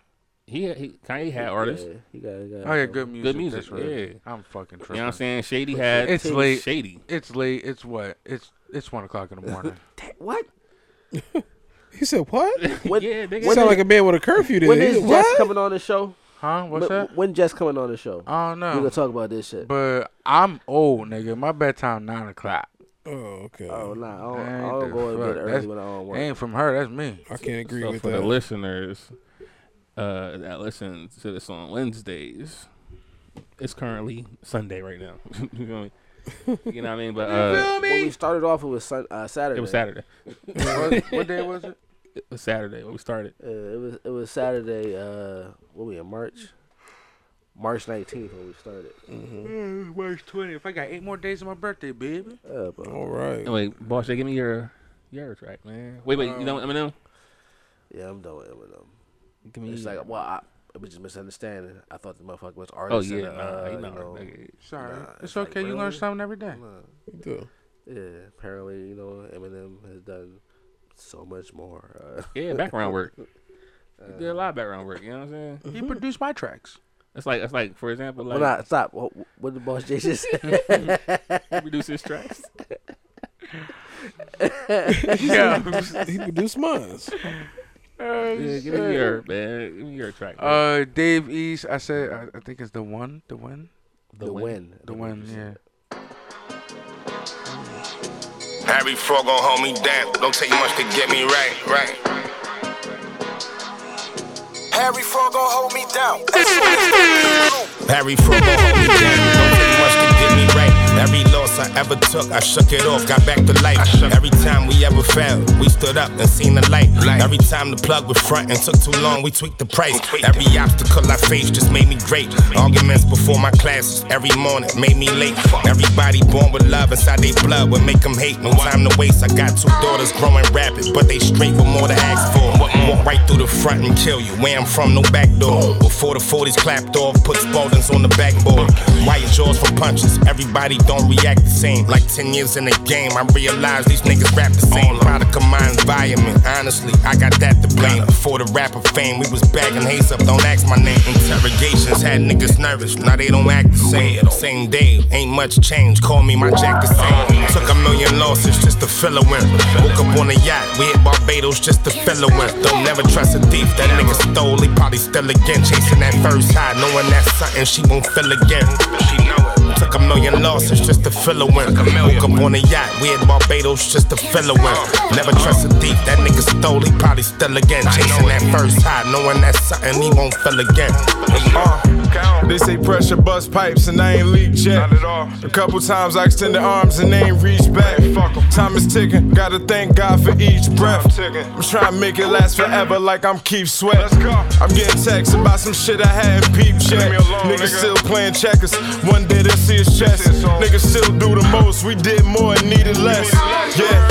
S4: He, he Kanye had artists.
S2: Yeah, he got, he got uh,
S1: Oh yeah, good music.
S4: Good music.
S1: that's right.
S4: Yeah.
S1: I'm fucking
S4: You
S1: tripping.
S4: know what I'm saying? Shady had.
S1: It's late.
S4: Shady.
S1: It's late. It's what? It's it's one o'clock in the morning.
S2: What?
S5: He said what?
S2: When,
S4: yeah,
S5: You sound like a man with a curfew.
S2: When
S5: today.
S2: is
S5: What?
S2: Jess coming on the show?
S1: Huh? What's
S2: when,
S1: that?
S2: When Jess coming on the show?
S1: I don't know.
S2: We gonna talk about this shit.
S1: But I'm old, nigga. My bedtime nine o'clock.
S5: Oh, okay.
S2: Oh nah, I don't, I
S1: Ain't
S2: don't
S1: the
S2: go to
S1: fuck.
S2: bed
S1: That's-
S2: early when I don't work.
S1: Ain't from her. That's me.
S5: I can't agree
S4: So
S5: with
S4: for
S5: that.
S4: the listeners uh, that listen to this on Wednesdays, it's currently Sunday right now. you, know what I mean? You know what I mean? But uh,
S2: When we started off, it was sun, uh, Saturday.
S4: it was Saturday.
S1: what, what day was it?
S4: It was Saturday when we started.
S2: Uh, it was it was Saturday. Uh, what we in March? March nineteenth when we started.
S1: Mm-hmm. March 20th. I got eight more days of my birthday, baby.
S2: Yeah, bro.
S5: All right.
S4: Wait, boss, give me your your track, man. Wait, wait. you know Eminem?
S2: Um, Yeah, I'm done with Eminem.
S4: Give me
S2: It's
S4: your-
S2: like well, I, it was just misunderstanding. I thought the motherfucker was
S4: Oh
S2: artist.
S4: yeah,
S2: and,
S4: nah,
S2: uh,
S4: you
S2: you
S4: know,
S2: know,
S4: nigga.
S1: Sorry.
S2: Nah,
S1: it's
S2: it's like,
S1: okay. you learn
S2: really?
S1: something every day.
S5: You do.
S2: Yeah, apparently, you know, Eminem has done so much more. Uh,
S4: Yeah, background work. He did a lot of background work. You know what I'm saying?
S1: He produced my Uh, tracks.
S4: It's like it's like for example, like
S2: well, nah, stop. What, what did Boss J just say?
S4: reduce his tracks.
S5: Yeah. he produced mine.
S2: Oh,
S4: Yeah, give me your man. Give me your track. man.
S1: Uh, Dave East. I said. I, I think it's the one. The one.
S2: The win.
S1: The one. Yeah.
S21: Harry Frog gon' hold me down. Don't take much to get me right, right.
S22: Harry Frog gon' hold me down.
S21: Harry Frog gon' hold me down. Don't take much to get me right. Every loss I ever took, I shook it off, got back to life. Every time we ever fell, we stood up and seen the light. Every time the plug was front and took too long, we tweaked the price. Every obstacle I faced just made me great. Arguments before my classes every morning made me late. Everybody born with love inside their blood would make them hate. No time to waste. I got two daughters growing rapid, but they straight with more to ask for. Walk right through the front and kill you. Where I'm from, no back door. Before the 40s clapped off, put Spaldings on the backboard. White jaws for punches. Everybody don't react the same. team. Like 10 years in the game, I realized these niggas rap the same. Product of my environment, honestly, I got that to blame. Before the rapper fame, we was bagging haze up, don't ask my name. Interrogations had niggas nervous, now they don't act the same. Same day, ain't much change, call me my Jack the same. Took a million losses just to fill a win. Woke up on a yacht, we hit Barbados just to fill a win. Don't never trust a thief, that nigga stole, he probably still again. Chasing that first high, knowing that's something she won't feel again. She know it. Took a million losses just to fill a win. Woke up on a yacht, we in Barbados just to fill a win. Never trust a thief, that nigga stole, he probably still again. Chasing that first high, knowing that's something he won't feel again.
S23: Uh, they say pressure bust pipes and I ain't leaked yet. A couple times I extended arms and they ain't reached back. Time is ticking, gotta thank God for each breath. I'm trying to make it last forever like I'm Keith Sweat. I'm getting texts about some shit I hadn't peeped yet. Niggas still playing checkers, one day they'll see his chest. Niggas still do the most, we did more and needed less. Yeah,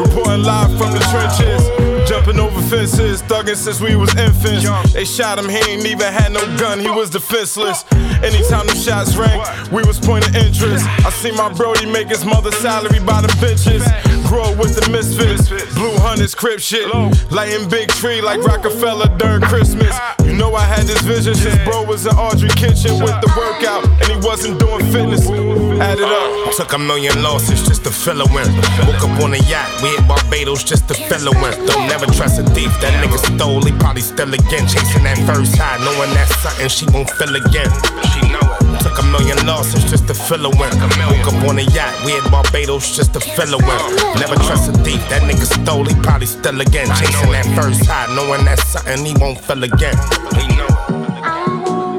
S23: reporting live from the trenches. Jumping over fences, thugging since we was infants. They shot him, he ain't even had no gun, he was defenseless. Anytime the shots rang, we was pointing interest. I see my Brody make his mother's salary by the benches. Grow up with the misfits, blue hunters, crib shit. Lighting big tree like Rockefeller during Christmas. You know I had this vision since bro was in Audrey kitchen with the workout, and he wasn't doing fitness. Add it up.
S21: Took a million losses just to fill a win. Woke up on a yacht, we hit Barbados just to fill a win. Don't never trust a thief, that nigga stole, he probably still again. Chasing that first high, knowing that's something she won't feel again. She know it. Took a million losses just to fill a win. Woke up on a yacht, we hit Barbados just to fill a win. Never trust a thief, that nigga stole, he probably still again. Chasing that first high, knowing that's something he won't feel again. He know it.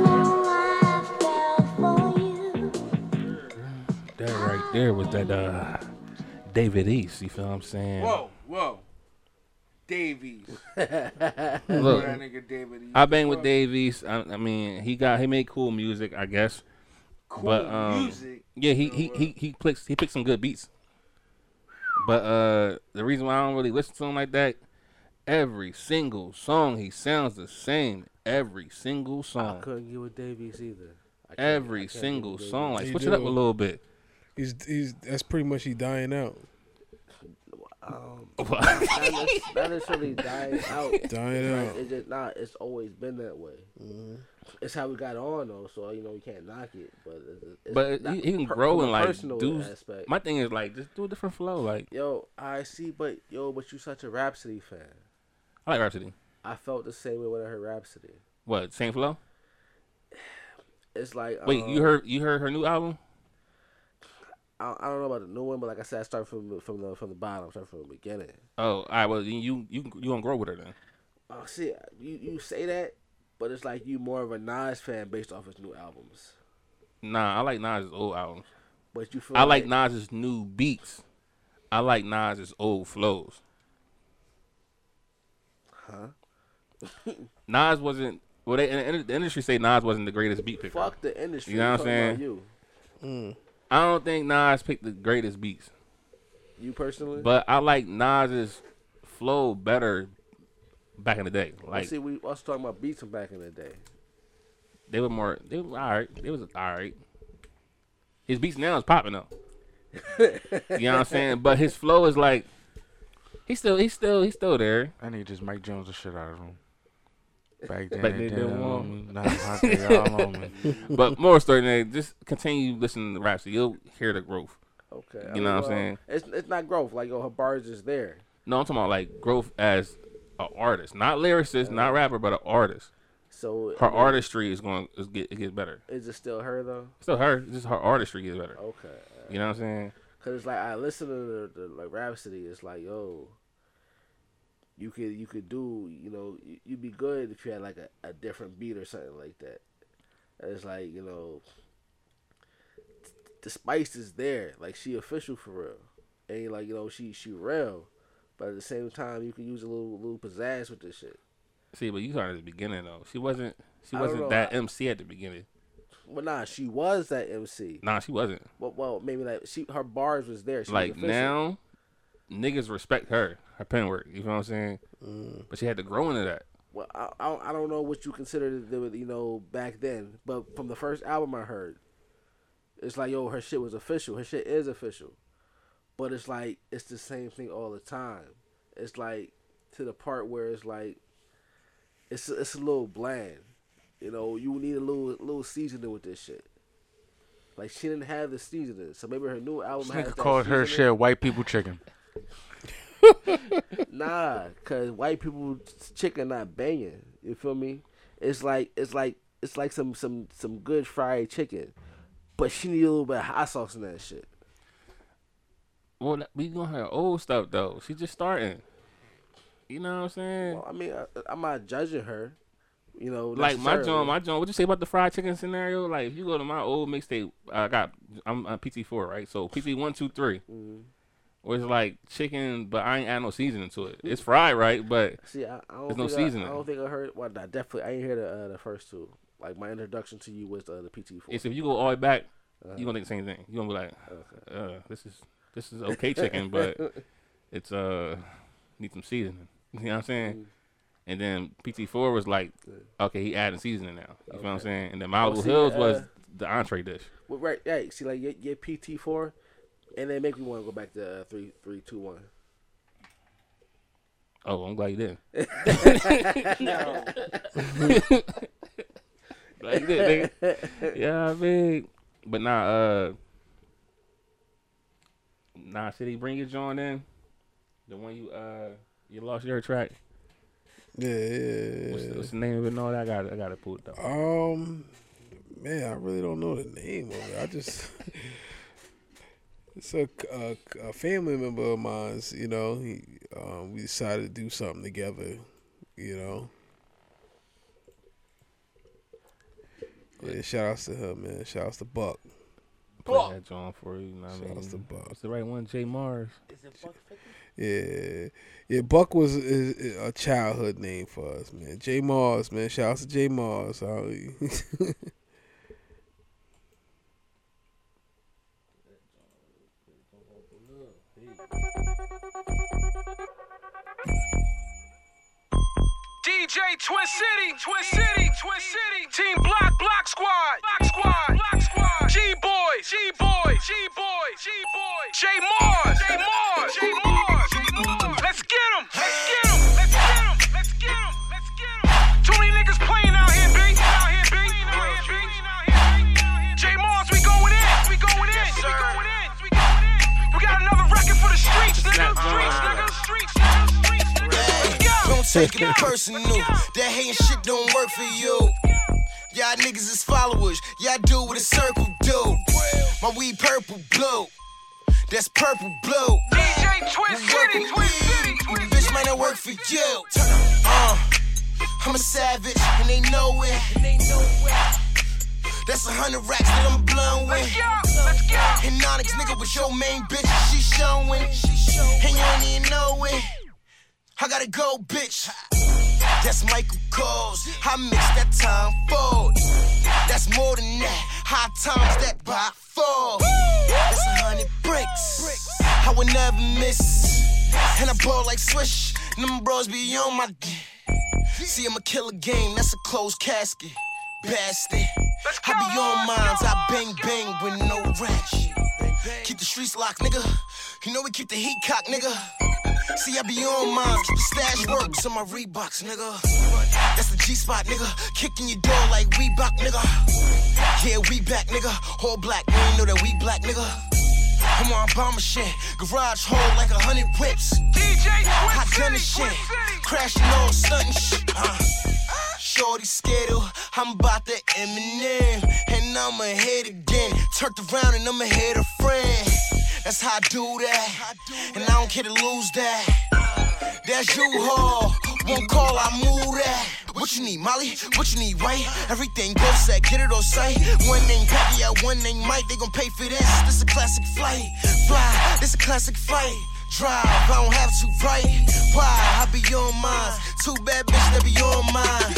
S4: That right there was that uh David East, you feel what I'm saying?
S24: Whoa, whoa. Davies.
S4: Look,
S24: That nigga David East.
S4: I bang with Davies. I, I mean, he got he made cool music, I guess. Cool but, um,
S24: music?
S4: Yeah, he he he he picks he picks some good beats. But uh the reason why I don't really listen to him like that, every single song he sounds the same. Every single
S2: I
S4: song,
S2: couldn't get with Davies either. I can't- I
S4: every
S2: can't get
S4: single
S2: with Davies.
S4: song. Like
S5: He
S4: switch it up a
S5: do.
S4: little bit.
S5: He's he's that's pretty much he dying out.
S2: Um, not, nec- not necessarily dying out.
S5: Dying
S2: It's like-
S5: out.
S2: It's just not. It's always been that way.
S4: Mm-hmm.
S2: It's how we got on though, so you know we can't knock it. But it's, it's
S4: But
S2: not
S4: he, he can
S2: per-
S4: grow
S2: from
S4: and
S2: a
S4: like
S2: personal
S4: do.
S2: aspect.
S4: My thing is like just do a different flow. Like
S2: Yo, I see, but yo, but you such a Rhapsody fan.
S4: I like Rhapsody.
S2: I felt the same way when I heard Rhapsody.
S4: What same flow?
S2: It's like
S4: Wait, you
S2: um,
S4: heard you heard her new album?
S2: I, I don't know about the new one, but like I said, I start from from the from the bottom, start from the beginning.
S4: Oh, all right. Well, then you you you gonna grow with her then?
S2: Oh, see, you you say that, but it's like you more of a Nas fan based off his new albums.
S4: Nah, I like Nas's old albums.
S2: But you feel
S4: I like
S2: like-
S4: Nas's new beats. I like Nas's old flows.
S2: Huh?
S4: Nas wasn't. Well, they, in, in, the industry say Nas wasn't the greatest beat picker.
S2: Fuck the industry.
S4: You know
S2: I'm
S4: what I'm
S2: talking about
S4: saying?
S2: You,
S5: Mm.
S4: I don't think Nas picked the greatest beats,
S2: you personally.
S4: but I like Nas's flow better back in the day.
S2: Well,
S4: Like
S2: see, we us talking about beats from back in the day.
S4: they were more. They were all right. They was all right. His beats now is popping though. you know what I'm saying? But his flow is like he's still he's still he's still there.
S20: I need just Mike Jones the shit out of him. Back then, they
S4: Back then, they
S20: didn't
S4: didn't
S20: want
S4: want
S20: me.
S4: me.
S20: Now I think y'all want me.
S4: but more story than that, just continue listening to Rhapsody. You'll hear the growth. You
S2: Okay. I
S4: know
S2: mean,
S4: what I'm
S2: well,
S4: saying?
S2: It's it's not growth. Like yo, her bars is there.
S4: No, I'm talking about like growth as an artist, not lyricist, not rapper, but an artist.
S2: So
S4: her
S2: I mean,
S4: artistry is going is get it gets better.
S2: Is it still her though?
S4: It's Still her, it's just her artistry gets better.
S2: Okay.
S4: You know what I'm saying?
S2: Cause it's like I listen to the, the like Rhapsody. It's like yo, you could you could do you know you, you'd be good if you had like a, a different beat or something like that. And it's like you know, the spice is there. Like she official for real, and like you know she she real, but at the same time you can use a little little pizzazz with this shit.
S4: See, but you started at the beginning though. She wasn't she
S2: I don't know.
S4: wasn't that MC at the beginning.
S2: Well, nah, she was that MC.
S4: Nah, she wasn't.
S2: Well, well maybe like she her bars was there. She was
S4: like
S2: official.
S4: now, niggas respect her, her pen work. You know what I'm saying?
S2: Mm.
S4: But she had to grow into that.
S2: Well, I, I I don't know what you consider the, the you know back then, but from the first album I heard, It's like yo, her shit was official. Her shit is official, but it's like it's the same thing all the time. It's like to the part where it's like it's it's a little bland. You know, you need a little little seasoning with this shit. Like she didn't have the seasoning, so maybe her new album.
S1: This
S2: has
S1: nigga
S2: that
S1: called her
S2: seasoning.
S1: shit white people chicken.
S2: nah, cause white people chicken not banging. You feel me? It's like it's like it's like some some some good fried chicken, but she need a little bit of hot sauce in that shit.
S4: Well, that- we gonna have old stuff though. She just starting. You know what I'm saying?
S2: Well, I mean, I, I'm not judging her. You know,
S4: Like my
S2: necessarily.
S4: John, my John. What you say about the fried chicken scenario? Like if you go to my old mixtape, I got I'm on PT four, right? So PT one, two, three.
S2: Mm-hmm.
S4: Where it's like chicken, but I ain't add no seasoning to it. It's fried, right? But
S2: See, I, I
S4: there's
S2: don't think
S4: no
S2: I-
S4: seasoning.
S2: I, don't think I heard. Well, I definitely I didn't hear the uh, the first two. Like my introduction to you was uh, the PT four.
S4: It's if you go all the way back,
S2: Uh-huh.
S4: you gonna think the same thing. You gonna be like, uh, this is this is okay chicken, but it's uh need some seasoning. You know what I'm saying?
S2: Mm-hmm.
S4: And then PT4 was like, okay, he adding seasoning now. You know what I'm saying? And then Malibu
S2: Oh, see,
S4: Hills was
S2: uh,
S4: the entree dish.
S2: Well, right, right. See, like your, your PT four, and they make me want to go back to uh, three, three, two, one.
S4: Oh, I'm glad you did. glad you did, nigga. Yeah, I mean, but nah, uh, nah, should he bring your joint in? The one you uh you lost your track.
S5: Yeah, yeah.
S4: What's, the- what's the name of it? No, I got I got to pull it up.
S5: Um, man, I really don't know the name of it. I just it's a, a, a family member of mine's. You know, he um, we decided to do something together. You know. Yeah, shout outs to her, man. Shout outs to Buck.
S4: Play that joint for you. you know what I
S5: Shout
S4: mean,
S5: outs to Buck.
S4: It's the right one, Jay Mars.
S5: Yeah, yeah. Buck was is- is a childhood name for us, man. J Mars, man. Shout out to J Mars. Holly.
S24: DJ Twin City, Twin City, Twin City, Team Block, Block Squad, Block Squad, Block Squad, G Boy, G Boy, G Boy, G Boy, J Mars, J Mars, J Mars, J Mars. Let's get 'em, let's get 'em, let's get 'em, let's get 'em, let's get 'em. Too many niggas playing out here, B, out here, B, out here, B. J Mars, we going in, we going in, we going in, we going in. We got another record for the streets, nigga, streets, nigga, streets, nigga, streets, nigga.
S25: Don't take it personal. That hating shit don't work for you. Y'all niggas is followers. Y'all do what a circle do. My weed purple blue. That's purple blue. DJ Twin City, Twin City, Twin Bitch might not work for you. Uh, I'm a savage and they know it. That's a hundred racks that I'm blowing. And Onyx nigga was your main bitch. She showing. And you ain't even know it. I gotta go, bitch. That's Michael Coles. I mix that time forward. That's more than that. High times that by four. That's a hundred bricks. I would never miss. And I ball like swish. Them bros be on my. d- See, I'm a killer game. That's a closed casket. Bastard. I be on mines. I bang bang with no ratchet. Keep the streets locked, nigga. You know we keep the heat cocked, nigga. See, I be on mine. Keep the stash works on my Reeboks, nigga. That's the G spot, nigga. Kicking your door like Reebok, nigga. Yeah, we back, nigga. All black, you ain't know that we black, nigga. I'm on bomber shit. Garage hold like a hundred whips. DJ I done this shit. Crashing all stunting shit. Uh. Shorty skittle, I'm about to Eminem, and I'ma hit again. Turned around and I'ma hit a friend. That's how I do that, and I don't care to lose that. That's you, haul. One call, I move that. What you need, Molly? What you need, right? Everything go set, get it on sight. One name Peggy, yeah, one name Mike. They gon' pay for this. This a classic flight. Fly, this a classic fight. Drive, I don't have to write. Why? I be on mine. Too bad, bitch, that be on mine.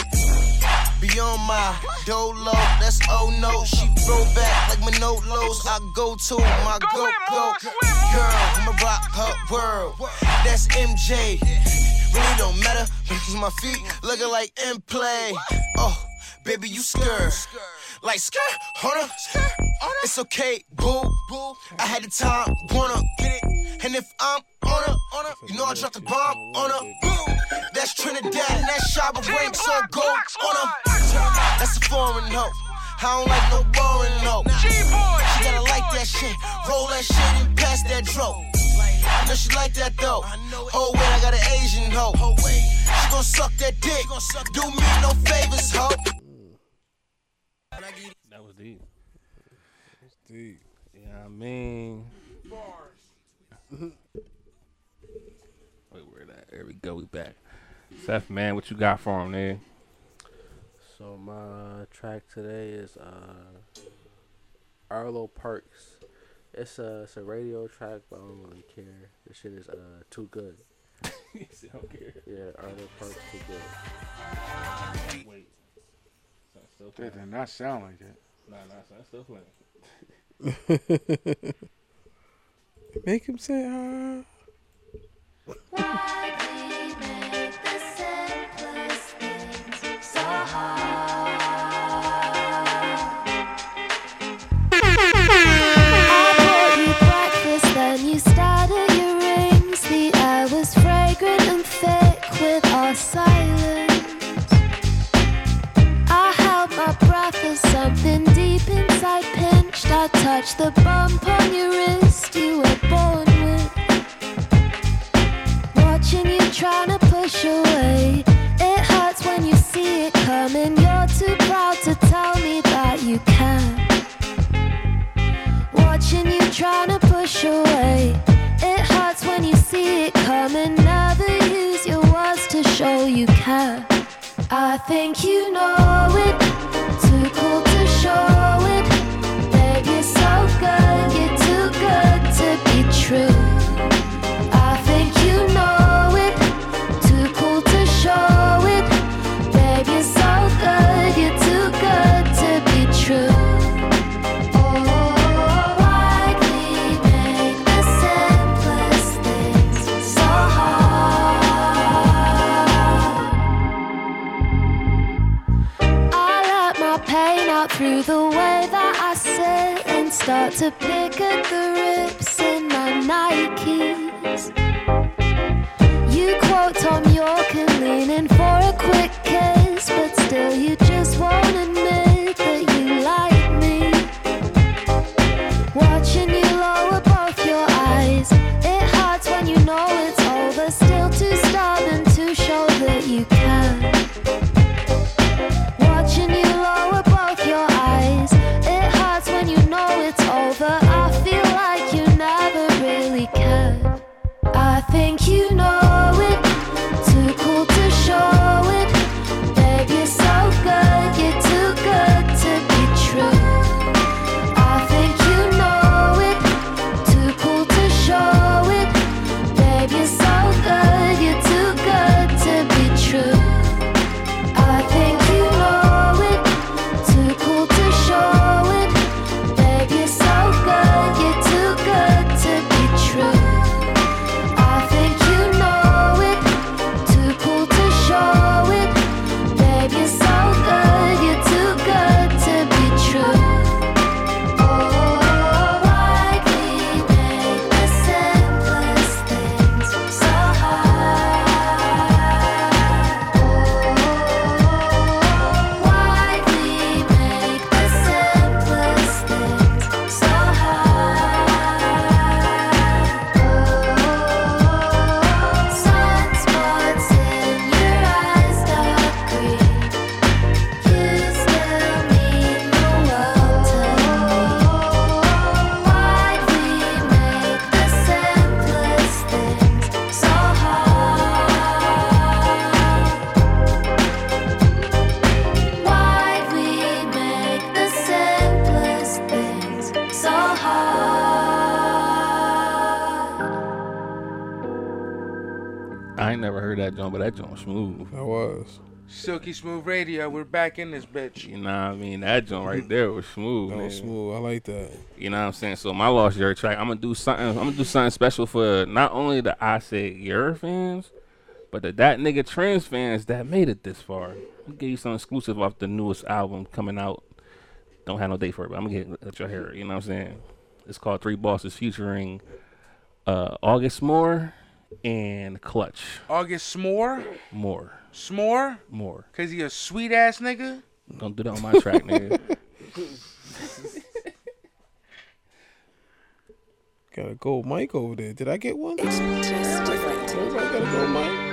S25: Beyond my dolo, that's oh no. She throw back like Manolos. I go to my go go girl. I'ma rock her world. That's MJ. Really don't matter because my feet looking like M play. Oh, baby, you scared. Like skirt, hold up, It's okay, boo, boo. I had the time, wanna get it. And if I'm on her, on her, you know I dropped the bomb on her. Boo. That's Trinidad, and that's Shabba Wayne, so I go on her. That's a foreign hoe. I don't like no boring hoe. G-boy, she gotta like that shit. Roll that shit and pass that dro. I know she like that though. Oh wait, I got an Asian hoe. Oh, She gon' suck that dick. Do me no favors, hoe.
S4: That was deep. That's deep. Yeah, I mean. Wait, where that? There we go. We back. Seth, man, what you got for him there?
S2: So my track today is uh Arlo Parks. It's a it's a radio track, but I don't really care. This shit is uh too good.
S4: don't care.
S2: Yeah, Arlo Parks too good.
S4: Wait. Still
S20: That did not sound like that.
S4: Nah, nah, so that's still playing.
S5: Make him say, ah.
S26: I bought you breakfast, then you started your rings. The air was fragrant and thick with our silence. I held my breath as something deep inside pinched. I touched the bump on your wrist you were born with. Watching you trying to push away. It hurts when you see it coming. You're too proud to tell me that you can. Watching you trying to push away. It hurts when you see it coming. Never use your words to show you care. I think you know it. Too cool to show it. Babe, you're so good. You're too good to be true. I think you know it. Too cool to show it. Babe, you're so good. You're too good to be true. I let my pain out through the way that I sit and start to pick at the rips in my Nikes. You quote Tom York and lean in for a quick kiss, but still you just won't admit that you like me. Watching you lower both your eyes, it hurts when you know it's over. Still too stubborn to show that you can. Watching you lower both your eyes. It hurts when you know it's over. I feel like you never really cared. I think you know it. Too cool to show it. Babe, you're so good. You're too good to be true. I think you know it. Too cool to show it. Babe, you're so good. You're too good to be true. I think you know it. Too cool to show it. Babe, you're so good. You're too good to be true. I think you know it. Too cool to show it. Babe, you're so good. You're too good to be true. Oh, why we make the simplest things so hard? Why we make the simplest things so hard? Oh, sunspots in your eyes, dark green. You still mean the world to me. Why we make the simplest things so hard? Why we make the simplest things so hard?
S4: I ain't never heard that joint, but that joint smooth.
S5: That was.
S20: Silky Smooth Radio. We're back in this bitch.
S4: You know what I mean? That joint right there was smooth.
S5: That was
S4: man.
S5: smooth. I like that.
S4: You know what I'm saying? So my lost year track, I'm gonna do something. I'm gonna do something special for not only the I said your fans,
S27: But the that nigga trans fans that made it this far, we gave you some exclusive off the newest album coming out. Don't have no date for it, but I'm gonna get, let y'all hear it. You know what I'm saying? It's called Three Bosses, featuring uh, August Moore and Clutch
S1: August S'more?
S27: Moore.
S1: S'more?
S27: Moore.
S1: Cause he a sweet ass nigga?
S27: Don't do that on my track, nigga.
S5: Got a gold mic over there. Did I get one? Everybody got a gold mic.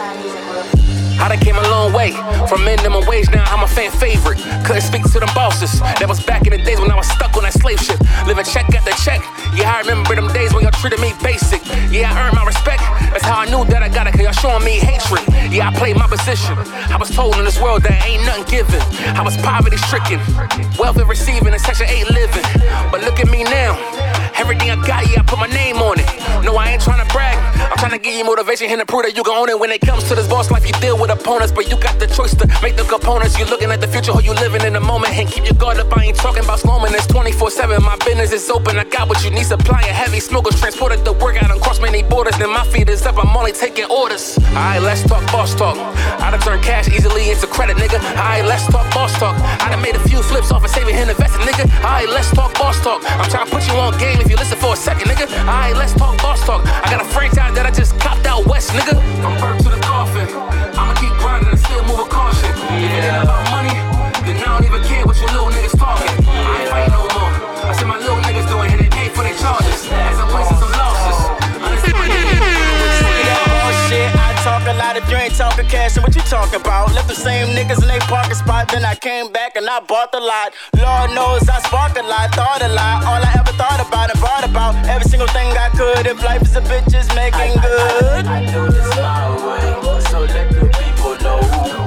S4: I done came a long way from minimum wage. Now I'm a fan favorite. Couldn't speak to them bosses. That was back in the days when I was stuck on that slave ship, living check after check. Yeah, I remember them days when y'all treated me basic. Yeah, I earned my respect. That's how I knew that I got it. Cause y'all showing me hatred. Yeah, I played my position. I was told in this world that ain't nothing given. I was poverty stricken, welfare receiving, and section eight living. But look at me now. Everything I got, yeah, I put my name on it. No, I ain't tryna brag. I'm tryna give you motivation here to prove that you can own it. When it comes to this boss life, you deal with opponents, but you got the choice to make the components. you looking at the future, or you living in the moment. And keep your guard up, I ain't talking about slowing. It's 24 7. My business is open. I got what you need. Supply of heavy smokers transported the work. I done crossed many borders. Then my feet is up. I'm only taking orders. Alright, let's talk boss talk. I done turned cash easily into credit, nigga. Alright, let's talk boss talk. I done made a few flips off of saving and investing, nigga. Alright, let's talk boss talk. I'm tryna put you on game if you listen for a second, nigga. Alright, let's talk boss talk. I got a franchise that I just copped out west, nigga. From birth to the coffin, I'ma keep grinding and still move with caution. If it ain't about money, then I don't even care what you little niggas talking. I ain't fighting no more. I said my little niggas doing and they pay for their charges. As I'm placing some losses.
S8: Oh, Shit, I talk a lot if you ain't talking cash. And what you talking about? Left the same niggas in they parking spot. Then I came back and I bought the lot. Lord knows I sparked a lot, thought a lot. All I ever thought about and bought about. Every single thing I could. If life is a bitch, it's making good. I, do this my way. So let the people know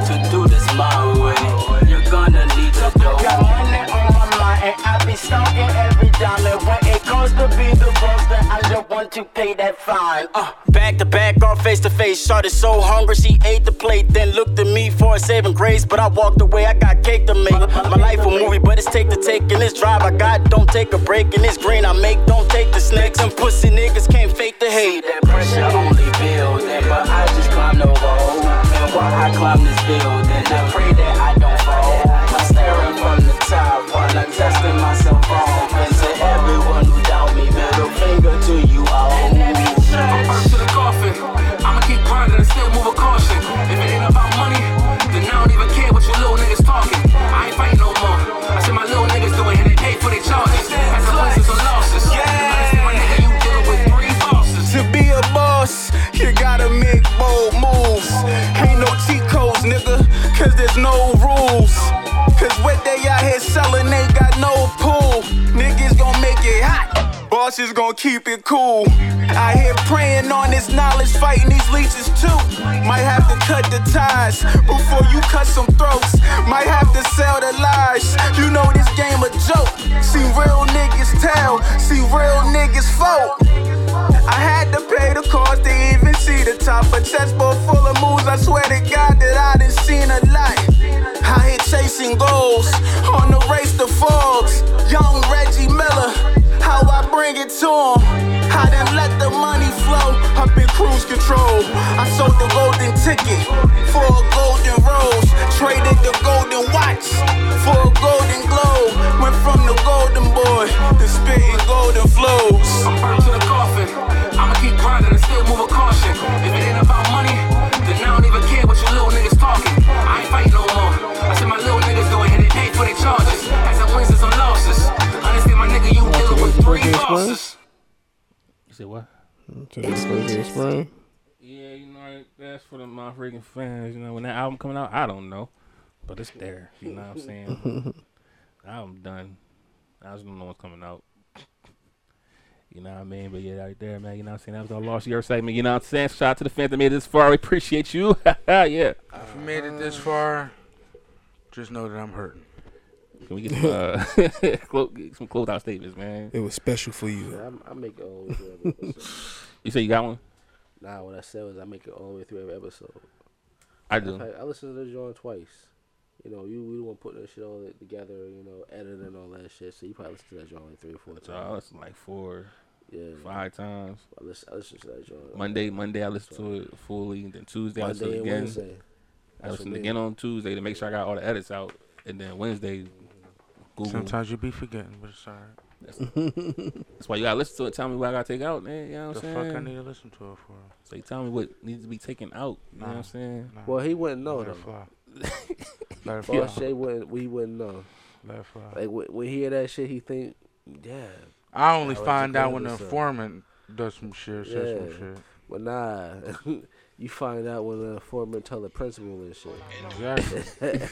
S8: to do this my way. You're gonna need to know. Got money on my mind and I be stalking every dollar. When it comes to be the boss, then I just want to pay that fine. Uh, back to back, all face to face. Shorty so hungry, she ate the plate. Then looked at me for a saving grace. But I walked away, I got cake to make. My life a movie, but it's take to take. And this drive I got, don't take a break. And this green I make, don't take the snakes. And pussy niggas can't fake the hate. That pressure only building, but I just climb the wall. And while I climb this building, I pray that I don't fall. I'm staring from the top while I'm testing myself on. And to everyone who doubt me, middle finger to you all.
S4: From birth to the coffin, I'ma keep grinding and still move with caution. If it ain't about money, then I don't even care what you little niggas talking. I ain't fighting no more. I said my little niggas doing and they pay for their charges. As a place some losses. Yeah. My nigga, you dealing with three bosses.
S8: To be a boss, you gotta make bold moves. Ain't no cheat codes, nigga, cause there's no rules. Cause what they out here selling ain't got no pool. Niggas gon' make it hot, boss is gon' keep it cool. I here praying on this knowledge, fighting these leeches too. Might have to cut the ties before you cut some throats. Might have to sell the lies. You know this game a joke. See real niggas tell, see real niggas fold. I had to pay the cost to even see the top. A chessboard full of moves. I swear to God that I done seen a lot. I hit chasing goals on the race to Forbes. Young Reggie Miller, how I bring it to him. I done let the money flow up in cruise control. I sold the golden ticket for a golden rose. Traded the golden watch for a golden globe. Went from the golden boy to spitting golden flows.
S4: From birth to the coffin, I'ma keep grinding and still move with caution. If it ain't about money, then I don't even care what you little niggas talking. I ain't fighting no more. I said my little niggas doing and they pay for their charges. As I wins and some losses. Understand my nigga, you dealing with three bosses.
S27: You said what?
S5: Today's Burger Mm, Spring.
S27: Yeah, you know that's for the my freaking fans. You know when that album coming out, I don't know, but it's there. You know what I'm saying? I'm done. I just don't know what's coming out. You know what I mean? But yeah, right there, man. You know what I'm saying? That was our lost year segment. You know what I'm saying? Shout out to the fans that made it this far. We appreciate you. yeah.
S1: If you made it this far, just know that I'm hurting.
S27: Can we get some, uh, clo- get some closeout statements, man?
S5: It was special for you.
S2: I'm, I make it all the way through every episode.
S27: You say you got one?
S2: Nah, what I said was I make it all the way through every episode.
S27: I do.
S2: I, I listened to the joint twice. You know, you we don't want to put that shit all together. You know, editing and all that shit. So you probably listen to that joint like three or four times.
S4: So I listened like four,
S2: yeah,
S4: five times.
S2: I listen, I listen to that joint.
S4: Monday, Monday I listened to it fully, and then Tuesday I listened to it
S2: Monday
S4: again.
S2: and Wednesday.
S4: I
S2: That's
S4: listened
S2: what
S4: again
S2: me.
S4: on Tuesday to make sure I got all the edits out, and then Wednesday, Google.
S20: Sometimes you be forgetting, but it's alright.
S4: That's why you gotta listen to it. Tell me what I gotta take out, man. You know what
S20: the
S4: I'm saying?
S20: fuck I need to listen to it for?
S4: So you tell me what needs to be taken out. You know what
S20: Nah,
S4: I'm saying?
S20: nah.
S2: Well, he wouldn't know
S20: Let it
S2: though.
S20: Let it
S2: Boss
S20: fly.
S2: Shay wouldn't. We wouldn't know.
S20: Let it fly.
S2: Like when, when he hear that shit, he think, yeah.
S20: I only
S2: that was
S20: find out
S2: together,
S20: when the
S2: so.
S20: informant does some shit, says
S2: Yeah.
S20: some shit.
S2: But nah, you find out when the foreman tell the principal and shit.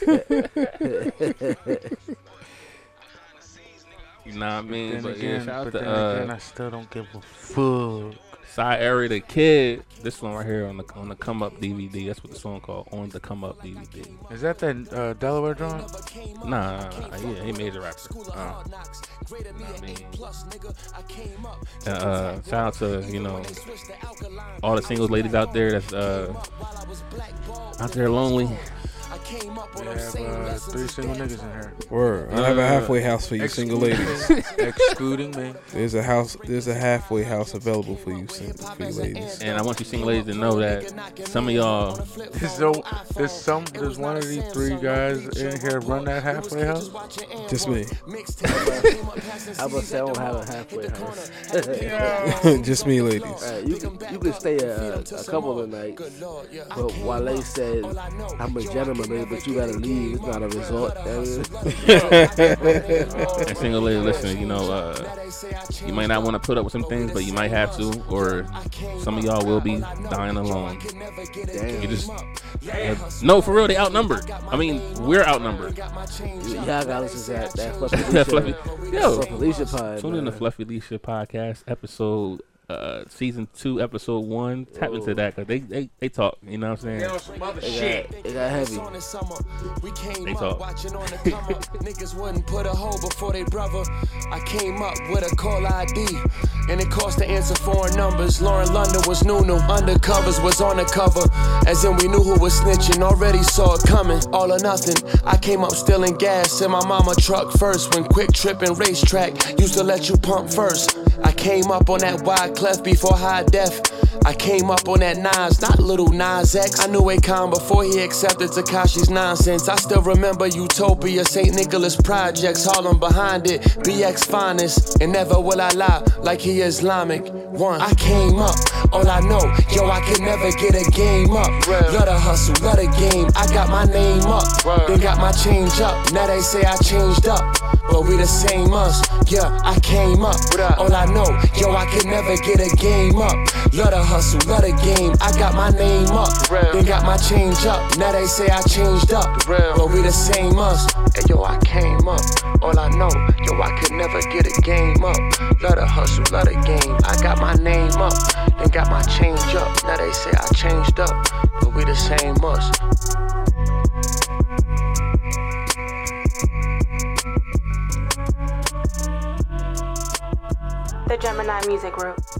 S20: Exactly.
S4: You know what I mean?
S20: Then
S4: But yeah,
S20: again,
S4: shout out
S20: but
S4: to,
S20: then
S4: uh,
S20: again, I still don't give a fuck.
S4: Side area the kid. This one right here on the on the come up DVD. That's what the song called on the come up DVD.
S20: Is that that uh, Delaware joint?
S4: Nah, nah, nah, yeah, he major rapper. Uh, uh, uh, shout out to you know all the singles ladies out there that's uh out there lonely.
S20: We have uh, three single niggas in here.
S5: Word. I have a halfway house for you, single ladies.
S20: Excluding me.
S5: There's a house. There's a halfway house available for you, sing- for you ladies.
S4: And I want you single ladies to know that some of y'all
S20: There's, no, there's some. There's one of these three guys in here run that halfway house.
S5: Just me.
S2: I was say I don't have a halfway house.
S5: Just me, ladies.
S2: Hey, you can you can stay a, a couple of nights, but Wale said I'm a gentleman, man, but you gotta leave. It's not a resort.
S4: and single lady listening, you know, uh, you might not want to put up with some things, but you might have to, or some of y'all will be dying alone. You just uh, no, for real, they outnumbered. I mean, we're outnumbered.
S2: Y'all gotta listen to that that Fluffy
S4: That
S2: Fluffy
S4: Fluffy- Yo.
S2: Felicia pod.
S4: Tune in to
S2: man.
S4: Fluffy Leisha podcast episode, uh, season two, episode one. Tap into that because they, they they talk. You know what I'm saying?
S2: They got- They got heavy.
S4: They talk.
S28: Watching on the come up, niggas wouldn't put a hole before they brother. I came up with a call ID, and it cost to answer foreign numbers. Lauren London was new, new undercovers was on the cover, as in we knew who was snitching. Already saw it coming, all or nothing. I came up stealing gas in my mama truck first. When quick trip and racetrack used to let you pump first. I came up on that wide clef before high def. I came up on that Nas, not little Nas X. I knew Akon before he accepted Takashi's nonsense. I still remember Utopia, St. Nicholas Projects, Harlem behind it, BX finest. And never will I lie like he Islamic. One, I came up, all I know, yo, I could never get a game up. Love the hustle, love the game. I got my name up, then got my change up. Now they say I changed up, but we the same us. Yeah, I came up, all I know, yo, I could never get a game up. Love the hustle, love the game. I got my name up, then got my change up. Now they say I changed up, but we the same us. Hey, yo, I came up, all I know, yo, I could never get a game up. Love the hustle, love the game. I got my name up, then got my change up. Now they say I changed up, but we the same us.
S12: The Gemini Music Group.